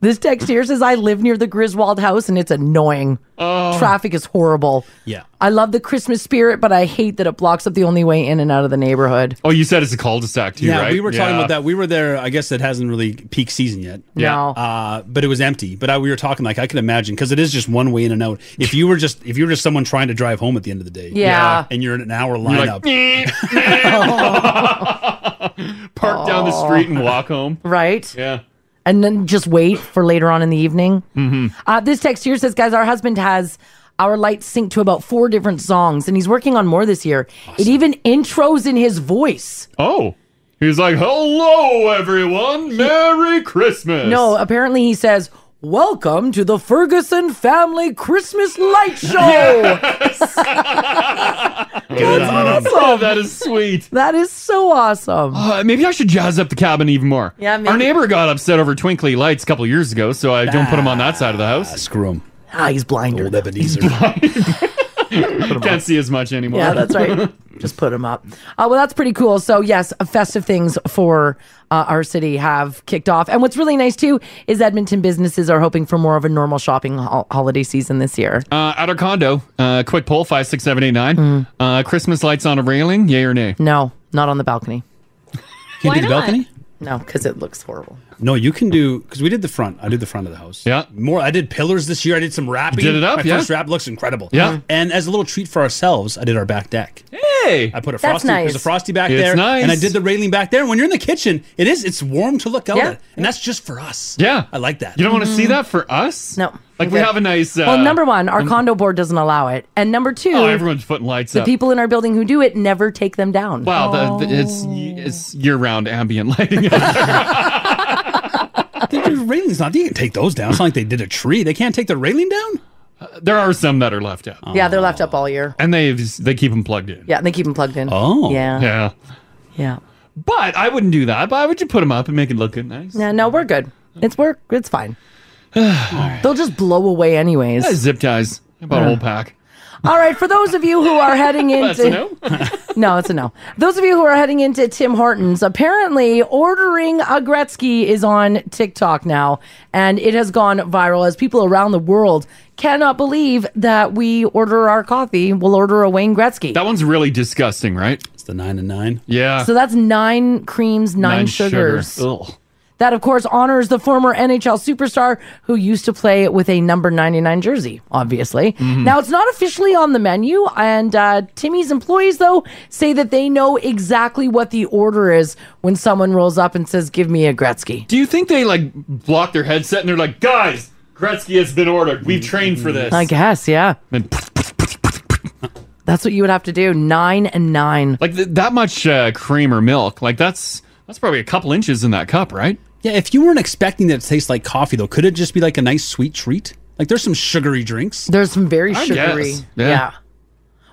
[SPEAKER 10] this text here says, I live near the Griswold house and it's annoying.
[SPEAKER 8] Oh.
[SPEAKER 10] Traffic is horrible.
[SPEAKER 7] Yeah.
[SPEAKER 10] I love the Christmas spirit, but I hate that it blocks up the only way in and out of the neighborhood.
[SPEAKER 8] Oh, you said it's a cul-de-sac too,
[SPEAKER 7] yeah,
[SPEAKER 8] right?
[SPEAKER 7] we were talking about that. We were there. I guess it hasn't really peak season yet.
[SPEAKER 8] Yeah. No.
[SPEAKER 7] Uh, but it was empty. But I, we were talking like I can imagine because it is just one way in and out. If you were just if you were just someone trying to drive home at the end of the day,
[SPEAKER 8] Yeah. Yeah.
[SPEAKER 7] and you're in an hour
[SPEAKER 8] You're like,
[SPEAKER 7] lineup,
[SPEAKER 8] Park down the street and walk home.
[SPEAKER 10] Right?
[SPEAKER 8] Yeah.
[SPEAKER 10] And then just wait for later on in the evening.
[SPEAKER 8] Mm-hmm.
[SPEAKER 10] Uh, this text here says, guys, our husband has our lights synced to about four different songs, and he's working on more this year. It even intros in his voice.
[SPEAKER 8] Oh. He's like, hello, everyone. Merry Christmas.
[SPEAKER 10] No, apparently he says, Welcome to the Ferguson Family Christmas Light Show. That's
[SPEAKER 8] Oh,
[SPEAKER 10] awesome.
[SPEAKER 8] that is sweet.
[SPEAKER 10] That is so awesome. Uh,
[SPEAKER 8] Uh, maybe I should jazz up the cabin even more.
[SPEAKER 10] Yeah, maybe.
[SPEAKER 8] Our neighbor got upset over twinkly lights a couple years ago, so I don't put him on that side of the house.
[SPEAKER 7] Screw him.
[SPEAKER 10] Ah, he's blinder.
[SPEAKER 7] Old Ebenezer.
[SPEAKER 8] Can't see as much anymore.
[SPEAKER 10] Yeah, that's right. Just put them up. Uh, well, that's pretty cool. So, yes, festive things for uh, our city have kicked off. And what's really nice, too, is Edmonton businesses are hoping for more of a normal shopping ho- holiday season this year.
[SPEAKER 8] Uh, at our condo, uh, quick poll five six seven eight nine.
[SPEAKER 10] Hmm.
[SPEAKER 8] Uh, Christmas lights on a railing, yay or nay?
[SPEAKER 10] No, not on the balcony.
[SPEAKER 7] Can you do the balcony?
[SPEAKER 10] No, because it looks horrible.
[SPEAKER 7] No, you can do because we did the front. I did the front of the house. Yeah, more. I did pillars this year. I did some wrapping.
[SPEAKER 8] Did it up,
[SPEAKER 7] My
[SPEAKER 8] yeah.
[SPEAKER 7] first wrap looks incredible.
[SPEAKER 8] Yeah.
[SPEAKER 7] and as a little treat for ourselves, I did our back deck.
[SPEAKER 10] Hmm.
[SPEAKER 8] Hey,
[SPEAKER 7] I put a
[SPEAKER 8] That's
[SPEAKER 7] frosty. There's a
[SPEAKER 8] nice.
[SPEAKER 7] frosty back
[SPEAKER 8] It's
[SPEAKER 7] there,
[SPEAKER 8] nice.
[SPEAKER 7] and I did the railing back there. And when you're in the kitchen, it is it's warm to look out
[SPEAKER 10] Yeah.
[SPEAKER 7] at, and that's just for us.
[SPEAKER 8] Yeah,
[SPEAKER 7] I like that.
[SPEAKER 8] You don't want to see that for us? No. Like we
[SPEAKER 10] Okay.
[SPEAKER 8] have a nice. Uh,
[SPEAKER 10] well, number one, our
[SPEAKER 8] um,
[SPEAKER 10] condo board doesn't allow it. And number two,
[SPEAKER 8] Oh, everyone's putting lights
[SPEAKER 10] the
[SPEAKER 8] up.
[SPEAKER 10] people in our building who Oh. do it never take them down.
[SPEAKER 8] Wow, the, the, it's it's year round ambient lighting.
[SPEAKER 7] Your railing's not. You can take those down. It's not like they did a tree. They can't take the railing down.
[SPEAKER 8] Uh, there are some that are left out.
[SPEAKER 10] yeah, they're left up all year.
[SPEAKER 8] and they they keep them plugged in.
[SPEAKER 10] Yeah, and they keep them plugged in.
[SPEAKER 8] Oh.
[SPEAKER 7] Oh.
[SPEAKER 10] Yeah.
[SPEAKER 8] yeah,
[SPEAKER 10] yeah.
[SPEAKER 8] But I wouldn't do that. But I would just put them up and make it look good, nice.
[SPEAKER 10] No, no, we're good. It's work. It's fine. They'll just blow away anyways.
[SPEAKER 8] Yeah, zip ties. How about a
[SPEAKER 10] Yeah.
[SPEAKER 8] whole pack?
[SPEAKER 10] All right, for those of you who are heading into
[SPEAKER 8] That's a no?
[SPEAKER 10] No, it's a no. Those of you who are heading into Tim Hortons, apparently ordering a Gretzky is on TikTok now, and it has gone viral as people around the world cannot believe that we order our coffee. We'll order a Wayne Gretzky.
[SPEAKER 8] That one's really disgusting, right? It's
[SPEAKER 7] the nine and nine.
[SPEAKER 8] Yeah.
[SPEAKER 10] so that's nine creams, nine, sugars.
[SPEAKER 8] Ugh.
[SPEAKER 10] That, of course, honors the former NHL superstar who used to play with a number 99 jersey, obviously.
[SPEAKER 18] Mm-hmm.
[SPEAKER 8] Mm-hmm.
[SPEAKER 10] Now, it's not officially on the menu, and uh, Timmy's employees, though, say that they know exactly what the order is when someone rolls up and says, Give me a Gretzky.
[SPEAKER 8] Do you think they like block their headset and they're like, guys, Gretzky has been ordered.
[SPEAKER 7] Mm-hmm.
[SPEAKER 8] We've trained for this.
[SPEAKER 10] I guess, yeah. That's what you would have to do. Nine and nine.
[SPEAKER 8] Like th- that much uh, cream or milk. Like that's that's probably a couple inches in that cup, right?
[SPEAKER 7] Yeah, if you weren't expecting that to taste like coffee, though, could it just be like a nice sweet treat? Like there's some sugary drinks.
[SPEAKER 10] There's some very
[SPEAKER 7] I
[SPEAKER 10] sugary.
[SPEAKER 7] guess,
[SPEAKER 8] yeah.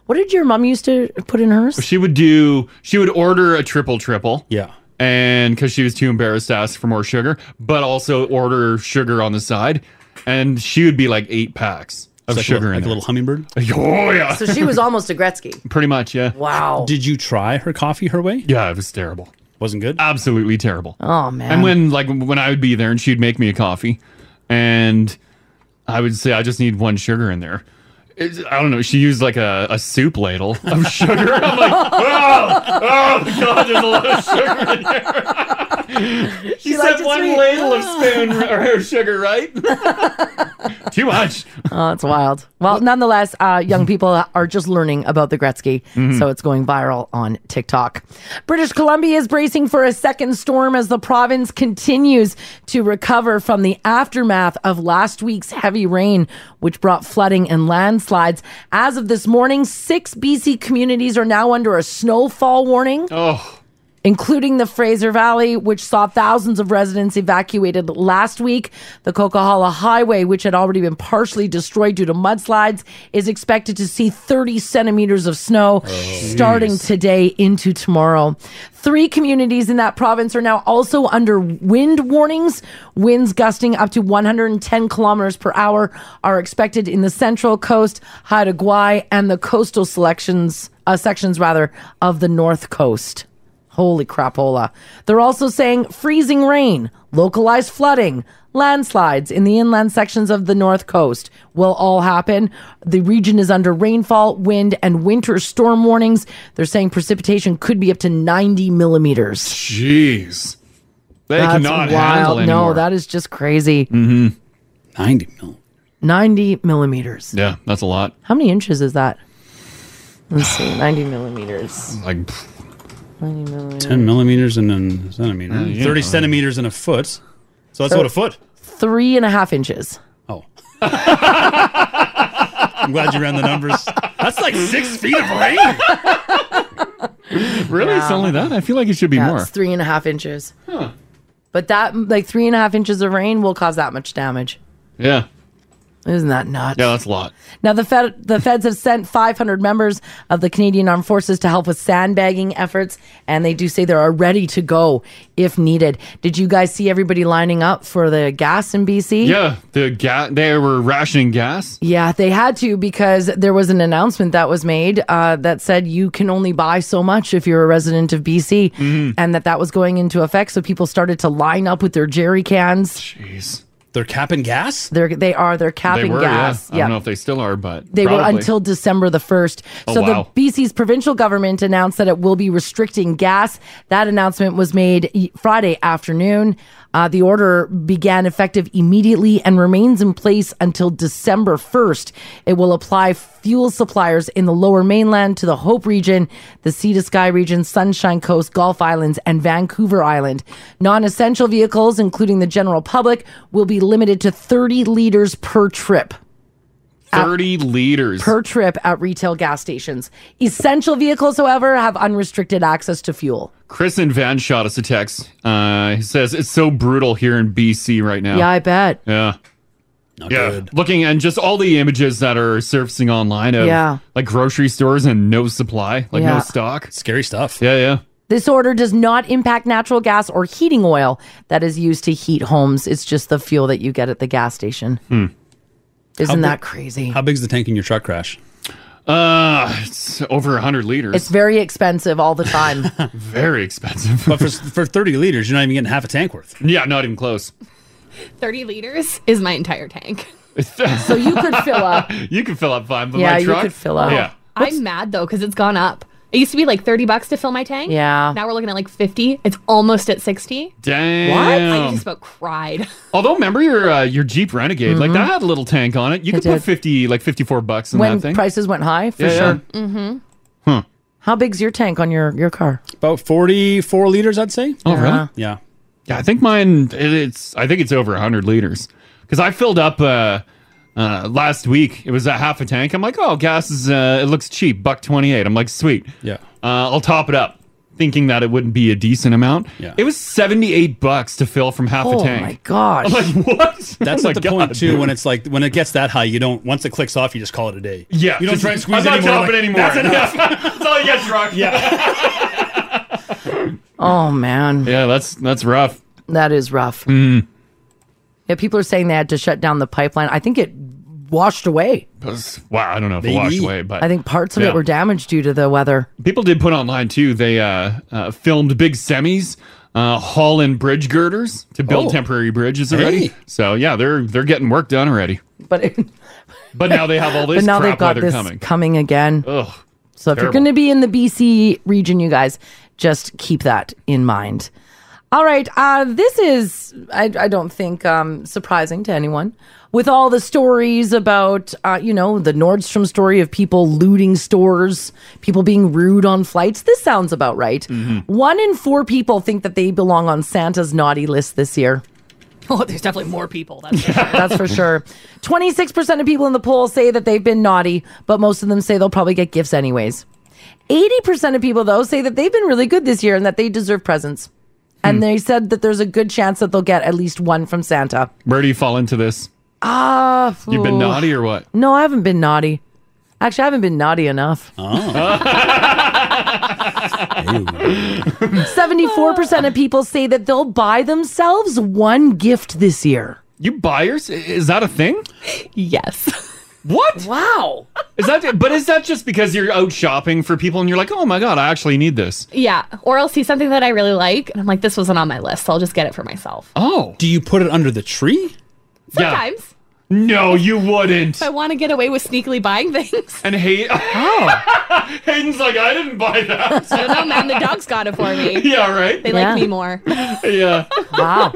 [SPEAKER 10] What did your mom used to put in hers?
[SPEAKER 8] She would do. She would order a triple triple.
[SPEAKER 7] Yeah.
[SPEAKER 8] And because she was too embarrassed to ask for more sugar, but also order sugar on the side, and she would be like eight packs
[SPEAKER 7] It's like
[SPEAKER 8] of
[SPEAKER 7] a
[SPEAKER 8] sugar
[SPEAKER 7] little-
[SPEAKER 8] in
[SPEAKER 7] like a little hummingbird.
[SPEAKER 8] Oh yeah.
[SPEAKER 10] So she was almost a Gretzky.
[SPEAKER 8] Pretty much, yeah.
[SPEAKER 10] Wow.
[SPEAKER 7] Did you try her coffee her way?
[SPEAKER 8] Yeah, it was terrible.
[SPEAKER 7] Wasn't good.
[SPEAKER 8] Absolutely terrible.
[SPEAKER 10] Oh, man.
[SPEAKER 8] And when like when I would be there and she'd make me a coffee, and I would say I just need one sugar in there. It's- I don't know. She used like a, a soup ladle of sugar. I'm like, oh, oh god, there's a lot of sugar in there. she said one ladle
[SPEAKER 10] Ah.
[SPEAKER 8] of spoon or sugar, right? Too much.
[SPEAKER 10] Oh, that's wild. Well, nonetheless, uh, young people are just learning about the Gretzky,
[SPEAKER 8] Mhm.
[SPEAKER 10] so it's going viral on TikTok. British Columbia is bracing for a second storm as the province continues to recover from the aftermath of last week's heavy rain, which brought flooding and landslides. As of this morning, six BC communities are now under a snowfall warning.
[SPEAKER 8] Oh.
[SPEAKER 10] Including the Fraser Valley, which saw thousands of residents evacuated last week. The Coquihalla Highway, which had already been partially destroyed due to mudslides, is expected to see 30 centimeters of snow starting today into tomorrow. Three communities in that province are now also under wind warnings. Winds gusting up to 110 kilometers per hour are expected in the central coast, Haida Gwaii, and the coastal selections, uh, sections rather, of the north coast. Holy crapola. They're also saying freezing rain, localized flooding, landslides in the inland sections of the north coast will all happen. The region is under rainfall, wind, and winter storm warnings. They're saying precipitation could be up to 90 millimeters.
[SPEAKER 8] Jeez. They
[SPEAKER 10] That's
[SPEAKER 8] cannot handle
[SPEAKER 10] wild.
[SPEAKER 8] anymore.
[SPEAKER 10] No, that is just crazy.
[SPEAKER 8] Mm-hmm.
[SPEAKER 7] 90 mil.
[SPEAKER 10] 90 millimeters.
[SPEAKER 8] Yeah, that's a lot.
[SPEAKER 10] How many inches is that? Let's see, 90 millimeters.
[SPEAKER 8] Like
[SPEAKER 10] 90 millimeters.
[SPEAKER 7] ten millimeters and then centimeter.
[SPEAKER 8] Uh, Hmm. yeah.
[SPEAKER 7] Thirty centimeters and a foot. So that's
[SPEAKER 10] So-
[SPEAKER 7] what a foot.
[SPEAKER 10] Three and a half inches.
[SPEAKER 7] I'm glad you ran the numbers. That's like six feet of rain.
[SPEAKER 8] Really? It's
[SPEAKER 10] Yeah.
[SPEAKER 8] only that? I feel like it should be
[SPEAKER 10] Yeah,
[SPEAKER 8] more.
[SPEAKER 10] It's three and a half inches. But that, like, three and a half inches of rain will cause that much damage.
[SPEAKER 8] Yeah.
[SPEAKER 10] Isn't that nuts?
[SPEAKER 8] Yeah, that's a lot.
[SPEAKER 10] Now, the Fed, the feds have sent 500 members of the Canadian Armed Forces to help with sandbagging efforts, and they do say they are ready to go if needed. Did you guys see everybody lining up for the gas in BC?
[SPEAKER 8] Yeah, the gas they were rationing gas.
[SPEAKER 10] Yeah, they had to because there was an announcement that was made uh, that said you can only buy so much if you're a resident of BC, and that that was going into effect. So people started to line up with their jerry cans.
[SPEAKER 8] Jeez,
[SPEAKER 7] they're capping gas.
[SPEAKER 10] They're they are they're capping
[SPEAKER 8] they were,
[SPEAKER 10] gas.
[SPEAKER 8] Yeah. I don't know if they still are, but
[SPEAKER 10] They
[SPEAKER 8] probably.
[SPEAKER 10] were until December the 1st.
[SPEAKER 8] Oh,
[SPEAKER 10] so
[SPEAKER 8] wow.
[SPEAKER 10] the BC's provincial government announced that it will be restricting gas. That announcement was made e- Friday afternoon. Uh, the order began effective immediately and remains in place until December 1st. It will apply fuel suppliers in the lower mainland to the Hope region, the Sea to Sky region, Sunshine Coast, Gulf Islands, and Vancouver Island. Non essential vehicles, including the general public, will be limited to 30 liters per trip.
[SPEAKER 8] thirty liters
[SPEAKER 10] per trip at retail gas stations. Essential vehicles, however, have unrestricted access to fuel.
[SPEAKER 8] Chris and Van shot us a text. Uh, he says it's so brutal here in BC right now.
[SPEAKER 10] Yeah, I bet.
[SPEAKER 8] Yeah. yeah. Looking and just all the images that are surfacing online of
[SPEAKER 10] Yeah.
[SPEAKER 8] like grocery stores and no supply, like
[SPEAKER 10] Yeah.
[SPEAKER 8] no stock. Scary stuff. Yeah, yeah.
[SPEAKER 10] This order does not impact natural gas or heating oil that is used to heat homes. It's just the fuel that you get at the gas station.
[SPEAKER 7] Hmm.
[SPEAKER 10] Isn't
[SPEAKER 7] How
[SPEAKER 10] that
[SPEAKER 7] big-
[SPEAKER 10] crazy?
[SPEAKER 7] How big's the tank in your truck crash?
[SPEAKER 8] Uh, it's over hundred liters.
[SPEAKER 10] It's very expensive all the time.
[SPEAKER 8] very expensive.
[SPEAKER 7] but for for thirty liters, you're not even getting half a tank worth.
[SPEAKER 8] Yeah, not even close.
[SPEAKER 3] 30 liters is my entire tank.
[SPEAKER 10] so you could fill up.
[SPEAKER 8] You could fill up fine, but
[SPEAKER 3] Yeah,
[SPEAKER 8] my
[SPEAKER 3] you
[SPEAKER 8] truck.
[SPEAKER 3] could fill up.
[SPEAKER 8] Yeah.
[SPEAKER 3] I'm mad though because it's gone up. It used to be like 30 bucks to fill my tank.
[SPEAKER 8] Yeah.
[SPEAKER 3] Now we're looking at like 50. It's almost at 60.
[SPEAKER 8] Damn.
[SPEAKER 3] I just about cried.
[SPEAKER 8] Although remember your uh, your Jeep Renegade, like that had a little tank on it. You could put
[SPEAKER 10] Mm-hmm. did.
[SPEAKER 8] fifty, like fifty four bucks in
[SPEAKER 10] when
[SPEAKER 8] that thing.
[SPEAKER 10] prices went high, for
[SPEAKER 8] Yeah, yeah.
[SPEAKER 10] sure.
[SPEAKER 3] Mm-hmm.
[SPEAKER 8] Huh.
[SPEAKER 10] How big's your tank on your, your car?
[SPEAKER 7] About forty four liters, I'd say.
[SPEAKER 8] Oh, really?
[SPEAKER 7] Yeah.
[SPEAKER 8] Yeah, I think mine. it- It's I think it's over hundred liters because I filled up uh, uh, last week. It was a half a tank. I'm like, oh, gas is. Uh, it looks cheap, buck twenty eight. I'm like, sweet.
[SPEAKER 7] Yeah.
[SPEAKER 8] Uh, I'll top it up, thinking that it wouldn't be a decent amount. Yeah. It was seventy eight bucks to fill from half a tank.
[SPEAKER 10] Oh gosh!
[SPEAKER 8] I'm like, what?
[SPEAKER 7] That's
[SPEAKER 8] Oh my
[SPEAKER 7] at the point
[SPEAKER 8] God,
[SPEAKER 7] too
[SPEAKER 8] dude.
[SPEAKER 7] when it's like when it gets that high, you don't once it clicks off, you just call it a day.
[SPEAKER 8] Yeah,
[SPEAKER 7] you don't
[SPEAKER 8] just-
[SPEAKER 7] try and squeeze
[SPEAKER 8] I'm
[SPEAKER 7] anymore.
[SPEAKER 8] not
[SPEAKER 7] like,
[SPEAKER 8] dropping anymore.
[SPEAKER 7] That's enough.
[SPEAKER 8] That's all you get drunk. Yeah.
[SPEAKER 10] Oh man.
[SPEAKER 8] Yeah, that's that's rough. Hmm.
[SPEAKER 10] That is rough. Yeah, people are saying they had to shut down the pipeline. I think it washed away.
[SPEAKER 8] Wow, I don't know if it washed
[SPEAKER 10] Maybe.
[SPEAKER 8] away, but
[SPEAKER 10] I think parts of
[SPEAKER 8] Yeah.
[SPEAKER 10] it were damaged due to the weather.
[SPEAKER 8] People did put online too. They uh, uh, filmed big semis uh, haul in bridge girders to build
[SPEAKER 10] Oh.
[SPEAKER 8] temporary bridges already.
[SPEAKER 10] Hey.
[SPEAKER 8] So yeah, they're they're getting work done already.
[SPEAKER 10] But it,
[SPEAKER 8] But now they have all this
[SPEAKER 10] but now
[SPEAKER 8] crap
[SPEAKER 10] they've got
[SPEAKER 8] weather
[SPEAKER 10] this
[SPEAKER 8] coming.
[SPEAKER 10] again.
[SPEAKER 8] Ugh.
[SPEAKER 10] So if you're
[SPEAKER 8] terrible.
[SPEAKER 10] going to be in the BC region, you guys just keep that in mind. All right, uh, this is I, I don't think um, surprising to anyone. With all the stories about uh, you know the Nordstrom story of people looting stores, people being rude on flights, this sounds about right.
[SPEAKER 8] Mm-hmm.
[SPEAKER 10] One in four people think that they belong on Santa's naughty list this year.
[SPEAKER 3] Oh, there's definitely more people. That's for sure.
[SPEAKER 10] That's for sure. 26% of people in the poll say that they've been naughty, but most of them say they'll probably get gifts anyways. 80% of people, though, say that they've been really good this year and that they deserve presents.
[SPEAKER 8] Hmm.
[SPEAKER 10] And they said that there's a good chance that they'll get at least one from Santa.
[SPEAKER 8] Where do you fall into this?
[SPEAKER 10] Ah,
[SPEAKER 8] You've been
[SPEAKER 10] ooh.
[SPEAKER 8] naughty or what?
[SPEAKER 10] No, I haven't been naughty. Actually, I haven't been naughty enough.
[SPEAKER 8] Oh.
[SPEAKER 10] Seventy-four percent of people say that they'll buy themselves one gift this year.
[SPEAKER 8] You buyers? Is that a thing?
[SPEAKER 3] Yes.
[SPEAKER 8] What?
[SPEAKER 10] Wow.
[SPEAKER 8] Is that? But is that just because you're out shopping for people and you're like, oh my god, I actually need this?
[SPEAKER 3] Yeah. Or I'll see something that I really like. And I'm like, this wasn't on my list. So I'll just get it for myself.
[SPEAKER 8] Oh.
[SPEAKER 7] Do you put it under the tree?
[SPEAKER 3] Sometimes.
[SPEAKER 8] No, you wouldn't.
[SPEAKER 3] If I want to get away with sneakily buying things.
[SPEAKER 8] And hate. Oh. Hayden's like, I didn't buy that.
[SPEAKER 3] I don't know, man. The dogs got it for me.
[SPEAKER 8] Yeah, right?
[SPEAKER 3] They
[SPEAKER 10] Yeah.
[SPEAKER 3] like me more.
[SPEAKER 8] yeah.
[SPEAKER 10] Wow.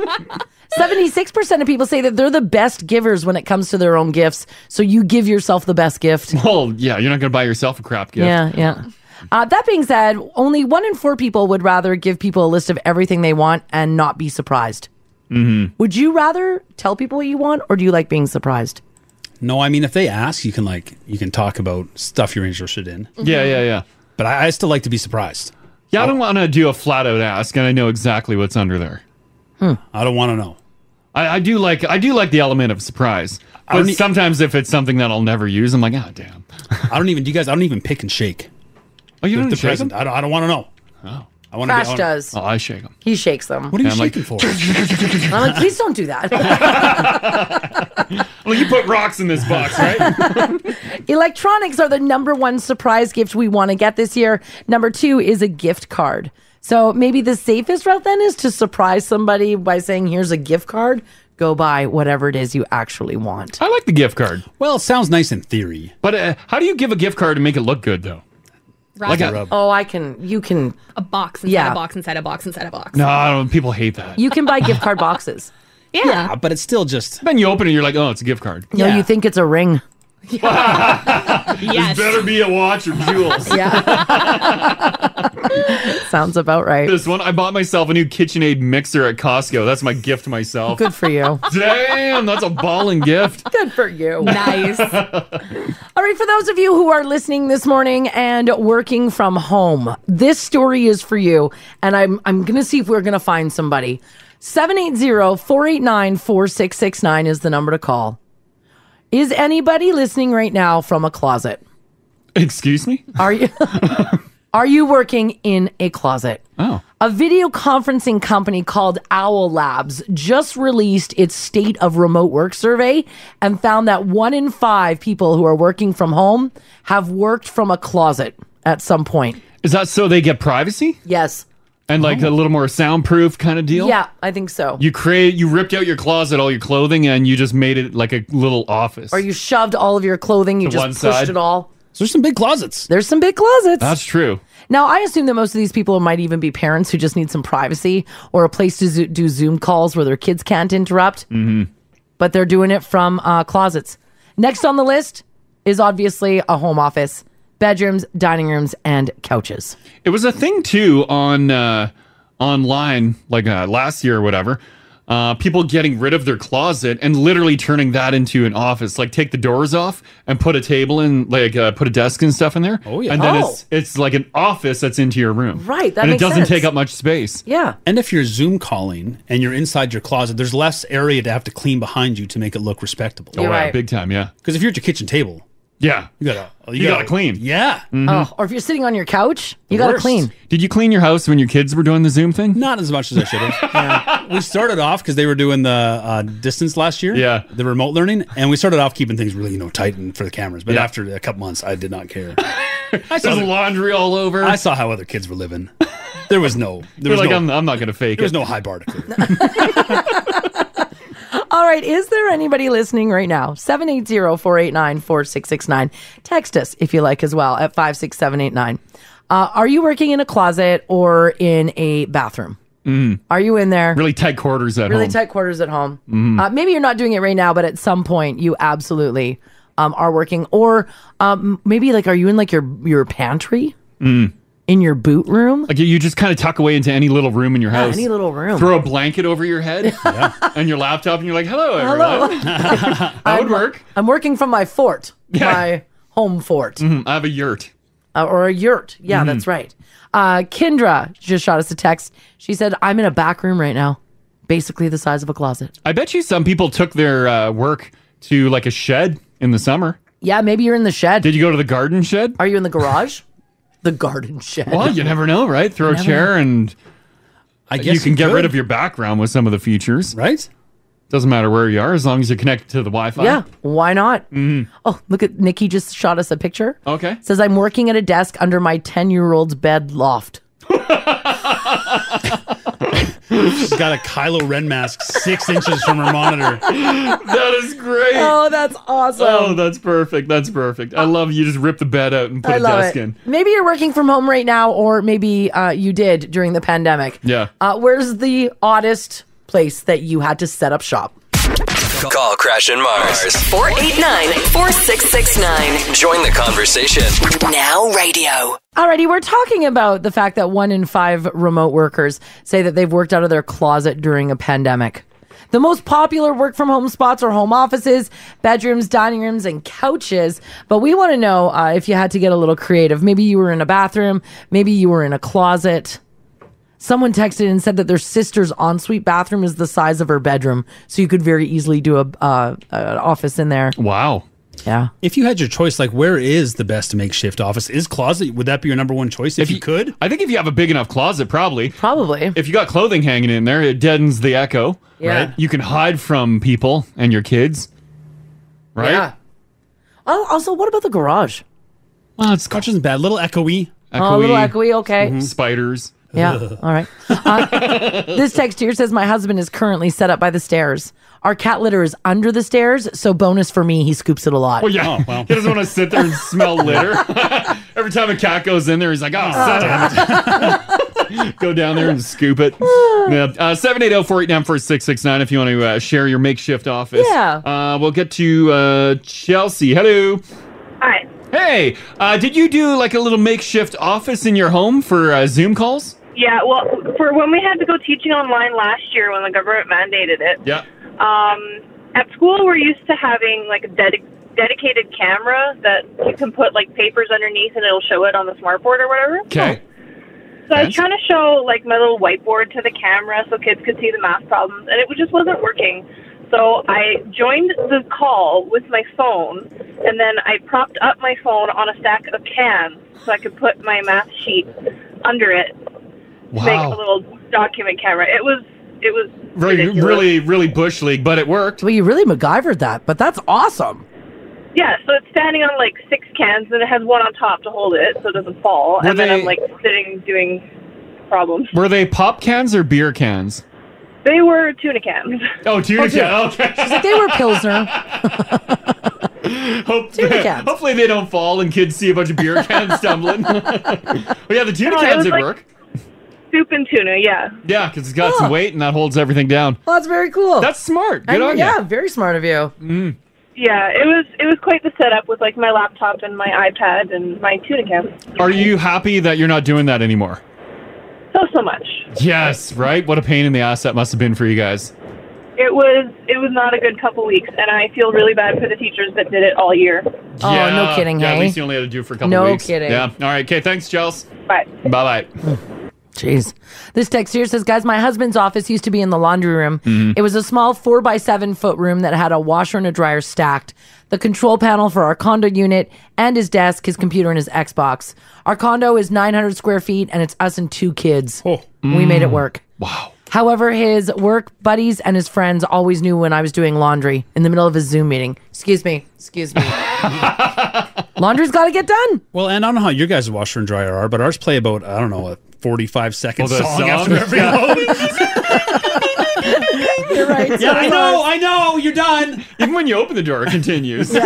[SPEAKER 10] Seventy-six percent of people say that they're the best givers when it comes to their own gifts. So you give yourself the best gift.
[SPEAKER 8] Well, yeah, you're not gonna buy yourself a crap gift.
[SPEAKER 10] Yeah, yeah. Uh, that being said, only one in four people would rather give people a list of everything they want and not be surprised.
[SPEAKER 7] Mm-hmm.
[SPEAKER 10] Would you rather tell people what you want, or do you like being surprised?
[SPEAKER 7] No, I mean if they ask, you can like you can talk about stuff you're interested in.
[SPEAKER 8] Mm-hmm. Yeah, yeah, yeah.
[SPEAKER 7] But I, I still like to be surprised.
[SPEAKER 8] Yeah,
[SPEAKER 7] Hmm.
[SPEAKER 8] I don't want to do a flat out ask, and I know exactly what's under there.
[SPEAKER 7] I don't want to know.
[SPEAKER 8] I, I do like I do like the element of surprise. But
[SPEAKER 7] don't e-
[SPEAKER 8] sometimes if it's something that I'll never use, I'm like, oh damn.
[SPEAKER 7] I don't even. Do you guys? I don't even pick and shake.
[SPEAKER 8] Oh, you
[SPEAKER 7] The-
[SPEAKER 8] don't
[SPEAKER 7] the
[SPEAKER 8] shake 'em?
[SPEAKER 7] present. I don't. I don't want to know.
[SPEAKER 8] Oh.
[SPEAKER 7] I want to.
[SPEAKER 10] Crash does.
[SPEAKER 8] Oh, I shake them.
[SPEAKER 10] He shakes them.
[SPEAKER 7] What are you
[SPEAKER 8] I'm like-
[SPEAKER 7] shaking
[SPEAKER 10] I'm like, please don't do that.
[SPEAKER 8] Well, you put rocks in this box, right?
[SPEAKER 10] Electronics are the number one surprise gift we want to get this year. Number two is a gift card. So maybe the safest route then is to surprise somebody by saying, here's a gift card. Go buy whatever it is you actually want.
[SPEAKER 8] I like the gift card.
[SPEAKER 7] Well, it sounds nice in theory.
[SPEAKER 8] But uh, how do you give a gift card and make it look good though? Like a-
[SPEAKER 10] oh, I can. You can.
[SPEAKER 3] A box inside
[SPEAKER 10] Yeah.
[SPEAKER 3] a box inside a box inside a box.
[SPEAKER 8] No, I don't, people hate that.
[SPEAKER 10] You can buy gift card boxes.
[SPEAKER 3] Yeah.
[SPEAKER 7] but it's still just.
[SPEAKER 8] Then you open it, you're like, oh, it's a gift card.
[SPEAKER 10] No, you think it's a ring.
[SPEAKER 8] This better be a watch or jewels.
[SPEAKER 10] Sounds about right.
[SPEAKER 8] This one, I bought myself a new KitchenAid mixer at Costco. That's my gift to myself.
[SPEAKER 10] Good for you.
[SPEAKER 8] Damn, that's a balling gift.
[SPEAKER 10] Good for you.
[SPEAKER 3] Nice.
[SPEAKER 10] All right, for those of you who are listening this morning and working from home, this story is for you. And I'm I'm gonna see if we're gonna find somebody. 780-489-4669 is the number to call. Is anybody listening right now from a closet?
[SPEAKER 8] Excuse me?
[SPEAKER 10] Are you Are you working in a closet?
[SPEAKER 8] Oh.
[SPEAKER 10] A video conferencing company called Owl Labs just released its state of remote work survey and found that one in five people who are working from home have worked from a closet at some point.
[SPEAKER 8] Is that so they get privacy?
[SPEAKER 10] Yes. Oh.
[SPEAKER 8] And like a little more soundproof kind of deal?
[SPEAKER 10] Yeah, I think so.
[SPEAKER 8] You create you ripped out your closet, all your clothing, and you just made it like a little office.
[SPEAKER 10] or you shoved all of your clothing, you
[SPEAKER 8] To
[SPEAKER 10] just
[SPEAKER 8] one
[SPEAKER 10] pushed
[SPEAKER 8] side.
[SPEAKER 10] it all.
[SPEAKER 7] there's some big closets.
[SPEAKER 10] There's some big closets.
[SPEAKER 8] That's true.
[SPEAKER 10] Now, I assume that most of these people might even be parents who just need some privacy or a place to zo- do Zoom calls where their kids can't interrupt,
[SPEAKER 8] Mm-hmm.
[SPEAKER 10] but they're doing it from uh, closets. Next on the list is obviously a home office, bedrooms, dining rooms, and couches.
[SPEAKER 8] It was a thing too on uh, online, like uh, last year or whatever. Uh, people getting rid of their closet and literally turning that into an office. Like take the doors off and put a table in, like uh, put a desk and stuff in there. Oh
[SPEAKER 7] yeah.
[SPEAKER 8] and then
[SPEAKER 7] Oh.
[SPEAKER 8] it's it's like an office that's into your room.
[SPEAKER 10] Right, that
[SPEAKER 8] and
[SPEAKER 10] makes
[SPEAKER 8] it doesn't
[SPEAKER 10] sense.
[SPEAKER 8] take up much space.
[SPEAKER 10] Yeah.
[SPEAKER 7] And if you're Zoom calling and you're inside your closet, there's less area to have to clean behind you to make it look respectable.
[SPEAKER 8] Oh, You're yeah, right. big time, yeah.
[SPEAKER 7] Because if you're at your kitchen table,
[SPEAKER 8] yeah,
[SPEAKER 7] you gotta you,
[SPEAKER 8] You gotta clean.
[SPEAKER 7] Yeah.
[SPEAKER 10] Oh, or if you're sitting on your couch, you got to clean.
[SPEAKER 8] Did you clean your house when your kids were doing the Zoom thing?
[SPEAKER 7] Not as much as I should have. Yeah. We started off because they were doing the uh, distance last year. Yeah. The remote learning, and we started off keeping things really you know tight and for the cameras. But
[SPEAKER 8] Yeah.
[SPEAKER 7] after a couple months, I did not care.
[SPEAKER 8] I saw laundry all over.
[SPEAKER 7] I saw how other kids were living. There was no. There was
[SPEAKER 8] You're like,
[SPEAKER 7] no,
[SPEAKER 8] "I'm- I'm not gonna fake
[SPEAKER 7] There was
[SPEAKER 8] it."
[SPEAKER 7] no high bar to clear.
[SPEAKER 10] All right, is there anybody listening right now? 780-489-4669. Text us if you like as well at 56789. Uh, are you working in a closet or in a bathroom?
[SPEAKER 8] Mm.
[SPEAKER 10] Are you in there?
[SPEAKER 8] Really tight quarters at
[SPEAKER 10] really
[SPEAKER 8] home.
[SPEAKER 10] tight quarters at home.
[SPEAKER 8] Mhm.
[SPEAKER 10] Uh, maybe you're not doing it right now, but at some point you absolutely um, are working. Or um, maybe like, are you in like your your pantry?
[SPEAKER 8] Mm.
[SPEAKER 10] In your boot room?
[SPEAKER 8] Like you- you just kind of tuck away into any little room in your
[SPEAKER 10] Yeah,
[SPEAKER 8] house.
[SPEAKER 10] any little room.
[SPEAKER 8] Throw a blanket over your head and your laptop, and you're like, hello,
[SPEAKER 10] Hello.
[SPEAKER 8] everyone. that would work.
[SPEAKER 10] I'm working from my fort, my home fort.
[SPEAKER 8] Mm-hmm. I have a yurt.
[SPEAKER 10] Uh, or a yurt. Yeah,
[SPEAKER 8] Mhm.
[SPEAKER 10] that's right. Uh, Kendra just shot us a text. She said, I'm in a back room right now, basically the size of a closet.
[SPEAKER 8] I bet you some people took their uh, work to like a shed in the summer.
[SPEAKER 10] Yeah, maybe you're in the shed.
[SPEAKER 8] Did you go to the garden shed?
[SPEAKER 10] Are you in the garage? the garden shed.
[SPEAKER 8] Well, you never know, right? Throw
[SPEAKER 10] You
[SPEAKER 8] a
[SPEAKER 10] never
[SPEAKER 8] chair
[SPEAKER 10] know.
[SPEAKER 8] and
[SPEAKER 7] I
[SPEAKER 8] you
[SPEAKER 7] guess
[SPEAKER 8] can
[SPEAKER 7] you
[SPEAKER 8] get
[SPEAKER 7] could.
[SPEAKER 8] rid of your background with some of the features,
[SPEAKER 7] right?
[SPEAKER 8] Doesn't matter where you are as long as you're connected to the Wi-Fi.
[SPEAKER 10] Yeah, why not? Oh, look at Nikki just shot us a picture.
[SPEAKER 8] Mm-hmm. Okay.
[SPEAKER 10] Says, I'm working at a desk under my 10 year old's bed loft.
[SPEAKER 7] She's got a Kylo Ren mask six inches from her monitor.
[SPEAKER 8] that is great.
[SPEAKER 10] Oh, that's awesome.
[SPEAKER 8] Oh, that's perfect. That's perfect. I love you. Just rip the bed out and put
[SPEAKER 10] I
[SPEAKER 8] a
[SPEAKER 10] love
[SPEAKER 8] desk
[SPEAKER 10] it.
[SPEAKER 8] in.
[SPEAKER 10] Maybe you're working from home right now, or maybe uh, you did during the pandemic.
[SPEAKER 8] Yeah.
[SPEAKER 10] Uh, where's the oddest place that you had to set up shop?
[SPEAKER 4] Call Crash and Mars.
[SPEAKER 1] 489 4669.
[SPEAKER 4] Join the conversation.
[SPEAKER 1] Now radio.
[SPEAKER 10] Alrighty, we're talking about the fact that one in five remote workers say that they've worked out of their closet during a pandemic. The most popular work from home spots are home offices, bedrooms, dining rooms, and couches. But we want to know uh, if you had to get a little creative. Maybe you were in a bathroom, maybe you were in a closet. Someone texted and said that their sister's ensuite bathroom is the size of her bedroom, so you could very easily do a uh, an office in there.
[SPEAKER 8] Wow.
[SPEAKER 10] Yeah.
[SPEAKER 7] If you had your choice, like where is the best makeshift office? Is closet? Would that be your number one choice if, you, could?
[SPEAKER 8] I think if you have a big enough closet, probably.
[SPEAKER 10] Probably.
[SPEAKER 8] If you got clothing hanging in there, it deadens the echo.
[SPEAKER 10] Yeah.
[SPEAKER 8] Right? You can hide from people and your kids. Right?
[SPEAKER 10] Yeah. Oh, also, what about the garage?
[SPEAKER 7] Well, it's garage isn't bad. Little echoey.
[SPEAKER 10] Oh, a little echoey. Okay.
[SPEAKER 8] Mm-hmm. Spiders.
[SPEAKER 10] Yeah. All right. Uh, this text here says my husband is currently set up by the stairs. Our cat litter is under the stairs, so bonus for me, he scoops it a lot.
[SPEAKER 8] Well, Oh, yeah. He doesn't want to sit there and smell litter. Every time a cat goes in there, he's like, oh, damn it. Go down there and scoop it. Yeah. uh, Seven eight zero four eight nine four six six nine. If you want to uh, share your makeshift office,
[SPEAKER 6] Yeah.
[SPEAKER 8] Uh, we'll get to uh, Chelsea. Hello.
[SPEAKER 6] Hi.
[SPEAKER 8] Hey. Uh, did you do like a little makeshift office in your home for uh, Zoom calls?
[SPEAKER 24] Yeah, well, for when we had to go teaching online last year when the government mandated it,
[SPEAKER 8] Yeah.
[SPEAKER 24] um, at school we're used to having like a dedi- dedicated camera that you can put like papers underneath and it'll show it on the smartboard or whatever.
[SPEAKER 8] Okay.
[SPEAKER 24] So I was trying to show like my little whiteboard to the camera so kids could see the math problems, and it just wasn't working. So I joined the call with my phone, and then I propped up my phone on a stack of cans so I could put my math sheet under it to make
[SPEAKER 8] Wow.
[SPEAKER 24] a little document camera. It was it was
[SPEAKER 8] Really, really, really bush league, but it worked.
[SPEAKER 10] Well, you really MacGyvered that, but that's awesome.
[SPEAKER 24] yeah. So it's standing on like six cans, and it has one on top to hold it so it doesn't fall.
[SPEAKER 8] Were
[SPEAKER 24] and then
[SPEAKER 8] they-
[SPEAKER 24] I'm like sitting doing problems.
[SPEAKER 8] Were they pop cans or beer cans?
[SPEAKER 24] They were tuna cans.
[SPEAKER 8] Oh, tuna
[SPEAKER 24] Oh, tuna.
[SPEAKER 8] can. Okay.
[SPEAKER 24] She's like, "They were Pilsner."
[SPEAKER 8] Hope-
[SPEAKER 24] Tuna cans.
[SPEAKER 8] Hopefully they don't fall and kids see a bunch of beer cans tumbling. well, Oh, yeah, the tuna
[SPEAKER 24] No, it
[SPEAKER 8] cans
[SPEAKER 24] was
[SPEAKER 8] would
[SPEAKER 24] like-
[SPEAKER 8] work.
[SPEAKER 24] Soup and tuna, yeah.
[SPEAKER 8] Yeah, because it's got some
[SPEAKER 24] Oh.
[SPEAKER 8] weight and that holds everything down.
[SPEAKER 10] Well, that's very cool.
[SPEAKER 8] That's smart. Good
[SPEAKER 24] I-
[SPEAKER 8] on
[SPEAKER 24] yeah,
[SPEAKER 8] you.
[SPEAKER 10] very smart of you.
[SPEAKER 8] Mm.
[SPEAKER 24] Yeah, it was it was quite the setup with like my laptop and my iPad and my tuna cans.
[SPEAKER 8] Are you happy that you're not doing that anymore?
[SPEAKER 24] So so much.
[SPEAKER 8] Yes, right? What a pain in the ass that must have been for you guys.
[SPEAKER 24] It was it was not a good couple weeks, and I feel really bad for the teachers that did it all year.
[SPEAKER 10] Oh, no kidding,
[SPEAKER 8] Yeah,
[SPEAKER 10] hey?
[SPEAKER 8] at least you only had to do it for a couple
[SPEAKER 10] No
[SPEAKER 8] weeks.
[SPEAKER 10] kidding.
[SPEAKER 8] Yeah. All right. Okay. Thanks, Chels.
[SPEAKER 24] Bye.
[SPEAKER 8] Bye bye.
[SPEAKER 10] Jeez. This text here says, guys, my husband's office used to be in the laundry room.
[SPEAKER 8] Mhm.
[SPEAKER 10] It was a small four by seven foot room that had a washer and a dryer stacked, the control panel for our condo unit, and his desk, his computer, and his Xbox. Our condo is 900 square feet, and it's us and two kids. We made it work.
[SPEAKER 8] Oh. Mm. Wow.
[SPEAKER 10] However, his work buddies and his friends always knew when I was doing laundry in the middle of a Zoom meeting. Excuse me. Excuse me. Laundry's got to get done.
[SPEAKER 7] Well, and I don't know how your guys' washer and dryer are, but ours play about I don't know a forty-five second
[SPEAKER 8] Oh, the
[SPEAKER 7] song,
[SPEAKER 8] song?
[SPEAKER 7] after every
[SPEAKER 8] Yeah.
[SPEAKER 7] load.
[SPEAKER 10] You're right.
[SPEAKER 7] Yeah, I know, I know. You're done.
[SPEAKER 8] Even when you open the door, it continues.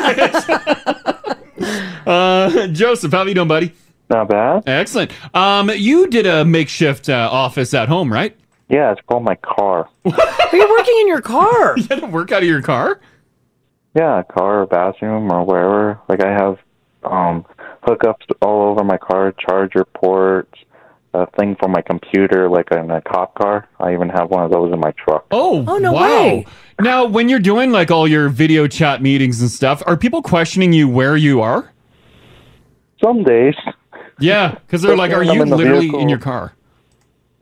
[SPEAKER 8] uh, Joseph, how you doing, buddy?
[SPEAKER 12] Not bad.
[SPEAKER 8] Excellent. Um, you did a makeshift uh, office at home, right?
[SPEAKER 12] Yeah, it's called my car.
[SPEAKER 10] But you're working in your car.
[SPEAKER 8] you had to work out of your car?
[SPEAKER 12] Yeah, car or bathroom or wherever. Like I have um hookups all over my car, charger ports, a thing for my computer, like in a cop car. I even have one of those in my truck.
[SPEAKER 8] Oh,
[SPEAKER 12] Oh, no
[SPEAKER 8] wow.
[SPEAKER 12] way.
[SPEAKER 8] Now, when you're doing like all your video chat meetings and stuff, are people questioning you where you are?
[SPEAKER 12] Some days.
[SPEAKER 8] Yeah, because they're like, "Are
[SPEAKER 12] I'm
[SPEAKER 8] you
[SPEAKER 12] in the
[SPEAKER 8] literally
[SPEAKER 12] vehicle."
[SPEAKER 8] in your car?"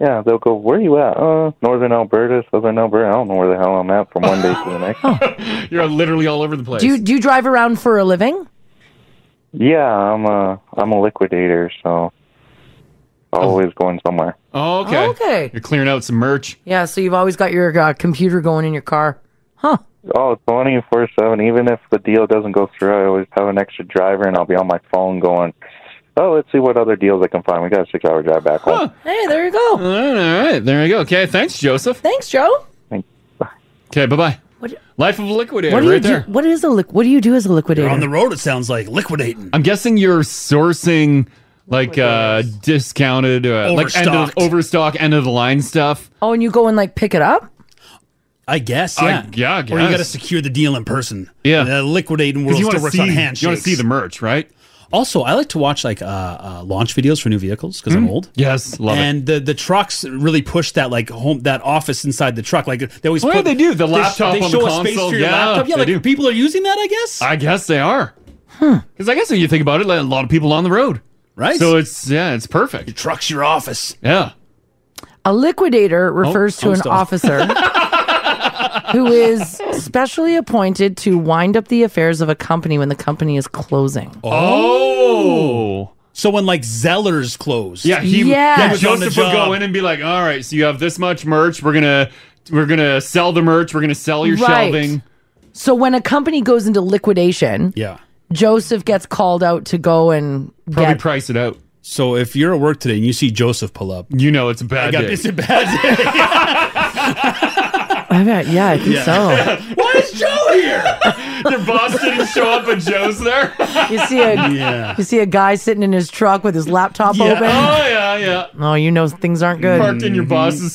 [SPEAKER 12] Yeah, they'll go, Where are you at? Uh northern Alberta, southern Alberta. I don't know where the hell I'm at from one day to the next.
[SPEAKER 8] You're literally all over the place.
[SPEAKER 10] Do you, do you drive around for a living?
[SPEAKER 12] Yeah, I'm a I'm a liquidator, so always going somewhere.
[SPEAKER 8] Oh, okay.
[SPEAKER 10] okay.
[SPEAKER 8] You're clearing out some merch.
[SPEAKER 10] Yeah, so you've always got your uh, computer going in your car.
[SPEAKER 12] Oh, 24 7. Even if the deal doesn't go through, I always have an extra driver and I'll be on my phone going, oh, let's see what other deals I can find. We got a six hour drive back home.
[SPEAKER 10] Hey, there you go.
[SPEAKER 8] All right, there you go. Okay, thanks, Joseph.
[SPEAKER 10] Thanks, Joe.
[SPEAKER 8] Okay, bye bye.
[SPEAKER 10] What-
[SPEAKER 8] Life of a liquidator,
[SPEAKER 10] what do you
[SPEAKER 8] right
[SPEAKER 10] do?
[SPEAKER 8] there.
[SPEAKER 10] What is a liqu- What do you do as a liquidator?
[SPEAKER 7] On the road, it sounds like liquidating.
[SPEAKER 8] I'm guessing you're sourcing like uh discounted, uh, like end of,
[SPEAKER 7] Overstocked.
[SPEAKER 8] overstock, end of the line stuff.
[SPEAKER 10] oh, and you go and like pick it up.
[SPEAKER 7] I guess,
[SPEAKER 8] I-
[SPEAKER 7] yeah,
[SPEAKER 8] yeah, I
[SPEAKER 7] Or you
[SPEAKER 8] guess.
[SPEAKER 7] got to secure the deal in person.
[SPEAKER 8] Yeah.
[SPEAKER 7] the liquidating world
[SPEAKER 8] you wanna
[SPEAKER 7] still works
[SPEAKER 8] see-
[SPEAKER 7] on
[SPEAKER 8] you wanna
[SPEAKER 7] handshakes.
[SPEAKER 8] see the merch, right?
[SPEAKER 7] Also, I like to watch like uh, uh, launch videos for new vehicles because I'm
[SPEAKER 8] Mm.
[SPEAKER 7] old.
[SPEAKER 8] Yes, love it.
[SPEAKER 7] and the the trucks really push that like home that office inside the truck. Like they always.
[SPEAKER 8] Oh, yeah,
[SPEAKER 7] put,
[SPEAKER 8] they do. The
[SPEAKER 7] sh-
[SPEAKER 8] laptop
[SPEAKER 7] They
[SPEAKER 8] on
[SPEAKER 7] show
[SPEAKER 8] the
[SPEAKER 7] a space
[SPEAKER 8] console.
[SPEAKER 7] for your
[SPEAKER 8] Yeah,
[SPEAKER 7] laptop. Yeah,
[SPEAKER 8] they
[SPEAKER 7] like
[SPEAKER 8] do.
[SPEAKER 7] people are using that. I guess.
[SPEAKER 8] I guess they are. Because I guess when you think about it, like, a lot of people on the road,
[SPEAKER 7] right?
[SPEAKER 8] So it's yeah, it's perfect. Your
[SPEAKER 7] truck's your office.
[SPEAKER 8] Yeah.
[SPEAKER 10] A liquidator refers
[SPEAKER 7] Oh,
[SPEAKER 10] to
[SPEAKER 29] I'm
[SPEAKER 10] an
[SPEAKER 29] still-
[SPEAKER 10] officer who is specially appointed to wind up the affairs of a company when the company is closing.
[SPEAKER 8] Oh.
[SPEAKER 7] So when like Zeller's closed.
[SPEAKER 8] Yeah, he,
[SPEAKER 10] Yes.
[SPEAKER 8] yeah,
[SPEAKER 10] He was on the
[SPEAKER 8] Joseph would
[SPEAKER 10] job.
[SPEAKER 8] go in and be like, "All right, so you have this much merch. We're gonna we're gonna sell the merch. We're gonna sell your
[SPEAKER 10] Right.
[SPEAKER 8] shelving."
[SPEAKER 10] So when a company goes into liquidation,
[SPEAKER 7] yeah,
[SPEAKER 10] Joseph gets called out to go and
[SPEAKER 7] Probably
[SPEAKER 10] get
[SPEAKER 8] price it out.
[SPEAKER 7] So if you're at work today and you see Joseph pull up,
[SPEAKER 8] you know it's a bad
[SPEAKER 10] day.
[SPEAKER 7] It's a bad day.
[SPEAKER 10] I bet, yeah, I think so.
[SPEAKER 7] Oh.
[SPEAKER 8] Why is Joe here? Your boss didn't show up, but Joe's there.
[SPEAKER 10] You see a
[SPEAKER 8] yeah.
[SPEAKER 10] you see a guy sitting in his truck with his laptop
[SPEAKER 8] Yeah.
[SPEAKER 10] open.
[SPEAKER 8] Oh yeah, yeah.
[SPEAKER 10] Oh, you know things aren't good.
[SPEAKER 8] Parked in your boss's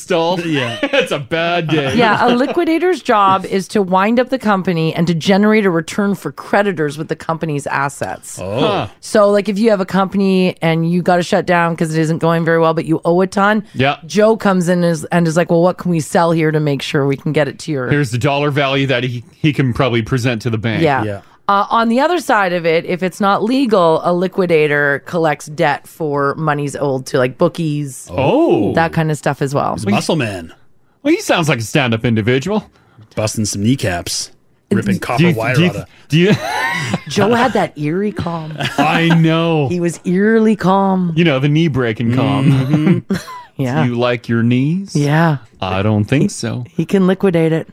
[SPEAKER 8] stall. Yeah, it's a bad day.
[SPEAKER 10] Yeah, a liquidator's job is to wind up the company and to generate a return for creditors with the company's assets.
[SPEAKER 8] Oh. Huh.
[SPEAKER 10] So, like if you have a company and you got to shut down because it isn't going very well, but you owe a ton.
[SPEAKER 8] Yeah.
[SPEAKER 10] Joe comes in and is, and is like, well, what can we sell here to make sure we can get it to your.
[SPEAKER 8] Here's the dollar value that he, he can probably present to the bank.
[SPEAKER 10] yeah. Uh, on the other side of it, if it's not legal, a liquidator collects debt for monies owed to like bookies.
[SPEAKER 8] Oh.
[SPEAKER 10] That kind of stuff as well.
[SPEAKER 8] He's a muscle
[SPEAKER 7] man.
[SPEAKER 8] Well, he sounds like a stand-up individual.
[SPEAKER 7] Busting some kneecaps, ripping copper wire out of.
[SPEAKER 8] Do you?
[SPEAKER 10] Joe had that eerie calm.
[SPEAKER 8] I know.
[SPEAKER 10] He was eerily calm. Mm-hmm.
[SPEAKER 8] You know the knee breaking calm.
[SPEAKER 10] Yeah.
[SPEAKER 8] Do you like your knees?
[SPEAKER 10] Yeah.
[SPEAKER 8] I don't think so.
[SPEAKER 10] He can liquidate it.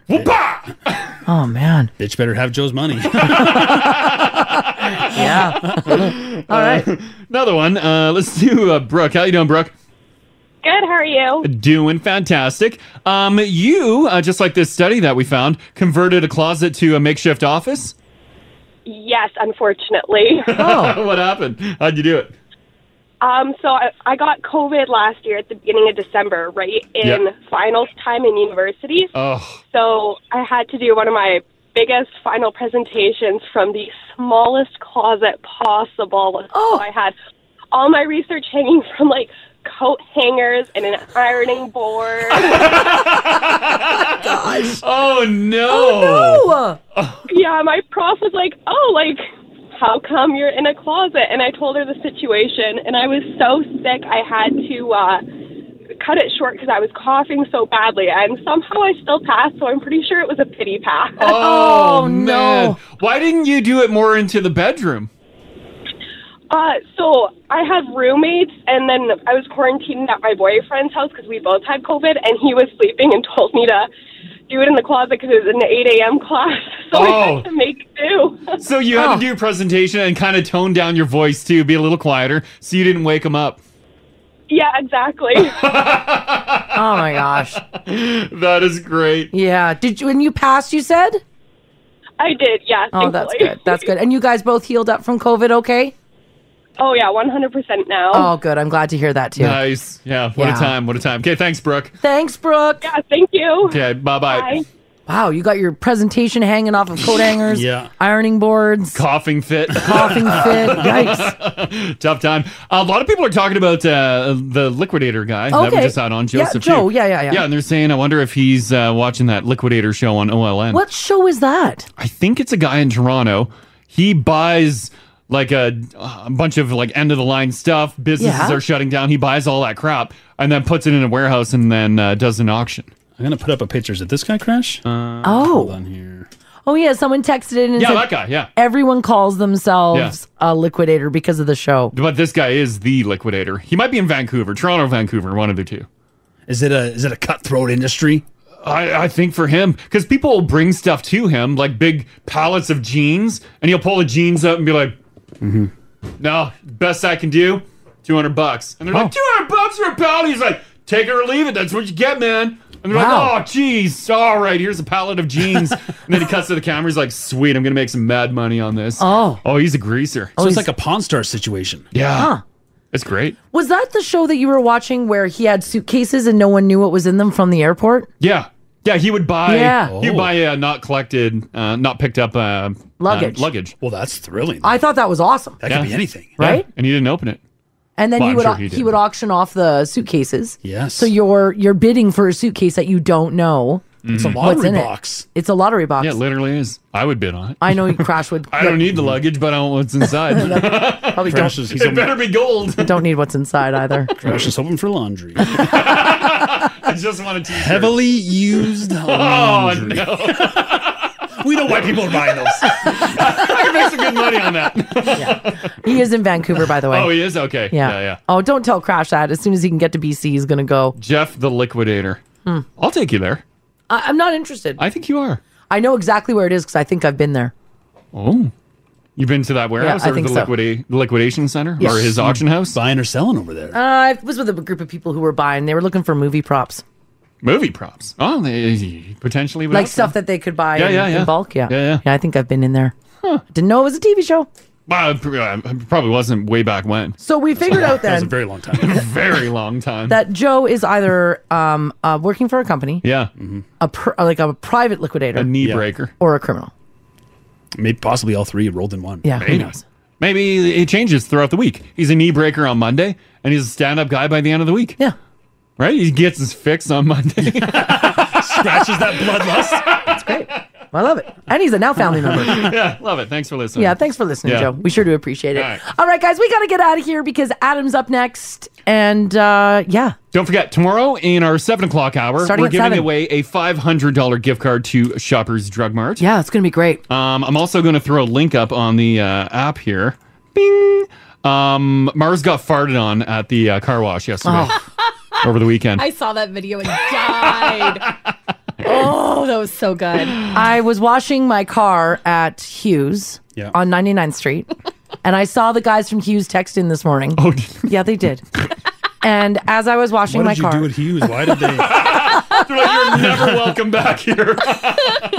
[SPEAKER 10] Oh man,
[SPEAKER 7] bitch, better have Joe's money.
[SPEAKER 10] yeah.
[SPEAKER 8] All right. another one. Uh, let's do uh, Brooke. How you doing, Brooke?
[SPEAKER 30] Good. How are you?
[SPEAKER 8] Doing fantastic. Um, you uh, just like this study that we found converted a closet to a makeshift office.
[SPEAKER 30] Yes, unfortunately.
[SPEAKER 10] Oh.
[SPEAKER 8] what happened? How'd you do it?
[SPEAKER 30] Um, so I, I got COVID last year at the beginning of December, right in
[SPEAKER 8] Yeah.
[SPEAKER 30] finals time in university.
[SPEAKER 8] Oh,
[SPEAKER 30] So I had to do one of my biggest final presentations from the smallest closet possible. Oh. I had all my research hanging from like coat hangers and an ironing board.
[SPEAKER 8] Oh no.
[SPEAKER 30] Oh no. yeah, my prof was like, "Oh, like how come you're in a closet?" And I told her the situation, and I was so sick I had to uh cut it short because I was coughing so badly, and somehow I still passed. So I'm pretty sure it was a pity pass.
[SPEAKER 8] Oh, no. Why didn't you do it more into the bedroom?
[SPEAKER 30] Uh, so I have roommates, and then I was quarantined at my boyfriend's house because we both had COVID, and he was sleeping and told me to do it in the closet because it was an 8 a.m. class. So I
[SPEAKER 8] Oh.
[SPEAKER 30] had to make do.
[SPEAKER 8] So you
[SPEAKER 10] Oh.
[SPEAKER 8] had to do a presentation and kind of tone down your voice too, be a little quieter, so you didn't wake them up.
[SPEAKER 30] Yeah, exactly.
[SPEAKER 10] Oh my gosh.
[SPEAKER 8] that is great.
[SPEAKER 10] Yeah. Did you and you passed? You said.
[SPEAKER 30] I did. Yeah.
[SPEAKER 10] Oh, that's
[SPEAKER 30] thankfully.
[SPEAKER 10] good. That's good. And you guys both healed up from COVID, okay?
[SPEAKER 30] Oh yeah, 100% now.
[SPEAKER 10] Oh, good. I'm glad to hear that too.
[SPEAKER 8] Nice. Yeah. What
[SPEAKER 10] Yeah.
[SPEAKER 8] a time. What a time. Okay. Thanks, Brooke.
[SPEAKER 10] Thanks, Brooke.
[SPEAKER 30] Yeah, thank you.
[SPEAKER 8] Okay. Bye bye.
[SPEAKER 10] Wow, you got your presentation hanging off of coat hangers,
[SPEAKER 8] Yeah.
[SPEAKER 10] ironing boards.
[SPEAKER 8] Coughing fit.
[SPEAKER 10] Coughing fit.
[SPEAKER 8] Yikes. Tough time. A lot of people are talking about uh, the liquidator guy that we
[SPEAKER 10] Okay.
[SPEAKER 8] just had on,
[SPEAKER 10] Yeah,
[SPEAKER 8] Joseph.
[SPEAKER 10] Joe.
[SPEAKER 8] too.
[SPEAKER 10] Yeah, yeah, yeah.
[SPEAKER 8] Yeah, and they're saying, I wonder if he's uh, watching that liquidator show on OLN.
[SPEAKER 10] What show is that?
[SPEAKER 8] I think it's a guy in Toronto. He buys like a, a bunch of like end of the line stuff. Businesses
[SPEAKER 10] Yeah.
[SPEAKER 8] are shutting down. He buys all that crap and then puts it in a warehouse and then uh, does an auction.
[SPEAKER 7] I'm gonna put up a picture. Is it this guy crash?
[SPEAKER 8] Uh,
[SPEAKER 10] Oh. Oh yeah, someone texted in and
[SPEAKER 8] Yeah,
[SPEAKER 10] said
[SPEAKER 8] that guy, yeah.
[SPEAKER 10] everyone calls themselves a liquidator because of the show.
[SPEAKER 8] But this guy is the liquidator. He might be in Vancouver, Toronto, Vancouver, one of the two.
[SPEAKER 7] Is it a is it a cutthroat industry?
[SPEAKER 8] I, I think for him, because people will bring stuff to him, like big pallets of jeans, and he'll pull the jeans up and be like,
[SPEAKER 7] Mm-hmm.
[SPEAKER 8] "No, best I can do, two hundred bucks." And they're
[SPEAKER 7] Oh.
[SPEAKER 8] like, 200 bucks for a pallet. He's like, take it or leave it. That's what you get, man. And they're
[SPEAKER 10] Wow.
[SPEAKER 8] like, oh, geez. All right, here's a pallet of jeans. and then he cuts to the camera. He's like, sweet, I'm going to make some mad money on this.
[SPEAKER 10] Oh.
[SPEAKER 8] Oh, he's a greaser.
[SPEAKER 10] So Oh, it's he's-
[SPEAKER 8] like
[SPEAKER 7] a Pawn Star situation.
[SPEAKER 8] Yeah.
[SPEAKER 10] Huh.
[SPEAKER 8] It's great.
[SPEAKER 10] Was that the show that you were watching where he had suitcases and no one knew what was in them from the airport?
[SPEAKER 8] Yeah. Yeah, he would buy.
[SPEAKER 10] Yeah.
[SPEAKER 8] He would buy
[SPEAKER 7] Oh.
[SPEAKER 8] uh, not collected, uh, not picked up uh, uh,
[SPEAKER 10] Luggage.
[SPEAKER 8] luggage.
[SPEAKER 7] Well, that's thrilling.
[SPEAKER 10] I thought that was awesome. right?
[SPEAKER 8] And he didn't open it.
[SPEAKER 10] And then
[SPEAKER 8] Well,
[SPEAKER 10] he
[SPEAKER 8] I'm
[SPEAKER 10] would
[SPEAKER 8] sure
[SPEAKER 10] he,
[SPEAKER 8] he did.
[SPEAKER 10] would auction off the suitcases.
[SPEAKER 7] Yes.
[SPEAKER 10] So you're you're bidding for a suitcase that you don't know.
[SPEAKER 8] Mm-hmm. It's a
[SPEAKER 10] what's
[SPEAKER 8] lottery
[SPEAKER 10] in it.
[SPEAKER 8] box.
[SPEAKER 10] It's a lottery box.
[SPEAKER 8] Yeah, it literally is. I would bid on it.
[SPEAKER 10] I know you crash would.
[SPEAKER 8] I don't need the luggage, but I want what's inside.
[SPEAKER 10] Probably
[SPEAKER 8] It better be gold.
[SPEAKER 10] Don't need what's inside either.
[SPEAKER 7] Crash is hoping for laundry.
[SPEAKER 8] I just want to
[SPEAKER 7] Heavily used laundry.
[SPEAKER 8] Oh no.
[SPEAKER 7] we know why people are buying those.
[SPEAKER 8] I made some good money on that.
[SPEAKER 10] He is in Vancouver, by the way.
[SPEAKER 8] Oh, he is okay.
[SPEAKER 10] Yeah.
[SPEAKER 8] yeah, yeah.
[SPEAKER 10] Oh, don't tell Crash that. As soon as he can get to BC, he's going to go.
[SPEAKER 8] Jeff the Liquidator.
[SPEAKER 10] Hmm.
[SPEAKER 8] I'll take you there.
[SPEAKER 10] I- I'm not interested.
[SPEAKER 8] I think you are.
[SPEAKER 10] I know exactly where it is because I think I've been there.
[SPEAKER 8] Oh, you've been to that warehouse
[SPEAKER 10] I
[SPEAKER 8] or
[SPEAKER 10] think
[SPEAKER 8] the
[SPEAKER 10] so.
[SPEAKER 8] liquida- the liquidation center
[SPEAKER 10] Yes.
[SPEAKER 8] or his auction house?
[SPEAKER 7] Buying or selling over there?
[SPEAKER 10] Uh, I was with a group of people who were buying. They were looking for movie props,
[SPEAKER 8] Movie props. Oh, they potentially would
[SPEAKER 10] like
[SPEAKER 8] have-
[SPEAKER 10] stuff that they could buy
[SPEAKER 8] Yeah,
[SPEAKER 10] in,
[SPEAKER 8] yeah, yeah.
[SPEAKER 10] in bulk. Yeah. yeah, I think I've been in there. Didn't know it was a TV show.
[SPEAKER 8] Well, it pr- uh, it probably wasn't way back when.
[SPEAKER 10] So we figured out then
[SPEAKER 8] very long time. very long time.
[SPEAKER 10] that Joe is either um, uh, working for a company,
[SPEAKER 8] yeah.
[SPEAKER 10] a pr- uh, like a private liquidator,
[SPEAKER 8] A knee breaker.
[SPEAKER 10] or a criminal.
[SPEAKER 7] Maybe possibly all three rolled in one.
[SPEAKER 10] Yeah, who
[SPEAKER 8] Maybe.
[SPEAKER 10] knows?
[SPEAKER 8] Maybe it changes throughout the week. He's a knee breaker on Monday, and he's a stand-up guy by the end of the week.
[SPEAKER 10] Yeah.
[SPEAKER 8] Right? He gets his fix on Monday.
[SPEAKER 7] Scratches that bloodlust.
[SPEAKER 10] I love it, and he's a now family member.
[SPEAKER 8] yeah, love it. Thanks for listening.
[SPEAKER 10] Yeah, thanks for listening,
[SPEAKER 8] Yeah.
[SPEAKER 10] Joe. We sure do appreciate it.
[SPEAKER 8] All right.
[SPEAKER 10] All right, guys, we got to get out of here because Adam's up next. And uh, yeah,
[SPEAKER 8] Don't forget, tomorrow in our 7 o'clock hour,
[SPEAKER 10] Starting
[SPEAKER 8] we're
[SPEAKER 10] at
[SPEAKER 8] giving
[SPEAKER 10] 7.
[SPEAKER 8] away a $500 gift card to Shoppers Drug Mart.
[SPEAKER 10] Yeah, it's going to be great.
[SPEAKER 8] Um, I'm also going to throw a link up on the uh, app here. Bing! Um, Mars got farted on at the uh, car wash yesterday
[SPEAKER 10] Oh.
[SPEAKER 8] over the weekend.
[SPEAKER 3] I saw that video and died. oh, that was so good.
[SPEAKER 10] I was washing my car at Hughes
[SPEAKER 3] Yeah.
[SPEAKER 10] on 99th Street, and I saw the guys from Hughes text in this morning.
[SPEAKER 8] Oh,
[SPEAKER 10] yeah, they did. and as I was washing
[SPEAKER 7] What
[SPEAKER 10] my
[SPEAKER 7] did you
[SPEAKER 10] car,
[SPEAKER 7] do at Hughes? Why did they?
[SPEAKER 8] You're never welcome back here.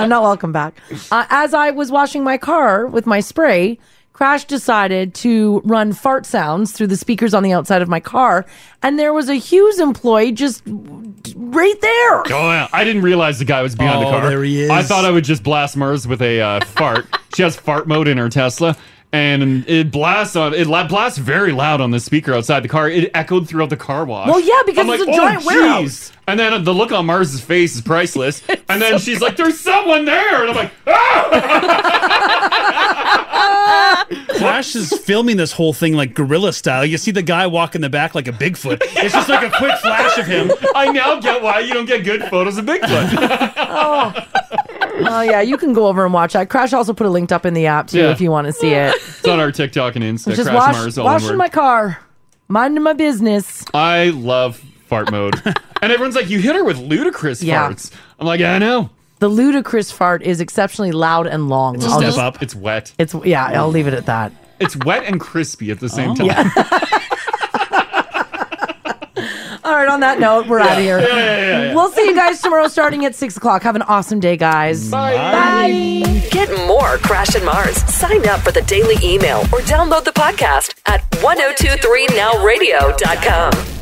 [SPEAKER 10] I'm not welcome back. Uh, as I was washing my car with my spray, Crash decided to run fart sounds through the speakers on the outside of my car, and there was a Hughes employee just right there.
[SPEAKER 8] Oh yeah, I didn't realize the guy was behind
[SPEAKER 7] Oh,
[SPEAKER 8] the car.
[SPEAKER 7] there he is.
[SPEAKER 8] I thought I would just blast Mars with a uh, fart. She has fart mode in her Tesla, and it blasts on it la- blasts very loud on the speaker outside the car. It echoed throughout the car wash.
[SPEAKER 10] Well, yeah, because it's a giant warehouse."
[SPEAKER 8] geez." And then the look on Mars's face is priceless. and then she's like, "There's someone there," and I'm like,
[SPEAKER 7] Flash is filming this whole thing like gorilla style. You see the guy walk in the back like a Bigfoot. It's just like a quick flash of him.
[SPEAKER 8] "I now get why you don't get good photos of Bigfoot."
[SPEAKER 10] oh yeah, you can go over and watch that. Crash also put a link up in the app too
[SPEAKER 8] Yeah.
[SPEAKER 10] if you want to see it.
[SPEAKER 8] it's on our TikTok and Insta.
[SPEAKER 10] Just
[SPEAKER 8] Crash
[SPEAKER 10] wash,
[SPEAKER 8] Mars, all one
[SPEAKER 10] washing
[SPEAKER 8] word.
[SPEAKER 10] my car, minding my business.
[SPEAKER 8] I love fart mode. and everyone's like, you hit her with ludicrous
[SPEAKER 10] Yeah.
[SPEAKER 8] farts. I'm like, yeah, I know.
[SPEAKER 10] The ludicrous fart is exceptionally loud and long. I'll just-
[SPEAKER 8] up. It's wet.
[SPEAKER 10] It's yeah. I'll leave it at that. Oh.
[SPEAKER 8] It's wet and crispy at the same time.
[SPEAKER 10] All right. On that note, we're out of here.
[SPEAKER 8] Yeah, yeah, yeah, yeah.
[SPEAKER 10] We'll see you guys tomorrow, starting at six o'clock. Have an awesome day, guys.
[SPEAKER 1] Get more Crash and Mars. Sign up for the oh daily email or download the podcast at 1023nowradio.com.